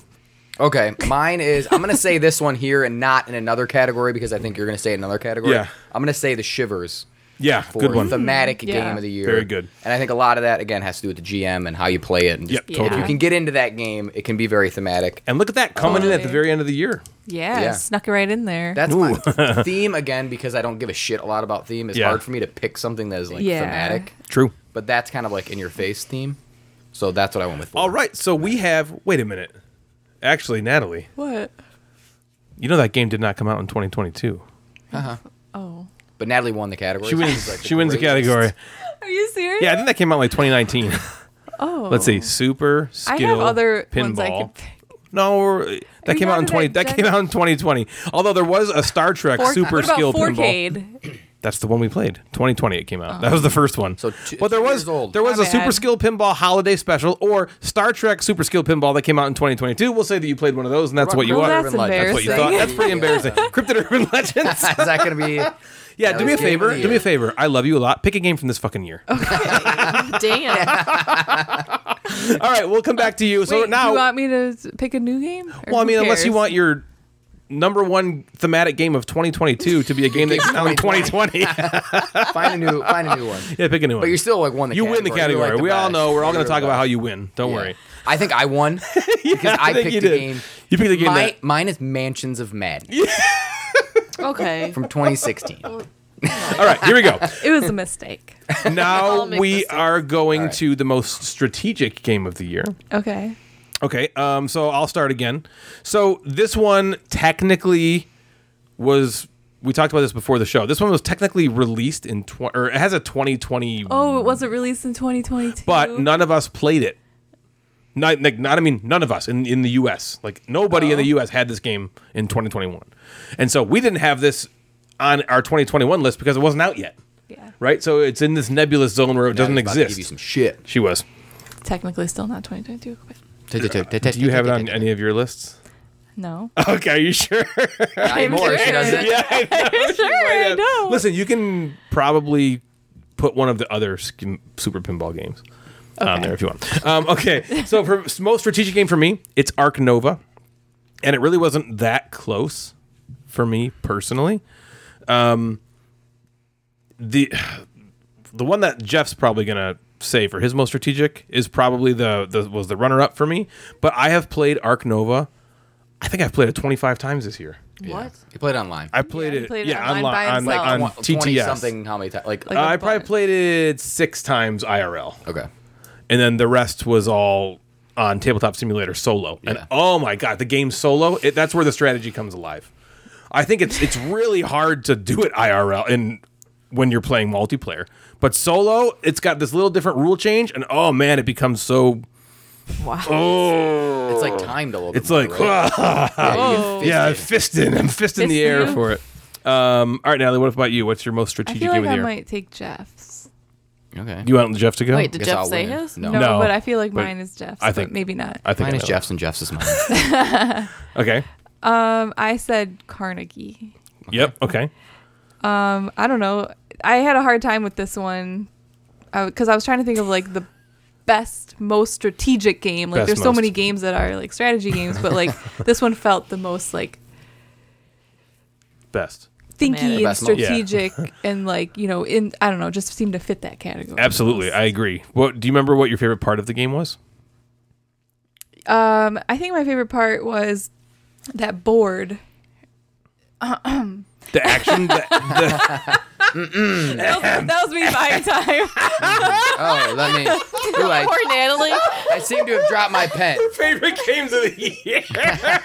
Speaker 1: good.
Speaker 3: Okay, mine is. I'm gonna say this one here and not in another category because I think you're gonna say it in another category.
Speaker 1: Yeah.
Speaker 3: I'm gonna say the shivers.
Speaker 1: Yeah,
Speaker 3: For
Speaker 1: good one.
Speaker 3: Thematic
Speaker 6: Hmm. yeah.
Speaker 3: game of the year.
Speaker 1: Very good.
Speaker 3: And I think a lot of that again has to do with the GM and how you play it. And just,
Speaker 1: Yep, totally.
Speaker 3: If you can get into that game, it can be very thematic.
Speaker 1: And look at that coming in at the
Speaker 6: Totally.
Speaker 1: very end of the year.
Speaker 6: Yeah,
Speaker 3: Yeah.
Speaker 6: snuck it right in there.
Speaker 3: That's my theme again because I don't give a shit a lot about theme. It's
Speaker 1: Yeah.
Speaker 3: hard for me to pick something that is like
Speaker 6: Yeah.
Speaker 3: thematic,
Speaker 1: True.
Speaker 3: but that's kind of like in your face theme. So that's what I went with.
Speaker 1: All right, so we have. Wait a minute. Actually, Natalie,
Speaker 6: what?
Speaker 1: you know that game did not come out in 2022.
Speaker 6: Oh,
Speaker 3: But Natalie won the category.
Speaker 1: She
Speaker 3: so
Speaker 1: wins.
Speaker 3: she's, like,
Speaker 1: she wins the
Speaker 3: greatest.
Speaker 1: category.
Speaker 6: are you serious?
Speaker 1: Yeah, I think that came out like 2019.
Speaker 6: Oh,
Speaker 1: Let's see, super
Speaker 6: I
Speaker 1: skill.
Speaker 6: have other
Speaker 1: pinball.
Speaker 6: ones I could pick.
Speaker 1: No, that came out in
Speaker 6: not
Speaker 1: 20.
Speaker 6: in
Speaker 1: That
Speaker 6: that
Speaker 1: came out in 2020. Although there was a Star Trek super
Speaker 6: what about
Speaker 1: skill pinball.
Speaker 6: 4K?
Speaker 1: That's the one we played. 2020 it came out. That was the first one.
Speaker 3: So two-
Speaker 1: but there
Speaker 3: two
Speaker 1: was
Speaker 3: years old.
Speaker 1: there was
Speaker 6: Oh. My
Speaker 1: a super
Speaker 6: bad.
Speaker 1: skill pinball holiday special or Star Trek super skill pinball that came out in 2022. We'll say that you played one of those and that's what you
Speaker 6: Well,
Speaker 1: are. That's
Speaker 6: that's
Speaker 1: what you
Speaker 6: Embarrassing.
Speaker 1: thought. That's pretty embarrassing. Cryptid Urban Legends.
Speaker 3: Is that gonna be?
Speaker 1: Yeah, do me a
Speaker 3: was game of
Speaker 1: favor. Do
Speaker 3: the
Speaker 1: me a
Speaker 3: year.
Speaker 1: favor. I love you a lot. Pick a game from this fucking year.
Speaker 5: Damn.
Speaker 1: All right, we'll come back to you. So
Speaker 6: Wait,
Speaker 1: now,
Speaker 6: do you want me to s- pick a new game? Or
Speaker 1: well, I
Speaker 6: who
Speaker 1: mean, unless you
Speaker 6: cares?
Speaker 1: want your number one thematic game of 2022 to be a game that came out in 2020. yeah,
Speaker 3: Find a new. Find a new one.
Speaker 1: pick a new one.
Speaker 3: But you still like won the.
Speaker 1: you
Speaker 3: category.
Speaker 1: win the
Speaker 3: You're,
Speaker 1: category.
Speaker 3: like, the
Speaker 1: we all
Speaker 3: best.
Speaker 1: know. We're all going
Speaker 3: You're
Speaker 1: to
Speaker 3: the
Speaker 1: talk about
Speaker 3: best.
Speaker 1: how you win. Don't
Speaker 3: Yeah.
Speaker 1: worry.
Speaker 3: I think I won because I,
Speaker 1: think
Speaker 3: picked
Speaker 1: you
Speaker 3: the
Speaker 1: did.
Speaker 3: game.
Speaker 1: You picked the game
Speaker 3: My,
Speaker 1: that-
Speaker 3: mine is Mansions of Madness
Speaker 5: Okay.
Speaker 3: from 2016.
Speaker 1: All right, here we go.
Speaker 6: It was a mistake.
Speaker 1: Now
Speaker 5: I'll make
Speaker 1: we
Speaker 5: mistakes.
Speaker 1: are going to the most strategic game of the year.
Speaker 6: Okay.
Speaker 1: Okay, um, so I'll start again. So this one technically was we talked about this before the show. This one was technically released in tw- or it has a 2020,
Speaker 6: Oh, it wasn't released in 2022.
Speaker 1: but none of us played it. Not, like, not I mean none of us in in the U.S. Like nobody in the
Speaker 3: Oh.
Speaker 1: U.S. had this game in 2021, and so we didn't have this on our 2021 list because it wasn't out yet.
Speaker 6: Yeah.
Speaker 1: Right, so it's in this nebulous zone where it doesn't
Speaker 3: About to
Speaker 1: exist.
Speaker 3: Give you some shit.
Speaker 1: she was.
Speaker 6: Technically, still not 2022. but-
Speaker 1: Do you have it on any of your lists?
Speaker 8: No.
Speaker 1: Okay, are you sure?
Speaker 3: Not anymore. She doesn't.
Speaker 1: yeah, I know. She's right up. Listen, you can probably put one of the other skim- super pinball games on there if you want. Um, okay, so for s- most strategic game for me, it's Arc Nova, and it really wasn't that close for me personally. Um, the the one that Jeff's probably gonna say for his most strategic is probably the, the was the runner up for me. But I have played Arc Nova. I think I've played it 25 times this year.
Speaker 3: What? You played online.
Speaker 1: I played
Speaker 6: he
Speaker 1: it,
Speaker 6: played it
Speaker 1: yeah,
Speaker 6: online by
Speaker 1: online, on,
Speaker 6: himself.
Speaker 1: on
Speaker 3: Twen-
Speaker 1: TTS.
Speaker 3: something. How many times? Like,
Speaker 1: Uh, I probably played it six times IRL,
Speaker 3: okay.
Speaker 1: and then the rest was all on Tabletop Simulator solo. And
Speaker 3: Yeah.
Speaker 1: oh my god, the game solo! It, that's where the strategy comes alive. I think it's it's really hard to do it IRL and when you're playing multiplayer, but solo, it's got this little different rule change, and oh man, it becomes so.
Speaker 8: Wow.
Speaker 1: Oh
Speaker 3: It's like timed a little. bit
Speaker 1: It's
Speaker 3: more,
Speaker 1: like
Speaker 3: right? Yeah, you can fist
Speaker 1: yeah, I'm
Speaker 3: it.
Speaker 1: fisting, I'm fisting the air for it. Um, all right, Natalie, what about you? What's your most
Speaker 6: I
Speaker 1: strategic
Speaker 6: feel
Speaker 1: game
Speaker 6: like
Speaker 1: of
Speaker 6: I
Speaker 1: the year?
Speaker 6: might take Jeff's.
Speaker 3: Okay.
Speaker 1: You want Jeff to go?
Speaker 5: Wait, did
Speaker 3: Guess
Speaker 5: Jeff
Speaker 3: I'll
Speaker 5: say
Speaker 3: win.
Speaker 5: his?
Speaker 3: No.
Speaker 6: No,
Speaker 1: No,
Speaker 6: but I feel like
Speaker 1: but
Speaker 6: mine is Jeff's.
Speaker 1: I
Speaker 6: I
Speaker 1: think-
Speaker 6: think maybe not.
Speaker 1: I think I
Speaker 3: Mine is
Speaker 1: know.
Speaker 3: Jeff's and Jeff's is mine.
Speaker 1: Okay.
Speaker 6: Um, I said Carnegie.
Speaker 1: Yep. Okay.
Speaker 6: Um, I don't know. I had a hard time with this one because I was trying to think of like the best, most strategic game. Like,
Speaker 1: Best,
Speaker 6: there's so many
Speaker 1: most.
Speaker 6: games that are like strategy games, but like this one felt the most like
Speaker 1: Best.
Speaker 6: thinky and
Speaker 3: best most.
Speaker 1: Yeah.
Speaker 6: strategic, and like you know, in I don't know, just seemed to fit that category.
Speaker 1: Absolutely, I agree. What do you remember? What your favorite part of the game was?
Speaker 6: Um, I think my favorite part was that board.
Speaker 1: The action. the,
Speaker 6: That was, that was me buying time.
Speaker 3: oh, let me. Ooh, I,
Speaker 5: Poor Natalie.
Speaker 3: I seem to have dropped my pen.
Speaker 1: favorite games of the year.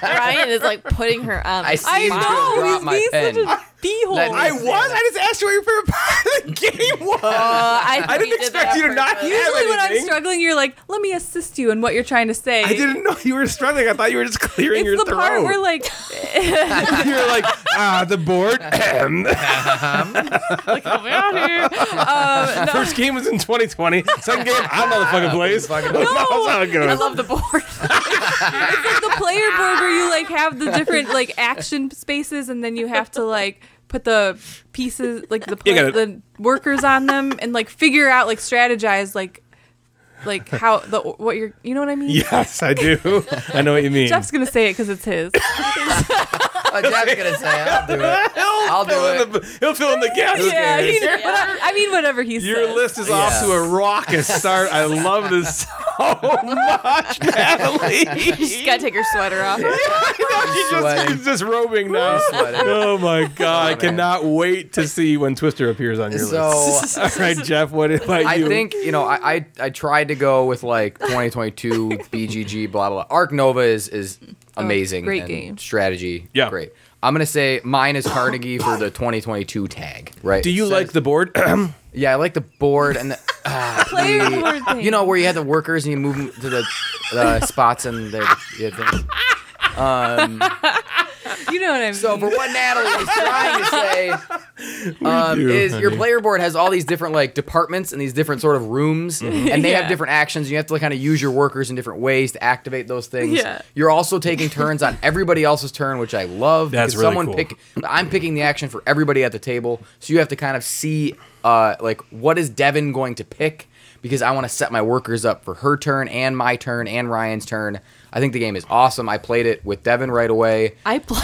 Speaker 5: Ryan is like putting her on.
Speaker 3: I
Speaker 5: I
Speaker 3: seem to have dropped my pen.
Speaker 6: beehole.
Speaker 3: Let me
Speaker 1: I was. I just asked you what your favorite part of the game was.
Speaker 5: I,
Speaker 1: I didn't expect you to not have
Speaker 6: Usually, when I'm
Speaker 1: anything.
Speaker 6: struggling, you're like, "Let me assist you in what you're trying to say."
Speaker 1: I didn't know you were struggling. I thought you were just clearing
Speaker 6: It's
Speaker 1: your
Speaker 6: the
Speaker 1: throat.
Speaker 6: part where like
Speaker 1: you were like, ah, the board. ahem.
Speaker 6: um, no,
Speaker 1: First game was in 2020. Second game, I don't know the fucking place. That's how it goes.
Speaker 5: I love the board.
Speaker 6: it's like the player board where you like have the different like action spaces, and then you have to like put the pieces like the
Speaker 1: You
Speaker 6: pla-
Speaker 1: got
Speaker 6: the workers on them, and like figure out like strategize like like how the what you're you know what I mean.
Speaker 1: yes, I do. I know what you mean.
Speaker 6: Jeff's gonna say it because it's his.
Speaker 3: Oh, Jeff's gonna say I'll do it. I'll do
Speaker 1: Fill in
Speaker 3: it.
Speaker 1: the- he'll fill in the gaps.
Speaker 6: yeah, he, but I, I mean whatever he
Speaker 1: Your
Speaker 6: says.
Speaker 1: list is off to a raucous start. I love this so much, Natalie.
Speaker 5: She's got to take her sweater off.
Speaker 1: She's just,
Speaker 3: sweating.
Speaker 1: he's just robing now.
Speaker 3: sweating.
Speaker 1: Oh my god! I cannot wait to see when Twister appears on your list.
Speaker 3: So
Speaker 1: All right, Jeff, what about
Speaker 3: I
Speaker 1: you?
Speaker 3: think you know I, I I tried to go with like 2022 BGG blah blah. blah. Arc Nova is is amazing.
Speaker 6: Oh, great
Speaker 3: and
Speaker 6: game.
Speaker 3: strategy.
Speaker 1: Yeah.
Speaker 3: great. I'm gonna say mine is Carnegie for the 2022 tag. Right.
Speaker 1: Do you
Speaker 3: Says- um,
Speaker 1: like the board?
Speaker 3: Yeah, I like the board and the ah,
Speaker 6: Player
Speaker 3: the-
Speaker 6: board thing.
Speaker 3: You know where you had the workers and you move them to the the spots and the. you had things.
Speaker 6: you know what I mean.
Speaker 3: So for what Natalie was trying to say um,
Speaker 1: do,
Speaker 3: is your
Speaker 1: honey.
Speaker 3: player board has all these different like departments and these different sort of rooms,
Speaker 1: Mm-hmm.
Speaker 3: and they have different actions. You have to like, kind of use your workers in different ways to activate those things.
Speaker 6: Yeah.
Speaker 3: You're also taking turns on everybody else's turn, which I love.
Speaker 1: That's
Speaker 3: because
Speaker 1: really
Speaker 3: someone
Speaker 1: cool.
Speaker 3: pick. I'm picking the action for everybody at the table, so you have to kind of see uh, like what is Devin going to pick because I want to set my workers up for her turn and my turn and Ryan's turn. I think the game is awesome. I played it with Devin right away.
Speaker 5: I played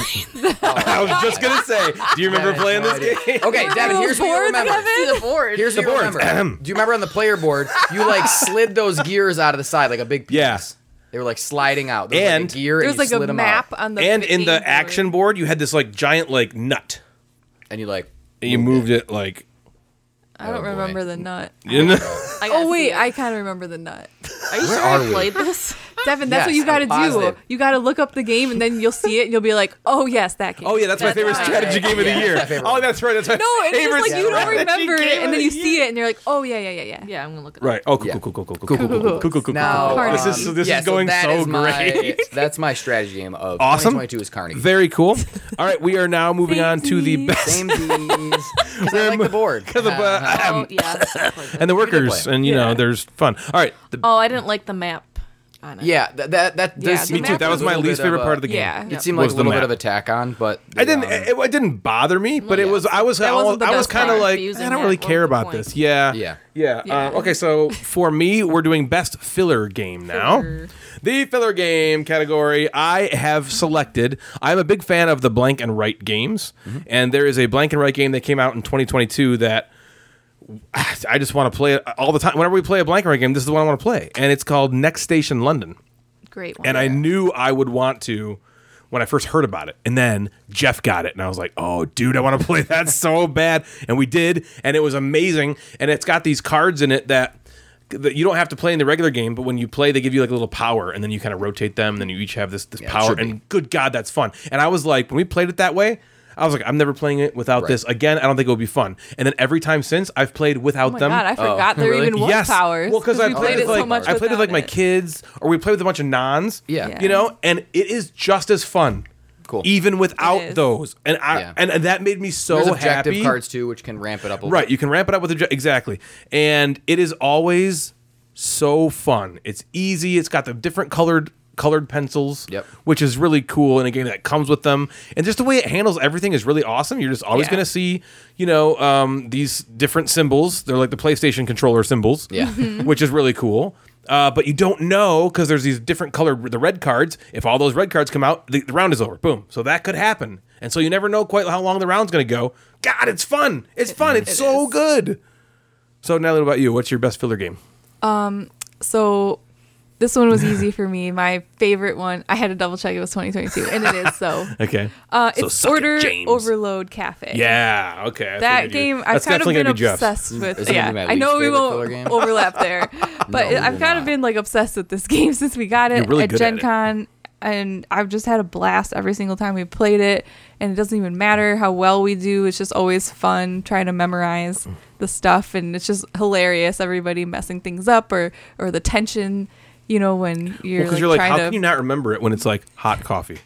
Speaker 1: I was just gonna say. Do you remember
Speaker 3: Devin,
Speaker 1: playing
Speaker 3: no
Speaker 1: this
Speaker 3: idea.
Speaker 1: game?
Speaker 3: Okay, Devin, here's what you remember.
Speaker 5: the board.
Speaker 3: Here's what you
Speaker 1: board.
Speaker 3: remember. Do you remember on the player board, you like slid those gears out of the side like a big piece?
Speaker 1: Yeah.
Speaker 3: They were like sliding out. There was
Speaker 1: And-
Speaker 3: like a gear
Speaker 6: there
Speaker 3: and
Speaker 6: was
Speaker 3: you
Speaker 6: like
Speaker 3: slid
Speaker 6: a
Speaker 3: 'em
Speaker 6: map
Speaker 3: out.
Speaker 6: on the
Speaker 1: And in
Speaker 6: game
Speaker 1: the
Speaker 6: board.
Speaker 1: action board, you had this like giant like nut,
Speaker 3: and you like
Speaker 1: and you moved it like. Oh,
Speaker 6: I don't
Speaker 3: boy.
Speaker 6: remember the nut.
Speaker 1: You know?
Speaker 6: Oh wait, I kind of remember the nut.
Speaker 5: are you sure
Speaker 3: are
Speaker 5: I
Speaker 3: we?
Speaker 5: played this?
Speaker 6: Devin, that's
Speaker 3: Yes,
Speaker 6: what you got to
Speaker 3: I'm positive.
Speaker 6: do. You got to look up the game, and then you'll see it, and you'll be like, "Oh yes, that game."
Speaker 1: Oh yeah, that's my favorite
Speaker 5: right.
Speaker 1: strategy game of the year.
Speaker 3: favorite
Speaker 1: Oh, that's right. That's my
Speaker 6: No, it's
Speaker 1: favorite
Speaker 6: just like you don't
Speaker 1: strategy
Speaker 6: remember
Speaker 1: game
Speaker 6: it,
Speaker 1: of
Speaker 6: and then
Speaker 1: the
Speaker 6: you
Speaker 1: year.
Speaker 6: see it, and you're like, "Oh yeah, yeah, yeah, yeah."
Speaker 5: Yeah, I'm gonna look. it up.
Speaker 1: Right. Oh, cool,
Speaker 3: Yeah.
Speaker 1: cool, cool, cool, cool, cool, cool, cool, cool, cool, cool, cool.
Speaker 3: now.
Speaker 1: cool. Oh, This is
Speaker 6: um,
Speaker 1: this
Speaker 3: yeah,
Speaker 1: is going
Speaker 3: that
Speaker 1: so
Speaker 3: is my-
Speaker 1: great.
Speaker 3: that's my strategy game of
Speaker 1: Awesome.
Speaker 3: 2022 is Carnegie.
Speaker 1: Very cool. All right, we are now moving on to the
Speaker 6: Thank
Speaker 1: best
Speaker 3: Same D's. 'Cause I like Uh-huh. the board.
Speaker 1: of the uh,
Speaker 5: Oh yes. I played this.
Speaker 1: and the workers,
Speaker 3: play.
Speaker 1: and you know, there's fun. All right, the,
Speaker 5: oh, I didn't Oh, like the map.
Speaker 8: on it.
Speaker 3: Yeah, that that, that
Speaker 8: Yeah,
Speaker 3: does
Speaker 8: the
Speaker 3: seem
Speaker 1: Me too.
Speaker 8: map
Speaker 3: a
Speaker 1: That was my
Speaker 3: little bit
Speaker 1: least favorite
Speaker 3: a-
Speaker 1: part of the game.
Speaker 6: yeah.
Speaker 3: It seemed like
Speaker 1: was
Speaker 3: a
Speaker 1: the
Speaker 3: little bit
Speaker 1: map.
Speaker 3: of attack on, but
Speaker 1: I didn't.
Speaker 3: um,
Speaker 1: It, it didn't bother me, but it was. I was.
Speaker 8: That
Speaker 1: I was,
Speaker 8: wasn't the
Speaker 1: I was
Speaker 8: best
Speaker 1: kind of
Speaker 8: part.
Speaker 1: like.
Speaker 8: Using
Speaker 1: I don't
Speaker 8: that
Speaker 1: really
Speaker 8: was
Speaker 1: care
Speaker 8: the
Speaker 1: about
Speaker 8: point.
Speaker 1: this. Yeah.
Speaker 3: Yeah.
Speaker 1: Yeah. Um, okay. So for me, we're doing best filler game now. The filler game category. I have selected. I'm a big fan of the blank and right games, and there is a blank and right game that came out in 2022 that. I just want to play it all the time. Whenever we play a blank and right game, this is the one I want to play, and it's called Next Station London
Speaker 6: Great one.
Speaker 1: and I knew I would want to when I first heard about it. And then Jeff got it, and I was like, "Oh, dude, I want to play that so bad." And we did, and it was amazing. And it's got these cards in it that that you don't have to play in the regular game, but when you play, they give you like a little power, and then you kind of rotate them, and then you each have this this
Speaker 3: it
Speaker 1: power.
Speaker 3: should be.
Speaker 1: And good God, that's fun. And I was like, when we played it that way. I was like, I'm never playing it without this again. I don't think it would be fun. And then every time since, I've played without
Speaker 6: Oh my
Speaker 1: them.
Speaker 6: god, I forgot there
Speaker 3: really?
Speaker 6: even was
Speaker 1: yes.
Speaker 6: powers.
Speaker 1: Well, because I
Speaker 6: we
Speaker 1: played, it with, like,
Speaker 6: so much.
Speaker 1: I played with
Speaker 6: without
Speaker 1: like my
Speaker 6: it.
Speaker 1: kids, or we played with a bunch of nons.
Speaker 3: Yeah. Yeah.
Speaker 1: you know, and it is just as fun.
Speaker 3: Cool.
Speaker 1: Even without
Speaker 6: is.
Speaker 1: those, and I
Speaker 3: Yeah.
Speaker 1: and, and that made me so
Speaker 3: there's objective
Speaker 1: happy.
Speaker 3: cards too, which can ramp it up. A
Speaker 1: Right, you can ramp it up with obje- exactly, and it is always so fun. It's easy. It's got the different colored colored pencils,
Speaker 3: Yep.
Speaker 1: which is really cool in a game that comes with them. And just the way it handles everything is really awesome. You're just always
Speaker 6: Yeah.
Speaker 1: going to see, you know, um, these different symbols. They're like the PlayStation controller symbols,
Speaker 3: Yeah.
Speaker 1: which is really cool. Uh, but you don't know because there's these different colored the red cards. If all those red cards come out, the, the round is over. Boom. So that could happen, and so you never know quite how long the round's going to go. God, it's fun. It's fun. It's so good. So now, what about you? What's your best filler game?
Speaker 6: So this one was easy for me. My favorite one. I had to double check it was 2022, and it is so.
Speaker 1: Okay.
Speaker 6: Uh,
Speaker 1: So
Speaker 6: it's
Speaker 1: suck it,
Speaker 6: Order
Speaker 1: James.
Speaker 6: Overload Cafe.
Speaker 1: Yeah. Okay. I
Speaker 6: That
Speaker 1: figured you-
Speaker 6: game, I've
Speaker 1: that's
Speaker 6: kind of
Speaker 1: definitely
Speaker 6: been
Speaker 1: gonna be Jeff's.
Speaker 6: obsessed with.
Speaker 3: Isn't it
Speaker 6: yeah,
Speaker 3: my
Speaker 6: I know
Speaker 3: least
Speaker 6: we
Speaker 3: favorite filler
Speaker 6: won't
Speaker 3: game?
Speaker 6: overlap there, but
Speaker 3: we
Speaker 6: I've
Speaker 3: will
Speaker 6: kind
Speaker 3: not.
Speaker 6: of been like obsessed with this game since we got
Speaker 1: You're
Speaker 6: it
Speaker 1: really
Speaker 6: at
Speaker 1: good at
Speaker 6: Gen
Speaker 1: it.
Speaker 6: Con, and I've just had a blast every single time we played it. And it doesn't even matter how well we do; it's just always fun trying to memorize the stuff, and it's just hilarious. Everybody messing things up, or or the tension, you know, when you're
Speaker 1: Because
Speaker 6: like,
Speaker 1: you're like,
Speaker 6: trying
Speaker 1: how
Speaker 6: to.
Speaker 1: can you not remember it when it's like hot coffee,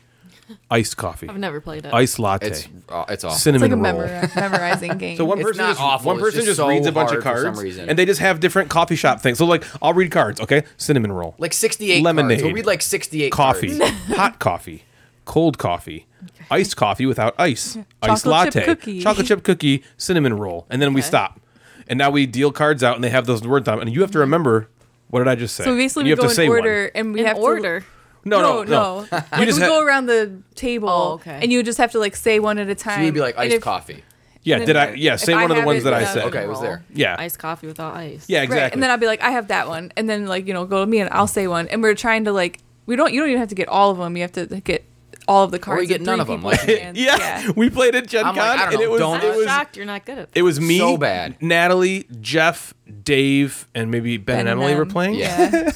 Speaker 1: iced coffee,
Speaker 8: I've never played it.
Speaker 1: iced latte,
Speaker 3: It's uh, it's awful.
Speaker 6: it's
Speaker 1: cinnamon
Speaker 6: like a
Speaker 1: roll?
Speaker 6: memori- memorizing game.
Speaker 1: So one
Speaker 3: It's
Speaker 1: person
Speaker 3: not
Speaker 1: just
Speaker 3: awful,
Speaker 1: one
Speaker 3: it's
Speaker 1: person
Speaker 3: just
Speaker 1: just
Speaker 3: so
Speaker 1: reads a bunch of
Speaker 3: hard for
Speaker 1: cards,
Speaker 3: some reason.
Speaker 1: and they just have different coffee shop things. So like, I'll read cards, okay? Cinnamon roll,
Speaker 3: Like 68
Speaker 1: Lemonade.
Speaker 3: Cards. We'll read like 68
Speaker 1: coffee,
Speaker 3: cards.
Speaker 1: hot coffee, cold coffee, iced coffee without ice, iced
Speaker 6: Chocolate chip
Speaker 1: latte,
Speaker 6: cookie.
Speaker 1: chocolate chip cookie, cinnamon roll, and then we stop. And now we deal cards out, and they have those words on, them, and you have to remember. What did I just say?
Speaker 6: so basically,
Speaker 1: And
Speaker 6: we
Speaker 1: you
Speaker 6: go
Speaker 1: have to say
Speaker 6: in
Speaker 1: one.
Speaker 6: order, and we
Speaker 5: In
Speaker 6: have
Speaker 5: order.
Speaker 6: to.
Speaker 1: No, no, no.
Speaker 6: like
Speaker 1: You just
Speaker 6: we
Speaker 1: ha-
Speaker 6: go around the table,
Speaker 8: Oh, okay.
Speaker 6: and you just have to like say one at a time.
Speaker 3: We'd be like
Speaker 6: Mm-hmm. And
Speaker 3: iced
Speaker 6: if-
Speaker 3: coffee.
Speaker 1: Yeah,
Speaker 6: then
Speaker 1: did I? Yeah,
Speaker 6: if
Speaker 1: say
Speaker 6: I
Speaker 1: one of the
Speaker 6: have
Speaker 1: ones
Speaker 6: it,
Speaker 1: that I
Speaker 6: then I'll-
Speaker 1: said.
Speaker 3: Okay, it was there.
Speaker 1: Yeah.
Speaker 5: Iced coffee without ice.
Speaker 1: Yeah,
Speaker 6: Right,
Speaker 1: exactly.
Speaker 6: and then I'll be like, I have that one, and then like you know, go to me, and I'll say one, and we're trying to like, we don't, you don't even have to get all of them. You have to get all of the cards.
Speaker 3: we get
Speaker 6: and
Speaker 3: none
Speaker 6: three
Speaker 3: of 'em,
Speaker 6: people
Speaker 3: like-
Speaker 6: can-
Speaker 1: yeah, we played at Gen
Speaker 3: I'm like,
Speaker 1: Con,
Speaker 3: I don't
Speaker 1: and
Speaker 3: know,
Speaker 1: it was
Speaker 3: don't-
Speaker 1: it
Speaker 5: I'm
Speaker 1: was
Speaker 5: shocked you're not good at
Speaker 1: It was me,
Speaker 3: So bad.
Speaker 1: Natalie, Jeff, Dave, and maybe Ben, and
Speaker 6: and
Speaker 1: Emily were
Speaker 6: them.
Speaker 1: playing.
Speaker 6: Yeah.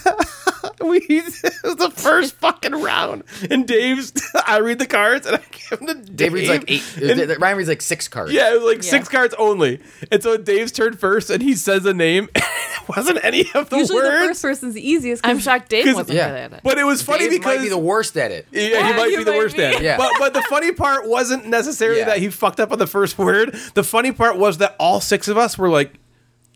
Speaker 1: we it was the first fucking round, and Dave's. I read the cards, and I give them to Dave.
Speaker 3: Dave reads like eight.
Speaker 1: And-
Speaker 3: Ryan reads like six cards.
Speaker 1: yeah, it was like six cards only, and so Dave's turn first, and he says a name. and it wasn't any of the
Speaker 6: Usually the
Speaker 1: words,
Speaker 6: first person's the easiest. 'cause
Speaker 8: I'm shocked Dave
Speaker 1: 'Cause-
Speaker 8: wasn't
Speaker 3: yeah.
Speaker 8: good at it.
Speaker 1: but it was funny
Speaker 3: Dave
Speaker 1: because
Speaker 3: might be the worst at it.
Speaker 1: Yeah, he might
Speaker 8: you
Speaker 1: be the
Speaker 8: might
Speaker 1: worst
Speaker 8: be.
Speaker 1: then.
Speaker 3: Yeah.
Speaker 1: But but the funny part wasn't necessarily
Speaker 3: Yeah.
Speaker 1: that he fucked up on the first word. The funny part was that all six of us were like,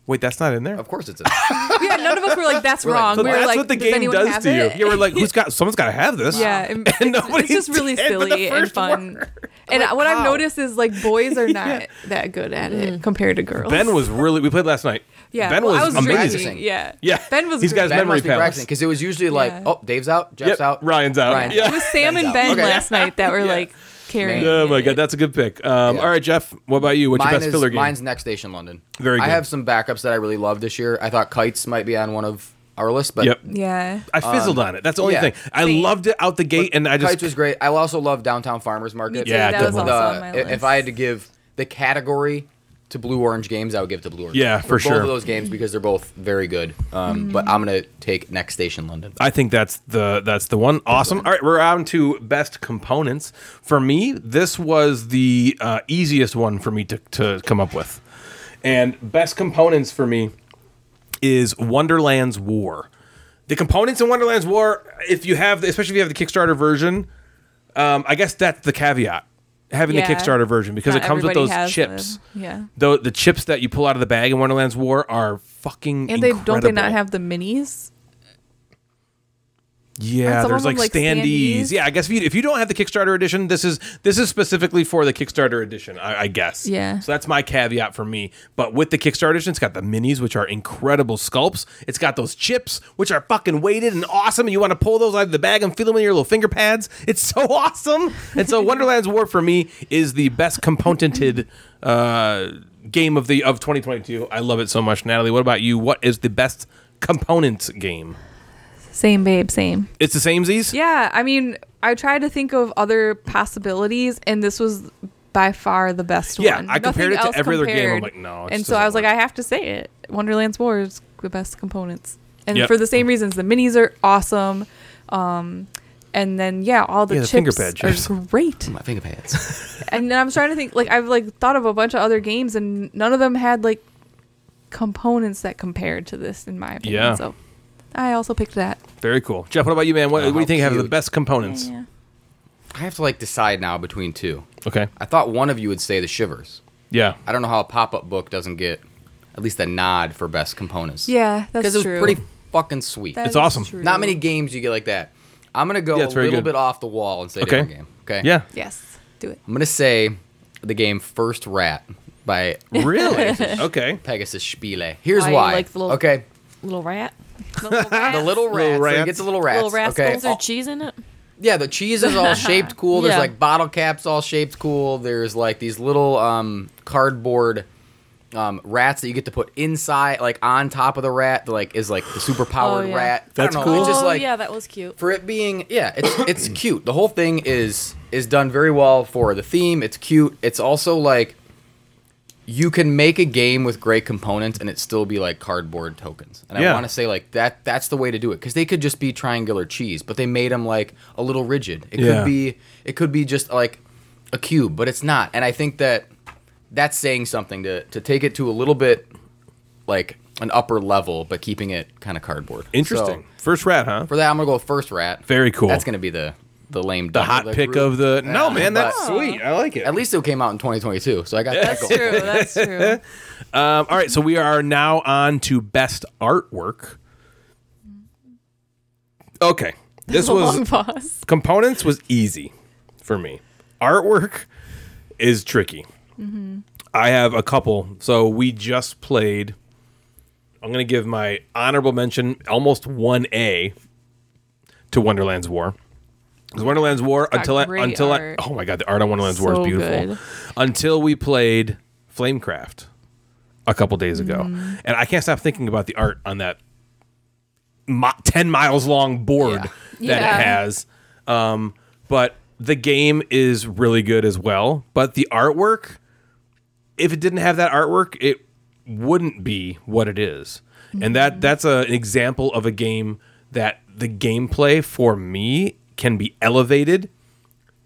Speaker 1: "Wait, that's not in there."
Speaker 3: Of course it's a
Speaker 6: Yeah, none of us were like, that's
Speaker 3: We're like,
Speaker 6: wrong.
Speaker 1: So
Speaker 6: we were
Speaker 1: that's
Speaker 6: like,
Speaker 1: what the
Speaker 6: does
Speaker 1: game
Speaker 6: anyone have
Speaker 1: does to you.
Speaker 6: it?
Speaker 1: You were like, "Who's got? Someone's got to have this."
Speaker 6: Yeah, and it's-
Speaker 1: nobody
Speaker 6: it's just really
Speaker 1: did, but the
Speaker 6: silly and
Speaker 1: first
Speaker 6: fun.
Speaker 1: word-
Speaker 6: And what
Speaker 3: how?
Speaker 6: I've noticed is like boys are not that good at it
Speaker 8: Mm.
Speaker 6: compared to girls.
Speaker 1: Ben was really. We played last night.
Speaker 6: yeah,
Speaker 1: Ben
Speaker 6: well,
Speaker 1: was,
Speaker 6: I was
Speaker 1: amazing.
Speaker 6: drinking, Yeah,
Speaker 1: Yeah.
Speaker 6: Ben was.
Speaker 1: He's
Speaker 6: He's
Speaker 1: got his
Speaker 3: Ben
Speaker 1: memory
Speaker 3: must be
Speaker 1: palace.
Speaker 3: practicing because it was usually like,
Speaker 6: Yeah.
Speaker 3: oh, Dave's out, Jeff's
Speaker 1: Yep,
Speaker 3: out,
Speaker 1: Ryan's out.
Speaker 3: Ryan's
Speaker 1: Yeah.
Speaker 6: It was Sam and Ben
Speaker 3: Okay.
Speaker 6: last night that were
Speaker 1: Yeah.
Speaker 6: like carrying.
Speaker 1: Oh my
Speaker 6: it.
Speaker 1: god, that's a good pick. Um,
Speaker 3: Yeah.
Speaker 1: All right, Jeff, what about you? What's
Speaker 3: Mine
Speaker 1: your best
Speaker 3: is,
Speaker 1: filler game?
Speaker 3: Mine's Next Station London.
Speaker 1: Very
Speaker 3: I
Speaker 1: good.
Speaker 3: have some backups that I really love this year. I thought Kites might be on one of our list, but
Speaker 1: yep.
Speaker 6: Yeah.
Speaker 1: I fizzled on it. That's the only
Speaker 3: Um, yeah.
Speaker 1: thing. I loved it out the gate, and I just
Speaker 3: Kites was great. I also love Downtown Farmers Market.
Speaker 6: too,
Speaker 1: Yeah, that was
Speaker 6: also on my
Speaker 3: if- If
Speaker 6: list.
Speaker 3: I had to give the category to Blue Orange Games, I would give to Blue Orange.
Speaker 1: Yeah, for
Speaker 3: both
Speaker 1: sure.
Speaker 3: of those games because they're both very good. Um, But
Speaker 6: Mm-hmm.
Speaker 3: I'm gonna take Next Station London.
Speaker 1: I think that's the that's the one. Awesome. All right, we're on to best components. For me, this was the uh, easiest one for me to, to come up with. And best components for me is Wonderland's War. The components in Wonderland's War, if you have, especially if you have the Kickstarter version, um, I guess that's the caveat having
Speaker 6: Yeah.
Speaker 1: the Kickstarter version because
Speaker 6: Not
Speaker 1: it comes with
Speaker 6: everybody
Speaker 1: those
Speaker 6: has
Speaker 1: chips.
Speaker 6: them. Yeah.
Speaker 1: Though the chips that you pull out of the bag in Wonderland's War are fucking
Speaker 6: And they don't they
Speaker 1: incredible.
Speaker 6: not have the minis?
Speaker 1: Yeah,
Speaker 6: some
Speaker 1: there's
Speaker 6: of 'em,
Speaker 1: like,
Speaker 6: like,
Speaker 1: standees.
Speaker 6: standees.
Speaker 1: Yeah, I guess if you, if you don't have the Kickstarter edition, this is this is specifically for the Kickstarter edition, I, I guess.
Speaker 6: Yeah.
Speaker 1: So that's my caveat for me. But with the Kickstarter edition, it's got the minis, which are incredible sculpts. It's got those chips, which are fucking weighted and awesome, and you want to pull those out of the bag and feel them in your little finger pads. It's so awesome. And so Wonderland's War for me is the best componented uh, game of the of 2022. I love it so much, Natalie. What about you? What is the best component game?
Speaker 6: Same, babe, same.
Speaker 1: It's the same Z's.
Speaker 6: Yeah, I mean, I tried to think of other possibilities, and this was by far the best
Speaker 1: Yeah,
Speaker 6: one.
Speaker 1: I compared it to
Speaker 6: else
Speaker 1: every other game. I'm like, no, it
Speaker 6: And
Speaker 1: just
Speaker 6: so I
Speaker 1: doesn't
Speaker 6: was like, I have to say it. Wonderland's War is the best components, and
Speaker 1: Yep.
Speaker 6: for the same reasons, the minis are awesome. Um, and then yeah, all the
Speaker 1: Yeah, the
Speaker 6: chips
Speaker 1: finger pad chips.
Speaker 6: are great.
Speaker 3: My finger pads.
Speaker 6: And then I'm trying to think, like I've like thought of a bunch of other games, and none of them had like components that compared to this, in my opinion.
Speaker 1: Yeah.
Speaker 6: So I also picked that.
Speaker 1: Very cool, Jeff. What about you, man? What,
Speaker 3: Oh,
Speaker 1: what do you
Speaker 3: how
Speaker 1: think have the
Speaker 3: cute.
Speaker 1: best components?
Speaker 3: I have to like decide now between two.
Speaker 1: Okay.
Speaker 3: I thought one of you would say the shivers.
Speaker 1: Yeah.
Speaker 3: I don't know how a pop-up book doesn't get at least a nod for best components.
Speaker 6: Yeah, that's
Speaker 3: because it was
Speaker 6: true.
Speaker 3: pretty fucking sweet.
Speaker 6: That
Speaker 1: It's
Speaker 6: is
Speaker 1: awesome.
Speaker 3: Not many games you get like that. I'm gonna go
Speaker 1: Yeah,
Speaker 3: a
Speaker 1: it's very
Speaker 3: little
Speaker 1: good.
Speaker 3: bit off the wall and say a
Speaker 1: Okay.
Speaker 3: different game. Okay.
Speaker 1: Yeah.
Speaker 6: Yes, do it.
Speaker 3: I'm gonna say the game First Rat by
Speaker 1: Really? okay.
Speaker 3: Pegasus Spiele. Here's
Speaker 8: I
Speaker 3: why.
Speaker 8: like the little-
Speaker 3: okay.
Speaker 8: Little rat.
Speaker 3: The little
Speaker 1: Little
Speaker 3: rat. So
Speaker 1: rats.
Speaker 3: he gets a little rat.
Speaker 5: Little rascals
Speaker 3: okay.
Speaker 5: or cheese in it.
Speaker 3: Yeah, the cheese is all shaped cool. There's
Speaker 5: Yeah.
Speaker 3: like bottle caps all shaped cool. There's like these little um, cardboard um, rats that you get to put inside, like on top of the rat. That like is like the super powered
Speaker 5: Oh, yeah.
Speaker 3: rat.
Speaker 1: That's
Speaker 3: I don't know,
Speaker 1: cool.
Speaker 3: It's just
Speaker 5: oh
Speaker 3: like
Speaker 5: yeah, that was cute.
Speaker 3: for it being yeah, it's it's cute. The whole thing is is done very well for the theme. It's cute. It's also like you can make a game with great components and it still be like cardboard tokens. And
Speaker 1: Yeah.
Speaker 3: I want to say like that that's the way to do it cuz they could just be triangular cheese, but they made them like a little rigid. It
Speaker 1: Yeah.
Speaker 3: could be it could be just like a cube, but it's not. And I think that that's saying something to to take it to a little bit like an upper level but keeping it kind of cardboard.
Speaker 1: Interesting.
Speaker 3: So,
Speaker 1: First rat, huh?
Speaker 3: for that, I'm gonna go with first rat.
Speaker 1: Very cool.
Speaker 3: That's gonna be the the lame.
Speaker 1: The hot pick of the. No, man, that's sweet. I like it.
Speaker 3: At least it came out in 2022, so I got that
Speaker 6: That's
Speaker 3: goal.
Speaker 6: true. That's true.
Speaker 1: Um, all right, so we are now on to best artwork. Okay, this was
Speaker 6: pause.
Speaker 1: components was easy for me. Artwork is tricky. I have a couple. So we just played. I'm going to give my honorable mention, almost 1A, to Wonderland's War. 'Cause Wonderland's War, until I,
Speaker 6: great
Speaker 1: until
Speaker 6: art.
Speaker 1: I, oh my God, the art on Wonderland's War is
Speaker 6: So
Speaker 1: beautiful.
Speaker 6: good.
Speaker 1: Until we played Flamecraft a couple days ago.
Speaker 6: Mm.
Speaker 1: And I can't stop thinking about the art on that mi- 10 miles long board that
Speaker 6: Yeah.
Speaker 1: it has. Um, but the game is really good as well. But the artwork, if it didn't have that artwork, it wouldn't be what it is. And
Speaker 6: Mm.
Speaker 1: that that's a, an example of a game that the gameplay for me can be elevated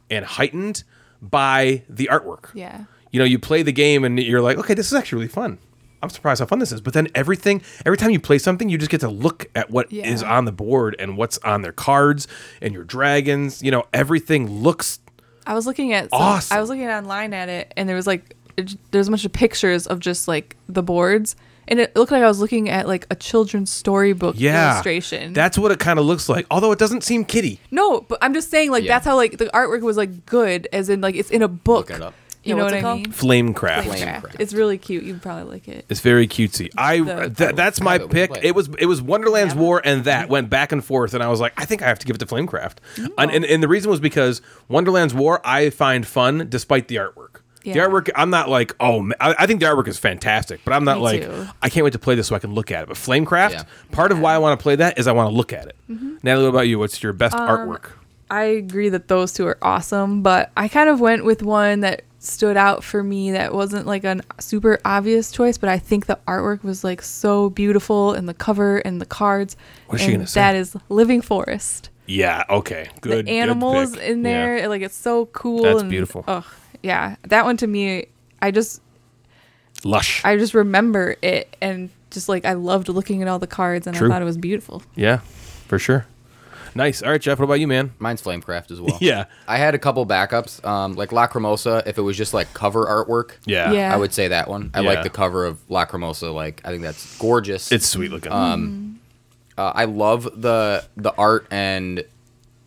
Speaker 1: and heightened by the artwork.
Speaker 6: Yeah.
Speaker 1: You know, you play the game and you're like, okay, this is actually really fun. I'm surprised how fun this is. But then everything, every time you play something, you just get to look at what is
Speaker 6: Yeah.
Speaker 1: on the board and what's on their cards and your dragons. You know, everything looks
Speaker 6: I was looking at some,
Speaker 1: Awesome.
Speaker 6: I was looking online at it, and there was like it- there's a bunch of pictures of just like the boards, and it looked like I was looking at like a children's storybook
Speaker 1: yeah
Speaker 6: illustration.
Speaker 1: That's what it kind of looks like. Although it doesn't seem kitty.
Speaker 6: no, but I'm just saying like
Speaker 3: Yeah.
Speaker 6: that's how like the artwork was like good, as in like it's in a book.
Speaker 3: it up.
Speaker 6: You
Speaker 5: Yeah,
Speaker 6: know
Speaker 5: what's
Speaker 6: what
Speaker 5: it
Speaker 6: I
Speaker 5: called?
Speaker 6: mean?
Speaker 1: Flamecraft.
Speaker 3: Flame.
Speaker 6: Craft.
Speaker 3: Craft.
Speaker 6: It's really cute. You'd probably like it.
Speaker 1: It's very cutesy. I
Speaker 6: The-
Speaker 1: tha- that's my
Speaker 3: Yeah, we
Speaker 1: pick.
Speaker 3: played.
Speaker 1: It was it was Wonderland's War and that went back and forth, and I was like, I think I have to give it to Flamecraft. And, and and the reason was because Wonderland's War I find fun despite the artwork. The
Speaker 6: Yeah.
Speaker 1: artwork, I'm not like, oh, ma- I, I think the artwork is fantastic, but I'm not
Speaker 6: Me
Speaker 1: like,
Speaker 6: too.
Speaker 1: I can't wait to play this so I can look at it. But Flamecraft,
Speaker 3: Yeah.
Speaker 1: part of why I want to play that is I want to look at it.
Speaker 6: Mm-hmm.
Speaker 1: Natalie, what about you? What's your best
Speaker 6: Um,
Speaker 1: artwork?
Speaker 6: I agree that those two are awesome, but I kind of went with one that stood out for me that wasn't like a super obvious choice, but I think the artwork was like so beautiful and the cover and the cards.
Speaker 1: What is she
Speaker 6: and
Speaker 1: gonna say?
Speaker 6: That is Living Forest.
Speaker 1: Yeah, okay, good.
Speaker 6: the animals
Speaker 1: good pick.
Speaker 6: in there,
Speaker 1: Yeah.
Speaker 6: like it's so cool.
Speaker 1: That's
Speaker 6: and-
Speaker 1: beautiful.
Speaker 6: Ugh, yeah, that one to me, I just
Speaker 1: lush.
Speaker 6: I just remember it and just like I loved looking at all the cards and
Speaker 1: True.
Speaker 6: I thought it was beautiful.
Speaker 1: yeah, for sure. Nice. All right, Jeff. What about you, man?
Speaker 3: Mine's Flamecraft as well.
Speaker 1: Yeah.
Speaker 3: I had a couple backups, um, like Lacrimosa. If it was just like cover artwork,
Speaker 6: Yeah.
Speaker 3: I would say that one. I
Speaker 1: Yeah.
Speaker 3: like the cover of Lacrimosa. Like I think that's gorgeous.
Speaker 1: It's sweet looking.
Speaker 3: um, Uh, I love the the art and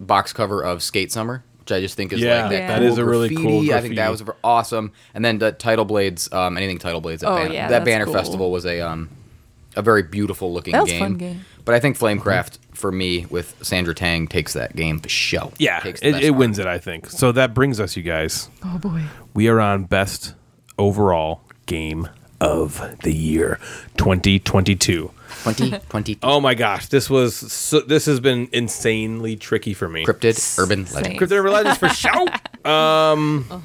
Speaker 3: box cover of Skate Summer, which I just think is
Speaker 1: Yeah,
Speaker 3: like
Speaker 1: Yeah.
Speaker 3: that.
Speaker 1: that
Speaker 3: cool
Speaker 1: is a really cool
Speaker 3: I think that was
Speaker 1: graffiti.
Speaker 3: awesome. And then the Title Blades, um, anything Title Blades. That
Speaker 6: Oh,
Speaker 3: banner,
Speaker 6: yeah,
Speaker 3: that
Speaker 6: that's
Speaker 3: banner
Speaker 6: cool.
Speaker 3: festival was a um, a very beautiful looking
Speaker 6: That was a
Speaker 3: game.
Speaker 6: fun game.
Speaker 3: But I think Flamecraft for me with Sandra Tang takes that game for show.
Speaker 1: Yeah,
Speaker 3: takes
Speaker 1: it,
Speaker 3: the best
Speaker 1: it
Speaker 3: part.
Speaker 1: wins it, I think. So that brings us, you guys. Oh boy, we are on best overall game of the year, 2022.
Speaker 3: 2020
Speaker 1: Oh my gosh, this was so, this has been insanely tricky for me.
Speaker 3: cryptid urban legend.
Speaker 1: Cryptid Urban Legends for show. Um,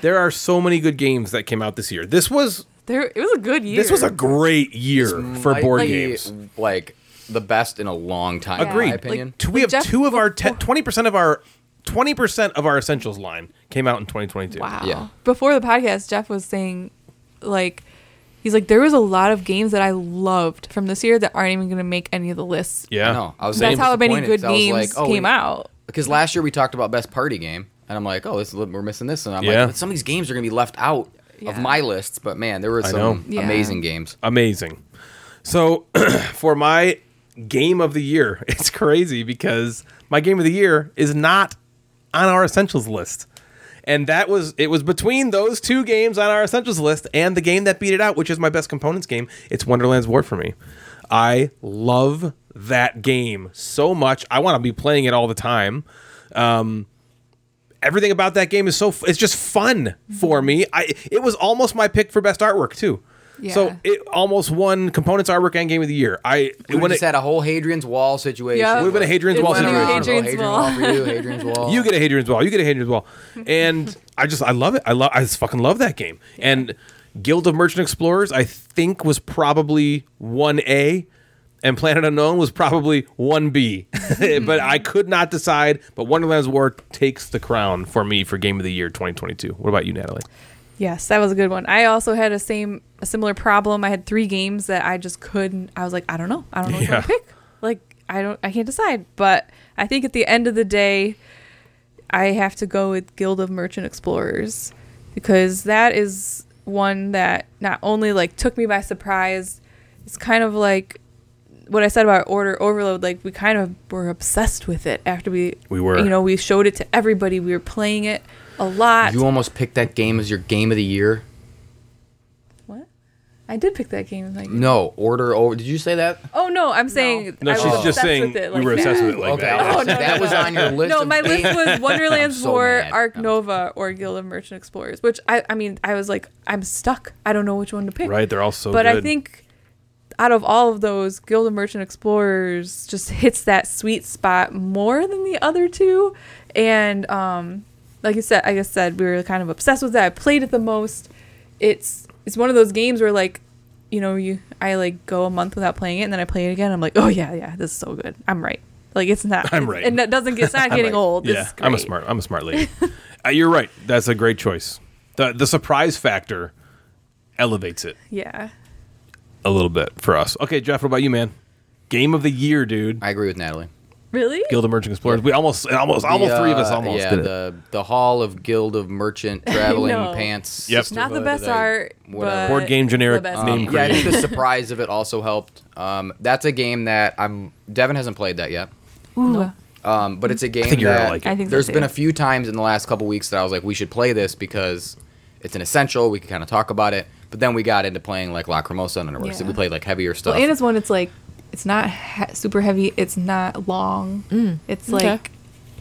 Speaker 1: there are so many good games that came out this year. This was
Speaker 6: There, it was a good year.
Speaker 1: this was a great year for board
Speaker 3: Might be,
Speaker 1: games.
Speaker 3: like the best in a long time. in my
Speaker 1: Agreed.
Speaker 3: opinion.
Speaker 1: Two- we have
Speaker 6: Jeff-
Speaker 1: two of our twenty percent of our twenty percent of our essentials line came out in 2022.
Speaker 6: Wow.
Speaker 3: Yeah.
Speaker 6: Before the podcast, Jeff was saying, like, he's like, there was a lot of games that I loved from this year that aren't even going to make any of the lists.
Speaker 1: Yeah.
Speaker 3: I know. I was
Speaker 6: That's
Speaker 3: saying
Speaker 6: how many
Speaker 3: disappointed,
Speaker 6: good
Speaker 3: 'cause I was
Speaker 6: games
Speaker 3: like, oh,
Speaker 6: came
Speaker 3: we-
Speaker 6: out.
Speaker 3: Because last year we talked about best party game, and I'm like, oh, this, we're missing this, and I'm
Speaker 1: Yeah.
Speaker 3: like, but some of these games are gonna be left out of
Speaker 6: Yeah.
Speaker 3: my lists. But man, there were
Speaker 1: know.
Speaker 3: some
Speaker 6: Yeah.
Speaker 3: amazing games.
Speaker 1: amazing. So for my game of the year, it's crazy because my game of the year is not on our essentials list. And that was it was between those two games on our essentials list and the game that beat it out, which is my best components game. It's Wonderland's War for me. I love that game so much. I want to be playing it all the time Um, everything about that game is so f- it's just fun for me. I it was almost my pick for best artwork too. So
Speaker 6: Yeah.
Speaker 1: it almost won components artwork and game of the year. I
Speaker 3: We
Speaker 1: when
Speaker 3: just
Speaker 1: it,
Speaker 3: had a whole Hadrian's Wall situation.
Speaker 6: Yeah. Would've
Speaker 1: been a Hadrian's
Speaker 3: It
Speaker 1: Wall
Speaker 3: went
Speaker 1: situation.
Speaker 3: around.
Speaker 6: Hadrian's
Speaker 3: Hadrian's
Speaker 6: Wall.
Speaker 3: Wall for you, Hadrian's Wall.
Speaker 1: you get a Hadrian's Wall, you get a Hadrian's Wall, and I just I love it. I love I just fucking love that game. And Guild of Merchant Explorers I think was probably one A. And Planet Unknown was probably 1B, but I could not decide. But Wonderland's War takes the crown for me for Game of the Year 2022. What about you, Natalie?
Speaker 6: Yes, that was a good one. I also had a same a similar problem. I had three games that I just couldn't. I was like, I don't know. I don't know
Speaker 1: Yeah.
Speaker 6: what to pick. Like, I don't. I can't decide. But I think at the end of the day, I have to go with Guild of Merchant Explorers because that is one that not only like took me by surprise. It's kind of like what I said about order overload. Like we kind of were obsessed with it after we
Speaker 1: We were.
Speaker 6: You know, we showed it to everybody. We were playing it a lot.
Speaker 3: You almost picked that game as your game of the year.
Speaker 6: What? I did pick that game. Like,
Speaker 3: No, order over. Did you say that?
Speaker 6: oh no, I'm saying
Speaker 1: No,
Speaker 6: I
Speaker 1: she's
Speaker 6: was
Speaker 1: just
Speaker 6: obsessed
Speaker 1: saying
Speaker 6: with it
Speaker 1: we
Speaker 6: like
Speaker 1: were
Speaker 6: that.
Speaker 1: obsessed with it like
Speaker 3: okay,
Speaker 1: that.
Speaker 6: Oh, no,
Speaker 3: that
Speaker 6: no,
Speaker 3: was
Speaker 6: no.
Speaker 3: on your list.
Speaker 6: No,
Speaker 3: of
Speaker 6: my
Speaker 3: games.
Speaker 6: list was Wonderland's
Speaker 3: so
Speaker 6: War,
Speaker 3: mad.
Speaker 6: Arc Nova, or Guild of Merchant Explorers. Which I, I mean, I was like, I'm stuck. I don't know which one to pick.
Speaker 1: Right, they're all so
Speaker 6: But I
Speaker 1: good.
Speaker 6: think out of all of those, Guild of Merchant Explorers just hits that sweet spot more than the other two. And um, like you said, like I said, we were kind of obsessed with that. I played it the most. It's it's one of those games where like, you know, you I like go a month without playing it, and then I play it again. I'm like, oh yeah, yeah, this is so good. I'm right. Like it's not.
Speaker 1: I'm
Speaker 6: it's-
Speaker 1: right.
Speaker 6: And that doesn't get. It's not getting old.
Speaker 1: Yeah,
Speaker 6: It's
Speaker 1: I'm a
Speaker 6: great.
Speaker 1: smart. I'm a smart lady. uh, you're right. That's a great choice. the The surprise factor elevates it
Speaker 6: Yeah.
Speaker 1: a little bit for us. Okay, Jeff, what about you, man? Game of the year, dude.
Speaker 3: I agree with Natalie.
Speaker 6: Really?
Speaker 1: Guild of Merchant Explorers. We almost, almost, almost
Speaker 3: The,
Speaker 1: three of us
Speaker 3: uh,
Speaker 1: almost
Speaker 3: yeah,
Speaker 1: did it.
Speaker 3: the the Hall of Guild of Merchant Traveling
Speaker 6: know.
Speaker 3: Pants.
Speaker 1: Yep.
Speaker 6: Not the
Speaker 3: Sisterhood,
Speaker 6: best
Speaker 3: uh,
Speaker 6: art,
Speaker 3: whatever.
Speaker 6: but
Speaker 1: Board game generic
Speaker 6: the best
Speaker 1: name
Speaker 6: game.
Speaker 3: yeah, I think the surprise of it also helped. Um, that's a game that I'm. Devin hasn't played that yet. Um, but it's a game
Speaker 1: think you're gonna
Speaker 3: that
Speaker 1: like it. I
Speaker 5: think so,
Speaker 3: there's been
Speaker 5: too.
Speaker 3: a few times in the last couple weeks that I was like, we should play this because it's an essential. We can kind of talk about it. But then we got into playing like Lacrimosa and Underworks.
Speaker 6: Yeah.
Speaker 3: We played like heavier stuff.
Speaker 6: Well, and it's one. It's like it's not he- super heavy. It's not long. It's like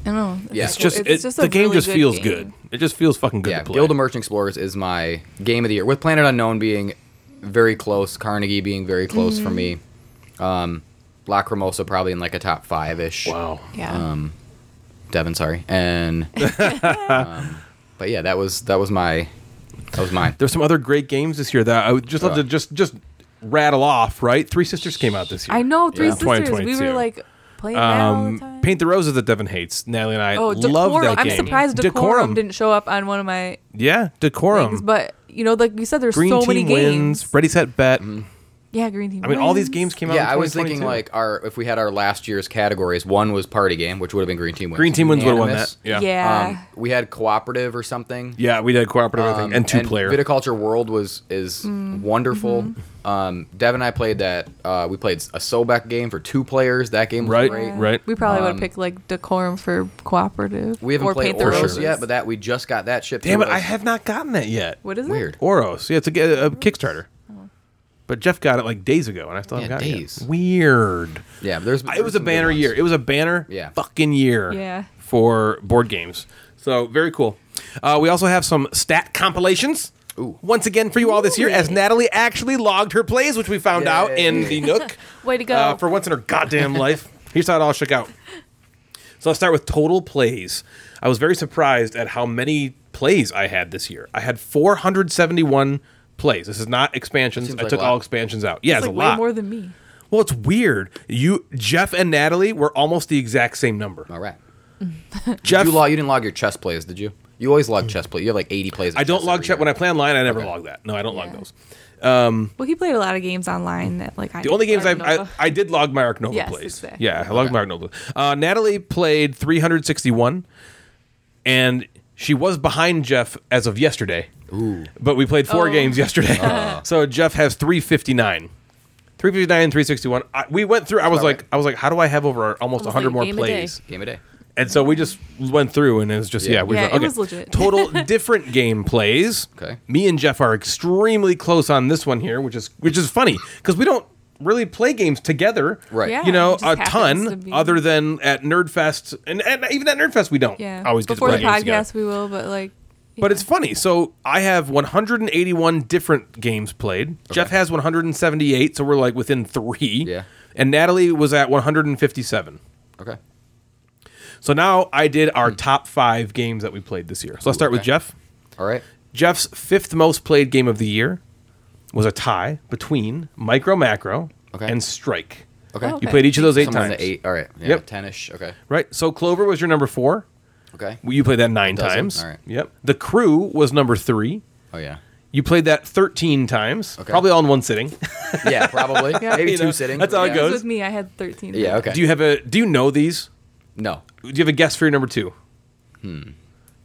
Speaker 6: I don't know.
Speaker 3: Yeah.
Speaker 1: It's just, it,
Speaker 6: a
Speaker 1: the game
Speaker 6: really
Speaker 1: just feels
Speaker 6: game.
Speaker 1: good. It just feels fucking good
Speaker 3: yeah,
Speaker 1: to play.
Speaker 3: Guild of Merchant Explorers is my game of the year, with Planet Unknown being very close, Carnegie being very close for me, um, Lacrimosa probably in like a top five ish.
Speaker 1: wow.
Speaker 6: Yeah.
Speaker 1: Um,
Speaker 3: Devin, sorry, and um, but yeah, that was that was my that was mine.
Speaker 1: There's some other great games this year that I would just love to just just rattle off. Right, Three Sisters came out this year.
Speaker 6: I know Three
Speaker 1: Yeah.
Speaker 6: Sisters. We
Speaker 1: 2022.
Speaker 6: were like playing that all the
Speaker 1: Um,
Speaker 6: time.
Speaker 1: Paint the Roses that Devin hates. Natalie and I
Speaker 6: oh,
Speaker 1: love
Speaker 6: decorum.
Speaker 1: that game.
Speaker 6: I'm surprised decorum, didn't show up on one of my
Speaker 1: Yeah, decorum.
Speaker 6: things, but you know, like you said, there's
Speaker 1: Green
Speaker 6: so
Speaker 1: team
Speaker 6: many
Speaker 1: wins.
Speaker 6: games.
Speaker 1: Ready, set, bet.
Speaker 6: Yeah, green team.
Speaker 1: I mean, all these games
Speaker 6: wins.
Speaker 1: came out. in
Speaker 3: Yeah, I was thinking
Speaker 1: 2022.
Speaker 3: like our if we had our last year's categories, one was party game, which would have been green team wins.
Speaker 1: Green Team Wins would have won that.
Speaker 3: Unanimous.
Speaker 1: Yeah.
Speaker 6: Yeah.
Speaker 3: Um, we had cooperative or something.
Speaker 1: Yeah, we did cooperative I think,
Speaker 3: Um,
Speaker 1: and two player.
Speaker 3: Viticulture World was is
Speaker 6: Mm-hmm.
Speaker 3: wonderful. Um, Dev and I played that. Uh, we played a Sobek game for two players. That game was
Speaker 1: Right,
Speaker 3: great.
Speaker 6: Yeah.
Speaker 1: right. Um,
Speaker 6: We probably would have picked like decorum for cooperative.
Speaker 3: We haven't
Speaker 6: or
Speaker 3: played
Speaker 6: Paint the
Speaker 3: Oros
Speaker 6: Roses.
Speaker 3: yet, but that we just got that shipped.
Speaker 1: Damn
Speaker 3: to
Speaker 1: it,
Speaker 3: us.
Speaker 1: I have not gotten that yet.
Speaker 6: What is
Speaker 3: weird.
Speaker 6: it? Oh.
Speaker 1: Oros. Yeah, it's a, a Kickstarter. But Jeff got it like days ago, and I still haven't
Speaker 3: Yeah,
Speaker 1: gotten
Speaker 3: days.
Speaker 1: it. Yet. Weird.
Speaker 3: Yeah, but there's
Speaker 1: It was a banner year. It was a banner
Speaker 3: Yeah.
Speaker 1: fucking year
Speaker 6: Yeah.
Speaker 1: for board games. So very cool. Uh, we also have some stat compilations.
Speaker 3: Ooh.
Speaker 1: Once again for you all this year, as Natalie actually logged her plays, which we found out in
Speaker 3: Yay.
Speaker 1: the Nook.
Speaker 5: Way to go.
Speaker 1: Uh, for once in her goddamn life. Here's how it all shook out. So I'll start with total plays. I was very surprised at how many plays I had this year. I had 471 plays. This is not expansions.
Speaker 3: Seems
Speaker 1: I
Speaker 3: like
Speaker 1: took
Speaker 3: a lot.
Speaker 1: all expansions out. Yeah,
Speaker 6: It's
Speaker 1: it's,
Speaker 6: like
Speaker 1: a lot.
Speaker 6: way more than me.
Speaker 1: well, it's weird. You, Jeff, and Natalie were almost the exact same number.
Speaker 3: All right.
Speaker 1: Jeff,
Speaker 3: You log. You didn't log your chess plays, did you? You always log chess play. You have like 80 plays. of
Speaker 1: I don't
Speaker 3: chess
Speaker 1: log
Speaker 3: every
Speaker 1: check
Speaker 3: year.
Speaker 1: when I play online. I never log that. No, I don't log those.
Speaker 6: Well, he played a lot of games online that like I.
Speaker 1: The only games I've, I
Speaker 8: Nova.
Speaker 1: I did log my Arc Nova
Speaker 6: Yes,
Speaker 1: plays.
Speaker 6: exactly.
Speaker 1: Yeah, I logged my Arc Nova. Uh, Natalie played 361, and she was behind Jeff as of yesterday. Ooh. But we played
Speaker 8: Oh.
Speaker 1: four games yesterday, so Jeff has 359. 359 and 361. I, we went through. I was like, I was like, how do I have over almost,
Speaker 8: Almost
Speaker 1: 100
Speaker 8: like a
Speaker 1: more
Speaker 8: game a day.
Speaker 1: plays?
Speaker 3: Game of day.
Speaker 1: And so we just went through, and it was just yeah,
Speaker 3: Yeah.
Speaker 1: we
Speaker 6: Yeah,
Speaker 1: were,
Speaker 6: it was legit.
Speaker 1: Total different game plays.
Speaker 3: Okay.
Speaker 1: me and Jeff are extremely close on this one here, which is which is funny because we don't really play games together,
Speaker 3: Right. Yeah,
Speaker 1: you know,
Speaker 6: it
Speaker 1: a
Speaker 6: just happens to
Speaker 1: ton
Speaker 6: be-
Speaker 1: other than at Nerdfest, and, and even at Nerdfest we don't
Speaker 6: Yeah.
Speaker 1: always get to
Speaker 6: before
Speaker 1: play
Speaker 6: the
Speaker 1: games together.
Speaker 6: podcast we will, but like.
Speaker 1: But it's funny. So I have 181 different games played. Jeff has 178, so we're like within three.
Speaker 3: Yeah.
Speaker 1: And Natalie was at 157.
Speaker 3: Okay.
Speaker 1: So now I did our top five games that we played this year. So I'll start with
Speaker 3: Hmm. okay.
Speaker 1: Jeff.
Speaker 3: All right.
Speaker 1: Jeff's fifth most played game of the year was a tie between Micro Macro
Speaker 3: Okay.
Speaker 1: and Strike.
Speaker 3: Okay.
Speaker 1: You played each of those eight
Speaker 3: Someone's
Speaker 1: times.
Speaker 3: at eight. All right. Yeah,
Speaker 1: Yep.
Speaker 3: Ten-ish. Okay.
Speaker 1: Right? So Clover was your number four.
Speaker 3: Okay.
Speaker 1: You played that nine
Speaker 3: Dozen.
Speaker 1: times.
Speaker 3: All right.
Speaker 1: Yep. The Crew was number three.
Speaker 3: Oh yeah.
Speaker 1: You played that 13 times,
Speaker 3: Okay.
Speaker 1: probably all in one sitting.
Speaker 3: Yeah, probably. Maybe
Speaker 1: You
Speaker 3: two
Speaker 1: know,
Speaker 3: sitting.
Speaker 1: that's how it
Speaker 3: yeah.
Speaker 1: goes.
Speaker 6: This was me. I had thirteen.
Speaker 3: Yeah. Okay.
Speaker 1: Do you have a do you know these?
Speaker 3: No.
Speaker 1: Do you have a guess for your number two? Hmm.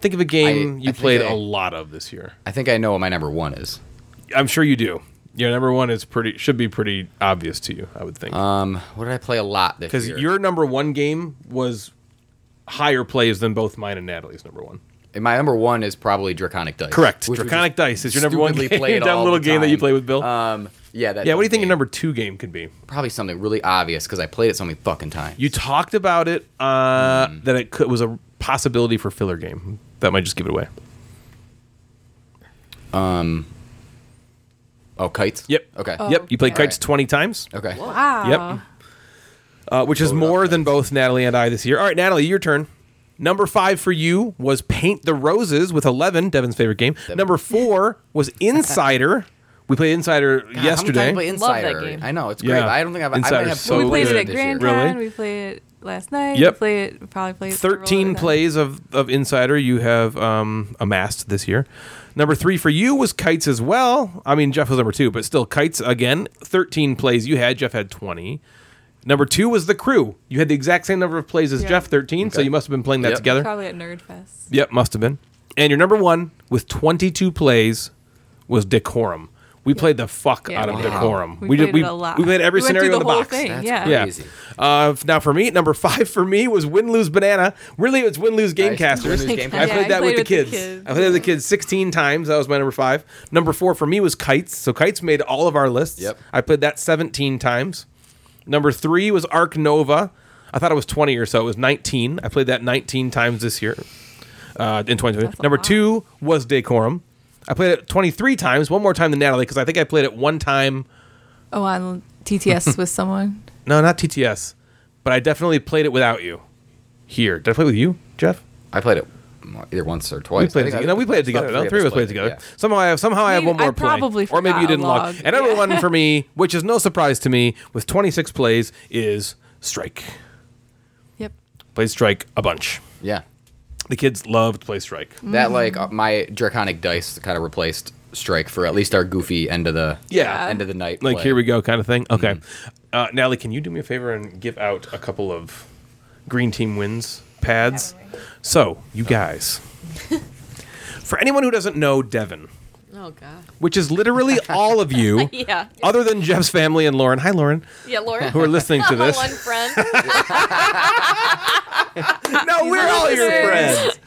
Speaker 1: Think of a game
Speaker 3: I- I
Speaker 1: you
Speaker 3: think
Speaker 1: played
Speaker 3: I-
Speaker 1: a lot of this year.
Speaker 3: I think I know what my number one is.
Speaker 1: I'm sure you do. Your number one is pretty should be pretty obvious to you, I would think.
Speaker 3: Um, what did I play a lot this
Speaker 1: Because
Speaker 3: year?
Speaker 1: your number one game was higher plays than both mine and Natalie's number one.
Speaker 3: And my number one is probably Draconic Dice.
Speaker 1: Correct.
Speaker 3: which we
Speaker 1: Draconic
Speaker 3: just
Speaker 1: Dice is your number one
Speaker 3: stupidly
Speaker 1: game.
Speaker 3: played
Speaker 1: That
Speaker 3: all
Speaker 1: little
Speaker 3: the
Speaker 1: game that you
Speaker 3: time.
Speaker 1: play with Bill.
Speaker 3: Um, yeah. That
Speaker 1: yeah, what do you think
Speaker 3: game.
Speaker 1: your number two game could be?
Speaker 3: Probably something really obvious because I played it so many fucking times.
Speaker 1: You talked about it uh,
Speaker 3: Mm.
Speaker 1: that it could, was a possibility for filler game. That might just give it away.
Speaker 3: oh, kites.
Speaker 1: Yep.
Speaker 3: Okay.
Speaker 1: yep. You played
Speaker 3: okay.
Speaker 1: kites twenty times.
Speaker 3: Okay.
Speaker 6: Wow.
Speaker 1: Yep. Uh, which is more than both Natalie and I this year. All right, Natalie, your turn. Number five for you was Paint the Roses with 11, Devin's favorite game. Number four was Insider. We played Insider
Speaker 3: God, How
Speaker 1: yesterday.
Speaker 3: many times have I played
Speaker 8: Love that
Speaker 3: Insider?
Speaker 8: game.
Speaker 3: I know it's
Speaker 1: Yeah.
Speaker 3: great. but I don't think I've. I
Speaker 1: Insider's
Speaker 3: might have
Speaker 1: so
Speaker 6: we played
Speaker 1: good.
Speaker 6: it at
Speaker 3: this
Speaker 6: Grand
Speaker 1: year.
Speaker 6: Con.
Speaker 1: Really?
Speaker 6: We played it last night.
Speaker 1: Yep.
Speaker 6: We played it. We probably played it.
Speaker 1: 13
Speaker 6: plays.
Speaker 1: plays of, of Insider you have um, amassed this year. Number three for you was Kites as well. I mean, Jeff was number two, but still, Kites again. 13 plays you had. Jeff had 20. Number two was The Crew. You had the exact same number of plays as
Speaker 6: Yeah.
Speaker 1: Jeff, 13, so
Speaker 3: Okay.
Speaker 1: you must have been playing that
Speaker 3: Yep.
Speaker 1: together.
Speaker 6: Probably at Nerdfest.
Speaker 1: Yep, must have been. And your number one with 22 plays was Decorum. We played the fuck
Speaker 6: Yeah,
Speaker 1: out of
Speaker 6: we did.
Speaker 1: Decorum.
Speaker 6: We, played it a lot.
Speaker 1: We played every
Speaker 6: went through
Speaker 1: scenario in the
Speaker 6: whole
Speaker 1: box.
Speaker 6: Thing.
Speaker 3: That's
Speaker 6: yeah.
Speaker 3: crazy.
Speaker 1: Yeah. Uh, f- now for me, number five for me was win lose banana. Really, it's win lose
Speaker 3: Nice.
Speaker 1: gamecasters.
Speaker 3: Win, Lose, Gamecasters.
Speaker 1: I played
Speaker 6: Yeah, I
Speaker 1: that with, the,
Speaker 6: played with the
Speaker 1: kids.
Speaker 6: kids.
Speaker 1: I played with the kids 16 times. That was my number five. Number four for me was kites. So kites made all of our lists.
Speaker 3: Yep.
Speaker 1: I played that 17 times. Number three was Arc Nova. I thought it was 20 or so. It was 19. I played that 19 times this year uh, in 2020.
Speaker 6: a
Speaker 1: Number
Speaker 6: lot.
Speaker 1: two was Decorum. I played it 23 times, one more time than Natalie, because I think I played it one time.
Speaker 6: Oh, on TTS with someone.
Speaker 1: No, not TTS, but I definitely played it without you. Here, did I play with you, Jeff?
Speaker 3: I played it either once or twice.
Speaker 1: We played
Speaker 3: I
Speaker 1: it
Speaker 3: think I-
Speaker 1: together. No, we played it together.
Speaker 3: I
Speaker 1: No,
Speaker 3: think
Speaker 1: three of us played it together. Somehow, I have somehow I have
Speaker 6: Maybe-
Speaker 1: one more
Speaker 6: I
Speaker 1: play,
Speaker 6: probably
Speaker 1: or maybe you
Speaker 6: forgot
Speaker 1: didn't
Speaker 6: a
Speaker 1: log.
Speaker 6: log.
Speaker 1: And number one for me, which is no surprise to me, with 26 plays, is Strike.
Speaker 6: Yep.
Speaker 1: Played Strike a bunch.
Speaker 3: Yeah. yeah.
Speaker 1: The kids loved Play Strike.
Speaker 3: That like uh, my draconic dice kind of replaced strike for at least our goofy end of the
Speaker 1: Yeah.
Speaker 3: end of the night.
Speaker 1: like
Speaker 3: play.
Speaker 1: here we go kind of thing. Okay, uh, Natalie, can you do me a favor and give out a couple of green team wins pads? So you guys, for anyone who doesn't know Devin,
Speaker 8: Oh god.
Speaker 1: which is literally all of you,
Speaker 5: Yeah.
Speaker 1: other than Jeff's family and Lauren. Hi, Lauren,
Speaker 5: Yeah, Laura.
Speaker 1: who are listening to this.
Speaker 5: One friend.
Speaker 1: no, we're all your friends.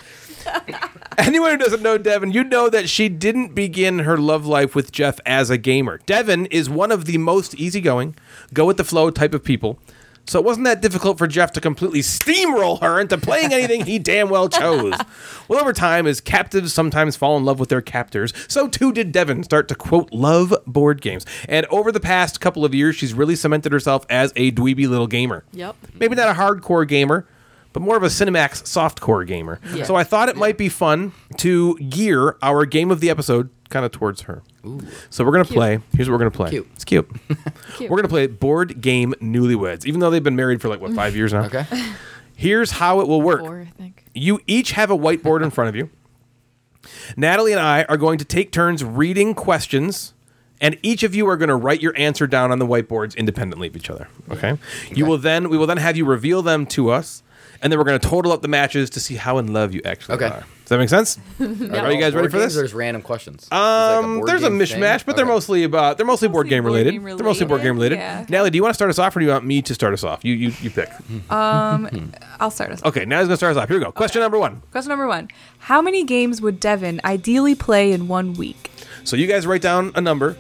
Speaker 1: Anyone who doesn't know Devin, you know that she didn't begin her love life with Jeff as a gamer. Devin is one of the most easygoing, go with the flow type of people. So it wasn't that difficult for Jeff to completely steamroll her into playing anything he damn well chose. Well, over time, as captives sometimes fall in love with their captors, so too did Devin start to quote love board games. And over the past couple of years, she's really cemented herself as a dweeby little gamer
Speaker 8: Yep.
Speaker 1: maybe not a hardcore gamer, but more of a Cinemax softcore gamer. So I thought it might be fun to gear our game of the episode kind of towards her. So we're gonna play. Here's what we're gonna play.
Speaker 3: Cute.
Speaker 1: It's cute. We're gonna play board game newlyweds, even though they've been married for like what five years now.
Speaker 3: Okay.
Speaker 1: Here's how it will work.
Speaker 8: Or I think.
Speaker 1: You each have a whiteboard in front of you. Natalie and I are going to take turns reading questions, and each of you are going to write your answer down on the whiteboards independently of each other. Okay. You will then we will then have you reveal them to us, and then we're going to total up the matches to see how in love you actually
Speaker 3: Okay.
Speaker 1: are. Does that make sense? Are you guys ready
Speaker 3: Board
Speaker 1: for
Speaker 3: games
Speaker 1: this?
Speaker 3: or just random questions.
Speaker 1: Um, there's a mishmash, but they're mostly about they're mostly, board
Speaker 6: Mostly
Speaker 1: game
Speaker 6: board
Speaker 1: related.
Speaker 6: game
Speaker 1: They're mostly board game related.
Speaker 6: related, yeah.
Speaker 1: Natalie, do you want to start us off, or do you want me to start us off? You you, you pick.
Speaker 6: I'll start us. off.
Speaker 1: Okay, Natalie's gonna start us off. Here we go. Question number one.
Speaker 6: Question number one: How many games would Devin ideally play in one week?
Speaker 1: So you guys write down a number.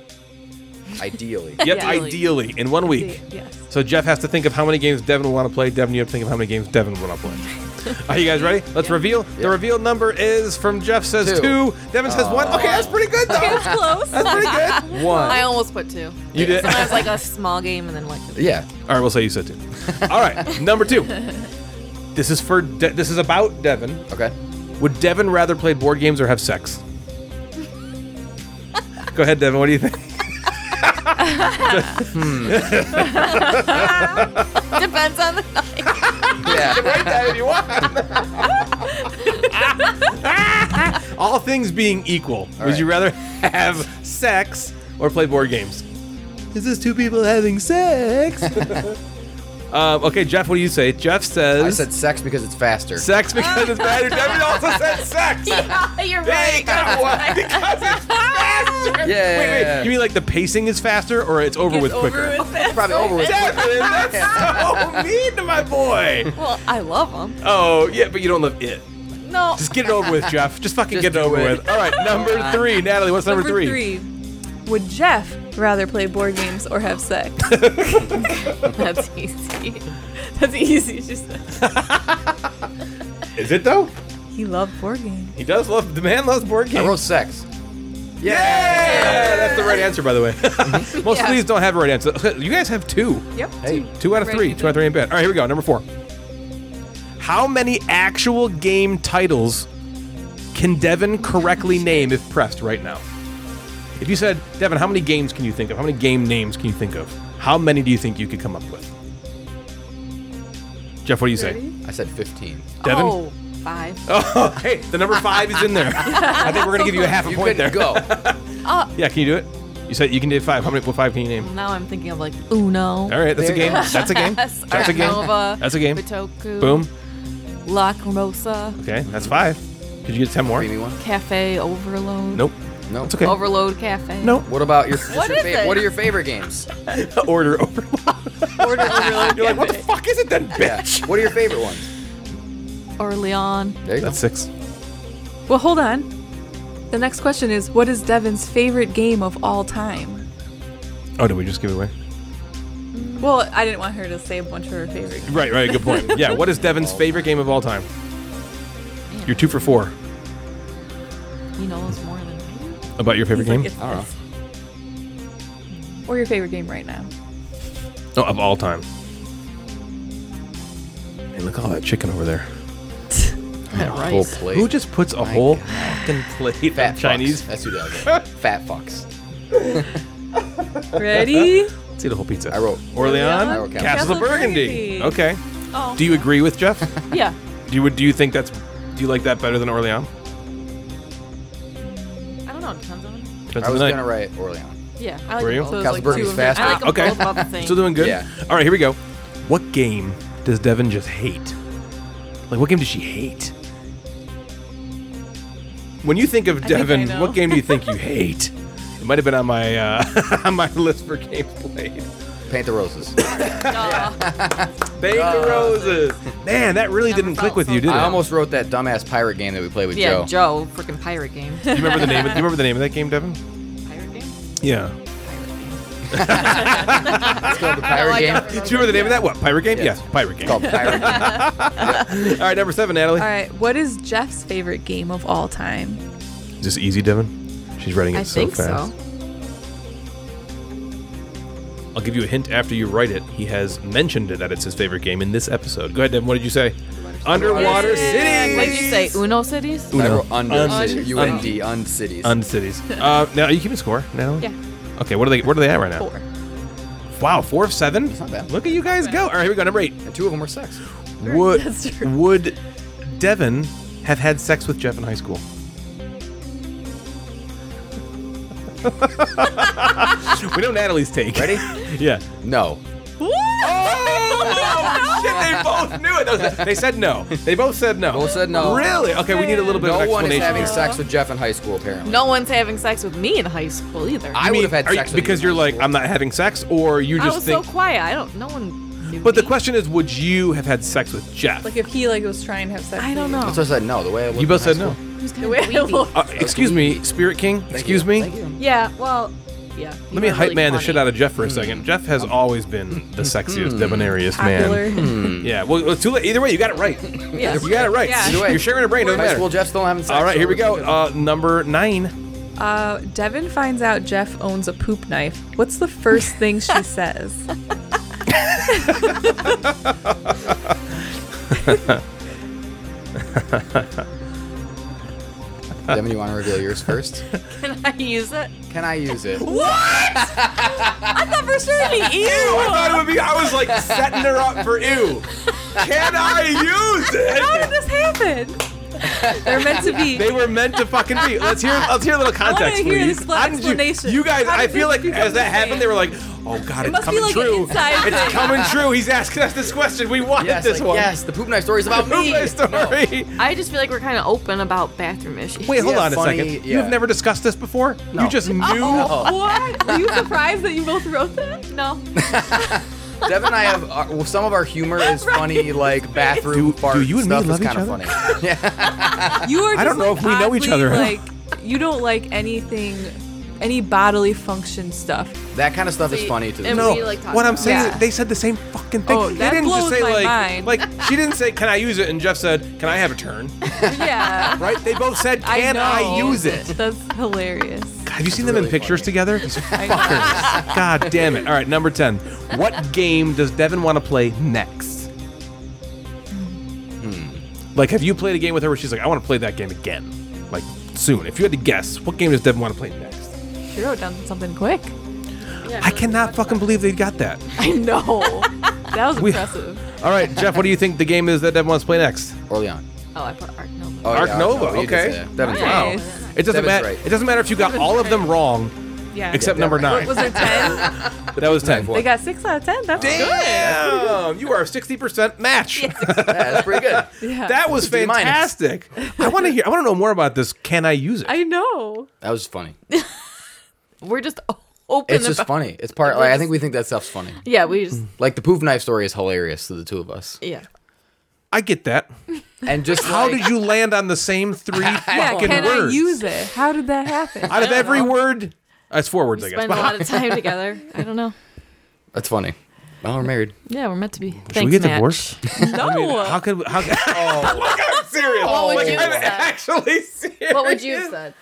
Speaker 3: ideally.
Speaker 1: Yep,
Speaker 6: Yeah.
Speaker 1: ideally in one week.
Speaker 6: Yes.
Speaker 1: So Jeff has to think of how many games Devin will want to play. Devin, you have to think of how many games Devin will want to play. Are you guys ready? Let's reveal. The reveal number is from Jeff says
Speaker 3: Two.
Speaker 1: two. Devin says one. Okay, that's pretty good though.
Speaker 6: That's close.
Speaker 1: That's pretty good.
Speaker 3: One.
Speaker 8: I almost put two.
Speaker 1: You did.
Speaker 8: Sometimes like a small game and then like
Speaker 3: yeah.
Speaker 1: All right, we'll say you said two. All right, number two. This is for. De- this is about Devin.
Speaker 3: Okay.
Speaker 1: Would Devin rather play board games or have sex? Go ahead, Devin. What do you think?
Speaker 8: depends on the
Speaker 3: Yeah.
Speaker 1: All things being equal, would you rather have sex or play board games? Is this two people having sex? um, okay, Jeff, what do you say? Jeff says
Speaker 3: I said sex because it's faster.
Speaker 1: sex because it's better. Devin also said sex.
Speaker 5: You're
Speaker 1: They
Speaker 5: right.
Speaker 1: got one because it's faster.
Speaker 3: Yeah.
Speaker 1: Wait, wait. You mean like the pacing is faster or it's over with quicker?
Speaker 3: probably over with.
Speaker 1: Devin, that's so mean to my boy.
Speaker 8: Well, I love them.
Speaker 1: Oh, yeah, but you don't love it.
Speaker 8: No.
Speaker 1: Just get it over with, Jeff. Just fucking
Speaker 3: Just
Speaker 1: get it
Speaker 3: do
Speaker 1: over
Speaker 3: it.
Speaker 1: with. All right, number three. Natalie, what's number,
Speaker 6: Number three. Would Jeff rather play board games or have sex?
Speaker 8: That's easy. That's easy. Just
Speaker 1: Is it though?
Speaker 6: he loved board games.
Speaker 1: He does love the man loves board games.
Speaker 3: I wrote sex.
Speaker 1: yeah! that's the right answer, by the way. Most of these don't have a right answer. You guys have two,
Speaker 6: Yep.
Speaker 3: Hey.
Speaker 1: two out of
Speaker 6: Ready
Speaker 1: three,
Speaker 6: to
Speaker 1: two out of three in bed. All right, here we go. Number four. How many actual game titles can Devin correctly name if pressed right now? If you said Devin, how many games can you think of? How many game names can you think of? How many do you think you could come up with? Jeff, what do you say?
Speaker 3: I said 15.
Speaker 1: Devin?
Speaker 8: oh, five.
Speaker 1: Oh, hey, the number five is in there. I think we're gonna give you a half a
Speaker 3: You
Speaker 1: point
Speaker 3: could
Speaker 1: there.
Speaker 3: go.
Speaker 1: Yeah, can you do it? You said you can do five. How many? What five can you name?
Speaker 8: Now I'm thinking of like Uno.
Speaker 1: All right, that's a
Speaker 3: There you
Speaker 1: game.
Speaker 3: go.
Speaker 1: That's a game. That's a game.
Speaker 8: Nova.
Speaker 1: That's a game.
Speaker 8: Bitoku.
Speaker 1: Boom.
Speaker 8: La Cremosa.
Speaker 1: Okay, that's five. Could you get ten more?
Speaker 3: Creamy one.
Speaker 8: Cafe Overload.
Speaker 1: Nope.
Speaker 3: No.
Speaker 1: It's okay.
Speaker 8: Overload Cafe.
Speaker 1: No.
Speaker 3: What about your? What, your
Speaker 8: is
Speaker 3: fav-
Speaker 8: it?
Speaker 3: what are your favorite games?
Speaker 1: Order over.
Speaker 8: Order Overload.
Speaker 1: You're like, what the fuck is it then,
Speaker 3: Yeah.
Speaker 1: bitch?
Speaker 3: What are your favorite ones?
Speaker 8: Orlean.
Speaker 3: There you
Speaker 1: That's
Speaker 3: go.
Speaker 1: six.
Speaker 6: Well, hold on. The next question is what is Devin's favorite game of all time?
Speaker 1: Oh, did we just give it away?
Speaker 6: Well, I didn't want her to say a bunch of her favorite games.
Speaker 1: Right, right. Good point. Yeah. What is Devin's favorite game of all time? You're two for four
Speaker 8: He knows more than me.
Speaker 1: about your favorite game.
Speaker 6: It's this. Or your favorite game right now.
Speaker 1: No, Oh, of all time. Hey, look at all that chicken over there.
Speaker 3: Whole plate.
Speaker 1: Who just puts a whole fucking plate of
Speaker 3: Fat
Speaker 1: Chinese?
Speaker 3: Fox. That's who does it. Fat fox.
Speaker 6: Ready?
Speaker 1: Let's eat a whole pizza.
Speaker 3: I wrote.
Speaker 1: Orleans,
Speaker 3: I wrote
Speaker 1: Castle,
Speaker 3: Castle
Speaker 1: of
Speaker 6: of
Speaker 1: Burgundy.
Speaker 6: Burgundy. Oh.
Speaker 1: Okay. Do you agree with Jeff?
Speaker 8: Yeah.
Speaker 1: do you do you think that's do you like that better than Orleans?
Speaker 8: I don't know. Depends on.
Speaker 1: Defense
Speaker 3: I
Speaker 1: of
Speaker 3: was
Speaker 1: the
Speaker 3: gonna
Speaker 1: night.
Speaker 3: write Orleans.
Speaker 5: Yeah.
Speaker 8: I like
Speaker 1: Were you?
Speaker 8: both.
Speaker 6: So it's like
Speaker 3: Casper
Speaker 6: two
Speaker 3: is
Speaker 6: of
Speaker 3: fast.
Speaker 5: I like them
Speaker 1: Ah, Okay.
Speaker 5: both about the same.
Speaker 1: Still doing good.
Speaker 3: Yeah.
Speaker 1: All right, here we go. What game does Devin just hate? Like, what game does she hate? When you think of
Speaker 6: think I
Speaker 1: Devin,
Speaker 6: know.
Speaker 1: what game do you think you hate? It might have been on my uh, on my list for game played.
Speaker 3: Paint the roses.
Speaker 1: Bang the roses. Man, that really didn't click
Speaker 5: felt
Speaker 1: with you,
Speaker 5: so
Speaker 1: did it?
Speaker 3: I almost wrote that dumbass pirate game that we played with
Speaker 5: yeah,
Speaker 3: Joe.
Speaker 5: Joe, freaking pirate game.
Speaker 1: Do you remember the name? Of, do you remember the name of that game, Devin?
Speaker 5: pirate game?
Speaker 1: Yeah.
Speaker 3: It's called the pirate game.
Speaker 1: Do you remember the name of that? What pirate game?
Speaker 3: Yes.
Speaker 1: Yeah, pirate game.
Speaker 3: It's called pirate game.
Speaker 1: All right, number seven, Natalie.
Speaker 6: All right, what is Jeff's favorite game of all time?
Speaker 1: Is this easy, Devin? She's writing it
Speaker 5: I
Speaker 1: so
Speaker 5: think
Speaker 1: fast.
Speaker 5: so.
Speaker 1: I'll give you a hint after you write it. He has mentioned it that it's his favorite game in this episode. Go ahead, Devin. What did you say? Underwater Cities.
Speaker 8: What did you say? Uno cities?
Speaker 3: I
Speaker 1: Uno.
Speaker 3: wrote under
Speaker 1: Un-
Speaker 3: city-
Speaker 1: un-
Speaker 3: UND, un cities.
Speaker 1: Un cities. Uh, now, are you keeping score, Natalie? Yeah. Okay, what are they? What are they at right now?
Speaker 6: Four.
Speaker 1: Wow, four of seven.
Speaker 3: not bad.
Speaker 1: Look at you guys go. All right, here we go. Number eight.
Speaker 3: and two of them were sex.
Speaker 1: Would Would Devin have had sex with Jeff in high school? we know Natalie's take.
Speaker 3: Ready?
Speaker 1: Yeah.
Speaker 3: No.
Speaker 1: Oh, shit, they both knew it. That was- They said no. They both said no.
Speaker 3: Both said no.
Speaker 1: Really? Okay, we need a little bit of
Speaker 3: No one
Speaker 1: explanation.
Speaker 3: is having
Speaker 1: here.
Speaker 3: sex with Jeff in high school, apparently.
Speaker 8: No one's having sex with me in high school either.
Speaker 3: I
Speaker 1: You
Speaker 3: would have
Speaker 1: mean,
Speaker 3: had
Speaker 1: are you-
Speaker 3: sex with
Speaker 1: because
Speaker 3: you
Speaker 1: you're
Speaker 3: in high
Speaker 1: like
Speaker 3: school.
Speaker 1: I'm not having sex, or you
Speaker 8: I
Speaker 1: just
Speaker 8: was
Speaker 1: think.
Speaker 8: so quiet. I don't. No one. Knew
Speaker 1: but the
Speaker 8: me.
Speaker 1: question is, would you have had sex with Jeff?
Speaker 6: Like if he like was trying to have sex.
Speaker 8: I don't know.
Speaker 3: That's why I said no. The way I
Speaker 1: you
Speaker 3: looked
Speaker 1: both
Speaker 3: in
Speaker 1: said
Speaker 3: high
Speaker 1: no.
Speaker 3: school.
Speaker 5: Who's
Speaker 6: The way I looked.
Speaker 1: Uh, excuse me, Spirit King.
Speaker 3: Thank
Speaker 1: excuse
Speaker 3: you.
Speaker 1: me.
Speaker 3: Thank you.
Speaker 8: Yeah. Well. Yeah.
Speaker 1: Let me hype man the shit out of Jeff
Speaker 3: Hmm.
Speaker 1: for a second. Jeff has always been the sexiest, debonairiest
Speaker 6: Popular.
Speaker 1: man. Hmm. Yeah. Well, it's too late. Either way, you got it right.
Speaker 8: Yeah.
Speaker 1: You got it right.
Speaker 8: Yeah.
Speaker 3: Hmm. Either way.
Speaker 1: You're sharing a brain. Doesn't
Speaker 3: High school,
Speaker 1: matter.
Speaker 3: Jeff still having sex.
Speaker 1: All right, here we
Speaker 3: so
Speaker 1: go.
Speaker 3: we're
Speaker 1: Uh, number nine.
Speaker 6: Uh, Devin finds out Jeff owns a poop knife. What's the first thing she says?
Speaker 3: thinking-
Speaker 1: Uh,
Speaker 3: Devin, you want to reveal yours first?
Speaker 5: Can I use it?
Speaker 3: Can I use it?
Speaker 1: I thought it would be. I was like setting her up for ew. Can I use
Speaker 6: How
Speaker 1: it?
Speaker 6: did this happen? They're meant to be.
Speaker 1: They were meant to fucking be. Let's hear. Let's hear a little context,
Speaker 6: hear
Speaker 1: please.
Speaker 6: this little
Speaker 1: How did you-
Speaker 6: explanation.
Speaker 1: You, guys,
Speaker 6: How
Speaker 1: I
Speaker 6: did
Speaker 1: feel
Speaker 6: this
Speaker 1: like
Speaker 6: become
Speaker 1: as that
Speaker 6: the
Speaker 1: happened,
Speaker 6: same?
Speaker 1: they were like, "Oh God, it's
Speaker 6: must be
Speaker 1: coming
Speaker 6: like an
Speaker 1: true.
Speaker 6: inside
Speaker 1: It's
Speaker 6: thing."
Speaker 1: coming true." He's asking us this question. We wanted
Speaker 3: yes,
Speaker 1: this
Speaker 3: like,
Speaker 1: one.
Speaker 3: yes, the poop knife story is about
Speaker 1: Who
Speaker 3: me.
Speaker 1: my story.
Speaker 5: I just feel like we're kind of open about bathroom issues.
Speaker 1: Wait, hold
Speaker 3: Yeah,
Speaker 1: on a
Speaker 3: funny,
Speaker 1: second.
Speaker 3: yeah.
Speaker 1: You've never discussed this before. You just knew.
Speaker 6: What? Are you surprised that you both wrote that?
Speaker 5: No.
Speaker 3: Devin and I have our, well, some of our humor is funny, like bathroom
Speaker 1: Do-
Speaker 3: fart
Speaker 1: do you and me
Speaker 3: stuff
Speaker 1: love each
Speaker 3: is kind of
Speaker 1: other?
Speaker 3: funny.
Speaker 6: You are. Just
Speaker 1: I don't know
Speaker 6: like,
Speaker 1: if we know each
Speaker 6: oddly,
Speaker 1: other.
Speaker 6: Like you don't like anything, any bodily function stuff.
Speaker 3: That kind of stuff is funny to
Speaker 5: and
Speaker 3: the
Speaker 1: No,
Speaker 5: we, like, talked
Speaker 1: what I'm
Speaker 5: about
Speaker 1: saying
Speaker 6: it.
Speaker 1: is they said the same fucking thing.
Speaker 6: Oh,
Speaker 1: they
Speaker 6: that
Speaker 1: didn't just
Speaker 6: blows
Speaker 1: say
Speaker 6: my
Speaker 1: like,
Speaker 6: mind.
Speaker 1: like she didn't say, "Can I use it?" And Jeff said, "Can I have a turn?"
Speaker 6: Yeah.
Speaker 1: Right? They both said, "Can I,
Speaker 6: know.
Speaker 1: use it?"
Speaker 6: That's hilarious.
Speaker 1: Have you seen them in pictures together? These fuckers. God damn it! All right, number ten. What game does Devin want to play next?
Speaker 3: Hmm.
Speaker 1: Hmm. Like, have you played a game with her where she's like, "I want to play that game again," like soon? If you had to guess, what game does Devin want to play next?
Speaker 6: She wrote down something quick.
Speaker 1: I cannot fucking believe they got that.
Speaker 6: I know. That was
Speaker 1: We-
Speaker 6: impressive.
Speaker 1: All right, Jeff, what do you think the game is that Devin wants to play next?
Speaker 3: Orlean.
Speaker 5: Oh, I put Arc Nova.
Speaker 3: Oh,
Speaker 1: Arc
Speaker 3: yeah,
Speaker 1: Nova,
Speaker 3: you did
Speaker 1: okay.
Speaker 3: say that. Devin's
Speaker 1: Wow.
Speaker 3: right.
Speaker 6: Nice.
Speaker 1: It doesn't
Speaker 3: Devin's
Speaker 1: matter.
Speaker 3: right.
Speaker 1: It doesn't matter if you got all of them wrong,
Speaker 6: Yeah.
Speaker 1: except
Speaker 3: Yeah,
Speaker 1: number
Speaker 3: Devin.
Speaker 1: nine.
Speaker 6: was there ten?
Speaker 1: That was ten.
Speaker 6: they got six out of ten. That's
Speaker 1: Damn, you are sixty percent match.
Speaker 3: Yeah, that's pretty good.
Speaker 6: good. Yeah.
Speaker 1: That was
Speaker 3: 60 minus.
Speaker 1: fantastic. I want to hear. I want to know more about this. Can I use it?
Speaker 6: I know.
Speaker 3: That was funny.
Speaker 8: We're just open.
Speaker 3: It's just
Speaker 8: about-
Speaker 3: funny. It's part like I think we think that stuff's funny.
Speaker 8: Yeah. We
Speaker 1: Hmm.
Speaker 8: just.
Speaker 3: Like the poof knife story is hilarious to the two of us.
Speaker 8: Yeah.
Speaker 1: I get that.
Speaker 3: And just
Speaker 1: How
Speaker 3: like,
Speaker 1: did you land on the same three
Speaker 6: Yeah.
Speaker 1: fucking
Speaker 6: Can
Speaker 1: words?
Speaker 6: I use it? How did that happen?
Speaker 1: Out of every word, that's four words, I guess.
Speaker 8: Spend a lot of time together. I don't know.
Speaker 3: That's funny. Well, we're married.
Speaker 8: Yeah, we're meant to be. Thanks,
Speaker 1: Should we get
Speaker 8: Matt.
Speaker 1: divorced?
Speaker 6: no.
Speaker 1: I mean, how could? we- How could? Oh, look, I'm serious.
Speaker 8: would
Speaker 1: Like,
Speaker 8: you
Speaker 1: I'm
Speaker 8: have said?
Speaker 1: actually serious.
Speaker 8: What would you have said?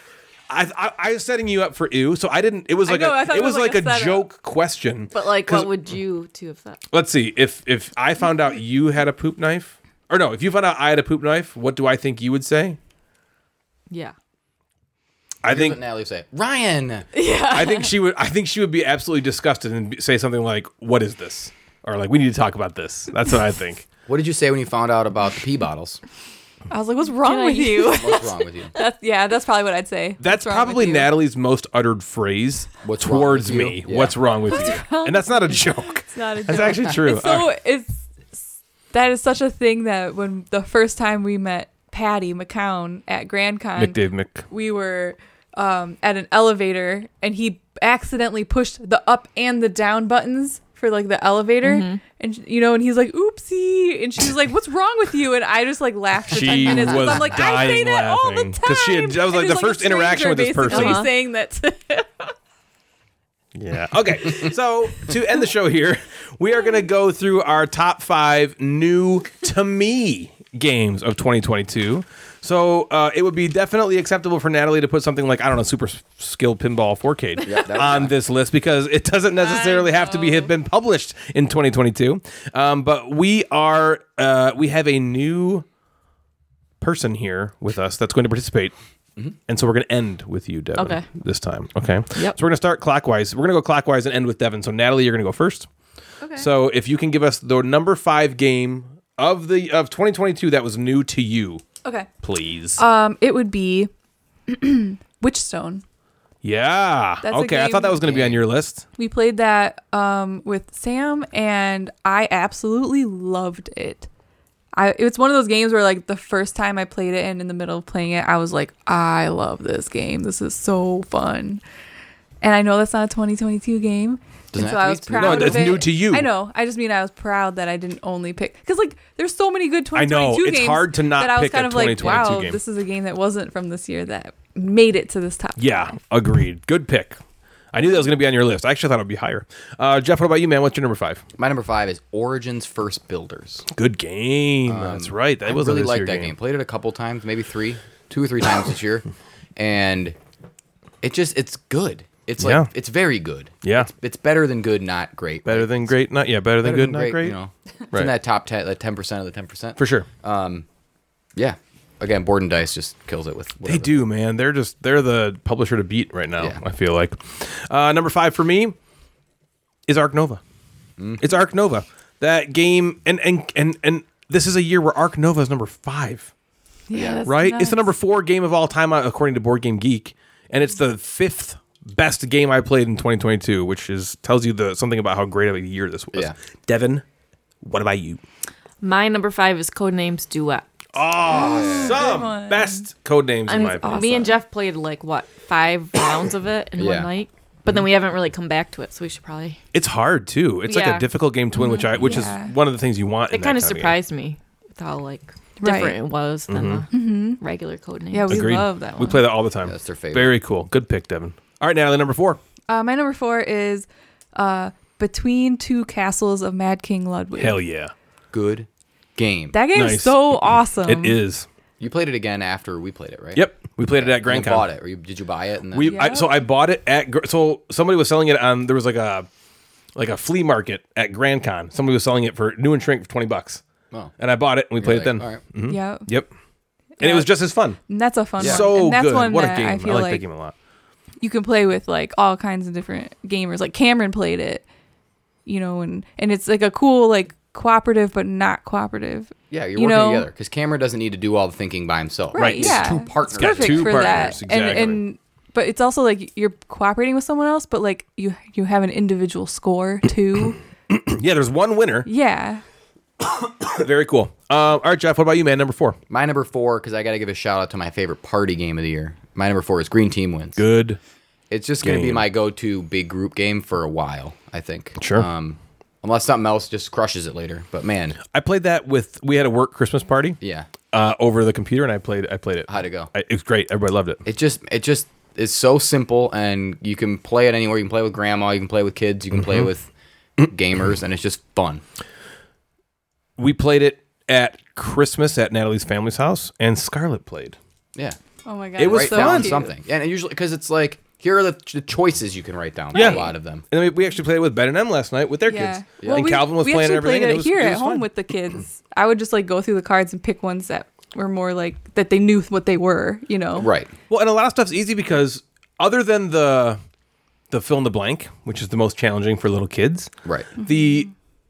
Speaker 1: I, I, I was setting you up for ew, so I didn't. It was
Speaker 6: I
Speaker 1: like
Speaker 6: know,
Speaker 1: a,
Speaker 6: I thought
Speaker 1: it was like, a,
Speaker 6: setup.
Speaker 1: joke question.
Speaker 8: But like,
Speaker 1: 'Cause-
Speaker 8: what would you two have said?
Speaker 1: Let's see if if I found out you had a poop knife, or no, if you found out I had a poop knife, what do I think you would say?
Speaker 8: Yeah.
Speaker 1: I
Speaker 3: Here's what
Speaker 1: think
Speaker 3: Natalie would say. Ryan.
Speaker 1: I think she would I think she would be absolutely disgusted and be- say something like, "What is this?" or like, "We need to talk about this." That's what I think.
Speaker 3: What did you say when you found out about the pee bottles?
Speaker 6: I was like, what's wrong
Speaker 8: I
Speaker 6: with
Speaker 8: use-
Speaker 6: you?
Speaker 3: What's wrong with you?
Speaker 6: that's, yeah, that's probably what I'd say.
Speaker 1: That's
Speaker 6: What's wrong
Speaker 1: probably
Speaker 6: with you?
Speaker 1: Natalie's most uttered phrase
Speaker 3: What's wrong
Speaker 1: towards
Speaker 3: with you?
Speaker 1: me.
Speaker 3: Yeah.
Speaker 1: What's wrong with you? And that's not a joke.
Speaker 6: It's not a
Speaker 1: That's actually true. Uh,
Speaker 6: It's so it's that is such a thing that when the first time we met Patty McCown at Grand Con,
Speaker 1: Mick Dave Mick.
Speaker 6: we were um, at an elevator and he accidentally pushed the up and the down buttons for like the elevator and sh- you know and he's like oopsie and she was like what's wrong with you and i just like laughed for 10
Speaker 1: She
Speaker 6: minutes 'cause
Speaker 1: was
Speaker 6: i'm like i say
Speaker 1: dying
Speaker 6: that all the
Speaker 1: laughing.
Speaker 6: time
Speaker 1: 'Cause she had- that was,
Speaker 6: And
Speaker 1: like,
Speaker 6: it's
Speaker 1: the
Speaker 6: a
Speaker 1: first interaction with this
Speaker 6: stranger
Speaker 1: person.
Speaker 6: basically
Speaker 1: Uh-huh.
Speaker 6: saying that to
Speaker 1: Yeah. Okay. So to end the show here, we are going to go through our top five new to me games of 2022. So uh, it would be definitely acceptable for Natalie to put something like I don't know, super S- skilled pinball 4K
Speaker 3: Yeah, that would
Speaker 1: on this list because it doesn't necessarily have to be have been published in 2022. Um, but we are uh, we have a new person here with us that's going to participate. And so we're going to end with you, Devin,
Speaker 5: Okay.
Speaker 1: this time. Okay. Yep. So we're going to start clockwise. We're going to go clockwise and end with Devin. So Natalie, you're going to go first. Okay. So if you can give us the number 5 game of the of 2022 that was new to you,
Speaker 6: okay
Speaker 1: please.
Speaker 6: um it would be witchstone
Speaker 1: yeah.
Speaker 6: that's a
Speaker 1: Okay. I thought
Speaker 6: game-
Speaker 1: that was going to be on your list.
Speaker 6: We played that um, with Sam, and I absolutely loved it. I it's one of those games where like the first time I played it and in the middle of playing it, I was like, I love this game. This is so fun. And I know that's not a 2022 game,
Speaker 3: Doesn't have
Speaker 6: and so
Speaker 3: to
Speaker 6: I
Speaker 3: be
Speaker 6: was
Speaker 3: too. No,
Speaker 6: proud. of
Speaker 1: that's
Speaker 6: it.
Speaker 1: new to you.
Speaker 6: I know. I just mean I was proud that I didn't only pick because like there's so many good
Speaker 1: I
Speaker 6: 2022
Speaker 1: know.
Speaker 6: games.
Speaker 1: It's hard to not
Speaker 6: that I was
Speaker 1: pick a
Speaker 6: kind of like,
Speaker 1: 2022
Speaker 6: wow,
Speaker 1: game.
Speaker 6: this is a game that wasn't from this year that made it to this top.
Speaker 1: Yeah. Agreed. Good pick. I knew that was going to be on your list. I actually thought it would be higher. Uh, Jeff, what about you, man? What's your number 5?
Speaker 3: My number five is Origins First Builders.
Speaker 1: Good game. That's right. That
Speaker 3: Um, I
Speaker 1: was a
Speaker 3: really
Speaker 1: this
Speaker 3: like
Speaker 1: year
Speaker 3: that game. Played it a couple times, maybe three, two or three times this year, and it just it's good. It's like
Speaker 1: Yeah.
Speaker 3: it's very good.
Speaker 1: Yeah.
Speaker 3: it's, it's better than good, not great.
Speaker 1: Better than great, not yeah. Better than
Speaker 3: Better
Speaker 1: good,
Speaker 3: than
Speaker 1: not great.
Speaker 3: You know, it's
Speaker 1: Right.
Speaker 3: in that top ten, that ten percent of the ten percent
Speaker 1: For sure,
Speaker 3: Uh, Yeah, again, Borden Dice just kills it with.
Speaker 1: they
Speaker 3: whatever.
Speaker 1: do, man. They're just they're the publisher to beat right now.
Speaker 3: Yeah.
Speaker 1: I feel like uh, number five for me is Arc Nova.
Speaker 3: Mm-hmm.
Speaker 1: It's Arc Nova. That game, and and and and this is a year where Arc Nova is number five.
Speaker 6: Yeah, that's
Speaker 1: right? It's the
Speaker 6: nuts.
Speaker 1: number four game of all time, uh, according to Board Game Geek, and it's the fifth best game I played in 2022, which is tells you the something about how great of a year this was.
Speaker 3: Yeah.
Speaker 1: Devin, what about you?
Speaker 5: My number five is Codenames Duet.
Speaker 1: Some best code names in my
Speaker 5: And
Speaker 1: opinion.
Speaker 5: me and Jeff played like what five rounds of it in
Speaker 3: Yeah.
Speaker 5: one night, but then we haven't really come back to it, so we should probably.
Speaker 1: It's hard too. It's like a
Speaker 5: Yeah.
Speaker 1: difficult game to win, which I which
Speaker 6: Yeah.
Speaker 1: is one of the things you want. in
Speaker 5: it
Speaker 1: that
Speaker 5: kind of
Speaker 1: kind of game.
Speaker 5: surprised me with how like
Speaker 6: Right. Mm-hmm.
Speaker 5: different it was than
Speaker 8: Mm-hmm.
Speaker 5: the regular code name.
Speaker 6: Yeah, we
Speaker 1: Agreed.
Speaker 6: love that one.
Speaker 1: We play that all the time.
Speaker 3: Yeah, that's their favorite.
Speaker 1: Very cool. Good pick, Devin. All right, Natalie, number four.
Speaker 6: Uh, my number four is uh, Between Two Castles of Mad King Ludwig.
Speaker 1: Hell yeah,
Speaker 3: good game.
Speaker 6: That game
Speaker 1: Nice.
Speaker 6: is so awesome.
Speaker 1: it is.
Speaker 3: you played it again after we played it, right?
Speaker 1: Yep, we played it at
Speaker 3: Grand
Speaker 1: Grand
Speaker 3: you
Speaker 1: Con.
Speaker 3: bought it, or you, did you buy it? And then, Oh.
Speaker 1: We I, so
Speaker 6: Yeah.
Speaker 1: I bought it at Gr- so somebody was selling it on there was like a like a flea market at Grand Con. Somebody was selling it for new and shrink for twenty bucks,
Speaker 3: oh,
Speaker 1: and I bought it and we
Speaker 3: You're
Speaker 1: played
Speaker 3: like,
Speaker 1: it then.
Speaker 3: All right.
Speaker 6: Yeah.
Speaker 1: Yep, and it was just as fun.
Speaker 6: And that's a fun one.
Speaker 1: So
Speaker 6: and that's
Speaker 1: good.
Speaker 6: one
Speaker 1: what
Speaker 6: that
Speaker 1: a game!
Speaker 6: I
Speaker 1: I,
Speaker 6: feel
Speaker 1: like, that
Speaker 6: like
Speaker 1: game a lot.
Speaker 6: you can play with like all kinds of different gamers. Like Cameron played it, you know, and and it's like a cool like cooperative but not cooperative.
Speaker 3: Yeah, you're
Speaker 6: You
Speaker 3: working
Speaker 6: know-
Speaker 3: together because Cameron doesn't need to do all the thinking by himself.
Speaker 1: Right.
Speaker 3: It's
Speaker 6: Yeah.
Speaker 3: two
Speaker 6: It's
Speaker 3: partners.
Speaker 1: Got
Speaker 6: Perfect
Speaker 1: two
Speaker 6: for
Speaker 1: partners,
Speaker 6: that.
Speaker 1: exactly.
Speaker 6: And and but it's also like you're cooperating with someone else, but like you you have an individual score too.
Speaker 1: Yeah, there's one winner.
Speaker 6: yeah.
Speaker 1: Very cool. Um, all right, Jeff, what about you, man? Number four.
Speaker 3: My number four, because I got to give a shout out to my favorite party game of the year. My number four is Green Team Wins.
Speaker 1: Good.
Speaker 3: It's just going to be
Speaker 1: game.
Speaker 3: my go-to big group game for a while, I think.
Speaker 1: Sure.
Speaker 3: Um, unless something else just crushes it later. But man,
Speaker 1: I played that with. We had a work Christmas party.
Speaker 3: yeah,
Speaker 1: Uh, over the computer, and I played. I played it.
Speaker 3: how'd it go?
Speaker 1: I, it was great. Everybody loved it.
Speaker 3: it just it just is so simple, and you can play it anywhere. You can play with grandma, you can play with kids, you can
Speaker 1: Mm-hmm.
Speaker 3: play with gamers, and it's just fun.
Speaker 1: We played it at Christmas at Natalie's family's house, and Scarlett played.
Speaker 3: Yeah,
Speaker 6: Oh my god.
Speaker 1: It was
Speaker 3: write
Speaker 1: so
Speaker 3: down
Speaker 1: cute.
Speaker 3: something, and usually because it's like here are the, the choices you can write down.
Speaker 1: Yeah.
Speaker 3: a lot of them.
Speaker 1: And then we, we actually played with Ben and M last night with their kids. And Calvin was
Speaker 6: we
Speaker 1: playing
Speaker 6: actually
Speaker 1: everything.
Speaker 6: Played
Speaker 1: and
Speaker 6: it
Speaker 1: it was,
Speaker 6: here
Speaker 1: it
Speaker 6: at
Speaker 1: was
Speaker 6: home
Speaker 1: fun.
Speaker 6: with the kids. I would just like go through the cards and pick ones that were more like that they knew what they were. You know,
Speaker 3: Right.
Speaker 1: Well, and a lot of stuff's easy because other than the the fill in the
Speaker 6: Mm-hmm.
Speaker 1: blank, which is the most challenging for little kids,
Speaker 3: Right.
Speaker 1: the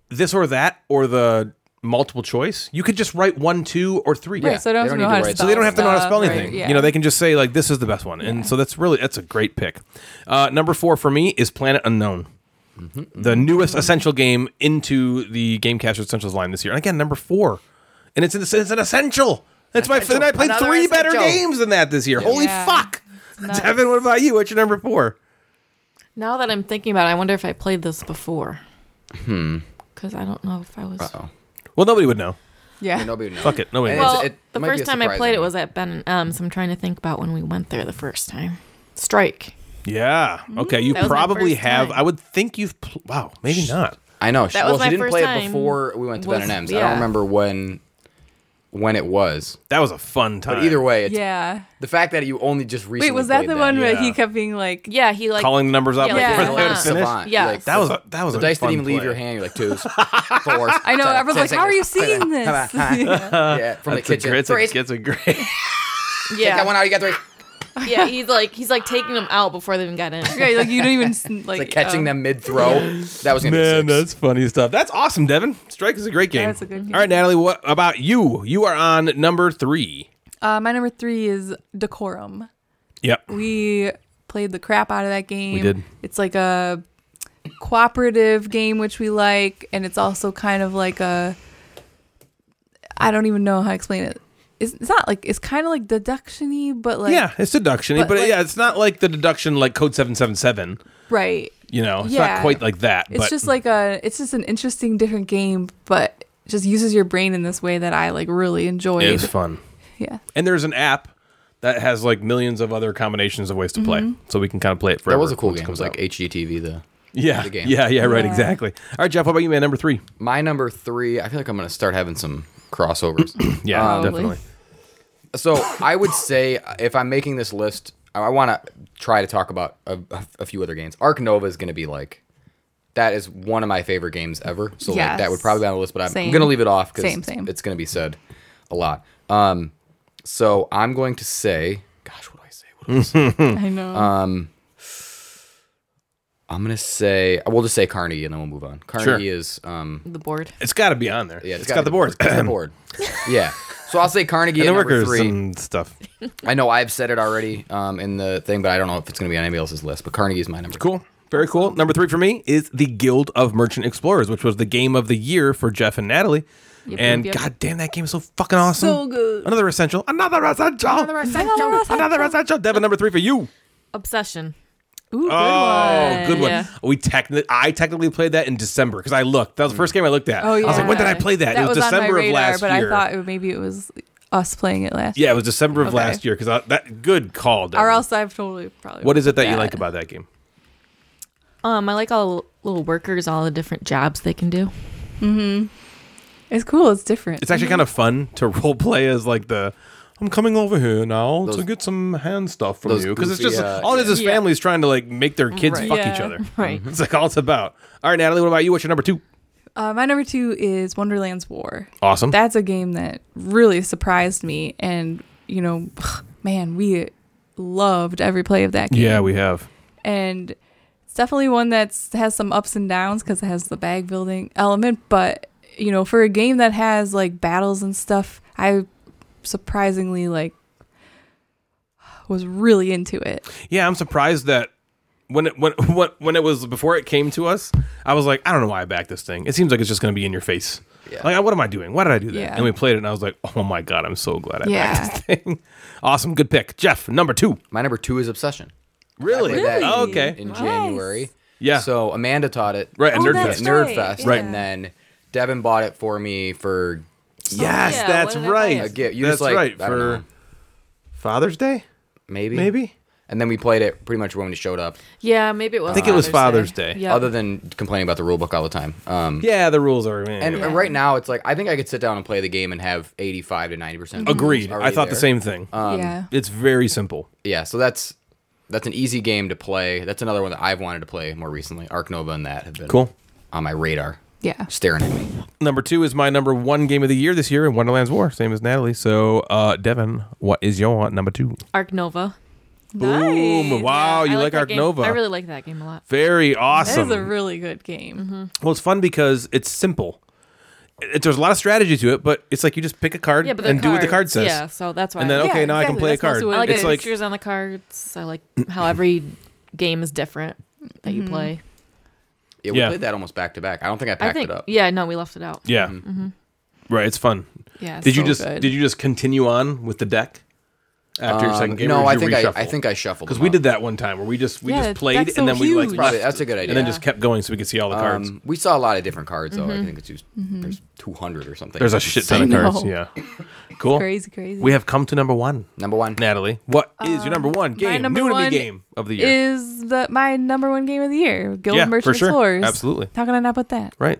Speaker 1: this or that or the multiple choice. You could just write one, two, or three.
Speaker 3: Yeah.
Speaker 6: Right, so they don't,
Speaker 3: they don't
Speaker 6: know
Speaker 3: need
Speaker 6: how
Speaker 3: to
Speaker 6: to
Speaker 3: write
Speaker 6: spell
Speaker 1: So they don't have to know how to
Speaker 6: stuff,
Speaker 1: spell
Speaker 6: right,
Speaker 1: anything.
Speaker 6: yeah.
Speaker 1: You know, they can just say like, "This is the best one," and so that's really that's a great pick. Uh, number four for me is Planet Unknown,
Speaker 8: Mm-hmm,
Speaker 1: the newest essential game into the GameCaster Essentials line this year. And again, number four, and it's an, it's an essential. That's my. Then I played
Speaker 3: Another
Speaker 1: three better
Speaker 3: essential.
Speaker 1: games than that this year. Holy
Speaker 6: Yeah.
Speaker 1: fuck, Devin! What about you? What's your number four?
Speaker 8: Now that I'm thinking about it, I wonder if I played this before. Hmm. Because I don't know if I was.
Speaker 3: Uh-oh.
Speaker 1: Well, nobody would know.
Speaker 6: yeah.
Speaker 3: Nobody knows.
Speaker 1: Fuck it, nobody
Speaker 3: And
Speaker 1: knows.
Speaker 3: it's-
Speaker 8: Well,
Speaker 3: it
Speaker 8: the
Speaker 3: might be
Speaker 8: first
Speaker 3: a
Speaker 8: time I played
Speaker 3: surprise.
Speaker 8: it was at Ben and M's. I'm trying to think about when we went there the first time. Strike.
Speaker 1: Yeah. Okay. You
Speaker 8: mm, that was my
Speaker 1: probably
Speaker 8: first
Speaker 1: have.
Speaker 8: time.
Speaker 1: I would think you've. Pl- wow. Maybe not.
Speaker 3: I know. She,
Speaker 8: That
Speaker 3: well,
Speaker 8: was
Speaker 3: she
Speaker 8: my
Speaker 3: didn't
Speaker 8: first
Speaker 3: play it
Speaker 8: time
Speaker 3: before we went to Ben
Speaker 8: was-
Speaker 3: and M's. I
Speaker 8: yeah.
Speaker 3: don't remember when when it was.
Speaker 1: That was a fun time.
Speaker 3: But either way, it's
Speaker 6: Yeah.
Speaker 3: the fact that you only just recently
Speaker 6: Wait, was that
Speaker 3: played
Speaker 6: the one where
Speaker 1: yeah.
Speaker 6: he kept being like,
Speaker 8: Yeah, he like
Speaker 1: calling the numbers up
Speaker 8: Yeah, like
Speaker 1: before
Speaker 8: the
Speaker 1: they would
Speaker 8: savant.
Speaker 1: finish.
Speaker 3: Savant,
Speaker 8: Yeah.
Speaker 3: like,
Speaker 1: That was a that was
Speaker 3: the
Speaker 1: a
Speaker 3: dice
Speaker 1: fun
Speaker 3: didn't even leave
Speaker 1: play.
Speaker 3: your hand. You're like twos, fours.
Speaker 6: I know, everyone's like, how are you seeing this?
Speaker 3: Yeah, from
Speaker 1: Uh, That's
Speaker 3: the
Speaker 1: a
Speaker 3: kitchen.
Speaker 1: great- it's a-
Speaker 3: Freeze.
Speaker 1: it's a great.
Speaker 3: Take that
Speaker 8: yeah,
Speaker 3: one out. You got three.
Speaker 8: yeah. He's like he's like taking them out before they even got in.
Speaker 6: Yeah, like you don't even s- like,
Speaker 3: Like catching
Speaker 6: oh.
Speaker 3: them mid throw. That was gonna
Speaker 1: Man,
Speaker 3: be six.
Speaker 1: that's funny stuff. That's awesome, Devin. Strike is a great game.
Speaker 6: That's a good game.
Speaker 1: All right, Natalie, what about you? You are on number three.
Speaker 6: Uh, my number three is decorum.
Speaker 1: Yep.
Speaker 6: We played the crap out of that game.
Speaker 1: We did.
Speaker 6: It's like a cooperative game, which we like, and it's also kind of like a. I don't even know how to explain it. It's, it's not like it's kind of like deduction-y, but like
Speaker 1: yeah, it's deduction, but,
Speaker 6: but like-
Speaker 1: yeah, it's not like the deduction like Code Seven Seven Seven.
Speaker 6: right.
Speaker 1: You know, it's not
Speaker 6: Yeah.
Speaker 1: quite like that.
Speaker 6: It's
Speaker 1: but
Speaker 6: just like a. It's just an interesting, different game, but just uses your brain in this way that I like really enjoyed.
Speaker 1: it was fun.
Speaker 6: Yeah.
Speaker 1: And there's an app that has like millions of other combinations of ways to play,
Speaker 6: Mm-hmm.
Speaker 1: so we can kind of play it forever.
Speaker 3: That was a cool
Speaker 1: once
Speaker 3: game. It
Speaker 1: comes
Speaker 3: was like
Speaker 1: out.
Speaker 3: HGTV. The
Speaker 1: yeah,
Speaker 3: the game.
Speaker 1: yeah, yeah, right, exactly. All right, Jeff, what about you, man? Number three.
Speaker 3: my number three. I feel like I'm gonna start having some crossovers.
Speaker 1: Yeah,
Speaker 6: Probably.
Speaker 1: definitely.
Speaker 3: So I would say if I'm making this list, I want to try to talk about a, a few other games. Arc Nova is going to be like that is one of my favorite games ever. So like that would
Speaker 6: Yes.
Speaker 3: probably be on the list, but I'm,
Speaker 6: Same.
Speaker 3: going to leave it off because
Speaker 6: Same, same.
Speaker 3: it's going to be said a lot. Um, so I'm going to say, gosh, what do I say? What do I say?
Speaker 1: Hmm.
Speaker 6: I know.
Speaker 3: I'm going to say, we'll just say Carnegie and then we'll move on. Carnegie is um,
Speaker 8: The board.
Speaker 1: It's got to be on there.
Speaker 3: yeah,
Speaker 1: it's
Speaker 3: gotta
Speaker 1: got the
Speaker 3: be
Speaker 1: board.
Speaker 3: It's got the board. Yeah. So I'll say Carnegie
Speaker 1: And
Speaker 3: at
Speaker 1: the
Speaker 3: number
Speaker 1: workers
Speaker 3: three.
Speaker 1: and stuff.
Speaker 3: I know I've said it already um, in the thing, but I don't know if it's going to be on anybody else's list. But Carnegie is my number.
Speaker 1: Cool. Very cool. Number three for me is the Guild of Merchant Explorers, which was the game of the year for Jeff and Natalie. and
Speaker 8: yep.
Speaker 1: god damn, that game is so fucking awesome. So good. Another essential. Another essential. Another essential. Another essential. Devin, number three for you.
Speaker 8: Obsession.
Speaker 6: Ooh, good
Speaker 1: Oh,
Speaker 6: one.
Speaker 1: good one.
Speaker 8: Yeah.
Speaker 1: We technically, I technically played that in December because I looked. That was the first game I looked
Speaker 6: Oh,
Speaker 1: at. I was like, when did I play that? it was, December of last
Speaker 6: but
Speaker 1: year.
Speaker 6: I thought it, maybe it was us playing it last.
Speaker 1: yeah, it was December of
Speaker 6: Okay.
Speaker 1: last year because that good call. Devin.
Speaker 6: Or else I've totally probably.
Speaker 1: what is it that you like about that game?
Speaker 8: Um, I like all the little workers, all the different jobs they can do.
Speaker 6: It's cool. It's different.
Speaker 1: It's actually kind of fun to role play as like the I'm coming over here now to
Speaker 3: Those-
Speaker 1: get some hand stuff from
Speaker 3: those
Speaker 1: you because it's
Speaker 3: goofy,
Speaker 1: just
Speaker 3: uh,
Speaker 1: all it is is
Speaker 8: yeah.
Speaker 1: families trying to like make their kids
Speaker 8: Right.
Speaker 1: fuck
Speaker 6: Yeah.
Speaker 1: each other.
Speaker 8: Right.
Speaker 1: It's like all it's about. All right, Natalie, what about you? What's your number two?
Speaker 6: uh, my number two is Wonderland's War.
Speaker 1: Awesome.
Speaker 6: That's a game that really surprised me, and you know, man, we loved every play of that game.
Speaker 1: yeah, we have.
Speaker 6: and it's definitely one that's has some ups and downs because it has the bag building element. But you know, for a game that has like battles and stuff, I surprisingly like was really into it.
Speaker 1: Yeah, I'm surprised that when it when when when it was before it came to us, I was like, I don't know why I backed this thing. It seems like it's just going to be in your face.
Speaker 3: Yeah.
Speaker 1: Like, what am I doing? Why did I do that?
Speaker 6: Yeah.
Speaker 1: And we played it, and I was like, oh my god, I'm so glad I
Speaker 6: Yeah.
Speaker 1: backed this thing. awesome, good pick, Jeff. Number two.
Speaker 3: My number two is Obsession.
Speaker 1: Really?
Speaker 3: Played that
Speaker 1: Oh,
Speaker 3: in-
Speaker 1: okay.
Speaker 3: In January.
Speaker 1: Yeah.
Speaker 3: So Amanda taught it.
Speaker 1: Right, at Oh, Nerd that's Fest.
Speaker 3: Nerd
Speaker 6: right,
Speaker 3: Fest,
Speaker 1: yeah.
Speaker 3: And then Devin bought it for me for
Speaker 1: Yes,
Speaker 8: yeah,
Speaker 1: that's
Speaker 8: what did I buy
Speaker 1: right.
Speaker 8: it?
Speaker 3: A gift. You
Speaker 1: that's
Speaker 3: just, like,
Speaker 1: right
Speaker 3: I don't
Speaker 1: for
Speaker 3: know.
Speaker 1: Father's Day,
Speaker 3: maybe.
Speaker 1: maybe.
Speaker 3: And then we played it pretty much when we showed up.
Speaker 8: Yeah, maybe it was.
Speaker 1: I think it was Father's Day.
Speaker 8: Yeah.
Speaker 3: Other than complaining about the rule book all the time. Um,
Speaker 1: Yeah, the rules are. eh.
Speaker 3: And right now, it's like I think I could sit down and play the game and have 85 to 90 percent.
Speaker 1: agreed. I thought the same thing.
Speaker 6: yeah,
Speaker 1: it's very simple.
Speaker 3: Yeah. So that's that's an easy game to play. That's another one that I've wanted to play more recently. Arc Nova and that have been
Speaker 1: Cool.
Speaker 3: on my radar,
Speaker 6: yeah.
Speaker 3: staring at me.
Speaker 1: Number two is my number one game of the year this year in Wonderland's War, same as Natalie. So, uh, Devin, what is your number two?
Speaker 8: Arc Nova.
Speaker 1: Boom! Wow,
Speaker 8: Yeah,
Speaker 1: Oh, you
Speaker 8: I
Speaker 1: like,
Speaker 8: that
Speaker 1: Arc
Speaker 8: game.
Speaker 1: Nova?
Speaker 8: I really like that game a lot.
Speaker 1: very
Speaker 6: That
Speaker 1: awesome.
Speaker 6: is a really good game.
Speaker 1: well, it's fun because it's simple. it- there's a lot of strategy to it, but it's like you just pick a card
Speaker 8: Yeah, but
Speaker 1: and do what the card
Speaker 8: cards-
Speaker 1: says.
Speaker 8: Yeah, so that's why.
Speaker 1: And then
Speaker 8: I,
Speaker 6: Yeah,
Speaker 1: okay, now I can
Speaker 6: exactly.
Speaker 1: play
Speaker 6: That's
Speaker 1: a card.
Speaker 6: mostly what
Speaker 8: I like
Speaker 1: it's
Speaker 8: the
Speaker 1: like
Speaker 8: pictures on the cards. I like how every game is different that you play.
Speaker 3: Yeah, we
Speaker 1: Yeah.
Speaker 3: played that almost back to back. I don't think I
Speaker 8: I
Speaker 3: packed
Speaker 8: think.
Speaker 3: it up. Mm-hmm.
Speaker 8: Yeah, no, we left it out.
Speaker 1: yeah, Mm-hmm. Uh, right. It's fun.
Speaker 8: Yeah.
Speaker 1: Did you
Speaker 8: so
Speaker 1: just
Speaker 8: good.
Speaker 1: did you just continue on with the deck after your
Speaker 3: Um,
Speaker 1: second game?
Speaker 3: no, I think I, I think I shuffled
Speaker 1: because
Speaker 3: them
Speaker 1: we
Speaker 3: up.
Speaker 1: did that one time where we just we
Speaker 6: Yeah,
Speaker 1: just played
Speaker 6: that's
Speaker 1: and
Speaker 6: so
Speaker 1: then we like
Speaker 6: huge.
Speaker 3: Probably
Speaker 1: left,
Speaker 3: that's a good idea.
Speaker 1: and then just kept going so we could see all the cards.
Speaker 3: Um, we saw a lot of different cards though.
Speaker 6: Mm-hmm.
Speaker 3: I think it's just, there's 200 or something.
Speaker 1: There's a shit ton of
Speaker 6: I know.
Speaker 1: cards. Yeah, cool.
Speaker 6: Crazy, crazy.
Speaker 1: We have come to number one.
Speaker 3: number one.
Speaker 1: Natalie, what is your number one
Speaker 6: Uh, my
Speaker 1: game?
Speaker 6: number
Speaker 1: New to me
Speaker 6: one
Speaker 1: game of the year.
Speaker 6: is the my number one game of the year, Guild
Speaker 1: Yeah,
Speaker 6: of Merchant
Speaker 1: for sure.
Speaker 6: Explorers.
Speaker 1: Absolutely.
Speaker 6: How can I not put that?
Speaker 1: right.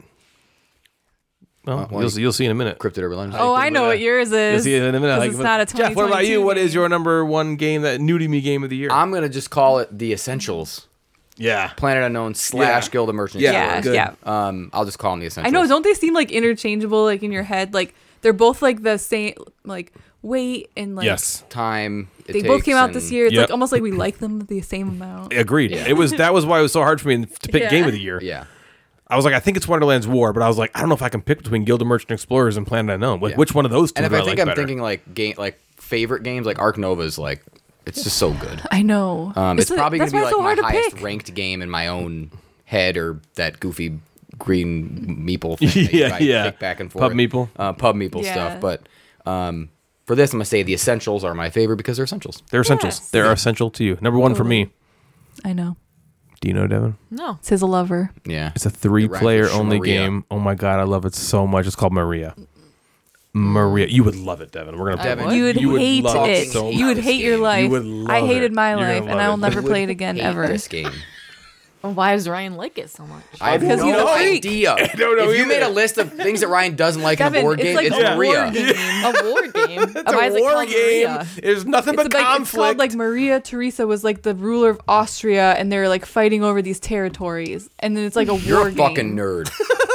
Speaker 1: Well,
Speaker 3: well,
Speaker 1: you'll,
Speaker 3: you-
Speaker 1: see- you'll see in a minute.
Speaker 3: Cryptid or Reliance.
Speaker 6: Oh, I know what yours
Speaker 1: You'll
Speaker 6: is.
Speaker 1: see in a minute.
Speaker 6: 'cause
Speaker 1: Like,
Speaker 6: it's not a
Speaker 1: Jeff, what about
Speaker 6: 2022
Speaker 1: you? What is
Speaker 6: game.
Speaker 1: your number one game that new to me game of the year?
Speaker 3: I'm gonna just call it the Essentials.
Speaker 1: yeah.
Speaker 3: Planet Unknown slash
Speaker 1: Yeah.
Speaker 3: Guild of Merchant
Speaker 1: Yeah,
Speaker 6: Yeah,
Speaker 3: Explorers.
Speaker 1: good.
Speaker 6: yeah.
Speaker 3: Um, I'll just call them the Essentials.
Speaker 6: I know. Don't they seem like interchangeable? Like in your head, like they're both like the same, like weight and like
Speaker 1: yes.
Speaker 3: time. it
Speaker 6: They both
Speaker 3: takes
Speaker 6: came out
Speaker 3: and-
Speaker 6: this year. It's
Speaker 1: Yep.
Speaker 6: like almost like we like them the same amount.
Speaker 1: Agreed. It was that was why it was so hard for me to pick
Speaker 6: Yeah.
Speaker 1: game of the year.
Speaker 3: Yeah.
Speaker 1: I was like, I think it's Wonderland's War, but I was like, I don't know if I can pick between Guild of Merchant Explorers and Planet Unknown. Like,
Speaker 3: Yeah.
Speaker 1: Which one of those two
Speaker 3: And if
Speaker 1: do I,
Speaker 3: I think
Speaker 1: like
Speaker 3: I'm
Speaker 1: better?
Speaker 3: thinking like game like favorite games like Arc Nova's like it's just so good.
Speaker 6: I know.
Speaker 3: Um, it's,
Speaker 6: like-
Speaker 3: probably gonna
Speaker 6: that's
Speaker 3: be
Speaker 6: why
Speaker 3: like
Speaker 6: it's so
Speaker 3: my
Speaker 6: hard to
Speaker 3: highest
Speaker 6: pick.
Speaker 3: ranked game in my own head or that goofy green meeple thing. that you
Speaker 1: Yeah,
Speaker 3: try and
Speaker 1: yeah.
Speaker 3: kick Back and forth.
Speaker 1: Pub meeple.
Speaker 3: Uh, pub meeple
Speaker 6: Yeah.
Speaker 3: stuff. But um, for this, I'm gonna say the essentials are my favorite because they're essentials.
Speaker 1: They're essentials.
Speaker 6: Yes.
Speaker 1: They're essential to you. Number one for me.
Speaker 6: I know.
Speaker 1: Do you know Devin?
Speaker 8: No.
Speaker 6: It says a lover.
Speaker 3: Yeah.
Speaker 1: It's a three
Speaker 3: rhymes with
Speaker 1: player only
Speaker 3: Shmaria.
Speaker 1: game. Oh my god, I love it so much. It's called Maria. Maria, you would love it, Devin. We're gonna play
Speaker 3: Devin,
Speaker 1: it.
Speaker 6: You would hate
Speaker 1: love
Speaker 6: it.
Speaker 1: so
Speaker 6: you would
Speaker 1: much.
Speaker 6: hate your life.
Speaker 1: would love
Speaker 6: I
Speaker 1: it.
Speaker 6: hated my
Speaker 1: You're gonna
Speaker 6: life, and
Speaker 1: love
Speaker 6: I
Speaker 1: it.
Speaker 6: will never
Speaker 3: Would
Speaker 6: play it again
Speaker 3: hate
Speaker 6: ever.
Speaker 3: This game.
Speaker 8: Why does Ryan like it so much?
Speaker 3: I have
Speaker 6: Because
Speaker 3: no
Speaker 6: he's a freak.
Speaker 3: idea.
Speaker 1: don't know
Speaker 3: if you made
Speaker 1: either.
Speaker 3: a list of things that Ryan doesn't like in
Speaker 6: Devin,
Speaker 3: a board
Speaker 6: it's
Speaker 3: game,
Speaker 6: like
Speaker 3: it's
Speaker 6: a war
Speaker 3: Maria.
Speaker 6: game.
Speaker 8: a war game.
Speaker 1: It's a war game. There's nothing
Speaker 6: It's,
Speaker 1: but
Speaker 6: like,
Speaker 1: conflict.
Speaker 6: it's called like Maria Theresa was like the ruler of Austria, and they're like fighting over these territories, and then it's like a
Speaker 3: You're
Speaker 6: war
Speaker 3: a
Speaker 6: game.
Speaker 3: fucking nerd.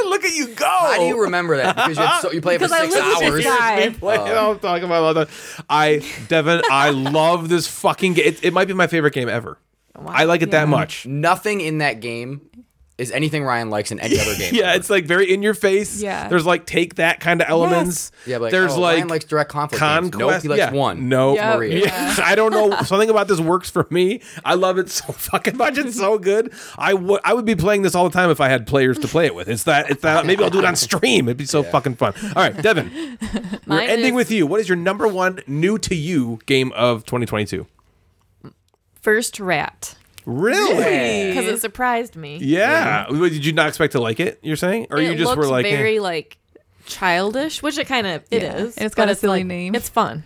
Speaker 1: Look at you go.
Speaker 3: How do you remember that? Because you, had so, you play it for
Speaker 6: Because I
Speaker 3: six
Speaker 6: live with this
Speaker 3: hours.
Speaker 6: guy.
Speaker 1: They play it all the time, talking about all the time. I Devin, I love this fucking game. It, it might be my favorite game ever. I like it that much.
Speaker 3: Nothing in that game is anything Ryan likes in any other game.
Speaker 1: Yeah, it's like very in your face.
Speaker 6: Yeah.
Speaker 1: There's like take that kind of elements.
Speaker 3: Yeah, but like,
Speaker 1: there's
Speaker 3: oh,
Speaker 1: like
Speaker 3: Ryan likes direct conflict. games.
Speaker 1: conquest.
Speaker 3: Nope, he likes
Speaker 1: yeah.
Speaker 3: one.
Speaker 1: No,
Speaker 3: It's Maria.
Speaker 1: Yeah. I don't know. Something about this works for me. I love it so fucking much. It's so good. I would I would be playing this all the time if I had players to play it with. It's that. It's that. Maybe I'll do it on stream. It'd be so fucking fun. All right, Devin. We're
Speaker 8: Mine
Speaker 1: ending
Speaker 8: is-
Speaker 1: with you. What is your number one new to you game of 2022?
Speaker 5: First rat.
Speaker 1: Really?
Speaker 8: Because it surprised me.
Speaker 1: Yeah. Wait, Did you not expect to like it? You're saying, or
Speaker 8: it
Speaker 1: you just
Speaker 8: looked
Speaker 1: were like, eh.
Speaker 8: very like childish, which it kind of it is.
Speaker 6: Yeah. And it's got
Speaker 8: but
Speaker 6: a silly
Speaker 8: like-
Speaker 6: name.
Speaker 8: It's fun,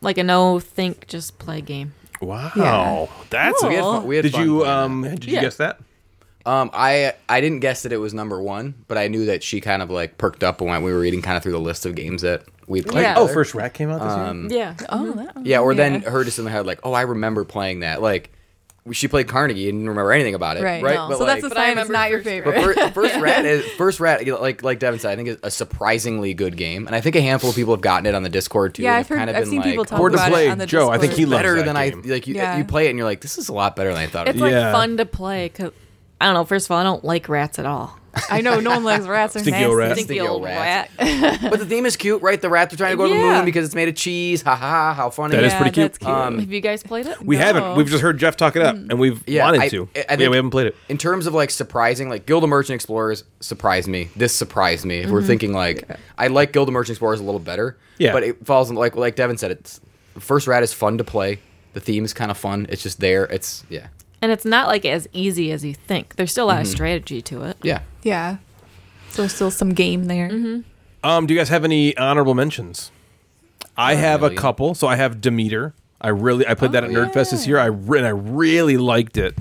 Speaker 8: like a no think, just play game.
Speaker 1: wow,
Speaker 6: Yeah.
Speaker 1: that's.
Speaker 3: We had
Speaker 1: A-
Speaker 3: fun- we had
Speaker 1: did
Speaker 3: fun
Speaker 1: you
Speaker 3: playing
Speaker 1: um? Did you
Speaker 8: Yeah.
Speaker 1: guess that?
Speaker 3: that. Um, I I didn't guess that it was number one, but I knew that she kind of like perked up when we were reading kind of through the list of games that we'd played.
Speaker 8: Yeah.
Speaker 1: Oh,
Speaker 3: together.
Speaker 1: first rat came out this
Speaker 3: Um,
Speaker 1: year.
Speaker 8: Yeah,
Speaker 6: Oh, that one.
Speaker 3: Yeah, or then her just in the head like, oh, I remember playing that. Like, she played Carnegie and didn't remember anything about it.
Speaker 6: right.
Speaker 3: Right.
Speaker 6: No.
Speaker 3: But
Speaker 6: so
Speaker 3: like,
Speaker 6: that's a
Speaker 8: But I
Speaker 6: sign it's
Speaker 8: remember
Speaker 6: not your
Speaker 8: First Rat.
Speaker 6: favorite.
Speaker 3: First, first rat is first rat like like Devin said I think is a surprisingly good game and I think a handful of people have gotten it on the Discord too.
Speaker 6: Yeah,
Speaker 3: and have
Speaker 6: I've heard.
Speaker 3: kind of
Speaker 6: I've
Speaker 3: been
Speaker 6: seen
Speaker 3: like,
Speaker 6: people talk
Speaker 1: Board to
Speaker 6: about
Speaker 1: play,
Speaker 6: it on the
Speaker 1: Joe, I think he
Speaker 6: Discord.
Speaker 1: loves
Speaker 3: better
Speaker 1: that
Speaker 3: than
Speaker 1: game.
Speaker 3: I like you
Speaker 6: Yeah.
Speaker 3: you play it and you're like this is a lot better than I thought
Speaker 8: it's
Speaker 3: it
Speaker 8: like
Speaker 3: was.
Speaker 1: Yeah.
Speaker 8: fun to play. Cause I don't know. First of all, I don't like rats at all.
Speaker 6: I know no one likes rats. They're
Speaker 1: Stinky
Speaker 6: nasty.
Speaker 1: old rat.
Speaker 8: Stinky
Speaker 3: Stinky
Speaker 8: old
Speaker 3: old rat.
Speaker 8: rat.
Speaker 3: but the theme is cute, right? The rats are trying to go to the
Speaker 8: Yeah.
Speaker 3: moon because it's made of cheese. Ha ha! ha, How funny!
Speaker 1: That
Speaker 6: yeah,
Speaker 1: is pretty cute.
Speaker 6: That's cute.
Speaker 3: Um,
Speaker 8: Have you guys played it?
Speaker 1: We haven't.
Speaker 6: No.
Speaker 1: We've just heard Jeff talk it up, and we've
Speaker 3: Yeah,
Speaker 1: wanted
Speaker 3: I-
Speaker 1: to.
Speaker 3: I- I
Speaker 1: yeah,
Speaker 3: think-
Speaker 1: we haven't played it.
Speaker 3: in terms of like surprising, like Guild of Merchant Explorers surprised me. This surprised me. If
Speaker 6: Mm-hmm.
Speaker 3: we're thinking like I like Guild of Merchant Explorers a little better.
Speaker 1: Yeah.
Speaker 3: But it falls in like like Devin said, it's first rat is fun to play. The theme is kind of fun. It's just there. It's yeah.
Speaker 8: And it's not like as easy as you think. There's still a lot
Speaker 1: Mm-hmm.
Speaker 8: of strategy to it.
Speaker 3: Yeah.
Speaker 6: Yeah. So there's still some game there.
Speaker 8: Mm-hmm.
Speaker 1: Um, do you guys have any honorable mentions? I have
Speaker 3: Oh, really.
Speaker 1: a
Speaker 3: Oh,
Speaker 1: couple. So I have Demeter. I really I played that at Nerdfest this year. I re- and I really liked it.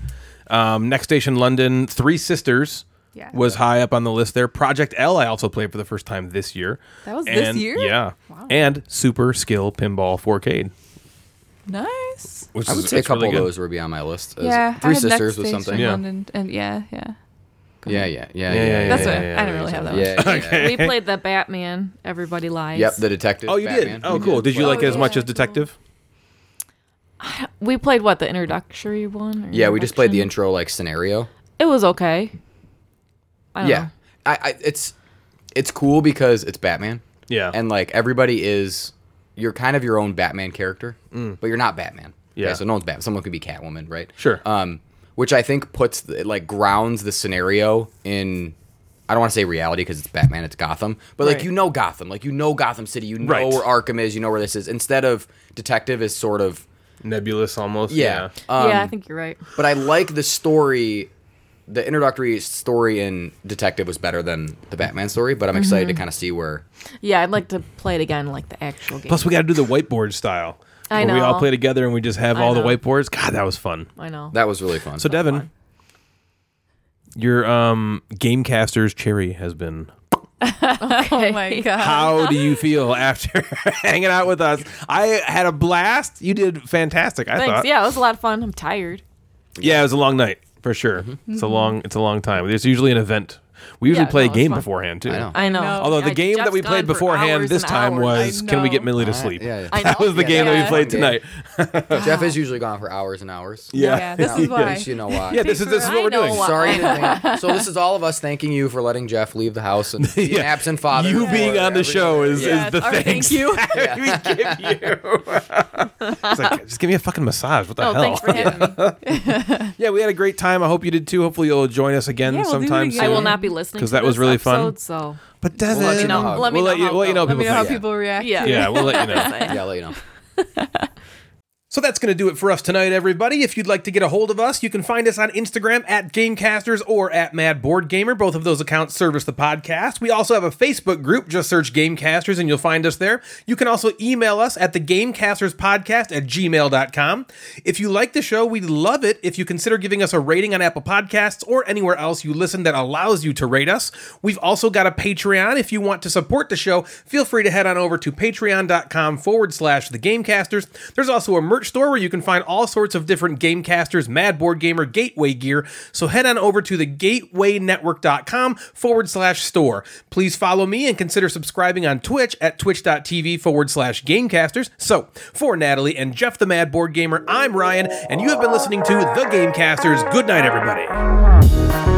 Speaker 1: Um, Next Station London, Three Sisters
Speaker 6: Yeah.
Speaker 1: was high up on the list there. Project L I also played for the first time this year.
Speaker 6: That was this
Speaker 1: And-
Speaker 6: year?
Speaker 1: Yeah. And Super Skill Pinball 4K.
Speaker 6: Nice.
Speaker 1: Which
Speaker 3: I would
Speaker 1: is,
Speaker 3: say a
Speaker 1: it's really
Speaker 3: couple of
Speaker 1: good.
Speaker 3: those were be on my list. as-
Speaker 6: Yeah. I
Speaker 3: Three
Speaker 6: had Next
Speaker 3: sisters was
Speaker 6: Station
Speaker 3: something.
Speaker 1: Yeah.
Speaker 3: Yeah.
Speaker 6: London, and yeah, yeah.
Speaker 1: Yeah,
Speaker 3: Yeah, yeah, yeah, yeah,
Speaker 1: yeah,
Speaker 3: yeah.
Speaker 1: yeah,
Speaker 6: That's
Speaker 1: yeah,
Speaker 6: what
Speaker 1: yeah,
Speaker 6: I don't really have that much.
Speaker 3: yeah, yeah.
Speaker 8: We played the Batman. Everybody lies.
Speaker 3: Yep, the detective.
Speaker 1: Oh, you
Speaker 3: Batman.
Speaker 1: did. Oh, cool. Did you like it as
Speaker 6: yeah,
Speaker 1: much as
Speaker 6: cool.
Speaker 1: Detective?
Speaker 8: we played what the introductory one. or
Speaker 3: Yeah, we just played the
Speaker 8: introduction?
Speaker 3: intro like scenario.
Speaker 8: It was okay. I don't
Speaker 3: yeah,
Speaker 8: know.
Speaker 3: I, I it's it's cool because it's Batman.
Speaker 1: Yeah.
Speaker 3: And like everybody is, you're kind of your own Batman character, but you're not Batman. Okay,
Speaker 1: Mm. Yeah.
Speaker 3: so no one's Batman. Someone could be Catwoman, right?
Speaker 1: Sure.
Speaker 3: Um, which I think puts the- it like grounds the scenario in. I don't want to say reality because it's Batman, it's Gotham, but like
Speaker 1: Right.
Speaker 3: you know Gotham, like you know Gotham City, you know
Speaker 1: Right.
Speaker 3: where Arkham is, you know where this is. Instead of detective is sort of
Speaker 1: nebulous almost.
Speaker 3: yeah.
Speaker 5: yeah, I think you're right.
Speaker 3: But I like the story. The introductory story in Detective was better than the Batman story, but I'm excited to kind of see where.
Speaker 8: Yeah, I'd like to play it again, like the actual game.
Speaker 1: Plus, we got to do the whiteboard style.
Speaker 8: I
Speaker 1: Where we all
Speaker 8: know.
Speaker 1: play together and we just have
Speaker 8: I
Speaker 1: all the
Speaker 8: know.
Speaker 1: whiteboards. God, that was fun.
Speaker 8: I know.
Speaker 3: That was really fun.
Speaker 1: So, Devin, your um, Gamecaster's cherry has been.
Speaker 6: Oh my god.
Speaker 1: How do you feel after hanging out with us? I had a blast. You did fantastic. I
Speaker 8: Thanks.
Speaker 1: thought.
Speaker 8: Yeah, it was a lot of fun. I'm tired.
Speaker 1: Yeah, it was a long night for sure. It's a long. It's a long time. There's usually an event. We usually
Speaker 8: Mm-hmm. Yeah,
Speaker 1: play
Speaker 8: no,
Speaker 1: a
Speaker 8: it's
Speaker 1: game
Speaker 8: fun.
Speaker 1: beforehand too.
Speaker 3: I know.
Speaker 8: I know.
Speaker 6: No.
Speaker 1: Although the
Speaker 8: I-
Speaker 1: game that
Speaker 8: Jeff's
Speaker 1: we played
Speaker 8: gone for
Speaker 1: beforehand
Speaker 8: hours
Speaker 1: this
Speaker 8: and
Speaker 1: time
Speaker 8: hours.
Speaker 1: was
Speaker 6: I
Speaker 1: can we
Speaker 6: know.
Speaker 1: get Millie to
Speaker 3: All right,
Speaker 1: sleep?
Speaker 3: yeah, yeah.
Speaker 8: I
Speaker 1: That
Speaker 8: know.
Speaker 1: was the
Speaker 8: Yeah,
Speaker 1: game that we
Speaker 8: yeah.
Speaker 1: played
Speaker 3: Fun game.
Speaker 1: tonight.
Speaker 3: Jeff is usually gone for hours and hours.
Speaker 1: Yeah.
Speaker 6: Yeah, this is why.
Speaker 3: Yes, you know why.
Speaker 1: Yeah, this is this is what
Speaker 8: I
Speaker 1: we're
Speaker 8: know
Speaker 1: doing.
Speaker 8: why.
Speaker 3: Sorry. to thank- so this is all of us thanking you for letting Jeff leave the house and be an
Speaker 1: Yeah.
Speaker 3: absent father.
Speaker 1: You
Speaker 3: for
Speaker 1: being on the
Speaker 3: every-
Speaker 1: show is,
Speaker 3: Yeah.
Speaker 1: is the
Speaker 8: Our
Speaker 1: thanks.
Speaker 8: thank you.
Speaker 1: that we give you. it's like, just give me a fucking massage. What the
Speaker 8: No,
Speaker 1: hell?
Speaker 8: thanks for having me.
Speaker 1: yeah, we had a great time. I hope you did too. Hopefully you'll join us again
Speaker 6: Yeah, we'll do it
Speaker 1: sometime
Speaker 6: again.
Speaker 1: soon.
Speaker 8: I will not be listening
Speaker 1: 'Cause
Speaker 8: because
Speaker 1: that was really fun.
Speaker 8: So
Speaker 1: But Devin,
Speaker 3: let you know how-
Speaker 8: Let me
Speaker 1: we'll
Speaker 8: know
Speaker 1: let you,
Speaker 8: how it
Speaker 1: we'll let you know
Speaker 8: goes.
Speaker 1: how
Speaker 6: Let
Speaker 8: Let
Speaker 6: me know
Speaker 1: people
Speaker 6: how
Speaker 1: think.
Speaker 6: people react.
Speaker 8: yeah,
Speaker 1: Yeah, we'll let you know.
Speaker 3: Yeah, let you know.
Speaker 1: So that's going to do it for us tonight, everybody. If you'd like to get a hold of us, you can find us on Instagram at Gamecasters or at Mad Board Gamer. Both of those accounts service the podcast. We also have a Facebook group. Just search Gamecasters and you'll find us there. You can also email us at the Podcast at gmail.com. If you like the show, we'd love it if you consider giving us a rating on Apple Podcasts or anywhere else you listen that allows you to rate us. We've also got a Patreon. If you want to support the show, feel free to head on over to patreon.com forward slash the Gamecasters. There's also a merch store where you can find all sorts of different Gamecasters, Mad Board Gamer, Gateway gear. So head on over to the gatewaynetwork.com forward slash store. Please follow me and consider subscribing on Twitch at twitch.tv forward slash Gamecasters. So for Natalie and Jeff the Mad Board Gamer, I'm Ryan, and you have been listening to The Gamecasters. Good night, everybody.